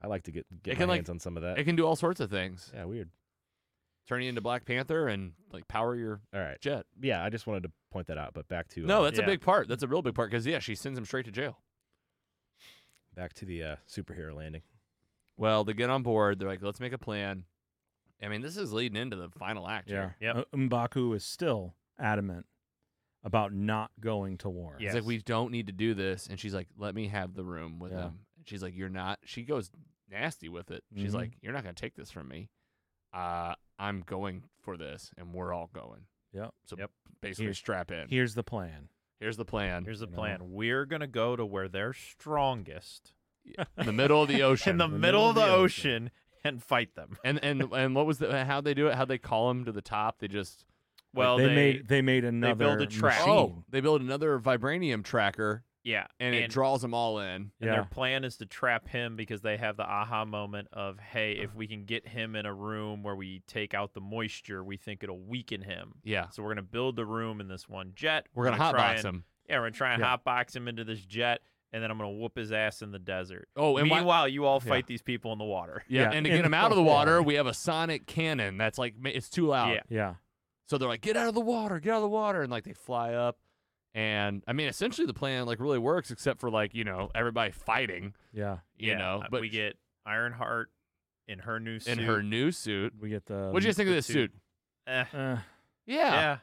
Speaker 3: I like to get get
Speaker 1: It
Speaker 3: my
Speaker 1: can, like-
Speaker 3: hands on some of that.
Speaker 1: It can do all sorts of things.
Speaker 3: yeah, weird.
Speaker 1: Turn you into Black Panther and like power your
Speaker 3: All right.
Speaker 1: jet.
Speaker 3: Yeah, I just wanted to point that out. But back to
Speaker 1: No,
Speaker 3: uh,
Speaker 1: that's a
Speaker 4: Yeah.
Speaker 1: big part. That's a real big part because yeah, she sends him straight to jail.
Speaker 3: back to the uh, superhero landing.
Speaker 1: Well, they get on board. They're like, let's make a plan. I mean, this is leading into the final act.
Speaker 2: Yeah.
Speaker 1: here.
Speaker 4: Yep.
Speaker 2: Uh, M'Baku is still adamant about not going to war.
Speaker 1: He's
Speaker 4: Yeah.
Speaker 1: like,
Speaker 4: Yes.
Speaker 1: we don't need to do this. And she's like, let me have the room with
Speaker 2: Yeah.
Speaker 1: him. And she's like, you're not. She goes nasty with it. She's
Speaker 2: Mhm.
Speaker 1: like, you're not going to take this from me. Uh, I'm going for this, and we're all going.
Speaker 2: Yep.
Speaker 1: So
Speaker 4: Yep.
Speaker 1: basically,
Speaker 2: Here-
Speaker 1: strap in.
Speaker 2: Here's the plan.
Speaker 1: Here's the plan.
Speaker 4: Here's the
Speaker 2: You know.
Speaker 4: plan. We're gonna go to where they're strongest
Speaker 1: in the middle of the ocean.
Speaker 4: in the middle of the ocean and fight them.
Speaker 1: and and and what was the how they do it? How they call him to the top? They just
Speaker 4: Well,
Speaker 2: they, made they made another
Speaker 4: build a track.
Speaker 2: machine.
Speaker 1: oh, they build another vibranium tracker,
Speaker 4: yeah,
Speaker 1: and, it draws them all in.
Speaker 4: And
Speaker 2: yeah.
Speaker 4: their plan is to trap him because they have the aha moment of, hey, if we can get him in a room where we take out the moisture, we think it'll weaken him.
Speaker 1: Yeah,
Speaker 4: So we're gonna build the room in this one jet.
Speaker 1: we're gonna
Speaker 4: try
Speaker 1: hotbox
Speaker 4: and-
Speaker 1: him.
Speaker 4: Yeah, we're gonna try and
Speaker 2: Yeah.
Speaker 4: hotbox him into this jet, and then I'm gonna whoop his ass in the desert.
Speaker 1: Oh, and why-
Speaker 4: meanwhile, you all
Speaker 1: Yeah.
Speaker 4: fight these people in the water.
Speaker 1: Yeah,
Speaker 2: Yeah,
Speaker 1: and to
Speaker 2: in
Speaker 1: get
Speaker 2: the
Speaker 1: him out of the water,
Speaker 2: water.
Speaker 1: we have a sonic cannon that's like ma- it's too loud.
Speaker 4: Yeah.
Speaker 2: Yeah.
Speaker 1: So they're like, "Get out of the water! Get out of the water!" And like they fly up, and I mean, essentially the plan like really works, except for like you know everybody fighting,
Speaker 2: Yeah.
Speaker 1: you
Speaker 4: Yeah,
Speaker 1: know.
Speaker 4: uh,
Speaker 1: But
Speaker 4: we get Ironheart in her new suit.
Speaker 1: in her new suit.
Speaker 2: We get the
Speaker 1: What do you guys think of
Speaker 4: the
Speaker 1: this suit?
Speaker 4: suit. Eh,
Speaker 2: uh,
Speaker 1: Yeah.
Speaker 4: yeah,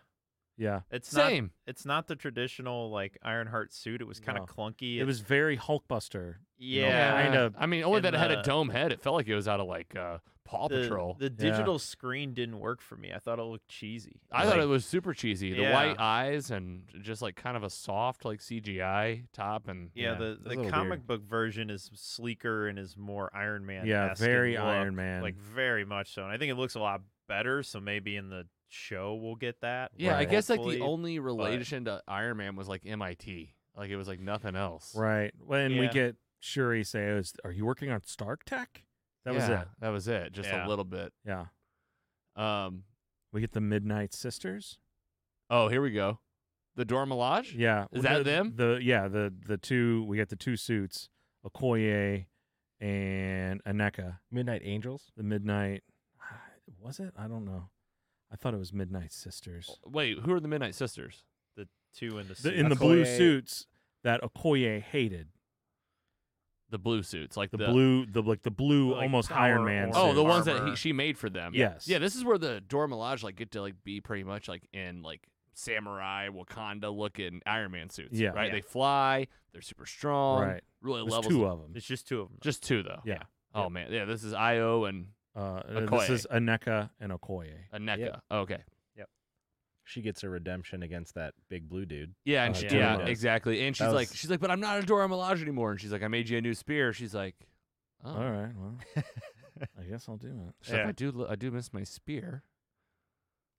Speaker 2: Yeah.
Speaker 4: It's not.
Speaker 1: Same.
Speaker 4: It's not the traditional like Ironheart suit. It was kind
Speaker 2: No.
Speaker 4: of clunky.
Speaker 2: It was very Hulkbuster.
Speaker 4: yeah.
Speaker 2: kinda
Speaker 1: I mean, only
Speaker 4: in
Speaker 1: that it had
Speaker 4: the-
Speaker 1: a dome head. It felt like it was out of like uh, Paw
Speaker 4: the,
Speaker 1: Patrol.
Speaker 4: The
Speaker 2: Yeah.
Speaker 4: digital screen didn't work for me. I thought it looked cheesy.
Speaker 1: I thought
Speaker 4: Like,
Speaker 1: it was super cheesy. The
Speaker 4: Yeah.
Speaker 1: white eyes and just like kind of a soft like CGI top and
Speaker 4: Yeah,
Speaker 3: Yeah,
Speaker 4: the,
Speaker 3: it's a
Speaker 4: the
Speaker 3: little
Speaker 4: comic
Speaker 3: weird.
Speaker 4: book version is sleeker and is more Iron Man.
Speaker 2: Yeah, very Iron Man.
Speaker 4: Like very much so. And I think it looks a lot better. So maybe in the show we'll get that.
Speaker 1: yeah. I guess like
Speaker 4: hopefully.
Speaker 1: the only relation to Iron Man was like MIT. Like it was like nothing else.
Speaker 2: Right. When we
Speaker 4: Yeah.
Speaker 2: get Shuri say, oh, is, Are you working on Stark Tech? That was
Speaker 1: Yeah,
Speaker 2: it.
Speaker 1: That was it. Just a
Speaker 4: Yeah.
Speaker 1: little bit.
Speaker 2: Yeah.
Speaker 1: Um.
Speaker 2: We get the Midnight Sisters.
Speaker 1: Oh, here we go. The Dormelage.
Speaker 2: Yeah.
Speaker 1: Is that
Speaker 2: the,
Speaker 1: them?
Speaker 2: The yeah, the the two we get the two suits, Okoye and Aneka.
Speaker 3: Midnight Angels.
Speaker 2: The Midnight was it? I don't know. I thought it was Midnight Sisters.
Speaker 1: Wait, who are the Midnight Sisters?
Speaker 4: the two in the,
Speaker 2: The,
Speaker 4: suit.
Speaker 2: in the blue
Speaker 3: Okoye-
Speaker 2: suits that Okoye hated.
Speaker 1: The blue suits, like
Speaker 2: The,
Speaker 1: the,
Speaker 2: blue the like the blue
Speaker 4: Like
Speaker 2: almost
Speaker 4: power
Speaker 2: Iron Man.
Speaker 4: orange.
Speaker 1: Oh,
Speaker 2: suit.
Speaker 1: the ones that
Speaker 4: armor.
Speaker 1: he, she made for them.
Speaker 2: Yes.
Speaker 1: Yeah, this is where the Dormelage like get to like be pretty much like in like samurai Wakanda looking Iron Man suits.
Speaker 2: Yeah.
Speaker 1: Right.
Speaker 4: Yeah.
Speaker 1: They fly. They're super strong.
Speaker 2: Right.
Speaker 1: Really
Speaker 2: There's
Speaker 1: levels.
Speaker 2: two of them.
Speaker 4: It's just two of them.
Speaker 1: Just two though.
Speaker 2: Yeah.
Speaker 1: Oh man. Yeah. This is Io and
Speaker 2: Uh,
Speaker 1: Okoye.
Speaker 2: this is Aneka and Okoye.
Speaker 1: Aneka. Oh,
Speaker 3: Yep.
Speaker 1: Okay.
Speaker 3: She gets her redemption against that big blue dude.
Speaker 1: Yeah. And
Speaker 3: Uh,
Speaker 1: she,
Speaker 3: Dormelage.
Speaker 1: yeah. Exactly. And she's
Speaker 3: That
Speaker 1: like,
Speaker 3: was-
Speaker 1: she's like, but I'm not a Dormelage anymore. And she's like, I made you a new spear. She's like, oh.
Speaker 2: All right, well, I guess I'll do it.
Speaker 1: She's like,
Speaker 4: Yeah.
Speaker 1: I do. lo- I do miss my spear.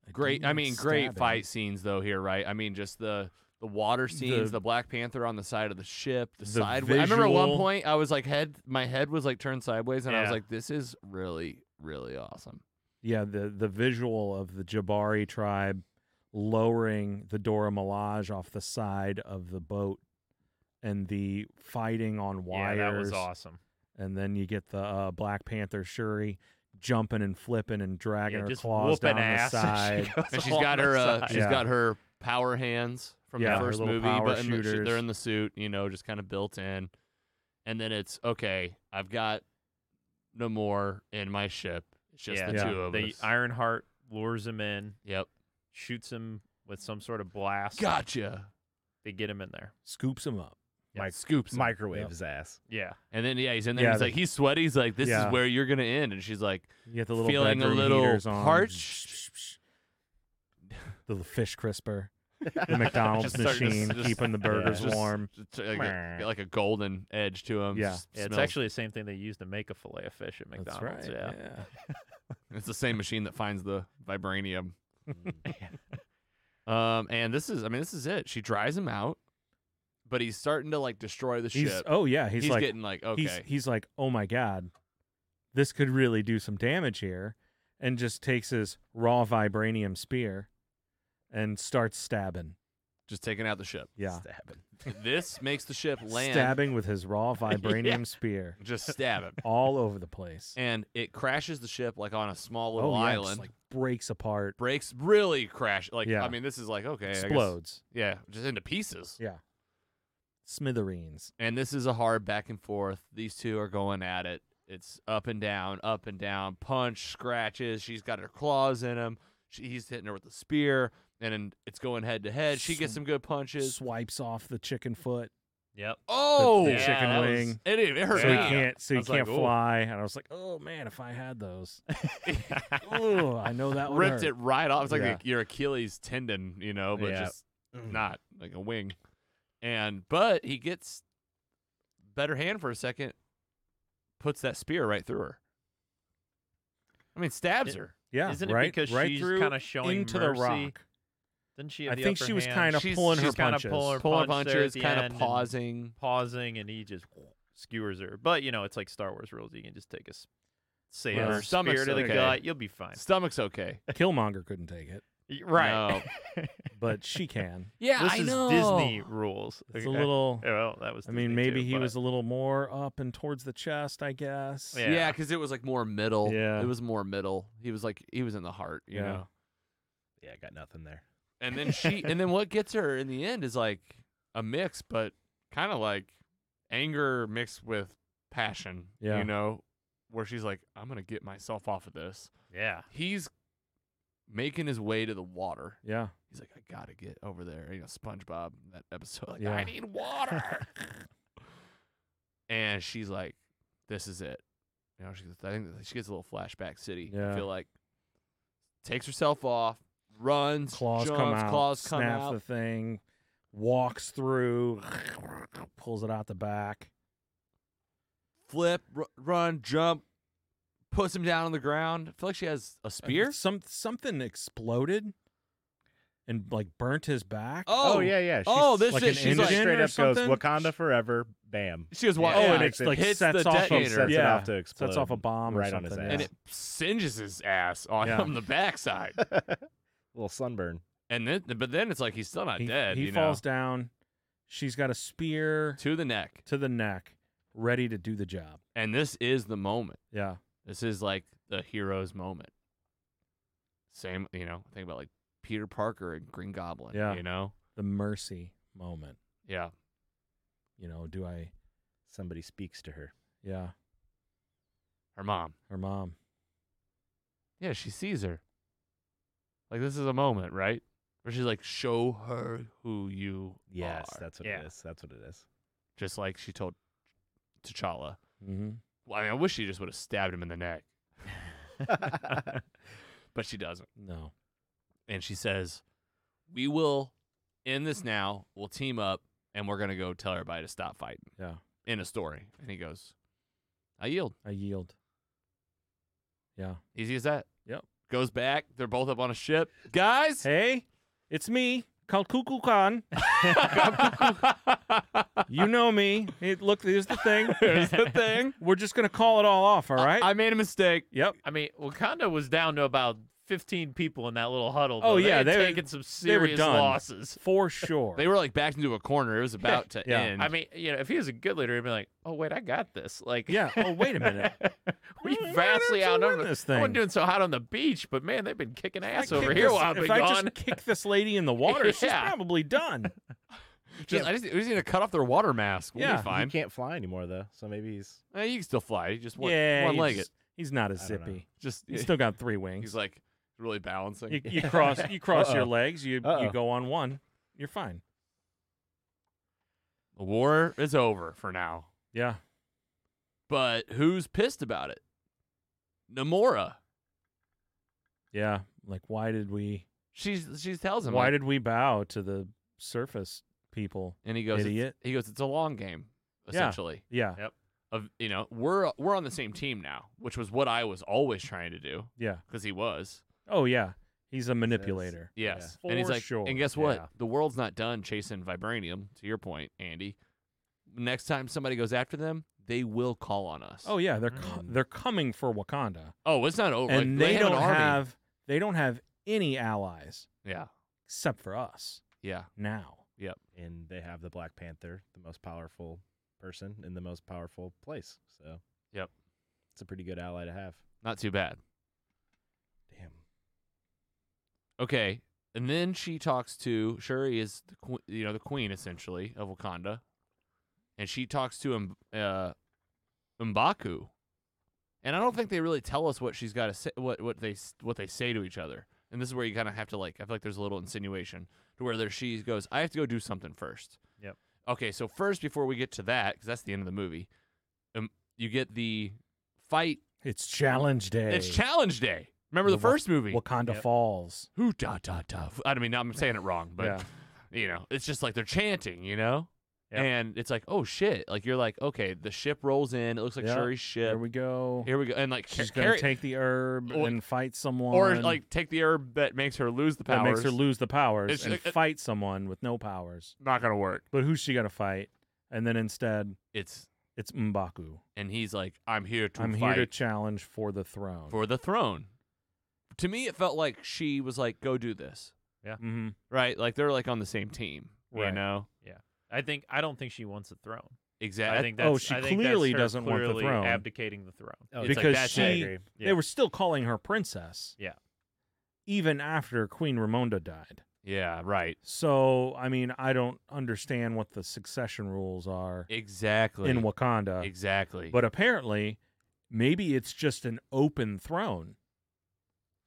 Speaker 2: I
Speaker 1: great
Speaker 2: did
Speaker 1: i
Speaker 2: not
Speaker 1: mean great
Speaker 2: stab
Speaker 1: fight scenes though here right i mean just the the water scenes
Speaker 2: The-
Speaker 1: the, black panther on the side of the ship the,
Speaker 2: The
Speaker 1: side i remember at one
Speaker 2: visual-
Speaker 1: point i was like head my head was like turned sideways and i was
Speaker 4: Yeah.
Speaker 1: like this is really really awesome
Speaker 2: it. Yeah, the the visual of the Jabari tribe lowering the Dora Milaje off the side of the boat, and the fighting on
Speaker 4: yeah,
Speaker 2: wires.
Speaker 4: that was awesome.
Speaker 2: And then you get the uh, Black Panther Shuri jumping and flipping and dragging
Speaker 4: Yeah,
Speaker 2: her
Speaker 4: just
Speaker 2: claws
Speaker 4: whooping
Speaker 2: down
Speaker 4: ass.
Speaker 2: the
Speaker 4: as
Speaker 2: side.
Speaker 4: she goes
Speaker 1: and she's
Speaker 4: along
Speaker 1: got
Speaker 4: the
Speaker 1: her uh,
Speaker 4: side.
Speaker 1: she's
Speaker 2: Yeah.
Speaker 1: got her power hands from
Speaker 2: Yeah,
Speaker 1: the
Speaker 2: her
Speaker 1: first
Speaker 2: little
Speaker 1: movie
Speaker 2: power
Speaker 1: but in the, she-
Speaker 2: shooters.
Speaker 1: they're in the suit you know just kind of built in and then it's okay i've got no more in my ship it's just
Speaker 4: Yeah.
Speaker 1: the
Speaker 2: Yeah.
Speaker 1: two of
Speaker 4: the
Speaker 1: us
Speaker 4: Ironheart lures him in,
Speaker 1: yep
Speaker 4: shoots him with some sort of blast.
Speaker 1: gotcha
Speaker 4: They get him in there.
Speaker 2: Scoops him up.
Speaker 1: Mike scoops him.
Speaker 3: Microwave his ass.
Speaker 4: Yeah.
Speaker 1: And then yeah, he's in there.
Speaker 2: Yeah,
Speaker 1: he's
Speaker 2: the-
Speaker 1: like, he's sweaty. He's like, this
Speaker 2: Yeah.
Speaker 1: is where you're gonna end. And she's like,
Speaker 2: You get the little
Speaker 1: Feeling a
Speaker 2: bedroom
Speaker 1: little
Speaker 2: heaters on.
Speaker 1: parched.
Speaker 2: The fish crisper, the McDonald's
Speaker 1: Just starting to s-
Speaker 2: machine,
Speaker 1: just-
Speaker 2: keeping the
Speaker 3: yeah.
Speaker 2: burgers
Speaker 1: just-
Speaker 2: warm.
Speaker 1: just like, a, like a golden edge to him.
Speaker 2: Yeah.
Speaker 1: Just
Speaker 4: Yeah, it's
Speaker 1: smells-
Speaker 4: actually the same thing they use to make a fillet of fish at McDonald's.
Speaker 2: That's right.
Speaker 4: Yeah.
Speaker 1: it's the same machine that finds the vibranium.
Speaker 2: Mm.
Speaker 1: um, and this is, I mean, this is it. She drives him out, but he's starting to like destroy the
Speaker 2: He's,
Speaker 1: ship.
Speaker 2: oh yeah, he's, like
Speaker 1: getting like, okay,
Speaker 2: he's he's like, oh my god, this could really do some damage here, and just takes his raw vibranium spear, and starts stabbing.
Speaker 1: just taking out the ship.
Speaker 2: Yeah,
Speaker 3: Stabbing.
Speaker 1: this makes the ship land.
Speaker 2: stabbing with his raw vibranium spear
Speaker 1: Just stab him.
Speaker 2: all over the place.
Speaker 1: And it crashes the ship like on a small little
Speaker 2: oh yeah, just,
Speaker 1: island.
Speaker 2: like breaks apart,
Speaker 1: Breaks really crash. Like
Speaker 2: Yeah.
Speaker 1: I mean, this is like okay, I guess-
Speaker 2: explodes.
Speaker 1: Yeah, just into pieces.
Speaker 2: Yeah, smithereens.
Speaker 1: And this is a hard back and forth. These two are going at it. It's up and down, up and down, punch, scratches. She's got her claws in him. She, he's hitting her with a spear, and then it's going head to head. She gets
Speaker 2: Sw-
Speaker 1: some good punches.
Speaker 2: Swipes off the chicken foot,
Speaker 4: Yep.
Speaker 1: Oh,
Speaker 2: the
Speaker 1: yeah,
Speaker 2: chicken
Speaker 1: that was-
Speaker 2: wing.
Speaker 1: it, it hurt.
Speaker 2: so he
Speaker 1: me.
Speaker 2: can't,
Speaker 1: I
Speaker 2: so he
Speaker 1: was like,
Speaker 2: can't
Speaker 1: "Ooh."
Speaker 2: fly. And I was like, oh man, if I had those, oh, I know that would
Speaker 1: Ripped
Speaker 2: hurt.
Speaker 1: it right off. It's like
Speaker 2: Yeah.
Speaker 1: the- your Achilles tendon, you know, but
Speaker 3: Yeah.
Speaker 1: just
Speaker 4: Mm.
Speaker 1: not like a wing. And but he gets better hand for a second, puts that spear right through her. I mean, stabs
Speaker 4: It-
Speaker 1: her.
Speaker 2: Yeah,
Speaker 4: Isn't it
Speaker 2: right,
Speaker 4: because
Speaker 2: right
Speaker 4: she's
Speaker 2: through
Speaker 4: kinda showing
Speaker 2: into
Speaker 4: mercy?
Speaker 2: the rock.
Speaker 4: Didn't she? Have
Speaker 2: I
Speaker 4: the
Speaker 2: think
Speaker 4: upper
Speaker 2: she was
Speaker 4: hand?
Speaker 2: kind of
Speaker 1: She's-
Speaker 2: pulling her
Speaker 4: she's kinda
Speaker 2: punches.
Speaker 4: pulling her-
Speaker 1: Pulling
Speaker 4: punch there at
Speaker 1: punches,
Speaker 4: the
Speaker 1: kind
Speaker 4: end
Speaker 1: of
Speaker 4: and-
Speaker 1: pausing.
Speaker 4: pausing and he just skewers her. But you know, it's like Star Wars rules. You can just take a s-
Speaker 1: Well,
Speaker 4: saber,
Speaker 1: stomach's
Speaker 4: spear to the
Speaker 1: okay.
Speaker 4: gut. You'll be fine.
Speaker 1: Stomach's okay.
Speaker 2: Killmonger couldn't take it,
Speaker 4: Y- Right.
Speaker 2: but she can.
Speaker 1: Yeah,
Speaker 4: this
Speaker 1: I
Speaker 4: is
Speaker 1: know.
Speaker 4: Disney rules.
Speaker 2: It's
Speaker 4: okay?
Speaker 2: a little.
Speaker 4: Yeah, Well, that was.
Speaker 2: I mean,
Speaker 4: Disney
Speaker 2: maybe
Speaker 4: too,
Speaker 2: he
Speaker 4: but-
Speaker 2: was a little more up and towards the chest. I guess.
Speaker 4: Yeah.
Speaker 1: Yeah, because it was like more middle.
Speaker 2: Yeah.
Speaker 1: it was more middle. He was like he was in the heart, you
Speaker 2: Yeah.
Speaker 1: know.
Speaker 3: Yeah, I got nothing there.
Speaker 1: And then she, and then what gets her in the end is like a mix, but kind of like anger mixed with passion.
Speaker 2: Yeah.
Speaker 1: you know, where she's like, "I'm gonna get myself off of this."
Speaker 4: Yeah.
Speaker 1: He's making his way to the water.
Speaker 2: Yeah.
Speaker 1: He's like, I gotta get over there. You know, SpongeBob in that episode. Like,
Speaker 2: Yeah.
Speaker 1: I need water. and she's like, This is it. You know, she I think she gets a little flashback city. I
Speaker 2: Yeah.
Speaker 1: feel like takes herself off, runs,
Speaker 2: Claws
Speaker 1: jumps,
Speaker 2: come out.
Speaker 1: claws come
Speaker 2: snaps
Speaker 1: out.
Speaker 2: the thing. Walks through. Pulls it out the back.
Speaker 1: flip, r- run, jump, puts him down on the ground. I feel like she has a spear.
Speaker 2: Some something exploded. And like burnt his back.
Speaker 1: Oh,
Speaker 3: Oh, yeah, yeah. She's
Speaker 1: oh, this
Speaker 2: like
Speaker 1: is
Speaker 2: an
Speaker 1: she's like
Speaker 2: engine
Speaker 3: straight
Speaker 2: or
Speaker 3: up
Speaker 2: something?
Speaker 3: goes Wakanda forever. Bam.
Speaker 1: she was wa-
Speaker 3: Yeah.
Speaker 1: oh, and
Speaker 3: Yeah.
Speaker 1: it
Speaker 3: It's like
Speaker 1: hits
Speaker 2: sets
Speaker 1: the
Speaker 2: off a-
Speaker 1: detonator
Speaker 3: Sets
Speaker 2: yeah.
Speaker 3: it off to explode.
Speaker 2: Sets off a bomb or
Speaker 3: right on his
Speaker 2: something,
Speaker 3: ass.
Speaker 1: and
Speaker 2: yeah.
Speaker 1: it singes his ass on
Speaker 2: Yeah.
Speaker 1: him the backside.
Speaker 3: little sunburn.
Speaker 1: And then, but then it's like he's still not
Speaker 2: he,
Speaker 1: dead.
Speaker 2: he
Speaker 1: you
Speaker 2: falls
Speaker 1: know,
Speaker 2: down. She's got a spear
Speaker 1: to the neck.
Speaker 2: to the neck, ready to do the job.
Speaker 1: And this is the moment.
Speaker 2: Yeah.
Speaker 1: This is like the hero's moment. Same, you know, think about like Peter Parker and Green Goblin.
Speaker 2: Yeah.
Speaker 1: you know,
Speaker 2: The mercy moment.
Speaker 1: yeah.
Speaker 2: You know, do I
Speaker 3: Somebody speaks to her.
Speaker 2: yeah,
Speaker 1: Her mom.
Speaker 2: her mom.
Speaker 1: Yeah, she sees her. Like this is a moment, right? Where she's like, "Show her who you
Speaker 3: Yes,
Speaker 1: are,"
Speaker 3: that's what
Speaker 4: Yeah.
Speaker 3: it is. That's what it is.
Speaker 1: just like she told T'Challa.
Speaker 2: Mm-hmm.
Speaker 1: Well, I mean, I wish she just would have stabbed him in the neck, but she doesn't.
Speaker 2: No.
Speaker 1: and she says, "We will end this now. We'll team up, and we're gonna go tell everybody to stop fighting."
Speaker 2: Yeah.
Speaker 1: In a story, and he goes, "I yield."
Speaker 2: I yield. Yeah.
Speaker 1: Easy as that.
Speaker 2: Yep.
Speaker 1: Goes back. They're both up on a ship, guys.
Speaker 2: Hey, it's me, called Cuckoo Khan. you know me. Hey, look, here's the thing.
Speaker 1: Here's the thing.
Speaker 2: We're just gonna call it all off, all right?
Speaker 1: I made a mistake.
Speaker 2: yep.
Speaker 4: I mean, Wakanda was down to about 15 people in that little huddle.
Speaker 2: Oh,
Speaker 4: though.
Speaker 2: yeah,
Speaker 4: they,
Speaker 2: they
Speaker 4: had
Speaker 2: were-
Speaker 4: taken some
Speaker 2: they were
Speaker 4: serious
Speaker 2: done.
Speaker 4: losses.
Speaker 2: For sure.
Speaker 1: They were like backed into a corner. It was about to
Speaker 2: Yeah.
Speaker 1: end.
Speaker 4: I mean, you know, if he was a good leader, he'd be like, "Oh wait, I got this." Like,
Speaker 2: yeah. Oh, wait a minute.
Speaker 4: we
Speaker 2: Why don't
Speaker 4: vastly
Speaker 2: you win
Speaker 4: outnumbered.
Speaker 2: this
Speaker 4: I
Speaker 2: thing?
Speaker 4: wasn't doing so hot on the beach, but man, they've been kicking ass
Speaker 2: I
Speaker 4: over
Speaker 2: kick
Speaker 4: here
Speaker 2: this-
Speaker 4: while I've been
Speaker 2: If I
Speaker 4: gone.
Speaker 2: just kick this lady in the water, she's
Speaker 4: Yeah.
Speaker 2: probably done.
Speaker 1: just, I just, we just need to cut off their water mask. We'll
Speaker 2: Yeah.
Speaker 1: be
Speaker 2: You
Speaker 1: fine.
Speaker 3: He can't fly anymore though, so maybe he's
Speaker 1: Eh, you can still fly. You Just one,
Speaker 2: yeah,
Speaker 1: one
Speaker 2: he's
Speaker 1: legged.
Speaker 2: just- He's not as
Speaker 3: I don't know.
Speaker 2: zippy.
Speaker 1: Just,
Speaker 2: He's still got three wings.
Speaker 1: he's like really balancing.
Speaker 2: you, you cross you cross your
Speaker 3: Uh-oh.
Speaker 2: legs. You you
Speaker 3: Uh-oh.
Speaker 2: go on one. You're fine.
Speaker 1: the war is over for now.
Speaker 2: Yeah.
Speaker 1: But who's pissed about it? Namora.
Speaker 2: Yeah. Like why did we
Speaker 1: She's she tells him
Speaker 2: why
Speaker 1: like-
Speaker 2: did we bow to the surface people?
Speaker 1: and he goes "It's-
Speaker 2: idiot?
Speaker 1: he goes it's a long game essentially.
Speaker 2: Yeah.
Speaker 1: Of you know we're we're on the same team now, which was what I was always trying to do
Speaker 2: Yeah.
Speaker 1: because he was
Speaker 2: Oh yeah. He's a manipulator.
Speaker 1: yes
Speaker 2: Yeah.
Speaker 1: and he's
Speaker 2: For
Speaker 1: like
Speaker 2: sure,
Speaker 1: and guess what
Speaker 2: yeah.
Speaker 1: the world's not done chasing vibranium to your point Andy. Next time somebody goes after them, they will call on us.
Speaker 2: Oh yeah, they're co-
Speaker 1: Mm.
Speaker 2: they're coming for Wakanda.
Speaker 1: oh it's not over.
Speaker 2: and
Speaker 1: like,
Speaker 2: they,
Speaker 1: have
Speaker 2: don't
Speaker 1: an army.
Speaker 2: have they don't have any allies
Speaker 1: yeah
Speaker 2: except for us
Speaker 1: yeah
Speaker 2: now.
Speaker 3: and they have the Black Panther, the most powerful person in the most powerful place. So
Speaker 1: Yep.
Speaker 3: it's a pretty good ally to have.
Speaker 1: not too bad.
Speaker 3: Damn.
Speaker 1: Okay, and then she talks to Shuri is the que- you know the queen essentially of Wakanda, and she talks to um uh, Mbaku, and I don't think they really tell us what she's got to say what what they s- what they say to each other, and this is where you kind of have to like I feel like there's a little insinuation to where there she goes I have to go do something first.
Speaker 4: Yep.
Speaker 1: Okay, so first before we get to that because that's the end of the movie, um, you get the fight.
Speaker 2: It's challenge day.
Speaker 1: It's Challenge Day. Remember the,
Speaker 2: The Wa-
Speaker 1: first movie?
Speaker 2: Wakanda Falls.
Speaker 1: Who da da da. I mean, I'm saying it wrong, but
Speaker 2: Yeah.
Speaker 1: you know, it's just like they're chanting, you know,
Speaker 4: Yeah.
Speaker 1: and it's like, oh shit, like you're like, okay, the ship rolls in. It looks like
Speaker 2: Yeah.
Speaker 1: Shuri's
Speaker 2: There
Speaker 1: ship.
Speaker 2: we go.
Speaker 1: Here we go, and like
Speaker 2: She's
Speaker 1: Ca-
Speaker 2: gonna
Speaker 1: Carrie-
Speaker 2: take the herb
Speaker 1: Or-
Speaker 2: and fight someone,
Speaker 1: or like take the herb that makes her lose the
Speaker 2: that
Speaker 1: powers.
Speaker 2: makes her lose the powers
Speaker 1: It's-
Speaker 2: and
Speaker 1: it- it-
Speaker 2: fight someone with no powers.
Speaker 1: Not gonna work.
Speaker 2: But who's she gonna fight? And then instead,
Speaker 1: It's
Speaker 2: it's Mbaku.
Speaker 1: and he's like, I'm here to
Speaker 2: I'm
Speaker 1: fight
Speaker 2: here to challenge for the throne.
Speaker 1: for the throne. To me, it felt like she was like, go do this,
Speaker 2: hmm
Speaker 1: right? Like they're like on the same team, you
Speaker 4: Right.
Speaker 1: know.
Speaker 4: I think I don't think she wants a throne.
Speaker 1: Exactly.
Speaker 4: I think that's
Speaker 2: oh, she
Speaker 4: I think
Speaker 2: clearly
Speaker 4: that's her
Speaker 2: doesn't want the
Speaker 4: clearly
Speaker 2: throne.
Speaker 4: abdicating the throne.
Speaker 3: Oh,
Speaker 1: It's like
Speaker 2: because
Speaker 1: that's-
Speaker 2: she
Speaker 1: I
Speaker 3: agree.
Speaker 4: Yeah.
Speaker 2: they were still calling her princess.
Speaker 4: Yeah.
Speaker 2: Even after Queen Ramonda died.
Speaker 1: yeah, right.
Speaker 2: So I mean, I don't understand what the succession rules are
Speaker 1: Exactly.
Speaker 2: in Wakanda.
Speaker 1: Exactly.
Speaker 2: But apparently, maybe it's just an open throne.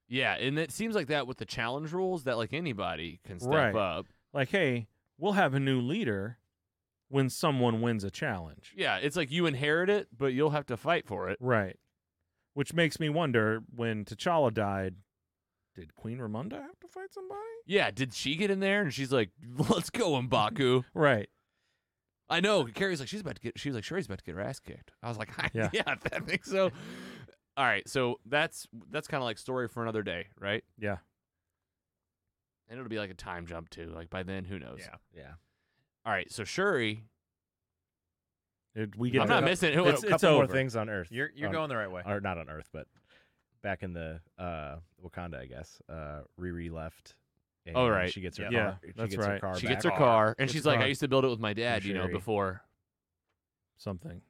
Speaker 1: Yeah, and it seems like that with the challenge rules that like anybody can step
Speaker 2: Right.
Speaker 1: up.
Speaker 2: Like, hey, we'll have a new leader when someone wins a challenge.
Speaker 1: Yeah, it's like you inherit it, but you'll have to fight for it.
Speaker 2: Right. Which makes me wonder when T'Challa died, did Queen Ramonda have to fight somebody?
Speaker 1: Yeah, did she get in there? And she's like, "Let's go, Mbaku."
Speaker 2: Right.
Speaker 1: I know. Carrie's like, she's about to get. She was like, Sherry's about to get her ass kicked. I was like, yeah,
Speaker 2: Yeah.
Speaker 1: I think so. All right, so that's that's kind of like story for another day, right?
Speaker 2: Yeah.
Speaker 1: And it'll be like a time jump too. Like by then, who knows?
Speaker 4: Yeah.
Speaker 3: Yeah.
Speaker 1: All right, so Shuri,
Speaker 2: Did we get
Speaker 1: I'm
Speaker 2: the-
Speaker 1: not missing. Who,
Speaker 2: It's-
Speaker 3: a couple more
Speaker 2: over.
Speaker 3: things on Earth.
Speaker 4: You're you're
Speaker 2: Oh.
Speaker 3: on-
Speaker 4: going the right way.
Speaker 3: or not on Earth, but back in the uh, Wakanda, I guess. Uh, Riri left. And
Speaker 1: Oh, right.
Speaker 3: She gets her
Speaker 4: Yeah.
Speaker 2: Yeah,
Speaker 3: car. she
Speaker 2: that's
Speaker 3: gets Her
Speaker 2: right.
Speaker 3: car
Speaker 1: she
Speaker 3: back.
Speaker 1: gets her car, and
Speaker 2: Gets
Speaker 1: she's
Speaker 2: her
Speaker 1: like,
Speaker 2: car.
Speaker 1: I used to build it with my dad, you know,
Speaker 3: Shuri.
Speaker 1: before.
Speaker 2: something?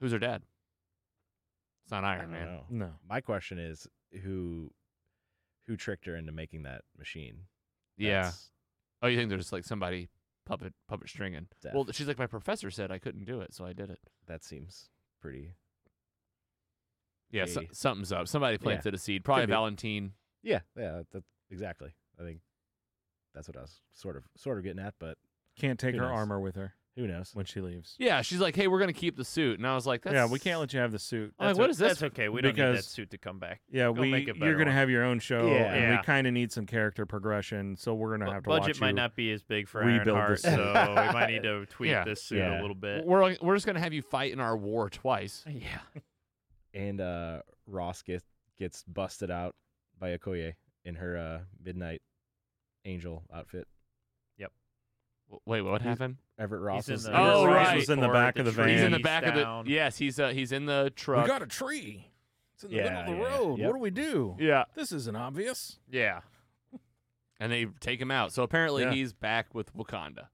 Speaker 1: Who's her dad? It's not
Speaker 3: I
Speaker 1: Iron
Speaker 3: don't
Speaker 1: Man.
Speaker 3: know.
Speaker 2: No.
Speaker 3: Mm. My question is who who tricked her into making that machine?
Speaker 1: Yeah.
Speaker 3: That's-
Speaker 1: Oh, you think there's like somebody puppet puppet stringing?
Speaker 3: Deaf.
Speaker 1: Well, she's like, my professor said I couldn't do it, so I did it.
Speaker 3: that seems pretty.
Speaker 1: Yeah, so,
Speaker 3: Hey.
Speaker 1: something's up. Somebody planted a seed. Probably
Speaker 3: be.
Speaker 1: Valentine.
Speaker 3: Yeah, yeah, that, that- exactly. I think that's what I was sort of sort of getting at, but
Speaker 2: Can't take
Speaker 3: Who
Speaker 2: her
Speaker 3: knows?
Speaker 2: armor with her
Speaker 3: who knows?
Speaker 2: when she leaves.
Speaker 1: Yeah, she's like, hey, we're gonna keep the suit, and I was like, That's...
Speaker 2: yeah, we can't let you have the suit.
Speaker 1: I'm like,
Speaker 4: That's
Speaker 1: what
Speaker 4: o-
Speaker 1: is this?
Speaker 4: That's okay. We don't need that
Speaker 2: Because-
Speaker 4: suit to come back.
Speaker 2: Yeah,
Speaker 4: Go
Speaker 2: we
Speaker 4: make a
Speaker 2: you're
Speaker 4: better
Speaker 2: gonna
Speaker 4: one.
Speaker 2: have your own show,
Speaker 3: Yeah.
Speaker 2: and
Speaker 4: Yeah.
Speaker 2: we kind of need some character progression, so we're gonna
Speaker 4: Bu-
Speaker 2: have to
Speaker 4: budget
Speaker 2: watch
Speaker 4: might
Speaker 2: you-
Speaker 4: not be as big for
Speaker 2: rebuild the
Speaker 4: Ironheart,
Speaker 2: suit.
Speaker 4: so we might need to tweak
Speaker 1: Yeah.
Speaker 4: this suit
Speaker 3: Yeah.
Speaker 4: a little bit.
Speaker 1: We're we're just gonna have you fight in our war twice.
Speaker 4: Yeah.
Speaker 3: And uh, Ross gets gets busted out by Okoye in her uh, midnight angel outfit.
Speaker 1: W- Wait, what happened?
Speaker 3: Everett Ross
Speaker 4: He's
Speaker 3: was
Speaker 4: in the,
Speaker 1: Oh,
Speaker 3: Everett Ross
Speaker 1: right.
Speaker 3: was-
Speaker 2: in the
Speaker 4: Or
Speaker 2: back of the
Speaker 4: tree
Speaker 1: He's in the
Speaker 4: is
Speaker 1: back of
Speaker 4: down.
Speaker 1: the. Yes, he's uh, he's in the truck.
Speaker 2: a tree. It's in
Speaker 3: Yeah, yeah, yep.
Speaker 2: do we do?
Speaker 1: yeah,
Speaker 2: This isn't obvious.
Speaker 1: yeah. And they take him out. So apparently
Speaker 2: Yeah.
Speaker 1: he's back with Wakanda,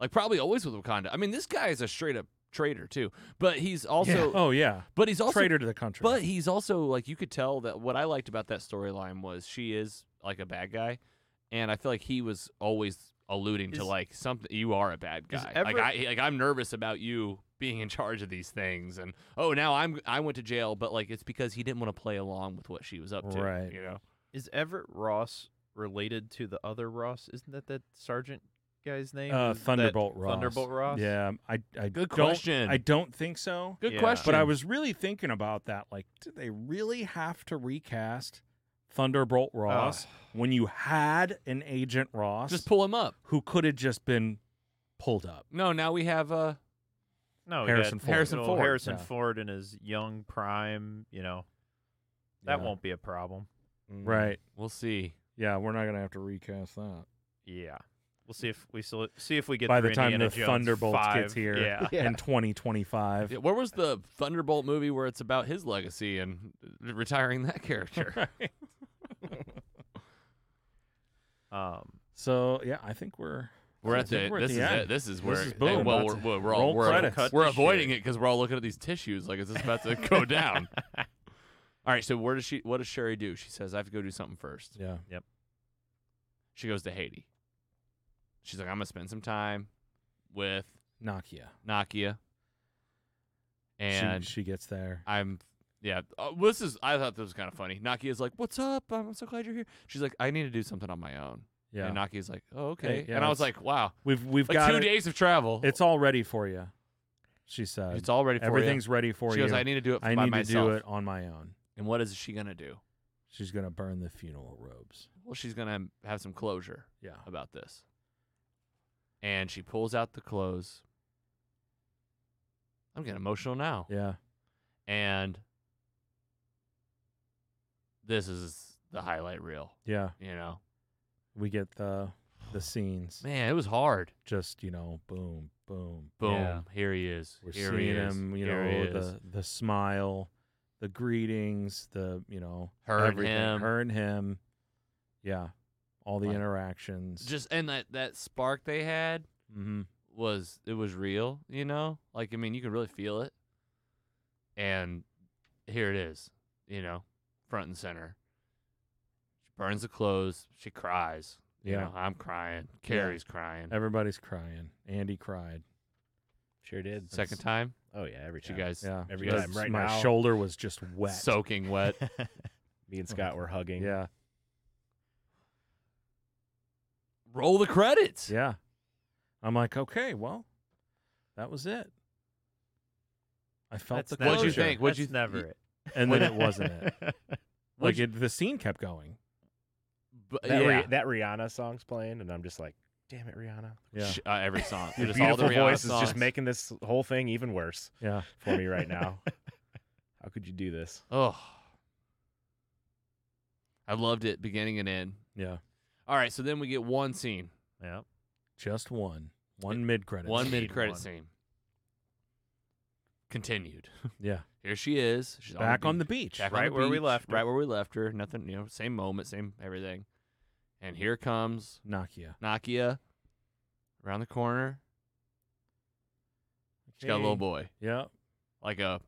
Speaker 1: like probably always with Wakanda. I mean, this guy is a straight up traitor too, but he's also
Speaker 2: oh yeah,
Speaker 1: but he's also
Speaker 2: traitor to the country.
Speaker 1: But he's also like you could tell that what I liked about that storyline was she is like a bad guy, and I feel like he was always alluding to
Speaker 4: Is-
Speaker 1: like something. You are a bad
Speaker 4: is
Speaker 1: guy. like
Speaker 4: Everett-
Speaker 1: I like I'm nervous about you being in charge of these things, and oh now I'm I went to jail, but like it's because he didn't want to play along with what she was up to.
Speaker 2: Right.
Speaker 1: You know.
Speaker 4: Is Everett Ross related to the other Ross? Isn't that that sergeant guy's name?
Speaker 2: uh,
Speaker 4: That
Speaker 2: Thunderbolt Ross.
Speaker 4: Thunderbolt Ross.
Speaker 2: Yeah, um, I I
Speaker 1: Good
Speaker 2: don't,
Speaker 1: question.
Speaker 2: I don't think so.
Speaker 1: Good
Speaker 4: Yeah.
Speaker 1: question.
Speaker 2: But I was really thinking about that. Like, do they really have to recast Thunderbolt
Speaker 4: Oh,
Speaker 2: Ross when you had an Agent Ross
Speaker 1: just pull him up.
Speaker 2: who could have just been pulled up?
Speaker 1: No, now we have uh
Speaker 4: No, we
Speaker 2: Harrison
Speaker 4: got
Speaker 2: Ford.
Speaker 1: Harrison
Speaker 4: little
Speaker 1: Ford,
Speaker 4: Harrison
Speaker 2: yeah.
Speaker 4: Ford in his young prime. You know, that
Speaker 2: Yeah.
Speaker 4: won't be a problem.
Speaker 3: Mm-hmm.
Speaker 1: Mm-hmm.
Speaker 2: Right.
Speaker 1: we'll see.
Speaker 2: Yeah, we're not gonna have to recast that.
Speaker 4: Yeah. We'll see if we sol- see if we get
Speaker 2: By
Speaker 4: through
Speaker 2: the time
Speaker 4: Indiana
Speaker 2: the
Speaker 4: Jones
Speaker 2: Thunderbolts
Speaker 4: five.
Speaker 2: gets here.
Speaker 4: Yeah.
Speaker 2: In 2025.
Speaker 1: Yeah, Where was the Thunderbolt movie where it's about his legacy and uh, retiring that character?
Speaker 4: Um,
Speaker 2: So yeah, I think we're
Speaker 1: We're
Speaker 2: I
Speaker 1: at
Speaker 2: think
Speaker 1: the.
Speaker 2: we're at
Speaker 1: This is
Speaker 2: the end.
Speaker 1: it. This is where.
Speaker 2: is
Speaker 1: they-
Speaker 2: boom.
Speaker 1: well,
Speaker 2: About
Speaker 1: we're,
Speaker 2: to
Speaker 1: we're, we're all
Speaker 2: roll
Speaker 1: we're,
Speaker 2: credits.
Speaker 4: Cut
Speaker 1: we're
Speaker 4: this
Speaker 1: avoiding
Speaker 4: shit.
Speaker 1: it because we're all looking at these tissues. Like, is this about to go down? All right. So where does she? What does Sherry do? She says, "I have to go do something first.
Speaker 2: yeah.
Speaker 1: She goes to Haiti. She's like, "I'm gonna spend some time with
Speaker 2: Nokia.
Speaker 1: Nakia." And
Speaker 2: she, she gets there.
Speaker 1: I'm. Yeah, uh, this is. I thought this was kind of funny. Nakia's like, "What's up? I'm so glad you're here." She's like, "I need to do something on my own."
Speaker 2: Yeah.
Speaker 1: And Nakia's like, "Oh, okay."
Speaker 2: yeah,
Speaker 1: and I was
Speaker 2: it's-
Speaker 1: like, "Wow,
Speaker 2: we've we've
Speaker 1: like
Speaker 2: got
Speaker 1: two
Speaker 2: it.
Speaker 1: days of travel.
Speaker 2: It's all ready for you. She said.
Speaker 1: it's all ready for you.
Speaker 2: Everything's ready for
Speaker 1: she
Speaker 2: you.
Speaker 1: goes, I need to do it
Speaker 2: I
Speaker 1: by
Speaker 2: need
Speaker 1: myself.
Speaker 2: to do it on my own.
Speaker 1: And what is she gonna do?
Speaker 2: She's gonna burn the funeral robes.
Speaker 1: Well, she's gonna have some closure
Speaker 2: Yeah.
Speaker 1: about this. And she pulls out the clothes. I'm getting emotional now.
Speaker 2: Yeah.
Speaker 1: And this is the highlight reel.
Speaker 2: Yeah.
Speaker 1: You know,
Speaker 2: We get the the scenes.
Speaker 1: man, it was hard.
Speaker 2: Just, you know, boom, boom.
Speaker 1: Boom!
Speaker 2: Yeah.
Speaker 1: Here he is.
Speaker 2: We're
Speaker 1: here he
Speaker 2: seeing
Speaker 1: is.
Speaker 2: him, you
Speaker 1: Here he
Speaker 2: know,
Speaker 1: is.
Speaker 2: the the smile, the greetings, the you know
Speaker 1: Her and
Speaker 2: everything.
Speaker 1: him.
Speaker 2: Her and him. Yeah. All the
Speaker 1: Like,
Speaker 2: interactions.
Speaker 1: just and that that spark they had.
Speaker 2: hmm
Speaker 1: was it was real, you know? Like I mean, you could really feel it. And here it is, you know, front and center. She burns the clothes, she cries. You
Speaker 2: Yeah.
Speaker 1: know, I'm crying. Carrie's crying.
Speaker 2: Everybody's crying. Andy cried.
Speaker 3: Sure did.
Speaker 1: Second
Speaker 3: That's-
Speaker 1: time,
Speaker 3: Oh yeah, every
Speaker 1: she
Speaker 3: time.
Speaker 1: guys
Speaker 2: Yeah.
Speaker 3: Every
Speaker 1: Because
Speaker 3: time. Right
Speaker 2: my
Speaker 3: now.
Speaker 2: shoulder was just wet.
Speaker 1: soaking wet.
Speaker 3: Me and Scott were hugging.
Speaker 2: Yeah.
Speaker 1: Roll the credits.
Speaker 2: Yeah. I'm like, okay, well, that was it. I felt
Speaker 4: That's
Speaker 2: the
Speaker 4: never
Speaker 1: What'd you
Speaker 4: it.
Speaker 2: closure.
Speaker 1: think? What'd you
Speaker 4: That's
Speaker 1: th-
Speaker 4: never
Speaker 1: y-
Speaker 4: it.
Speaker 2: And then it wasn't it.
Speaker 1: What'd
Speaker 2: Like
Speaker 1: you-
Speaker 2: it, the scene kept going.
Speaker 1: But,
Speaker 3: That,
Speaker 1: yeah.
Speaker 3: Rih- that Rihanna song's playing, and I'm just like, damn it, Rihanna.
Speaker 2: Yeah.
Speaker 1: Sh- uh, every song.
Speaker 3: Your
Speaker 1: Just all the
Speaker 3: beautiful
Speaker 1: Rihanna
Speaker 3: voice is just
Speaker 1: songs.
Speaker 3: making this whole thing even worse
Speaker 2: Yeah.
Speaker 3: for me right now. How could you do this?
Speaker 1: Oh. I loved it beginning and end.
Speaker 2: Yeah.
Speaker 1: All right, so then we get one scene,
Speaker 4: Yeah.
Speaker 2: Just one. One mid credit.
Speaker 1: one mid
Speaker 4: one.
Speaker 1: credit scene. Continued.
Speaker 2: Yeah.
Speaker 1: Here she is. She's
Speaker 2: Back on the
Speaker 1: beach.
Speaker 2: beach.
Speaker 1: Back on
Speaker 4: Right
Speaker 1: the
Speaker 4: where we
Speaker 1: beach,
Speaker 4: left her.
Speaker 1: Right where we left her. Nothing, you know, same moment, same everything. And here comes
Speaker 2: Nokia.
Speaker 1: Nakia around the corner. She's got a little
Speaker 2: Hey.
Speaker 1: boy,
Speaker 2: Yeah.
Speaker 1: like a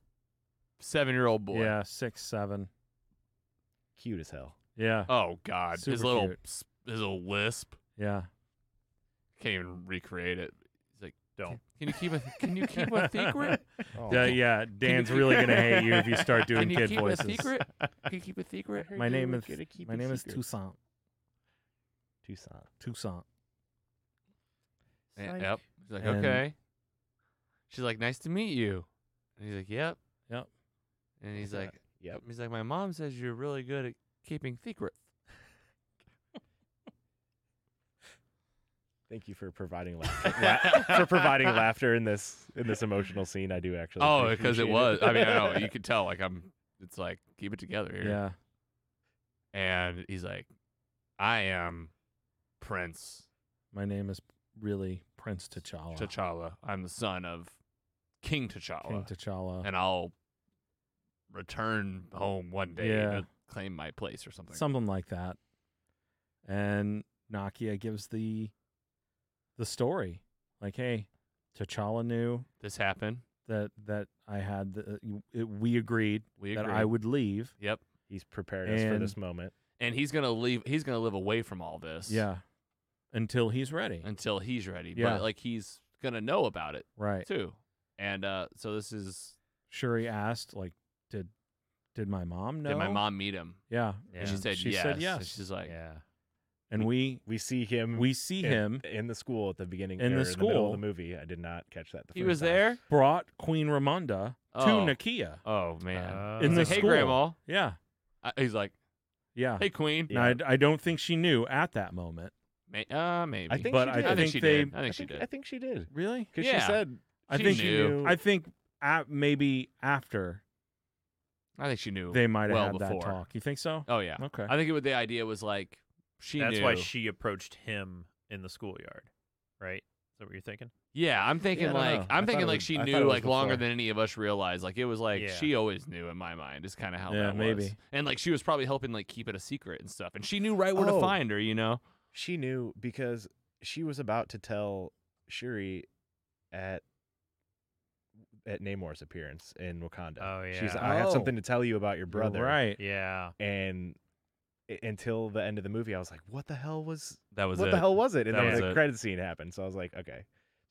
Speaker 1: seven year old boy.
Speaker 2: Yeah. Six, seven.
Speaker 3: Cute as hell.
Speaker 2: Yeah.
Speaker 1: Oh, God. his
Speaker 2: Super
Speaker 1: little
Speaker 2: cute.
Speaker 1: s- his little lisp.
Speaker 2: Yeah.
Speaker 1: Can't even recreate it. He's like,
Speaker 4: Don't.
Speaker 1: Can you keep a Can you keep a secret?
Speaker 2: Yeah, yeah. Dan's
Speaker 1: Oh, keep-
Speaker 2: really gonna hate you if you start doing
Speaker 1: Can you
Speaker 2: kid
Speaker 1: keep
Speaker 2: voices.
Speaker 1: a secret? Can you keep a secret?
Speaker 2: My name is My name is Toussaint.
Speaker 3: Tucson.
Speaker 2: Toussaint.
Speaker 1: Yeah, Yep. He's like,
Speaker 2: And-
Speaker 1: okay. She's like, nice to meet you. And he's like, yep.
Speaker 2: Yep.
Speaker 1: And he's
Speaker 3: Yeah.
Speaker 1: like,
Speaker 3: Yep.
Speaker 1: He's like, my mom says you're really good at keeping secrets.
Speaker 3: Thank you for providing laughter. la- for providing laughter in this in this emotional scene. I do actually.
Speaker 1: Oh,
Speaker 3: appreciate
Speaker 1: because it was. I mean, I know you could tell. Like, I'm. It's like keep it together here.
Speaker 2: Yeah.
Speaker 1: And he's like, I am Prince
Speaker 2: My name is really Prince T'Challa.
Speaker 1: T'Challa. I'm the son of King T'Challa,
Speaker 2: King T'Challa.
Speaker 1: and I'll return home one day
Speaker 2: Yeah.
Speaker 1: to claim my place or something.
Speaker 2: something like that. And Nakia gives the the story, like, "Hey, T'Challa knew
Speaker 1: this happened.
Speaker 2: that that I had the, uh, you- it, we agreed
Speaker 1: We
Speaker 2: that
Speaker 1: agree.
Speaker 2: I would leave."
Speaker 1: Yep.
Speaker 3: He's prepared us for this
Speaker 2: And-
Speaker 3: moment.
Speaker 1: And he's gonna leave. He's gonna live away from all this.
Speaker 2: Yeah, until he's ready.
Speaker 1: Until he's ready.
Speaker 2: Yeah.
Speaker 1: But like he's gonna know about it
Speaker 2: right.
Speaker 1: too. And uh, so this is
Speaker 2: Shuri asked, "Like, did did my mom know?
Speaker 1: Did my mom meet him?
Speaker 2: Yeah,
Speaker 1: And she
Speaker 2: and
Speaker 1: said
Speaker 2: she
Speaker 1: yes.
Speaker 2: said
Speaker 1: And
Speaker 2: yes.
Speaker 1: she's like,
Speaker 4: Yeah.
Speaker 2: and we
Speaker 3: We see him.
Speaker 2: we see
Speaker 3: in-
Speaker 2: him
Speaker 3: in the school at the beginning.
Speaker 2: In the
Speaker 3: or in the middle
Speaker 2: school.
Speaker 3: of the movie. I did not catch that. The
Speaker 1: he
Speaker 3: first
Speaker 1: was
Speaker 3: time.
Speaker 1: there.
Speaker 2: brought Queen Ramonda
Speaker 1: Oh.
Speaker 2: to Nakia.
Speaker 1: Oh man. He's
Speaker 2: In the
Speaker 1: like, hey,
Speaker 2: school.
Speaker 1: grandma.
Speaker 2: Yeah,
Speaker 1: I, he's like,
Speaker 2: yeah.
Speaker 1: hey, queen.
Speaker 2: Now, I, I don't think she knew at that moment.
Speaker 1: May, uh, maybe.
Speaker 3: I think
Speaker 2: But
Speaker 3: she
Speaker 2: I
Speaker 3: did.
Speaker 1: I think
Speaker 2: think
Speaker 1: she
Speaker 2: they-
Speaker 1: did. I think she
Speaker 3: I
Speaker 1: did.
Speaker 3: think she did.
Speaker 2: Really?
Speaker 3: Because
Speaker 1: Yeah.
Speaker 3: she said
Speaker 2: I
Speaker 1: She
Speaker 2: think
Speaker 1: knew.
Speaker 2: I think at maybe after
Speaker 1: I think she knew.
Speaker 2: they might have
Speaker 1: well
Speaker 2: had
Speaker 1: before.
Speaker 2: that talk. You think so?
Speaker 1: Oh yeah.
Speaker 2: Okay.
Speaker 1: I think it was the idea was like she
Speaker 4: That's
Speaker 1: knew.
Speaker 4: why she approached him in the schoolyard, right? Is that what you're thinking?
Speaker 1: Yeah, I'm thinking
Speaker 3: I don't
Speaker 1: like
Speaker 3: know. I
Speaker 1: I'm
Speaker 3: thought
Speaker 1: thinking
Speaker 3: it
Speaker 1: like
Speaker 3: was-
Speaker 1: she
Speaker 3: I thought
Speaker 1: knew
Speaker 3: it was
Speaker 1: like longer
Speaker 3: before.
Speaker 1: than any of us realized. Like it was like
Speaker 4: Yeah.
Speaker 1: she always knew in my mind is kind of how
Speaker 2: Yeah,
Speaker 1: that was.
Speaker 2: maybe.
Speaker 1: And like she was probably helping like keep it a secret and stuff. And she knew right where to
Speaker 3: Oh.
Speaker 1: find her, you know.
Speaker 3: she knew because she was about to tell Shuri at at Namor's appearance in Wakanda.
Speaker 4: Oh,
Speaker 3: She's
Speaker 4: yeah.
Speaker 3: I have
Speaker 2: Oh.
Speaker 3: something to tell you about your
Speaker 2: You're
Speaker 3: brother.
Speaker 2: right.
Speaker 4: Yeah.
Speaker 3: And i- until the end of the movie, I was like, "What the hell was?
Speaker 1: That was
Speaker 3: what
Speaker 1: it.
Speaker 3: the hell was it?" And
Speaker 1: That
Speaker 3: then
Speaker 1: was
Speaker 3: the
Speaker 1: it.
Speaker 3: credit scene happened, so I was like, "Okay."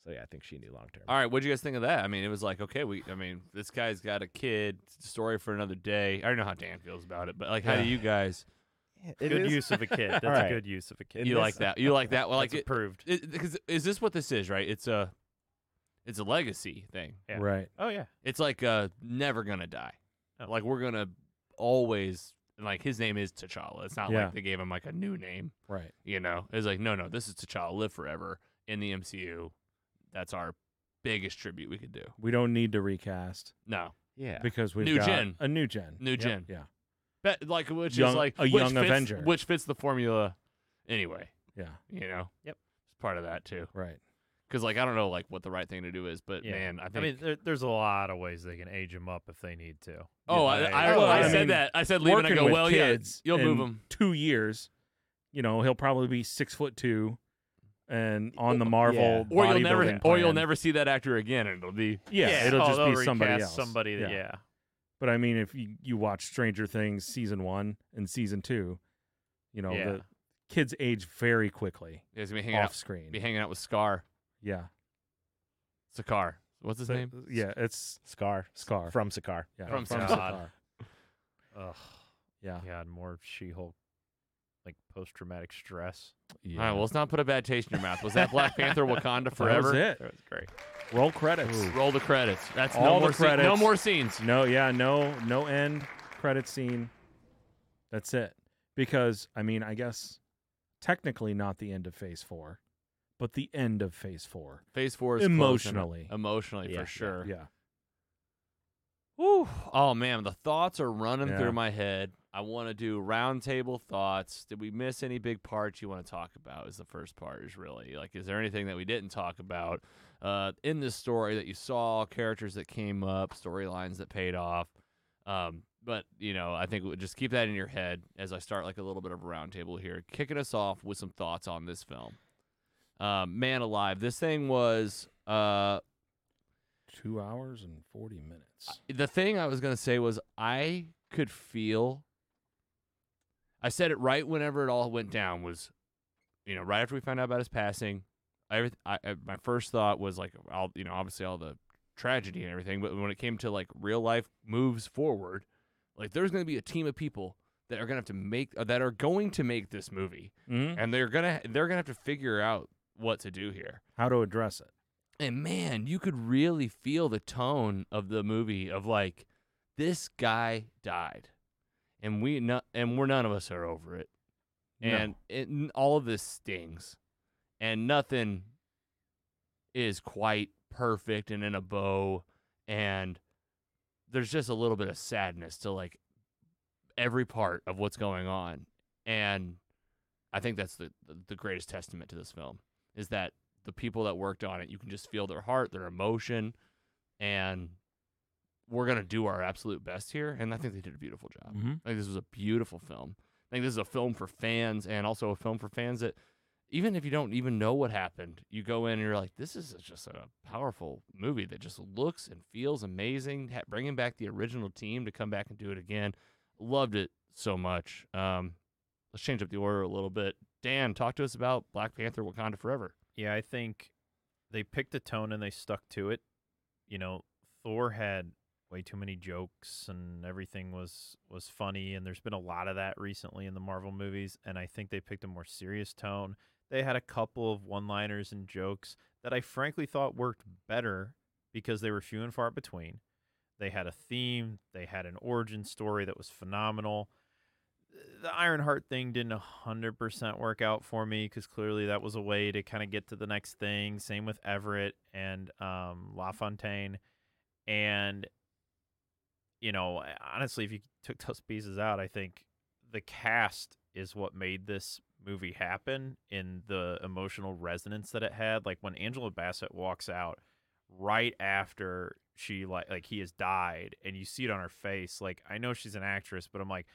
Speaker 3: So yeah, I think she knew long term.
Speaker 1: All right, what'd you guys think of that? I mean, it was like, okay, we. I mean, this guy's got a kid. Story for another day. I don't know how Dan feels about it, but like, how do you guys?
Speaker 4: good use of a kid. That's
Speaker 3: Alright.
Speaker 4: a good use of a kid.
Speaker 3: In
Speaker 1: You
Speaker 3: this-
Speaker 1: like that? You like that? Well, like,
Speaker 4: That's
Speaker 1: it,
Speaker 4: approved.
Speaker 1: it, because is this what this is? Right? It's a, it's a legacy thing.
Speaker 4: Yeah.
Speaker 2: Right.
Speaker 4: Oh yeah.
Speaker 1: It's like uh, never gonna die.
Speaker 4: Oh.
Speaker 1: Like we're gonna always like his name is T'Challa. It's not
Speaker 2: Yeah.
Speaker 1: like they gave him like a new name.
Speaker 2: Right.
Speaker 1: You know, it's like no, no, this is T'Challa. Live forever in the MCU. That's our biggest tribute we could do.
Speaker 2: We don't need to recast
Speaker 1: No,
Speaker 3: Yeah.
Speaker 2: because we've
Speaker 1: New
Speaker 2: got
Speaker 1: gen.
Speaker 2: a new gen.
Speaker 1: New gen.
Speaker 2: Yeah.
Speaker 1: But, like which is
Speaker 2: Young-
Speaker 1: like
Speaker 2: a
Speaker 1: which
Speaker 2: young
Speaker 1: fits-
Speaker 2: Avenger.
Speaker 1: which fits the formula anyway.
Speaker 2: Yeah.
Speaker 1: You know.
Speaker 4: Yep.
Speaker 1: It's part of that too.
Speaker 2: Right.
Speaker 1: Because like I don't know like what the right thing to do is, but
Speaker 4: Yeah.
Speaker 1: man, I think.
Speaker 4: I mean, there, there's a lot of ways they can age him up if they need to.
Speaker 1: oh, I,
Speaker 4: Yeah,
Speaker 1: I,
Speaker 2: Well,
Speaker 1: I
Speaker 2: I
Speaker 1: said
Speaker 2: mean,
Speaker 1: that. I said leave, and I
Speaker 2: Working
Speaker 1: go,
Speaker 2: with
Speaker 1: well,
Speaker 2: kids
Speaker 1: yeah, you'll move
Speaker 2: in
Speaker 1: him.
Speaker 2: Two years. You know, he'll probably be six foot two, and on the Marvel
Speaker 3: yeah.
Speaker 1: Or you'll never,
Speaker 2: bodybuilding
Speaker 1: or you'll
Speaker 2: plan.
Speaker 1: never see that actor again, and it'll be
Speaker 2: Yeah, it'll
Speaker 4: Oh,
Speaker 2: just
Speaker 4: they'll
Speaker 2: be somebody
Speaker 4: recast
Speaker 2: else.
Speaker 4: Somebody that, yeah.
Speaker 2: But I mean, if you, you watch Stranger Things season one and season two, you know
Speaker 4: Yeah.
Speaker 2: the kids age very quickly
Speaker 1: he's gonna be hanging
Speaker 2: off
Speaker 1: out,
Speaker 2: screen.
Speaker 1: be hanging out with Scar.
Speaker 2: Yeah.
Speaker 1: Sakar, what's his
Speaker 2: So-
Speaker 1: name?
Speaker 2: Yeah, it's
Speaker 3: Scar.
Speaker 2: Scar.
Speaker 3: From Scar.
Speaker 2: yeah,
Speaker 1: from
Speaker 2: from
Speaker 1: Scar.
Speaker 2: Scar.
Speaker 4: Ugh.
Speaker 2: Yeah.
Speaker 4: God, more She-Hulk, like post-traumatic stress.
Speaker 1: All right, well, let's not put a bad taste in your mouth. Was that Black Panther Wakanda Forever?
Speaker 2: it.
Speaker 1: That was great.
Speaker 2: Roll credits.
Speaker 1: Roll the credits. That's
Speaker 2: All
Speaker 1: no
Speaker 2: the
Speaker 1: more scene- no
Speaker 2: credits.
Speaker 1: more scenes.
Speaker 2: No, yeah, no, no end credit scene. That's it. Because I mean, I guess technically not the end of Phase Four, but the end of Phase Four.
Speaker 1: Phase four is closing up.
Speaker 2: Emotionally.
Speaker 1: emotionally
Speaker 3: Yeah, yeah,
Speaker 1: for sure.
Speaker 2: Yeah.
Speaker 1: Whew. Oh man, the thoughts are running
Speaker 2: Yeah.
Speaker 1: through my head. I want to do roundtable thoughts. Did we miss any big parts you want to talk about? Is the first part is really like, is there anything that we didn't talk about uh, in this story that you saw, characters that came up, storylines that paid off? Um, but you know, I think we- just keep that in your head as I start like a little bit of a roundtable here, kicking us off with some thoughts on this film. Um, man alive, this thing was uh,
Speaker 2: Two hours and forty minutes.
Speaker 1: the thing I was gonna say was I could feel. I said it right whenever it all went down was, you know, right after we found out about his passing. Everyth- I, I my first thought was like, all you know, obviously all the tragedy and everything, but when it came to like real life moves forward, like there's gonna be a team of people that are gonna have to make that are going to make this movie,
Speaker 2: Mhm.
Speaker 1: and they're gonna they're gonna have to figure out what to do here.
Speaker 2: How to address it?
Speaker 1: And man, you could really feel the tone of the movie of like, this guy died, and we no, and we're none of us are over it,
Speaker 2: No.
Speaker 1: and it, n- all of this stings, and nothing is quite perfect and in a bow, and there's just a little bit of sadness to like every part of what's going on, and I think that's the the greatest testament to this film is that the people that worked on it, you can just feel their heart, their emotion, and we're gonna do our absolute best here. And I think they did a beautiful job.
Speaker 2: Mhm.
Speaker 1: I think this was a beautiful film. I think this is a film for fans and also a film for fans that even if you don't even know what happened, you go in and you're like, this is just a powerful movie that just looks and feels amazing. Ha- bringing back the original team to come back and do it again. Loved it so much. Um, let's change up the order a little bit. Dan, talk to us about Black Panther Wakanda Forever.
Speaker 4: Yeah, I think they picked a tone and they stuck to it. You know, Thor had way too many jokes and everything was was funny and there's been a lot of that recently in the Marvel movies and I think they picked a more serious tone. They had a couple of one-liners and jokes that I frankly thought worked better because they were few and far between. They had a theme, they had an origin story that was phenomenal the Ironheart thing didn't 100% work out for me because clearly that was a way to kind of get to the next thing. Same with Everett and um, LaFontaine. And, you know, honestly, if you took those pieces out, I think the cast is what made this movie happen in the emotional resonance that it had. Like when Angela Bassett walks out right after she like like he has died and you see it on her face like I know she's an actress but I'm like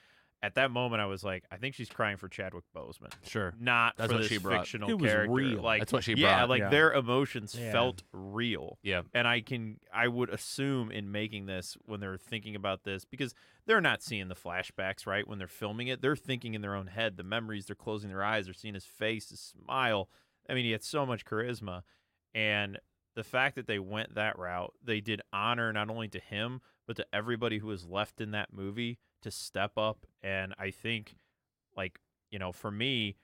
Speaker 4: at that moment I was like I think she's crying for Chadwick Boseman
Speaker 1: Sure.
Speaker 4: not
Speaker 1: That's
Speaker 4: for
Speaker 1: what
Speaker 4: this
Speaker 1: she brought.
Speaker 4: fictional
Speaker 2: It was
Speaker 4: character
Speaker 2: real.
Speaker 4: like
Speaker 1: That's what she
Speaker 4: yeah
Speaker 1: brought,
Speaker 4: like
Speaker 2: yeah.
Speaker 4: their emotions
Speaker 2: Yeah.
Speaker 4: felt real
Speaker 1: Yeah.
Speaker 4: and I can I would assume in making this when they're thinking about this because they're not seeing the flashbacks right when they're filming it they're thinking in their own head the memories they're closing their eyes they're seeing his face his smile I mean he had so much charisma and the fact that they went that route they did honor not only to him but to everybody who was left in that movie to step up and I think like you know for me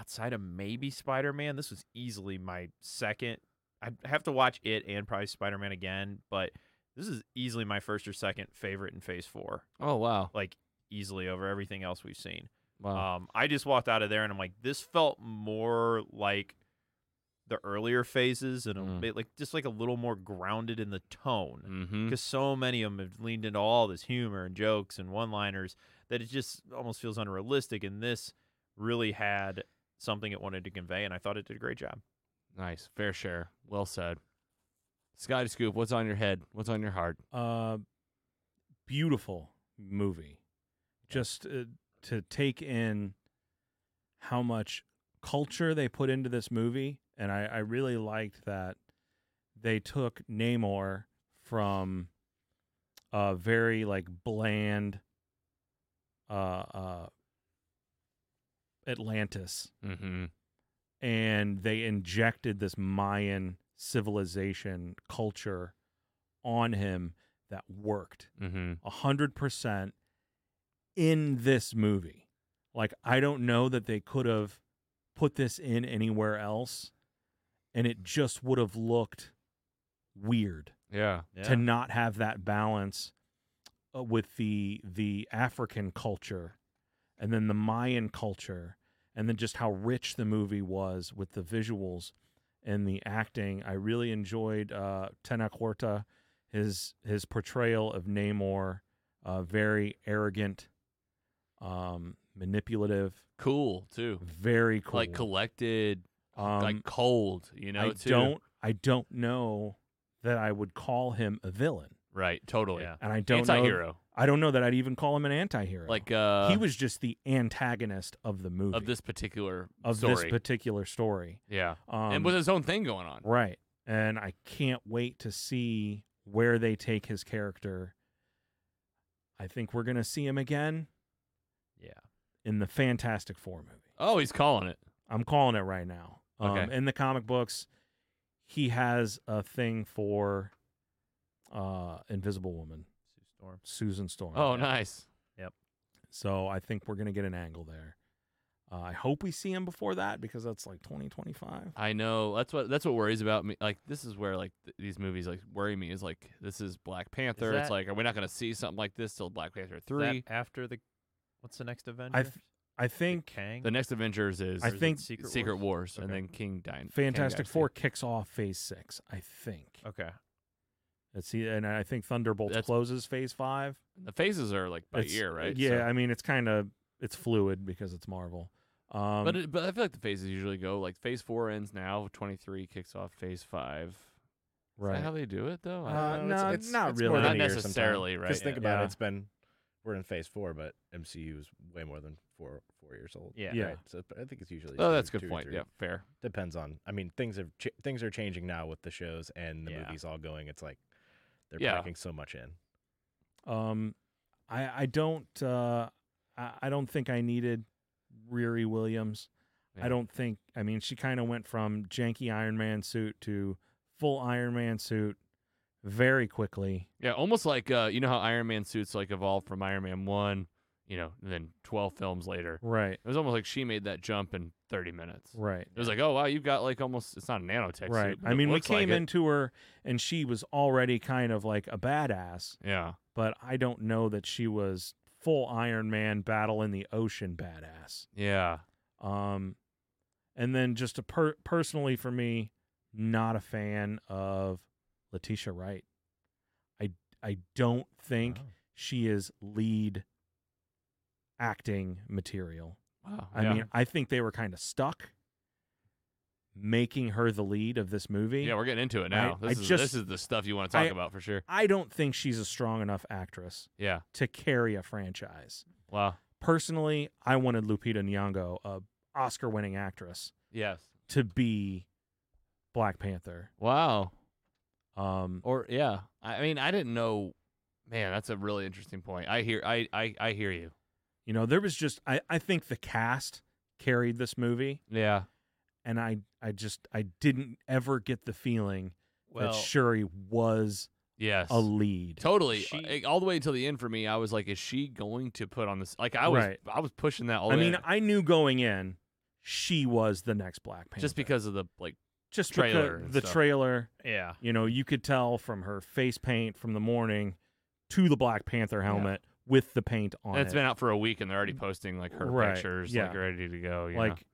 Speaker 4: outside of maybe Spider-Man this was easily my second I'd have to watch it and probably Spider Man again, but this is easily my first or second favorite in Phase Four,
Speaker 1: Oh wow.
Speaker 4: like easily over everything else we've seen.
Speaker 1: Wow.
Speaker 4: Um, I just walked out of there and I'm like, this felt more like the earlier phases and a
Speaker 1: Mm.
Speaker 4: bit like just like a little more grounded in the tone
Speaker 1: mm-hmm.
Speaker 4: because so many of them have leaned into all this humor and jokes and one-liners that it just almost feels unrealistic. And this really had something it wanted to convey, and I thought it did a great job.
Speaker 1: Nice. Fair share. Well said. Scotty Scoop, what's on your head? What's on your heart?
Speaker 2: Uh, beautiful movie. Just uh, to take in how much culture they put into this movie, and I, I really liked that they took Namor from a very like bland uh, uh, Atlantis
Speaker 1: Mm-hmm.
Speaker 2: and they injected this Mayan civilization culture on him that worked
Speaker 1: Mm-hmm.
Speaker 2: a hundred percent. in this movie. Like I don't know that they could have put this in anywhere else and it just would have looked weird
Speaker 1: Yeah.
Speaker 2: to not have that balance uh, with the the African culture and then the Mayan culture and then just how rich the movie was with the visuals and the acting. I really enjoyed uh Tena Huerta, his his portrayal of Namor, uh very arrogant, um manipulative,
Speaker 1: Cool too.
Speaker 2: very cool.
Speaker 1: Like collected,
Speaker 2: um,
Speaker 1: like cold. You know.
Speaker 2: I
Speaker 1: too.
Speaker 2: don't I don't know that I would call him a villain.
Speaker 1: Right. Totally.
Speaker 4: Yeah.
Speaker 2: And I don't know
Speaker 1: Oh, Anti-hero.
Speaker 2: I don't know that I'd even call him an anti-hero.
Speaker 1: Like uh,
Speaker 2: he was just the antagonist of the movie
Speaker 1: of this particular
Speaker 2: of
Speaker 1: story.
Speaker 2: this particular story.
Speaker 1: yeah.
Speaker 2: Um,
Speaker 1: and with his own thing going on.
Speaker 2: right, and I can't wait to see where they take his character. I think we're gonna see him again.
Speaker 4: Yeah.
Speaker 2: in the Fantastic Four movie.
Speaker 1: Oh, he's calling it.
Speaker 2: I'm calling it right now. Um,
Speaker 1: Okay.
Speaker 2: In the comic books, he has a thing for uh, Invisible Woman,
Speaker 4: Sue Storm.
Speaker 2: Susan Storm.
Speaker 1: Oh, nice.
Speaker 2: So I think we're going to get an angle there. Uh, I hope we see him before that because that's like 2025.
Speaker 1: I know. That's what that's what worries about me. Like this is where like th- these movies like worry me is like this is Black Panther. it's
Speaker 4: that-
Speaker 1: like are we not going to see something like this till Black Panther
Speaker 4: Is that
Speaker 1: 3?
Speaker 4: after the what's the next Avenger?
Speaker 2: I th- I think
Speaker 4: Kang.
Speaker 1: The next Avengers is
Speaker 2: I
Speaker 1: Secret,
Speaker 4: it
Speaker 2: think
Speaker 4: Secret, Wars.
Speaker 1: Wars, and
Speaker 4: Okay.
Speaker 1: then King Dine.
Speaker 2: Fantastic Four kicks off Phase Six. I think
Speaker 4: Okay.
Speaker 2: let's see, and I think Thunderbolt
Speaker 1: Uh, That's-
Speaker 2: closes Phase Five.
Speaker 1: The phases are like by
Speaker 2: It's-
Speaker 1: year, right?
Speaker 2: Yeah,
Speaker 1: So-
Speaker 2: I mean it's kind of it's fluid because it's Marvel. Um,
Speaker 1: but it, but I feel like the phases usually go like phase four ends now, twenty three kicks off phase five. Is that how they do it though? I-
Speaker 2: Uh, no, not
Speaker 1: really.
Speaker 3: more than
Speaker 1: Not
Speaker 3: a year
Speaker 1: necessarily,
Speaker 3: sometime.
Speaker 1: right?
Speaker 3: think
Speaker 1: Yeah.
Speaker 3: about
Speaker 2: Yeah.
Speaker 3: it. It's been we're in phase four, but MCU is way more than four four years old.
Speaker 4: Yeah.
Speaker 2: Yeah.
Speaker 3: Right? So but I think it's usually.
Speaker 1: oh,
Speaker 3: two-
Speaker 1: that's a good
Speaker 3: two or
Speaker 1: point.
Speaker 3: three.
Speaker 1: Yeah, fair.
Speaker 3: Depends on. I mean, things have ch- things are changing now with the shows and the
Speaker 4: Yeah.
Speaker 3: movies all going. It's like they're
Speaker 1: Yeah.
Speaker 3: packing so much in.
Speaker 2: Um, I I don't uh, I, I don't think I needed Riri Williams.
Speaker 1: Yeah.
Speaker 2: I don't think I mean she kind of went from janky Iron Man suit to full Iron Man suit very quickly.
Speaker 1: Yeah, almost like uh, you know how Iron Man suits like evolved from Iron Man one, you know, and then twelve films later.
Speaker 2: Right.
Speaker 1: It was almost like she made that jump in thirty minutes.
Speaker 2: Right.
Speaker 1: It was like, oh wow, you've got like almost it's not a nanotech
Speaker 2: Right.
Speaker 1: suit. but
Speaker 2: I
Speaker 1: it
Speaker 2: mean, we
Speaker 1: looks like
Speaker 2: came
Speaker 1: it.
Speaker 2: into her and she was already kind of like a badass,
Speaker 1: Yeah.
Speaker 2: but I don't know that she was full Iron Man battle in the ocean badass.
Speaker 1: Yeah.
Speaker 2: Um, and then just a per- personally for me, not a fan of Letitia Wright. I I don't think she is lead acting material.
Speaker 1: Wow.
Speaker 2: I
Speaker 1: yeah.
Speaker 2: mean, I think they were kind of stuck making her the lead of this movie.
Speaker 1: Yeah, we're getting into it
Speaker 2: I-
Speaker 1: now.
Speaker 2: I
Speaker 1: this, is, this
Speaker 2: just-
Speaker 1: is the stuff you want to talk
Speaker 2: I-
Speaker 1: about for sure.
Speaker 2: I don't think she's a strong enough actress
Speaker 1: Yeah.
Speaker 2: to carry a franchise.
Speaker 1: Wow.
Speaker 2: Personally, I wanted Lupita Nyong'o, a Oscar-winning actress,
Speaker 1: Yes.
Speaker 2: to be Black Panther.
Speaker 1: Wow.
Speaker 2: Um,
Speaker 1: Or yeah. I, I mean, I didn't know. Man, that's a really interesting point. I hear. I I, I hear you.
Speaker 2: you know, there was just I, I think the cast carried this movie,
Speaker 1: Yeah.
Speaker 2: and I I just I didn't ever get the feeling
Speaker 4: Well,
Speaker 2: that Shuri was
Speaker 1: Yes.
Speaker 2: a lead.
Speaker 1: Totally,
Speaker 4: She-
Speaker 1: Uh, all the way until the end for me. I was like, "Is she going to put on this?" Like I was,
Speaker 2: Right.
Speaker 1: I was pushing that all.
Speaker 2: I
Speaker 1: the way
Speaker 2: mean,
Speaker 1: in,
Speaker 2: I knew going in she was the next Black Panther
Speaker 1: just because of the like,
Speaker 2: just
Speaker 1: trailer
Speaker 2: because
Speaker 1: and
Speaker 2: the
Speaker 1: stuff.
Speaker 2: trailer.
Speaker 4: yeah.
Speaker 2: You know, you could tell from her face paint from the morning to the Black Panther helmet with the paint on
Speaker 1: and it's
Speaker 2: it.
Speaker 1: been out for a week, and they're already posting like her
Speaker 2: Right,
Speaker 1: pictures, like
Speaker 2: yeah.
Speaker 1: ready to go. You know?
Speaker 2: like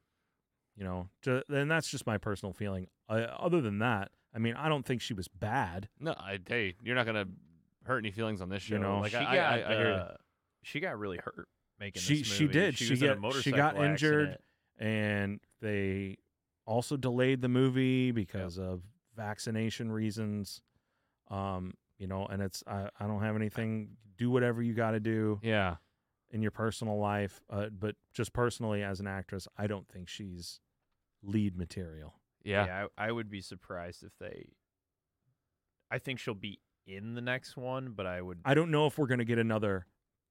Speaker 2: you know ju- and that's just my personal feeling uh, other than that i mean i don't think she was bad
Speaker 1: no, I, hey, you're not gonna hurt any feelings on this show.
Speaker 2: You know,
Speaker 1: like
Speaker 4: she
Speaker 1: I,
Speaker 4: got
Speaker 1: I, I, I hear you.
Speaker 4: uh, she got really hurt making
Speaker 2: She-
Speaker 4: this
Speaker 2: she
Speaker 4: movie.
Speaker 2: did.
Speaker 4: She,
Speaker 2: She
Speaker 4: was in a
Speaker 2: get-
Speaker 4: motorcycle
Speaker 2: she got injured.
Speaker 4: accident.
Speaker 2: and they also delayed the movie because of vaccination reasons um you know and it's i, I don't have anything do whatever you got to do
Speaker 1: yeah,
Speaker 2: in your personal life uh, but just personally as an actress i don't think she's lead material
Speaker 1: yeah,
Speaker 4: I, I would be surprised if they. I think she'll be in the next one, but I would.
Speaker 2: i don't know if we're going to get another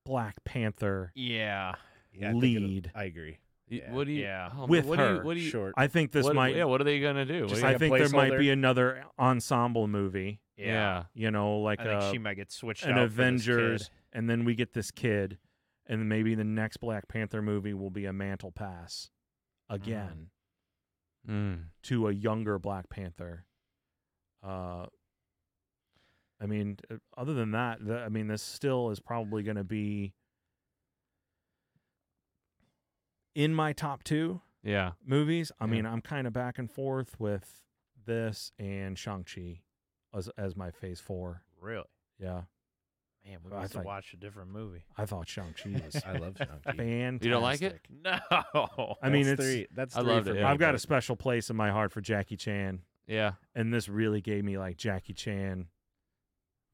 Speaker 2: black panther
Speaker 4: yeah.
Speaker 3: I think it'll-
Speaker 2: Lead.
Speaker 3: I agree.
Speaker 1: You-
Speaker 3: Yeah.
Speaker 1: What do you?
Speaker 4: Yeah.
Speaker 1: oh, man,
Speaker 2: With
Speaker 1: what Do you,
Speaker 2: her,
Speaker 1: what do you?
Speaker 3: Short.
Speaker 2: i think this
Speaker 1: what-
Speaker 2: might
Speaker 1: Yeah. What are they gonna do? What
Speaker 3: Just
Speaker 1: do you-
Speaker 3: like
Speaker 2: I
Speaker 3: a
Speaker 2: think there might be
Speaker 3: placeholder.
Speaker 2: another ensemble movie.
Speaker 4: Yeah.
Speaker 1: yeah.
Speaker 2: You know, like
Speaker 4: I think
Speaker 2: a,
Speaker 4: she might get switched
Speaker 2: an
Speaker 4: out for this kid.
Speaker 2: Avengers, and then we get this kid, and then maybe the next Black Panther movie will be a mantle pass again
Speaker 1: Mm.
Speaker 2: to a younger Black Panther. Uh, I mean, uh, other than that, the, I mean, this still is probably going to be in my top two
Speaker 1: Yeah.
Speaker 2: movies. I
Speaker 1: Yeah.
Speaker 2: mean, I'm kind of back and forth with this and Shang Chi as as my Phase Four.
Speaker 4: Really?
Speaker 2: Yeah,
Speaker 4: Man, we
Speaker 2: I
Speaker 4: must have
Speaker 2: think-
Speaker 4: watched a different movie.
Speaker 2: I thought Shang Chi was
Speaker 3: I love Shang-Chi.
Speaker 2: fantastic.
Speaker 1: You don't like it?
Speaker 4: No.
Speaker 2: I mean,
Speaker 3: That's
Speaker 2: it's
Speaker 3: three, that's
Speaker 1: I
Speaker 3: three
Speaker 1: loved
Speaker 3: for
Speaker 1: it,
Speaker 3: me,
Speaker 1: yeah.
Speaker 2: I've got a
Speaker 3: but
Speaker 2: special place in my heart for Jackie Chan.
Speaker 1: Yeah.
Speaker 2: and this really gave me like Jackie Chan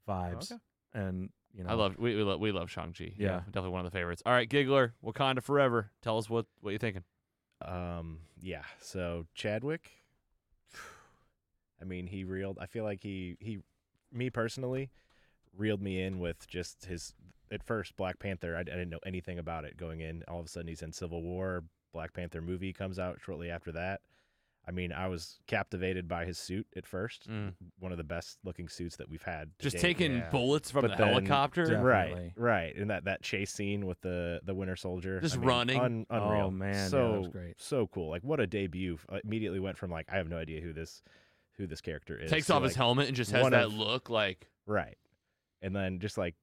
Speaker 2: vibes.
Speaker 4: Okay.
Speaker 2: And you know,
Speaker 1: I love we we love we love Shang Chi.
Speaker 2: Yeah.
Speaker 1: definitely one of the favorites. All right, Giggler, Wakanda Forever. Tell us what what you're thinking.
Speaker 3: Um, yeah. So Chadwick, I mean, he reeled. I feel like he he, me personally, reeled me in with just his. At first, Black Panther. I, I didn't know anything about it going in. All of a sudden, he's in Civil War. Black Panther movie comes out shortly after that. I mean, I was captivated by his suit at first.
Speaker 1: Mm.
Speaker 3: One of the best looking suits that we've had. to
Speaker 1: Just
Speaker 3: date.
Speaker 1: taking
Speaker 4: yeah.
Speaker 1: bullets from
Speaker 3: But
Speaker 1: the
Speaker 3: then-
Speaker 1: helicopter.
Speaker 2: Yeah.
Speaker 3: Right,
Speaker 2: Definitely.
Speaker 3: right, and that, that chase scene with the the Winter Soldier,
Speaker 1: Just
Speaker 3: I mean,
Speaker 1: running.
Speaker 3: un- unreal,
Speaker 2: Oh, man, yeah, that
Speaker 3: so
Speaker 2: was great.
Speaker 3: so cool. Like what a debut! F- Immediately went from like I have no idea who this who this character is.
Speaker 1: Takes
Speaker 3: to,
Speaker 1: off his
Speaker 3: like,
Speaker 1: helmet and just has
Speaker 3: one
Speaker 1: that
Speaker 3: of-
Speaker 1: look like
Speaker 3: right, and then just like,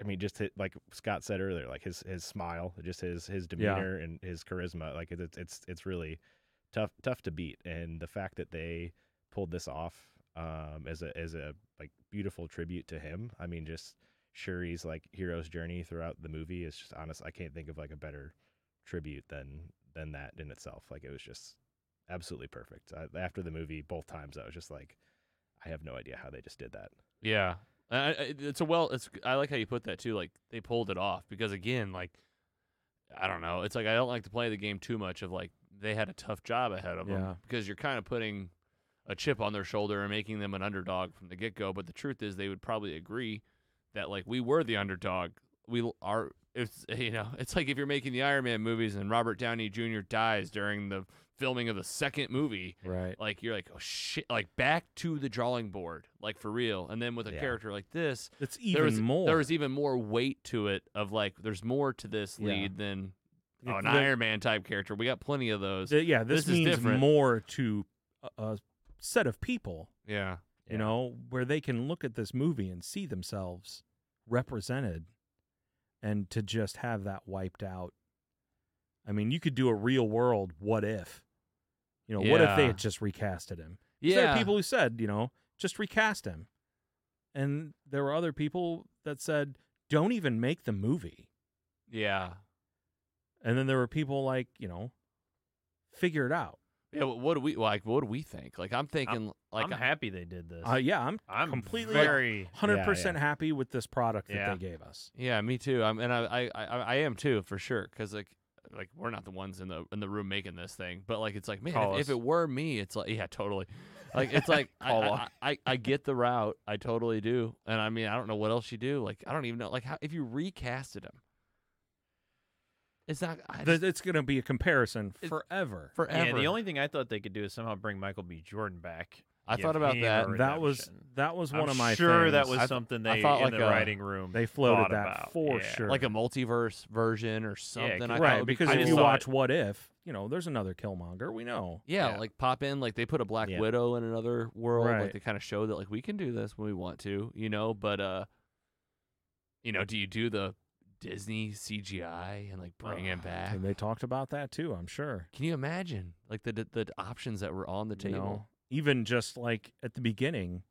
Speaker 3: I mean, just hit, like Scott said earlier, like his his smile, just his his demeanor and his charisma, like it, it's it's it's really tough tough to beat, and the fact that they pulled this off um, as a as a like beautiful tribute to him. I mean, just Shuri's like hero's journey throughout the movie is just honest. I can't think of like a better tribute than than that in itself. Like it was just absolutely perfect. I, after the movie, both times I was just like, I have no idea how they just did that.
Speaker 1: yeah. I, I- it's a well. It's I like how you put that too. Like they pulled it off because again, like I don't know. It's like I don't like to play the game too much. Of like they had a tough job ahead of
Speaker 2: Yeah.
Speaker 1: them because you're kind of putting a chip on their shoulder and making them an underdog from the get go. But the truth is, they would probably agree that like we were the underdog. We l- are. It's you know, it's like if you're making the Iron Man movies and Robert Downey Jr. dies during the filming of the second movie,
Speaker 2: right.
Speaker 1: like you're like, oh shit, like back to the drawing board, like for real. And then with a
Speaker 3: Yeah.
Speaker 1: character like this,
Speaker 2: It's even
Speaker 1: there was
Speaker 2: more.
Speaker 1: there was even more weight to it of like there's more to this
Speaker 2: Yeah.
Speaker 1: lead than oh, an
Speaker 2: The-
Speaker 1: Iron Man type character. We got plenty of those.
Speaker 2: the- yeah, this,
Speaker 1: this is
Speaker 2: means
Speaker 1: different.
Speaker 2: more to a, a set of people,
Speaker 1: yeah.
Speaker 3: Yeah.
Speaker 2: you know, where they can look at this movie and see themselves represented, and to just have that wiped out. I mean, you could do a real world what if, you know, what if they
Speaker 1: Yeah.
Speaker 2: had just recasted him?
Speaker 1: Yeah.
Speaker 2: there are people who said, you know, just recast him. And there were other people that said, don't even make the movie.
Speaker 1: yeah.
Speaker 2: And then there were people like, you know, figure it out.
Speaker 1: Yeah. wh- What do we like? What do we think? Like I'm thinking like
Speaker 4: I'm happy they did this.
Speaker 2: Uh, yeah, I'm
Speaker 4: I'm
Speaker 2: completely
Speaker 4: very.
Speaker 2: 100%
Speaker 3: Yeah, yeah.
Speaker 2: happy with this product that
Speaker 4: Yeah.
Speaker 2: they gave us.
Speaker 1: Yeah, me too. I'm and I I, I, I am too for sure because like like we're not the ones in the in the room making this thing, but like it's like man,
Speaker 4: Call
Speaker 1: if,
Speaker 4: us.
Speaker 1: if it were me, it's like yeah, totally. Like it's like I,
Speaker 4: Call
Speaker 1: I,
Speaker 4: us.
Speaker 1: I I get the route, I totally do, and I mean I don't know what else you do. Like I don't even know like how if you recasted him, it's not I
Speaker 2: Th-
Speaker 1: just,
Speaker 2: It's going to be a comparison
Speaker 1: It-
Speaker 2: forever.
Speaker 1: forever.
Speaker 4: Yeah, the only thing I thought they could do is somehow bring Michael B. Jordan back.
Speaker 1: I
Speaker 4: Give
Speaker 1: thought about
Speaker 4: him
Speaker 1: that.
Speaker 4: a
Speaker 2: that was
Speaker 4: redemption.
Speaker 2: that was one
Speaker 4: I'm
Speaker 2: of my
Speaker 4: sure that
Speaker 2: things.
Speaker 4: was
Speaker 1: I th-
Speaker 4: something
Speaker 1: I
Speaker 4: they
Speaker 1: thought
Speaker 4: in
Speaker 1: like
Speaker 4: the
Speaker 1: a-
Speaker 4: writing room
Speaker 2: they floated
Speaker 4: thought
Speaker 2: that
Speaker 4: about.
Speaker 2: for
Speaker 4: Yeah.
Speaker 2: sure.
Speaker 1: like a multiverse version or something. I thought
Speaker 2: right,
Speaker 1: would be
Speaker 2: because
Speaker 4: I
Speaker 1: cool.
Speaker 2: if
Speaker 4: just
Speaker 2: you
Speaker 4: saw
Speaker 2: watch What If, you know, there's another Killmonger. We know.
Speaker 1: Yeah,
Speaker 4: Yeah.
Speaker 1: like pop in, like they put a Black
Speaker 3: Yeah.
Speaker 1: Widow in another world. Like
Speaker 2: Right.
Speaker 1: they kind of show that like we can do this when we want to, you know. But uh, you know, do you do the Disney CGI and like bring him
Speaker 4: Ugh.
Speaker 1: back?
Speaker 2: And Ah, they talked about that too, I'm sure.
Speaker 1: Can you imagine like the the, the options that were on the
Speaker 2: you
Speaker 1: table?
Speaker 2: know, even just like at the beginning,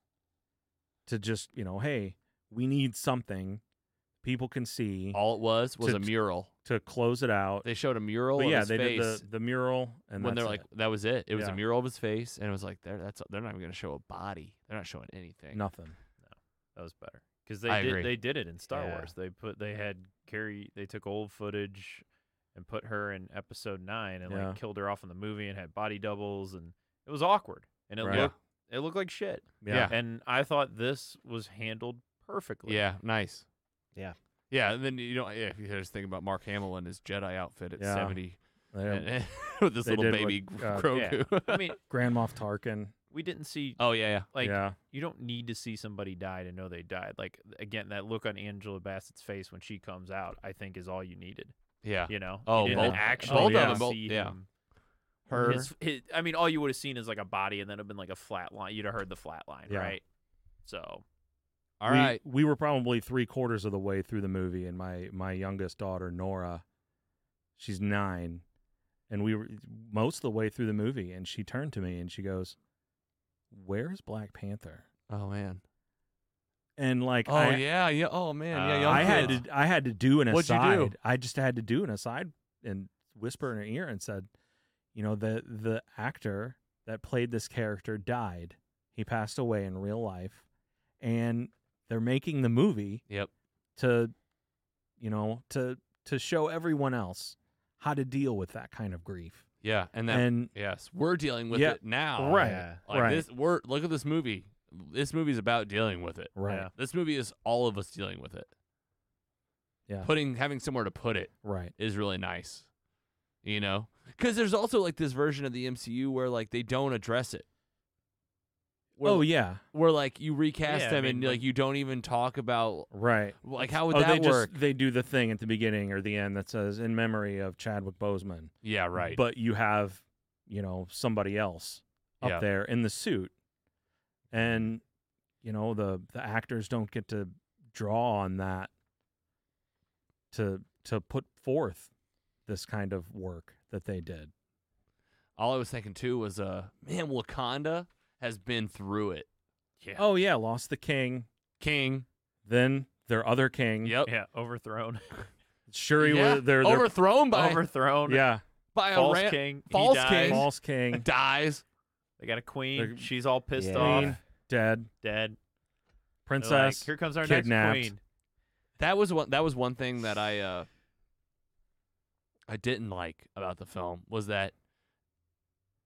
Speaker 2: to just you know, hey, we need something people can see
Speaker 1: All it was was
Speaker 2: To-
Speaker 1: a mural.
Speaker 2: to close it out.
Speaker 1: They showed a mural
Speaker 2: but
Speaker 1: of
Speaker 2: yeah,
Speaker 1: his
Speaker 2: they
Speaker 1: face.
Speaker 2: did the, the mural, and
Speaker 1: when they're
Speaker 2: that's
Speaker 1: like, that was it. It was a
Speaker 2: Yeah.
Speaker 1: mural of his face, and it was like, they're, that's they're not even gonna show a body. They're not showing
Speaker 2: it.
Speaker 1: anything.
Speaker 2: nothing.
Speaker 4: That was better because they
Speaker 1: I
Speaker 4: did
Speaker 1: agree.
Speaker 4: they did it in Star
Speaker 3: Yeah.
Speaker 4: Wars. They put they had Carrie. They took old footage and put her in Episode Nine and
Speaker 2: Yeah.
Speaker 4: like killed her off in the movie and had body doubles and it was awkward and it
Speaker 2: Right.
Speaker 4: looked it looked like shit.
Speaker 1: Yeah.
Speaker 4: And I thought this was handled perfectly.
Speaker 1: Yeah, nice.
Speaker 3: Yeah.
Speaker 1: Yeah, and then you know, yeah, if you just think about Mark Hamill and his Jedi outfit at
Speaker 2: Yeah.
Speaker 1: seventy,
Speaker 2: They-
Speaker 1: and- with this
Speaker 2: They
Speaker 1: little
Speaker 2: did what,
Speaker 1: baby
Speaker 2: uh,
Speaker 1: Grogu.
Speaker 4: I mean,
Speaker 2: Grand Moff Tarkin.
Speaker 4: we didn't see
Speaker 1: Oh yeah, yeah.
Speaker 4: like
Speaker 2: yeah.
Speaker 4: you don't need to see somebody die to know they died. Like again, that look on Angela Bassett's face when she comes out, I think is all you needed.
Speaker 1: Yeah.
Speaker 4: You know?
Speaker 1: Oh,
Speaker 4: you didn't
Speaker 1: both-
Speaker 4: actually
Speaker 2: both of
Speaker 4: get to
Speaker 2: them,
Speaker 1: both-
Speaker 4: see
Speaker 1: yeah.
Speaker 4: him.
Speaker 1: Her.
Speaker 4: His, his- I mean, all you would have seen is like a body, and then have been like a flat line. You'd have heard the flat line,
Speaker 2: Yeah.
Speaker 4: right? So
Speaker 1: All
Speaker 2: we,
Speaker 1: right.
Speaker 2: We were probably three quarters of the way through the movie, and my my youngest daughter Nora, she's nine, and we were most of the way through the movie, and she turned to me and she goes, "Where's Black Panther?"
Speaker 1: Oh man.
Speaker 2: And like,
Speaker 1: Oh
Speaker 2: I,
Speaker 1: yeah, yeah. Oh man, yeah.
Speaker 4: Uh,
Speaker 1: Young
Speaker 2: I had
Speaker 1: kids.
Speaker 2: to I had to do an
Speaker 1: What'd you
Speaker 2: aside.
Speaker 1: do?
Speaker 2: I just had to do an aside and whisper in her ear and said, "You know the the actor that played this character died. He passed away in real life, and they're making the movie."
Speaker 1: Yep.
Speaker 2: to you know to to show everyone else how to deal with that kind of grief
Speaker 1: Yeah, and then
Speaker 2: and
Speaker 1: yes, we're dealing with
Speaker 2: Yeah,
Speaker 1: it now.
Speaker 2: right
Speaker 3: Yeah.
Speaker 1: Like
Speaker 2: right
Speaker 1: this, we're look at this movie. This movie's about dealing with it.
Speaker 2: right
Speaker 4: Yeah.
Speaker 1: This movie is all of us dealing with it.
Speaker 2: Yeah.
Speaker 1: Putting having somewhere to put it
Speaker 2: right
Speaker 1: is really nice. You know? Cuz there's also like this version of the MCU where like they don't address it. Where,
Speaker 2: oh yeah
Speaker 1: where like you recast
Speaker 4: Yeah, I
Speaker 1: them
Speaker 4: mean,
Speaker 1: and
Speaker 4: like-
Speaker 1: like you don't even talk about
Speaker 2: right
Speaker 1: like how would
Speaker 2: oh
Speaker 1: that
Speaker 2: they
Speaker 1: work?
Speaker 2: just they do the thing at the beginning or the end that says in memory of Chadwick Boseman
Speaker 1: yeah, right.
Speaker 2: but you have you know somebody else up
Speaker 1: Yeah.
Speaker 2: there in the suit and you know the the actors don't get to draw on that to to put forth this kind of work that they did
Speaker 1: all I was thinking too was uh man Wakanda has been through it. Yeah.
Speaker 2: Oh yeah, lost the king,
Speaker 1: King.
Speaker 2: then their other king.
Speaker 1: Yep.
Speaker 4: yeah, overthrown,
Speaker 2: Sure, he
Speaker 1: Yeah.
Speaker 2: was their, their
Speaker 1: overthrown by
Speaker 4: overthrown.
Speaker 2: yeah
Speaker 1: by a
Speaker 4: false
Speaker 1: ran-
Speaker 4: king, he
Speaker 1: false
Speaker 4: dies.
Speaker 1: king.
Speaker 2: false king
Speaker 1: dies.
Speaker 4: They got a queen.
Speaker 2: They're-
Speaker 4: She's all pissed
Speaker 3: Yeah.
Speaker 4: off,
Speaker 2: Queen. dead
Speaker 4: dead. They're like,
Speaker 2: princess.
Speaker 4: Here comes our
Speaker 2: kidnapped.
Speaker 4: next queen.
Speaker 1: That was one. That was one thing that I uh, I didn't like about the film was that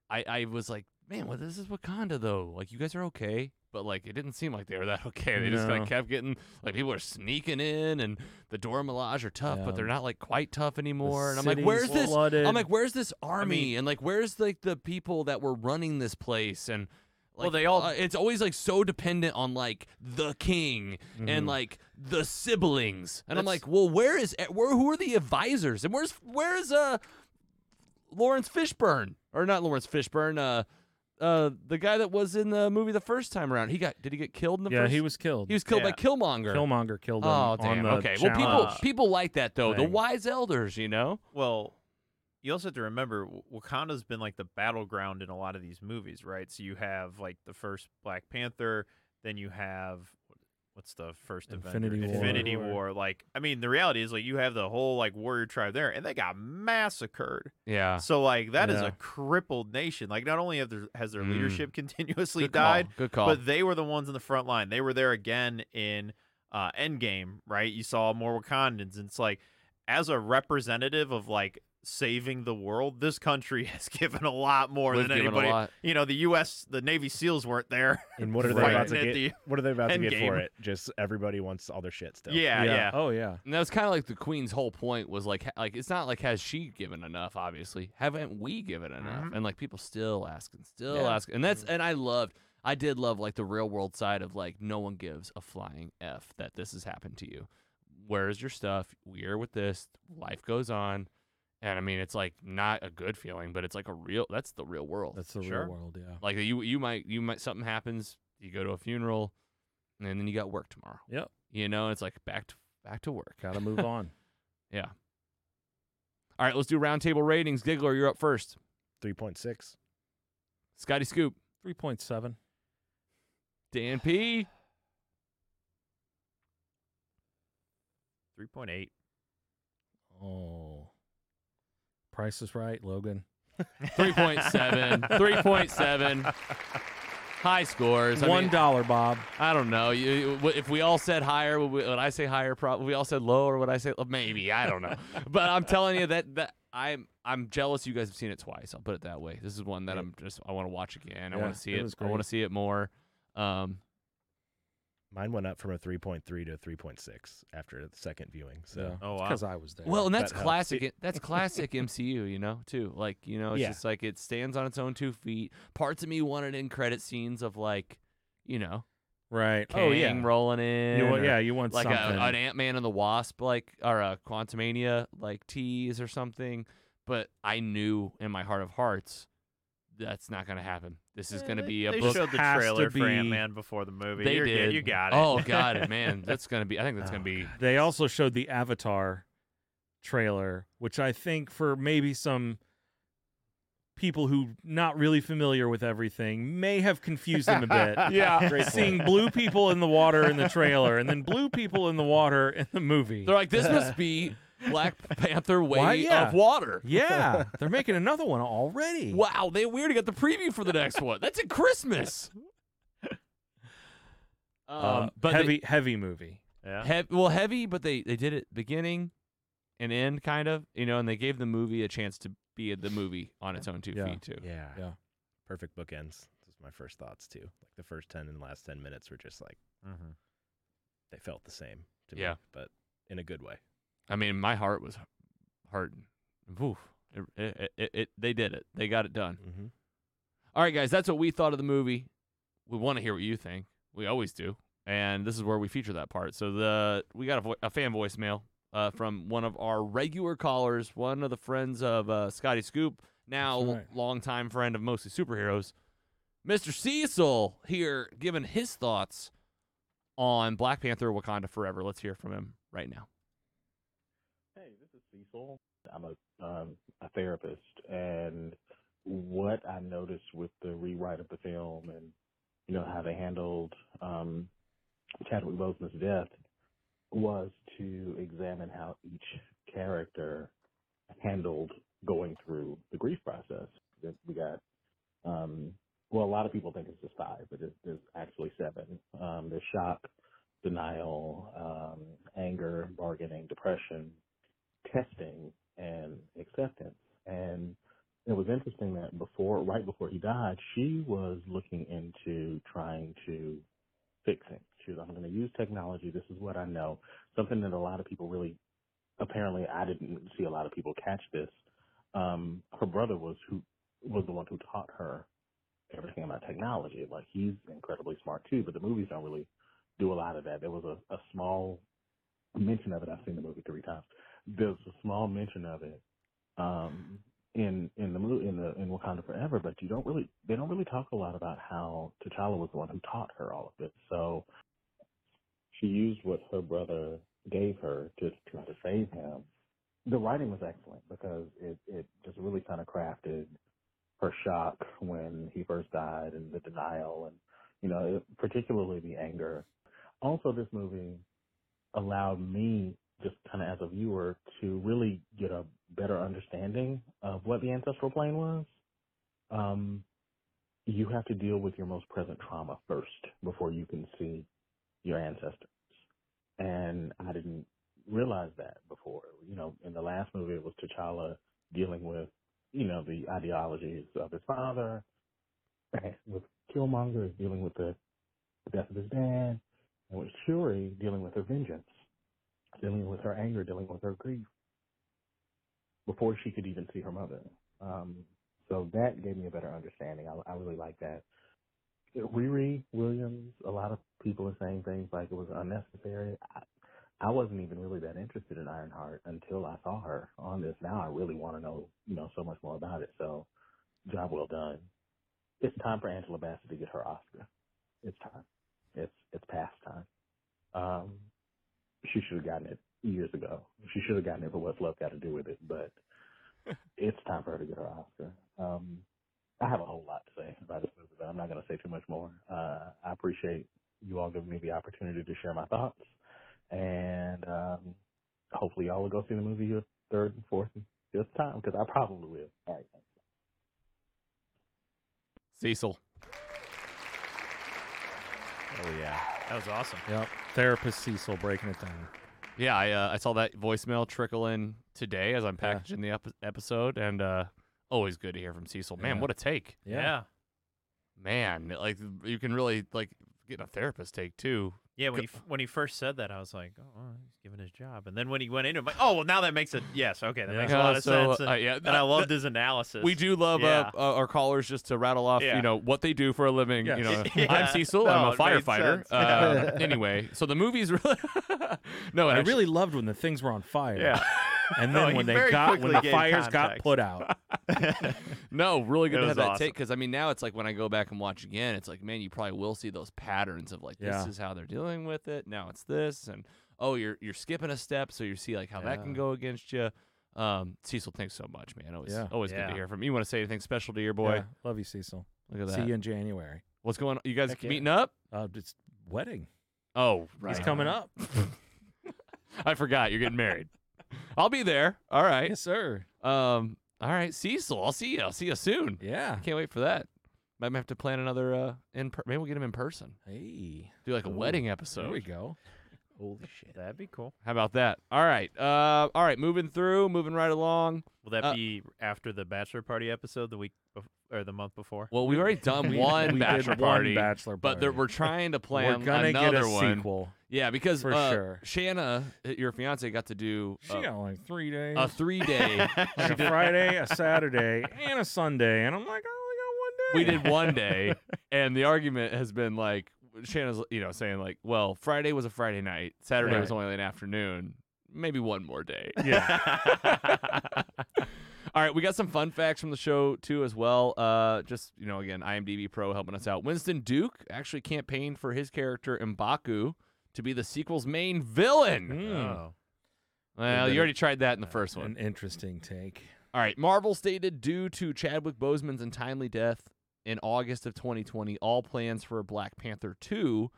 Speaker 1: I I was like, man, well, this is Wakanda though. Like, you guys are okay, but like, it didn't seem like they were that okay. They just kind
Speaker 2: No.
Speaker 1: of kept getting like people are sneaking in, and the Dora Milaje are tough,
Speaker 2: Yeah.
Speaker 1: but they're not like quite tough
Speaker 2: The
Speaker 1: anymore. And I'm like,
Speaker 2: city's
Speaker 1: where's this?
Speaker 2: Flooded.
Speaker 1: I'm like, where's this army?
Speaker 4: mean-
Speaker 1: and like, where's like the people that were running this place? And like,
Speaker 4: Well, they all-
Speaker 1: uh, it's always like so dependent on like the king and
Speaker 2: Mhm.
Speaker 1: like the siblings. And I'm
Speaker 4: Mm-hmm. That's-
Speaker 1: like, well, where is e, where? Who are the advisors? And where's where's uh Lawrence Fishburne or not Lawrence Fishburne? Uh, uh, the guy that was in the movie the first time around. He got did he get killed in the
Speaker 2: yeah,
Speaker 1: first?
Speaker 2: he was killed.
Speaker 1: he was killed by
Speaker 4: Yeah.
Speaker 1: Killmonger.
Speaker 2: Killmonger killed him.
Speaker 1: Oh
Speaker 2: on
Speaker 1: damn!
Speaker 2: the
Speaker 1: Okay, well, people
Speaker 2: challenge.
Speaker 1: people like that though. The
Speaker 2: thing.
Speaker 1: wise elders, you know.
Speaker 4: Well, you also have to remember W- Wakanda's been like the battleground in a lot of these movies, right? So you have like the first Black Panther, then you have what's the first Avenger?
Speaker 2: Infinity War.
Speaker 4: Infinity War. Like, I mean, the reality is like you have the whole like warrior tribe there, and they got massacred.
Speaker 1: Ah. Yeah.
Speaker 4: So like that is
Speaker 2: Yeah.
Speaker 4: a crippled nation. Like, not only have their, has their
Speaker 1: Mm.
Speaker 4: leadership continuously
Speaker 1: Good
Speaker 4: died,
Speaker 1: Call. Good call.
Speaker 4: but they were the ones in the front line. They were there again in uh, Endgame, right? You saw more Wakandans, and it's like, as a representative of like saving the world, this country has given a lot more
Speaker 1: We've
Speaker 4: than
Speaker 1: given
Speaker 4: anybody.
Speaker 1: A lot.
Speaker 4: You know, the U.S. the Navy SEALs weren't there.
Speaker 3: And what are they
Speaker 4: Right.
Speaker 3: about to
Speaker 4: At
Speaker 3: get?
Speaker 4: the
Speaker 3: what are they about to
Speaker 4: end
Speaker 3: get for
Speaker 4: game.
Speaker 3: it? Just everybody wants all their shit still.
Speaker 4: Yeah, yeah.
Speaker 2: Oh yeah.
Speaker 1: And that was kind of like the queen's whole point was like, ha- like it's not like has she given enough? Obviously, haven't we given enough?
Speaker 2: Mm-hmm.
Speaker 4: Mhm.
Speaker 1: And like people still asking, still
Speaker 4: Yeah.
Speaker 1: asking, and
Speaker 2: Mm.
Speaker 1: that's and I loved, I did love like the real world side of like no one gives a flying f that this has happened to you. Where is your stuff? We're with this. Life goes on, and I mean it's like not a good feeling, but it's like a real. That's the real world.
Speaker 2: That's the
Speaker 4: Sure.
Speaker 2: real world. Yeah.
Speaker 1: like you you might you might something happens, you go to a funeral, and then you got work tomorrow.
Speaker 2: Yep.
Speaker 1: You know, it's like back to back to work.
Speaker 2: Got to move on.
Speaker 1: Yeah. All right, let's do roundtable ratings. Giggler, you're up first.
Speaker 3: Three point six.
Speaker 1: Scotty Scoop,
Speaker 2: Three point seven.
Speaker 1: Dan P,
Speaker 4: Three point eight.
Speaker 2: Oh. Price is right, Logan.
Speaker 1: 3.7, 3.7. High scores. I
Speaker 2: One
Speaker 1: mean,
Speaker 2: dollar, Bob.
Speaker 1: I don't know. You- you- w- If we all said higher, would, we, would I say higher? Probably. We all said lower. Would I say uh, maybe? I don't know. but I'm telling you that that I'm I'm jealous. You guys have seen it twice. I'll put it that way. This is one that I'm just I want to watch again. I
Speaker 2: Yeah,
Speaker 1: want to see
Speaker 2: it
Speaker 1: it.
Speaker 2: was
Speaker 1: I want
Speaker 2: great.
Speaker 1: to see it more. Um,
Speaker 3: Mine went up from a 3.3 to a 3.6 after the second viewing. So
Speaker 4: Oh wow.
Speaker 2: because I was there.
Speaker 1: Well, and that's
Speaker 3: That helps.
Speaker 1: classic. That's classic MCU, you know, too. Like, you know, it's
Speaker 3: Yeah.
Speaker 1: just like it stands on its own two feet. Parts of me wanted in credit scenes of like, you know,
Speaker 2: right.
Speaker 1: Kang
Speaker 2: oh yeah.
Speaker 1: rolling in.
Speaker 2: You want,
Speaker 1: or
Speaker 2: yeah, you want
Speaker 1: Like a,
Speaker 2: something.
Speaker 1: an Ant Man and the Wasp, like or a Quantumania, like tease or something. But I knew in my heart of hearts that's not going to happen. This is going to
Speaker 4: Eh,
Speaker 1: be a
Speaker 4: they
Speaker 1: book.
Speaker 4: showed the
Speaker 2: has to
Speaker 4: trailer
Speaker 2: be-
Speaker 4: for Ant Man before the movie.
Speaker 1: they
Speaker 4: You're good.
Speaker 1: did.
Speaker 4: You got it.
Speaker 1: Oh god, man, that's going to be. I think that's going to be.
Speaker 2: They also showed the Avatar trailer, which I think for maybe some people who not really familiar with everything may have confused them a bit.
Speaker 4: yeah.
Speaker 3: Great
Speaker 2: Seeing
Speaker 3: point.
Speaker 2: blue people in the water in the trailer and then blue people in the water in the movie.
Speaker 1: They're like, this must be Black Panther way
Speaker 2: yeah.
Speaker 1: of water.
Speaker 2: yeah, they're making another one already.
Speaker 1: Wow, they weird. got the preview for the next one. That's at Christmas. Um,
Speaker 2: Um,
Speaker 1: but they-
Speaker 2: heavy, heavy movie.
Speaker 4: Yeah.
Speaker 1: Hev- well, heavy, but they they did it beginning and end, kind of, you know, and they gave the movie a chance to be the movie on its own two
Speaker 2: Yeah.
Speaker 1: feet too.
Speaker 3: yeah,
Speaker 2: Yeah.
Speaker 3: perfect bookends. This is my first thoughts too. Like the first ten and last ten minutes were just like
Speaker 4: Mhm.
Speaker 3: they felt the same to
Speaker 1: Yeah.
Speaker 3: me, but in a good way.
Speaker 1: I mean, my heart was hardened. Woof. It, it, it, it, they did it. They got it done.
Speaker 3: Mm-hmm.
Speaker 1: All right, guys, that's what we thought of the movie. We want to hear what you think. We always do, and this is where we feature that part. So the we got a, vo- a fan voicemail uh, from one of our regular callers, one of the friends of uh, Scotty Scoop, now
Speaker 2: That's right.
Speaker 1: longtime friend of mostly superheroes, Mr. Cecil here giving his thoughts on Black Panther: Wakanda Forever. Let's hear from him right now.
Speaker 6: Hey, this is Cecil. I'm a um, a therapist, and what I noticed with the rewrite of the film, and you know how they handled um, Chadwick Boseman's death, was to examine how each character handled going through the grief process. That we got. Um, well, a lot of people think it's just five, but it, there's actually seven. Um, there's shock, denial, um, anger, bargaining, depression, testing and acceptance. And it was interesting that before, right before he died, she was looking into trying to fix it. She was, I'm going to use technology. This is what I know. Something that a lot of people really, apparently, I didn't see a lot of people catch this. Um, her brother was who was the one who taught her everything about technology. Like he's incredibly smart too, but the movies don't really do a lot of that. There was a, a small mention of it. I've seen the movie three times there's a small mention of it um, in in the mo- in the in Wakanda Forever, but you don't really they don't really talk a lot about how T'Challa was the one who taught her all of this. So she used what her brother gave her to try to save him. The writing was excellent because it it just really kind of crafted her shock when he first died and the denial and you know it, particularly the anger. Also, this movie allowed me just kind of as a viewer to really get a better understanding of what the ancestral plane was um, you have to deal with your most present trauma first before you can see your ancestors and i didn't realize that before you know in the last movie it was t'challa dealing with you know the ideologies of his father with killmonger is dealing with the death of his dad and with shuri dealing with her vengeance dealing with her anger, dealing with her grief before she could even see her mother. Um, so that gave me a better understanding. I, I really like that. Riri Williams, a lot of people are saying things like it was unnecessary. I, I wasn't even really that interested in Ironheart until I saw her on this. Now I really want to know, you know, so much more about it. So job well done. It's time for Angela Bassett to get her Oscar. It's time. It's it's past time. Um, she should have gotten it years ago. She should have gotten it for what's love got to do with it, but it's time for her to get her Oscar. Um, I have a whole lot to say about this movie, but I'm not going to say too much more. Uh, I appreciate you all giving me the opportunity to share my thoughts, and um, hopefully y'all will go see the movie your third, and fourth, and fifth time because I probably will. All right.
Speaker 1: Cecil,
Speaker 3: Oh yeah,
Speaker 4: That was awesome.
Speaker 2: Yep. Therapist Cecil breaking it down.
Speaker 1: yeah, I uh, I saw that voicemail trickle in today as I'm packaging the ep- episode, and uh, always good to hear from Cecil. Man,
Speaker 2: Yeah.
Speaker 1: what a take!
Speaker 4: Yeah.
Speaker 1: man like you can really like get a therapist take too
Speaker 4: Yeah, when he f- when he first said that, I was like, "Oh, well, he's giving his job." And then when he went into, it, I'm like, "Oh, well, now that makes it yes, okay, that
Speaker 1: Yeah.
Speaker 4: makes a
Speaker 1: Yeah,
Speaker 4: lot of
Speaker 1: so,
Speaker 4: sense."
Speaker 1: uh,
Speaker 4: And,
Speaker 1: yeah,
Speaker 4: and
Speaker 1: that-
Speaker 4: I loved
Speaker 1: that-
Speaker 4: his analysis.
Speaker 1: We do love
Speaker 4: Yeah.
Speaker 1: uh, uh, our callers just to rattle off,
Speaker 4: Yeah.
Speaker 1: you know, what they do for a living. You know,
Speaker 4: Yeah.
Speaker 1: I'm Cecil.
Speaker 4: No,
Speaker 1: I'm a
Speaker 4: it made sense.
Speaker 1: firefighter. Uh, anyway, so the movie's really no. It
Speaker 2: I
Speaker 1: actually-
Speaker 2: really loved when the things were on fire.
Speaker 4: Yeah.
Speaker 2: And
Speaker 4: No,
Speaker 2: then
Speaker 4: he
Speaker 2: when they
Speaker 4: very
Speaker 2: got when
Speaker 4: quickly
Speaker 2: the
Speaker 4: gave
Speaker 2: fires got
Speaker 4: context.
Speaker 2: put out.
Speaker 1: no, really good to
Speaker 4: It was
Speaker 1: have that
Speaker 4: awesome.
Speaker 1: take because I mean now it's like when I go back and watch again, it's like man, you probably will see those patterns of like
Speaker 2: Yeah.
Speaker 1: this is how they're dealing with it. Now it's this, and oh, you're you're skipping a step, so you see like how that can
Speaker 4: Yeah.
Speaker 1: go against you. Um, Cecil, thanks so much, man. Always
Speaker 2: Yeah.
Speaker 1: always good
Speaker 4: Yeah.
Speaker 1: to hear from you. You want to say anything special to your boy?
Speaker 2: Yeah. Love you, Cecil.
Speaker 1: Look at that.
Speaker 2: See you in January.
Speaker 1: What's going on? You guys
Speaker 3: Heck yeah.
Speaker 1: meeting up?
Speaker 2: Uh, it's wedding.
Speaker 1: Oh, right.
Speaker 2: He's coming up.
Speaker 1: I forgot you're getting married. I'll be there. All right.
Speaker 2: yes, sir.
Speaker 1: Um. All right, Cecil. I'll see you. I'll see you soon.
Speaker 2: Yeah.
Speaker 1: I can't wait for that. Might have to plan another uh in per- maybe we'll get him in person.
Speaker 2: Hey.
Speaker 1: Do like a
Speaker 2: Ooh,
Speaker 1: wedding
Speaker 2: there we
Speaker 1: episode.
Speaker 2: go.
Speaker 3: Holy shit.
Speaker 4: That'd be cool.
Speaker 1: How about that? All right. Uh all right, moving through, moving right along.
Speaker 4: Will that
Speaker 1: Uh,
Speaker 4: be after the bachelor party episode the week bef- or the month before?
Speaker 1: Well, we've already done one
Speaker 2: we
Speaker 1: bachelor
Speaker 2: did
Speaker 1: party.
Speaker 2: One bachelor party.
Speaker 1: but there, we're trying to
Speaker 2: we're
Speaker 1: plan
Speaker 2: gonna
Speaker 1: another
Speaker 2: get a
Speaker 1: one.
Speaker 2: sequel.
Speaker 1: Yeah, because
Speaker 2: For
Speaker 1: uh,
Speaker 2: sure.
Speaker 1: Shanna, uh, your fiance, got to do
Speaker 2: She
Speaker 1: uh,
Speaker 2: got like three days.
Speaker 1: a three day.
Speaker 2: like a Friday, a Saturday, and a Sunday, and I'm like, I
Speaker 1: we
Speaker 2: only got one day.
Speaker 1: did one day, and the argument has been like Shanna's, you know, saying like, well, Friday was a Friday night, Saturday was
Speaker 2: Right.
Speaker 1: only an afternoon, maybe one more day.
Speaker 2: Yeah.
Speaker 1: All right, we got some fun facts from the show too, as well. Uh, just you know, again, IMDb Pro helping us out. Winston Duke actually campaigned for his character Mbaku to be the sequel's main villain.
Speaker 3: Um,
Speaker 2: Mm.
Speaker 4: Oh.
Speaker 1: Well, you already tried that in the first one.
Speaker 2: An interesting take.
Speaker 1: All right. Marvel stated due to Chadwick Boseman's untimely death in August of 2020, all plans for Black Panther 2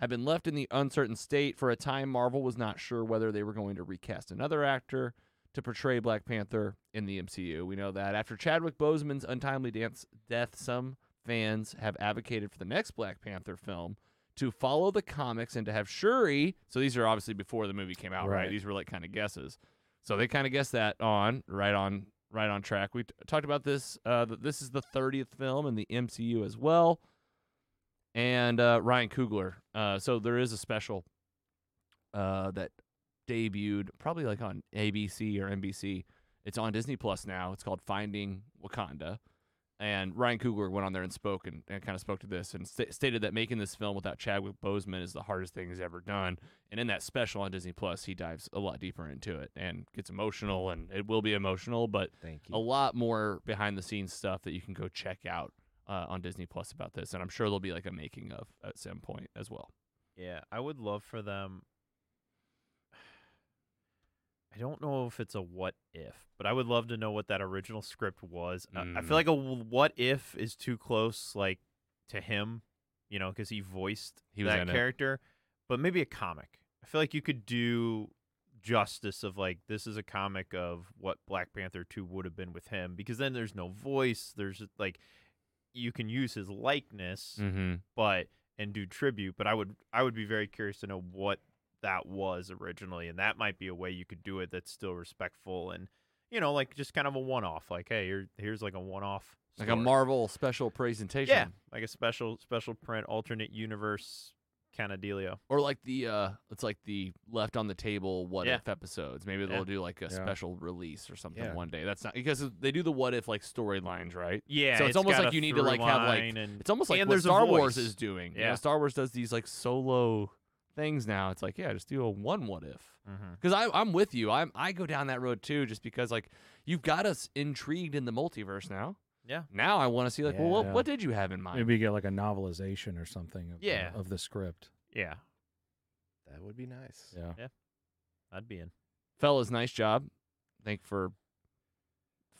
Speaker 1: have been left in the uncertain state. For a time, Marvel was not sure whether they were going to recast another actor to portray Black Panther in the MCU. We know that. After Chadwick Boseman's untimely dance death, some fans have advocated for the next Black Panther film to follow the comics and to have Shuri. So these are obviously before the movie came out, right?
Speaker 2: Right.
Speaker 1: These were like kind of guesses. So they kind of guessed that on right on right on track. We t- talked about this. Uh, th- this is the 30th film in the MCU as well, and uh, Ryan Coogler. Uh, so there is a special uh, that debuted probably like on ABC or NBC. It's on Disney Plus now. It's called Finding Wakanda. And Ryan Coogler went on there and spoke and, and kind of spoke to this and sta stated that making this film without Chadwick Boseman is the hardest thing he's ever done. And in that special on Disney Plus, he dives a lot deeper into it and gets emotional. And it will be emotional, but
Speaker 3: Thank
Speaker 1: a lot more behind the scenes stuff that you can go check out uh, on Disney Plus about this. And I'm sure there'll be like a making of at some point as well.
Speaker 4: Yeah, I would love for them. I don't know if it's a what if, but I would love to know what that original script was. I- I
Speaker 1: Mm.
Speaker 4: feel like a w- what if is too close, like to him, you know, because he voiced
Speaker 1: He was
Speaker 4: that
Speaker 1: in it.
Speaker 4: character. But maybe a comic. I feel like you could do justice of like this is a comic of what Black Panther two would have been with him, because then there's no voice. There's like you can use his likeness
Speaker 1: Mm-hmm.
Speaker 4: but and do tribute but i would i would be very curious to know what that was originally and that might be a way you could do it that's still respectful and you know like just kind of a one-off like hey here, here's like a one-off
Speaker 1: Like a
Speaker 4: story.
Speaker 1: Marvel special presentation.
Speaker 4: yeah like a special special print alternate universe kind of dealio
Speaker 1: Or like the uh it's like the left on the table what
Speaker 4: Yeah.
Speaker 1: if episodes. Maybe they'll
Speaker 4: Yeah.
Speaker 1: do like a
Speaker 2: Yeah.
Speaker 1: special release or something
Speaker 3: Yeah.
Speaker 1: one day. That's not because they do the what if like storylines, right?
Speaker 4: yeah
Speaker 1: So it's almost
Speaker 4: got
Speaker 1: like
Speaker 4: a
Speaker 1: you need to, like,
Speaker 4: through
Speaker 1: have, like-
Speaker 4: line and
Speaker 1: It's almost like
Speaker 4: and
Speaker 1: what
Speaker 4: there's a
Speaker 1: Star Wars
Speaker 4: voice.
Speaker 1: is doing. You know,
Speaker 4: Yeah.
Speaker 1: Star Wars does these like solo things now. It's like, yeah, just do a one what if.
Speaker 4: Mhm.
Speaker 1: Because I I'm with you. I'm I go down that road too, just because like you've got us intrigued in the multiverse now.
Speaker 4: Yeah.
Speaker 1: Now I want to see like, well, what,
Speaker 2: Yeah.
Speaker 1: what did you have in mind?
Speaker 2: Maybe you get like a novelization or something of, the-
Speaker 4: Yeah.
Speaker 2: of the script.
Speaker 4: yeah
Speaker 3: That would be nice.
Speaker 2: Yeah.
Speaker 4: i'd be in
Speaker 1: Fellas, nice job. Thank for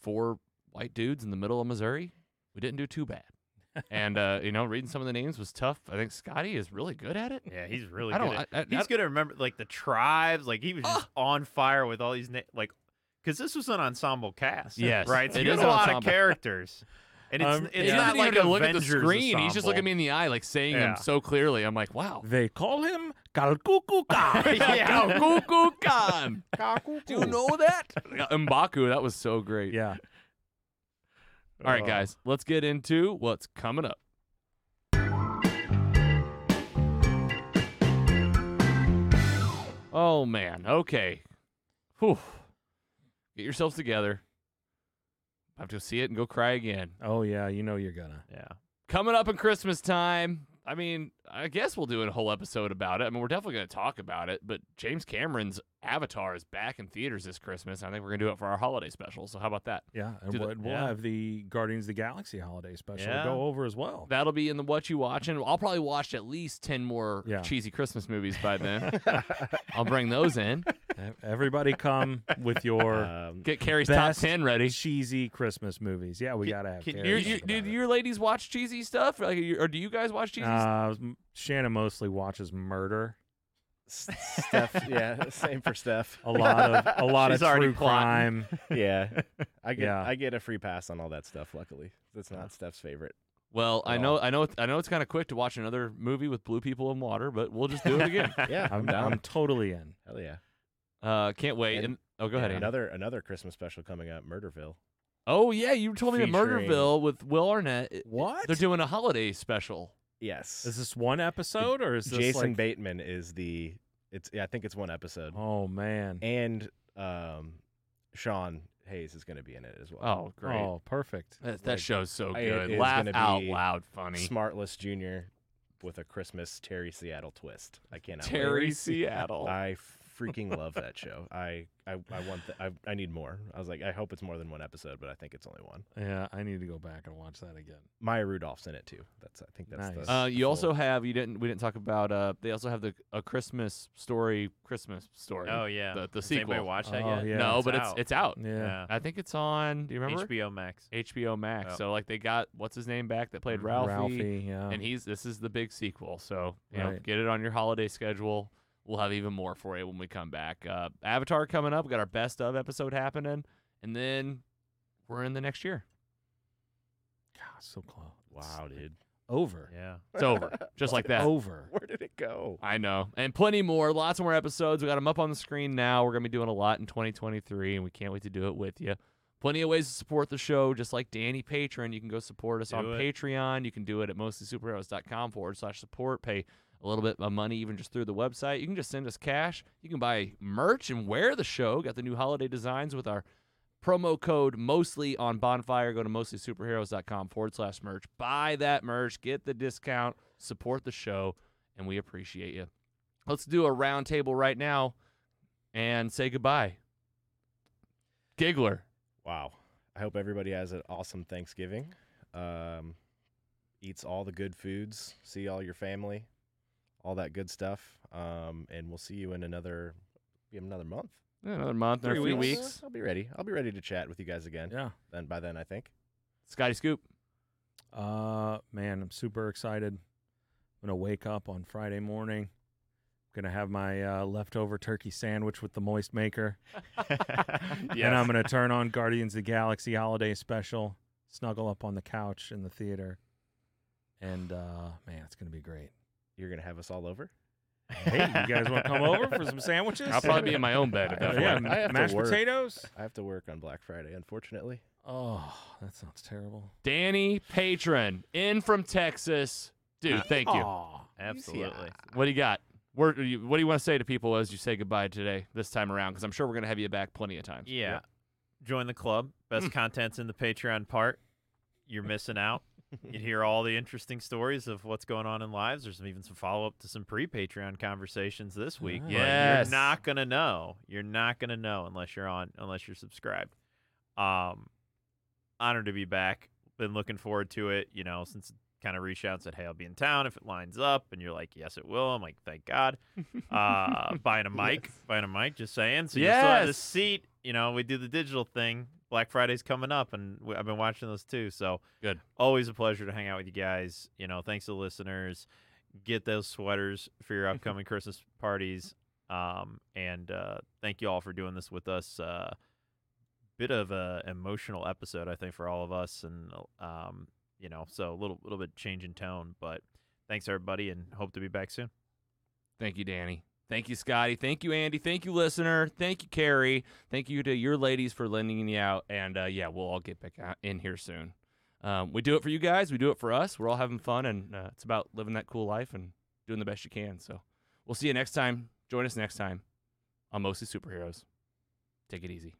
Speaker 1: four white dudes in the middle of Missouri. We didn't do too bad. And uh, you know, reading some of the names was tough. I think Scotty is really good at it.
Speaker 4: yeah he's really
Speaker 1: I
Speaker 4: good
Speaker 1: don't.
Speaker 4: at-
Speaker 1: I, I,
Speaker 4: He's
Speaker 1: I,
Speaker 4: gonna remember like the tribes. Like he was just on fire with all these na- like, because this was an ensemble cast.
Speaker 1: Yes,
Speaker 4: right. So
Speaker 1: it
Speaker 4: you
Speaker 1: is
Speaker 4: had a lot
Speaker 1: ensemble.
Speaker 4: of characters, and it's
Speaker 2: Um,
Speaker 4: it's
Speaker 1: He
Speaker 2: yeah.
Speaker 4: not
Speaker 1: doesn't
Speaker 4: like
Speaker 1: even look
Speaker 4: Avengers
Speaker 1: at the screen. He's just looking
Speaker 4: ensemble.
Speaker 1: me in the eye, like saying
Speaker 4: Yeah.
Speaker 1: them so clearly. I'm like, wow.
Speaker 2: They call him Kalkukuka.
Speaker 4: yeah.
Speaker 1: Kukulkan. Do you know that? Yeah, Mbaku, that was so great.
Speaker 2: yeah. Uh,
Speaker 1: All right, guys, let's get into what's coming up. Oh man. Okay. Whew. Get yourselves together. I have to see it and go cry again.
Speaker 2: Oh yeah, you know you're gonna.
Speaker 4: Yeah.
Speaker 1: Coming up in Christmas time. I mean, I guess we'll do a whole episode about it. I mean, we're definitely going to talk about it. But James Cameron's Avatar is back in theaters this Christmas. I think we're going to do it for our holiday special. So how about that?
Speaker 2: Yeah, and
Speaker 1: Do the-
Speaker 2: we'll, we'll
Speaker 4: yeah.
Speaker 2: have the Guardians of the Galaxy holiday special
Speaker 4: Yeah.
Speaker 2: go over as well.
Speaker 1: That'll be in the what you watching. I'll probably watch at least ten more
Speaker 2: Yeah.
Speaker 1: cheesy Christmas movies by then. I'll bring those in.
Speaker 2: Ev- Everybody come with your
Speaker 3: Um,
Speaker 1: Get Carrie's
Speaker 2: Best
Speaker 1: top ten ready.
Speaker 2: cheesy Christmas movies. Yeah, we
Speaker 4: Can-
Speaker 2: gotta have.
Speaker 4: can
Speaker 2: Carrie
Speaker 1: You,
Speaker 4: You're-
Speaker 2: talk
Speaker 1: you,
Speaker 2: about
Speaker 1: did
Speaker 2: it.
Speaker 1: your ladies watch cheesy stuff? Like, you- or do you guys watch cheesy stuff?
Speaker 2: Uh, m- Shannon mostly watches murder.
Speaker 3: S- Steph, yeah, same for Steph.
Speaker 2: A lot of a lot
Speaker 4: She's
Speaker 2: of
Speaker 4: already
Speaker 2: true
Speaker 4: plotting.
Speaker 2: crime.
Speaker 3: yeah, I get
Speaker 2: Yeah.
Speaker 3: I get a free pass on all that stuff. Luckily, that's not Steph's favorite.
Speaker 1: Well, I
Speaker 3: at
Speaker 1: know,
Speaker 3: all.
Speaker 1: I know, I know it's kind of quick to watch another movie with blue people in water, but we'll just do it again.
Speaker 3: Yeah, I'm
Speaker 2: I'm,
Speaker 3: down.
Speaker 2: I'm totally in.
Speaker 3: Hell yeah.
Speaker 1: uh, can't wait.
Speaker 3: And-
Speaker 1: And, oh, go ahead.
Speaker 3: And
Speaker 1: Andy.
Speaker 3: Another another Christmas special coming up, Murderville.
Speaker 1: Oh yeah, you told me that
Speaker 3: Featuring-
Speaker 1: Murderville with Will Arnett. it-
Speaker 3: What?
Speaker 1: They're doing a holiday special.
Speaker 3: Yes.
Speaker 2: Is this one episode or is this
Speaker 3: Jason
Speaker 2: like-
Speaker 3: Bateman is the it's yeah, I think it's one episode.
Speaker 2: Oh man.
Speaker 3: And um Sean Hayes is gonna be in it as well.
Speaker 1: Oh great.
Speaker 2: Oh, perfect.
Speaker 1: that, that
Speaker 3: like,
Speaker 1: show's so
Speaker 3: I- it
Speaker 1: good.
Speaker 3: is
Speaker 1: Laugh
Speaker 3: gonna
Speaker 1: out
Speaker 3: be
Speaker 1: loud, funny.
Speaker 3: Smartless Junior with a Christmas Terry Seattle twist. I cannot wait.
Speaker 1: Terry Seattle.
Speaker 3: I freaking love that show. I I, I want the, I I need more. I was like I hope it's more than one episode, but I think it's only one.
Speaker 2: Yeah, I need to go back and watch that again.
Speaker 3: Maya Rudolph's in it too. That's I think that's
Speaker 2: Nice.
Speaker 3: the
Speaker 1: Uh, you
Speaker 3: the
Speaker 1: also
Speaker 3: full-
Speaker 1: have you didn't we didn't talk about uh they also have the a Christmas story Christmas story.
Speaker 4: Oh yeah.
Speaker 1: The- the
Speaker 4: Has anybody
Speaker 1: sequel.
Speaker 4: watched that
Speaker 2: Oh,
Speaker 4: yet?
Speaker 2: yeah.
Speaker 1: no, but it's
Speaker 4: out.
Speaker 1: it's out.
Speaker 2: Yeah.
Speaker 1: I think it's on. Do you remember?
Speaker 4: HBO Max.
Speaker 1: HBO Max.
Speaker 4: Yeah.
Speaker 1: So like they got what's his name back that played
Speaker 4: Mhm.
Speaker 1: Ralphie,
Speaker 2: Ralphie, yeah.
Speaker 1: and he's this is the big sequel. So you know
Speaker 2: Right.
Speaker 1: get it on your holiday schedule. We'll have even more for you when we come back. Uh, Avatar coming up. We got our best of episode happening, and then we're in the next year.
Speaker 2: God, so close.
Speaker 3: Wow, dude.
Speaker 2: Over.
Speaker 4: Yeah.
Speaker 1: It's over, just like that.
Speaker 2: Over.
Speaker 3: Where did it go?
Speaker 1: I know. And plenty more, lots more episodes. We got them up on the screen now. We're going to be doing a lot in 2023, and we can't wait to do it with you. Plenty of ways to support the show, just like Danny Patron. You can go support us
Speaker 4: Do
Speaker 1: on
Speaker 4: it.
Speaker 1: Patreon. You can do it at mostlysuperheroes.com forward slash support. Pay a little bit of money, even just through the website. You can just send us cash. You can buy merch and wear the show. Got the new holiday designs with our promo code mostly on bonfire go to mostlysuperheroes.com forward slash merch buy that merch get the discount support the show and we appreciate you let's do a round table right now and say goodbye giggler
Speaker 3: Wow. I hope everybody has an awesome Thanksgiving. Um, eats all the good foods, see all your family, all that good stuff. Um, and we'll see you in another be another month.
Speaker 1: another month or a
Speaker 2: Three
Speaker 1: few
Speaker 2: weeks.
Speaker 1: weeks,
Speaker 3: I'll be ready. I'll be ready to chat with you guys again.
Speaker 2: Yeah.
Speaker 3: Then by then I think.
Speaker 1: scotty scoop
Speaker 2: Uh, man, I'm super excited. I'm gonna wake up on Friday morning. gonna have my uh, leftover turkey sandwich with the moist maker, and I'm gonna turn on Guardians of the Galaxy Holiday Special. Snuggle up on the couch in the theater, and uh, man, it's gonna be great.
Speaker 3: You're gonna have us all over?
Speaker 2: Hey, you guys want to come over for some sandwiches?
Speaker 1: i'll probably be in my own bed at
Speaker 3: I
Speaker 1: that
Speaker 3: have-
Speaker 2: yeah,
Speaker 1: point
Speaker 3: I have to
Speaker 2: mashed
Speaker 3: work.
Speaker 2: potatoes.
Speaker 3: I have to work on Black Friday, unfortunately.
Speaker 2: Oh, that sounds terrible.
Speaker 1: danny patron in from texas dude thank you
Speaker 2: Ah. Aw.
Speaker 4: Absolutely.
Speaker 1: What do you got? Where, do you- what do you want to say to people as you say goodbye today, this time around? Because I'm sure we're going to have you back plenty of times. Hmm.
Speaker 4: Yeah. Join the club. Best content's in the Patreon part. You're missing out. You'd hear all the interesting stories of what's going on in lives. There's even some follow up to some pre Patreon conversations this week. but
Speaker 1: Ah, Yes.
Speaker 4: You're not gonna know. You're not gonna know unless you're on unless you're subscribed. Um honored to be back. Been looking forward to it, you know, since kind of reached out and said, Hey, I'll be in town if it lines up and you're like, Yes it will. I'm like, Thank God. Uh buying a mic. Buying a mic, just saying. So you still have the
Speaker 1: Yes.
Speaker 4: seat. You know, we do the digital thing. Black Friday's coming up and we, I've been watching those too. So
Speaker 1: Good.
Speaker 4: Always a pleasure to hang out with you guys. You know, thanks to the listeners. Get those sweaters for your upcoming Christmas parties. Um, and uh, thank you all for doing this with us. Uh, bit of a emotional episode, I think, for all of us, and um, you know, so a little little bit change in tone. But thanks everybody, and hope to be back soon.
Speaker 1: Thank you, Danny. Thank you, Scotty. Thank you, Andy. Thank you, listener. Thank you, Carrie. Thank you to your ladies for lending you out. And uh, yeah, we'll all get back out in here soon. Um, we do it for you guys. We do it for us. We're all having fun, and uh, it's about living that cool life and doing the best you can. So we'll see you next time. Join us next time. I'm mostly superheroes. Take it easy.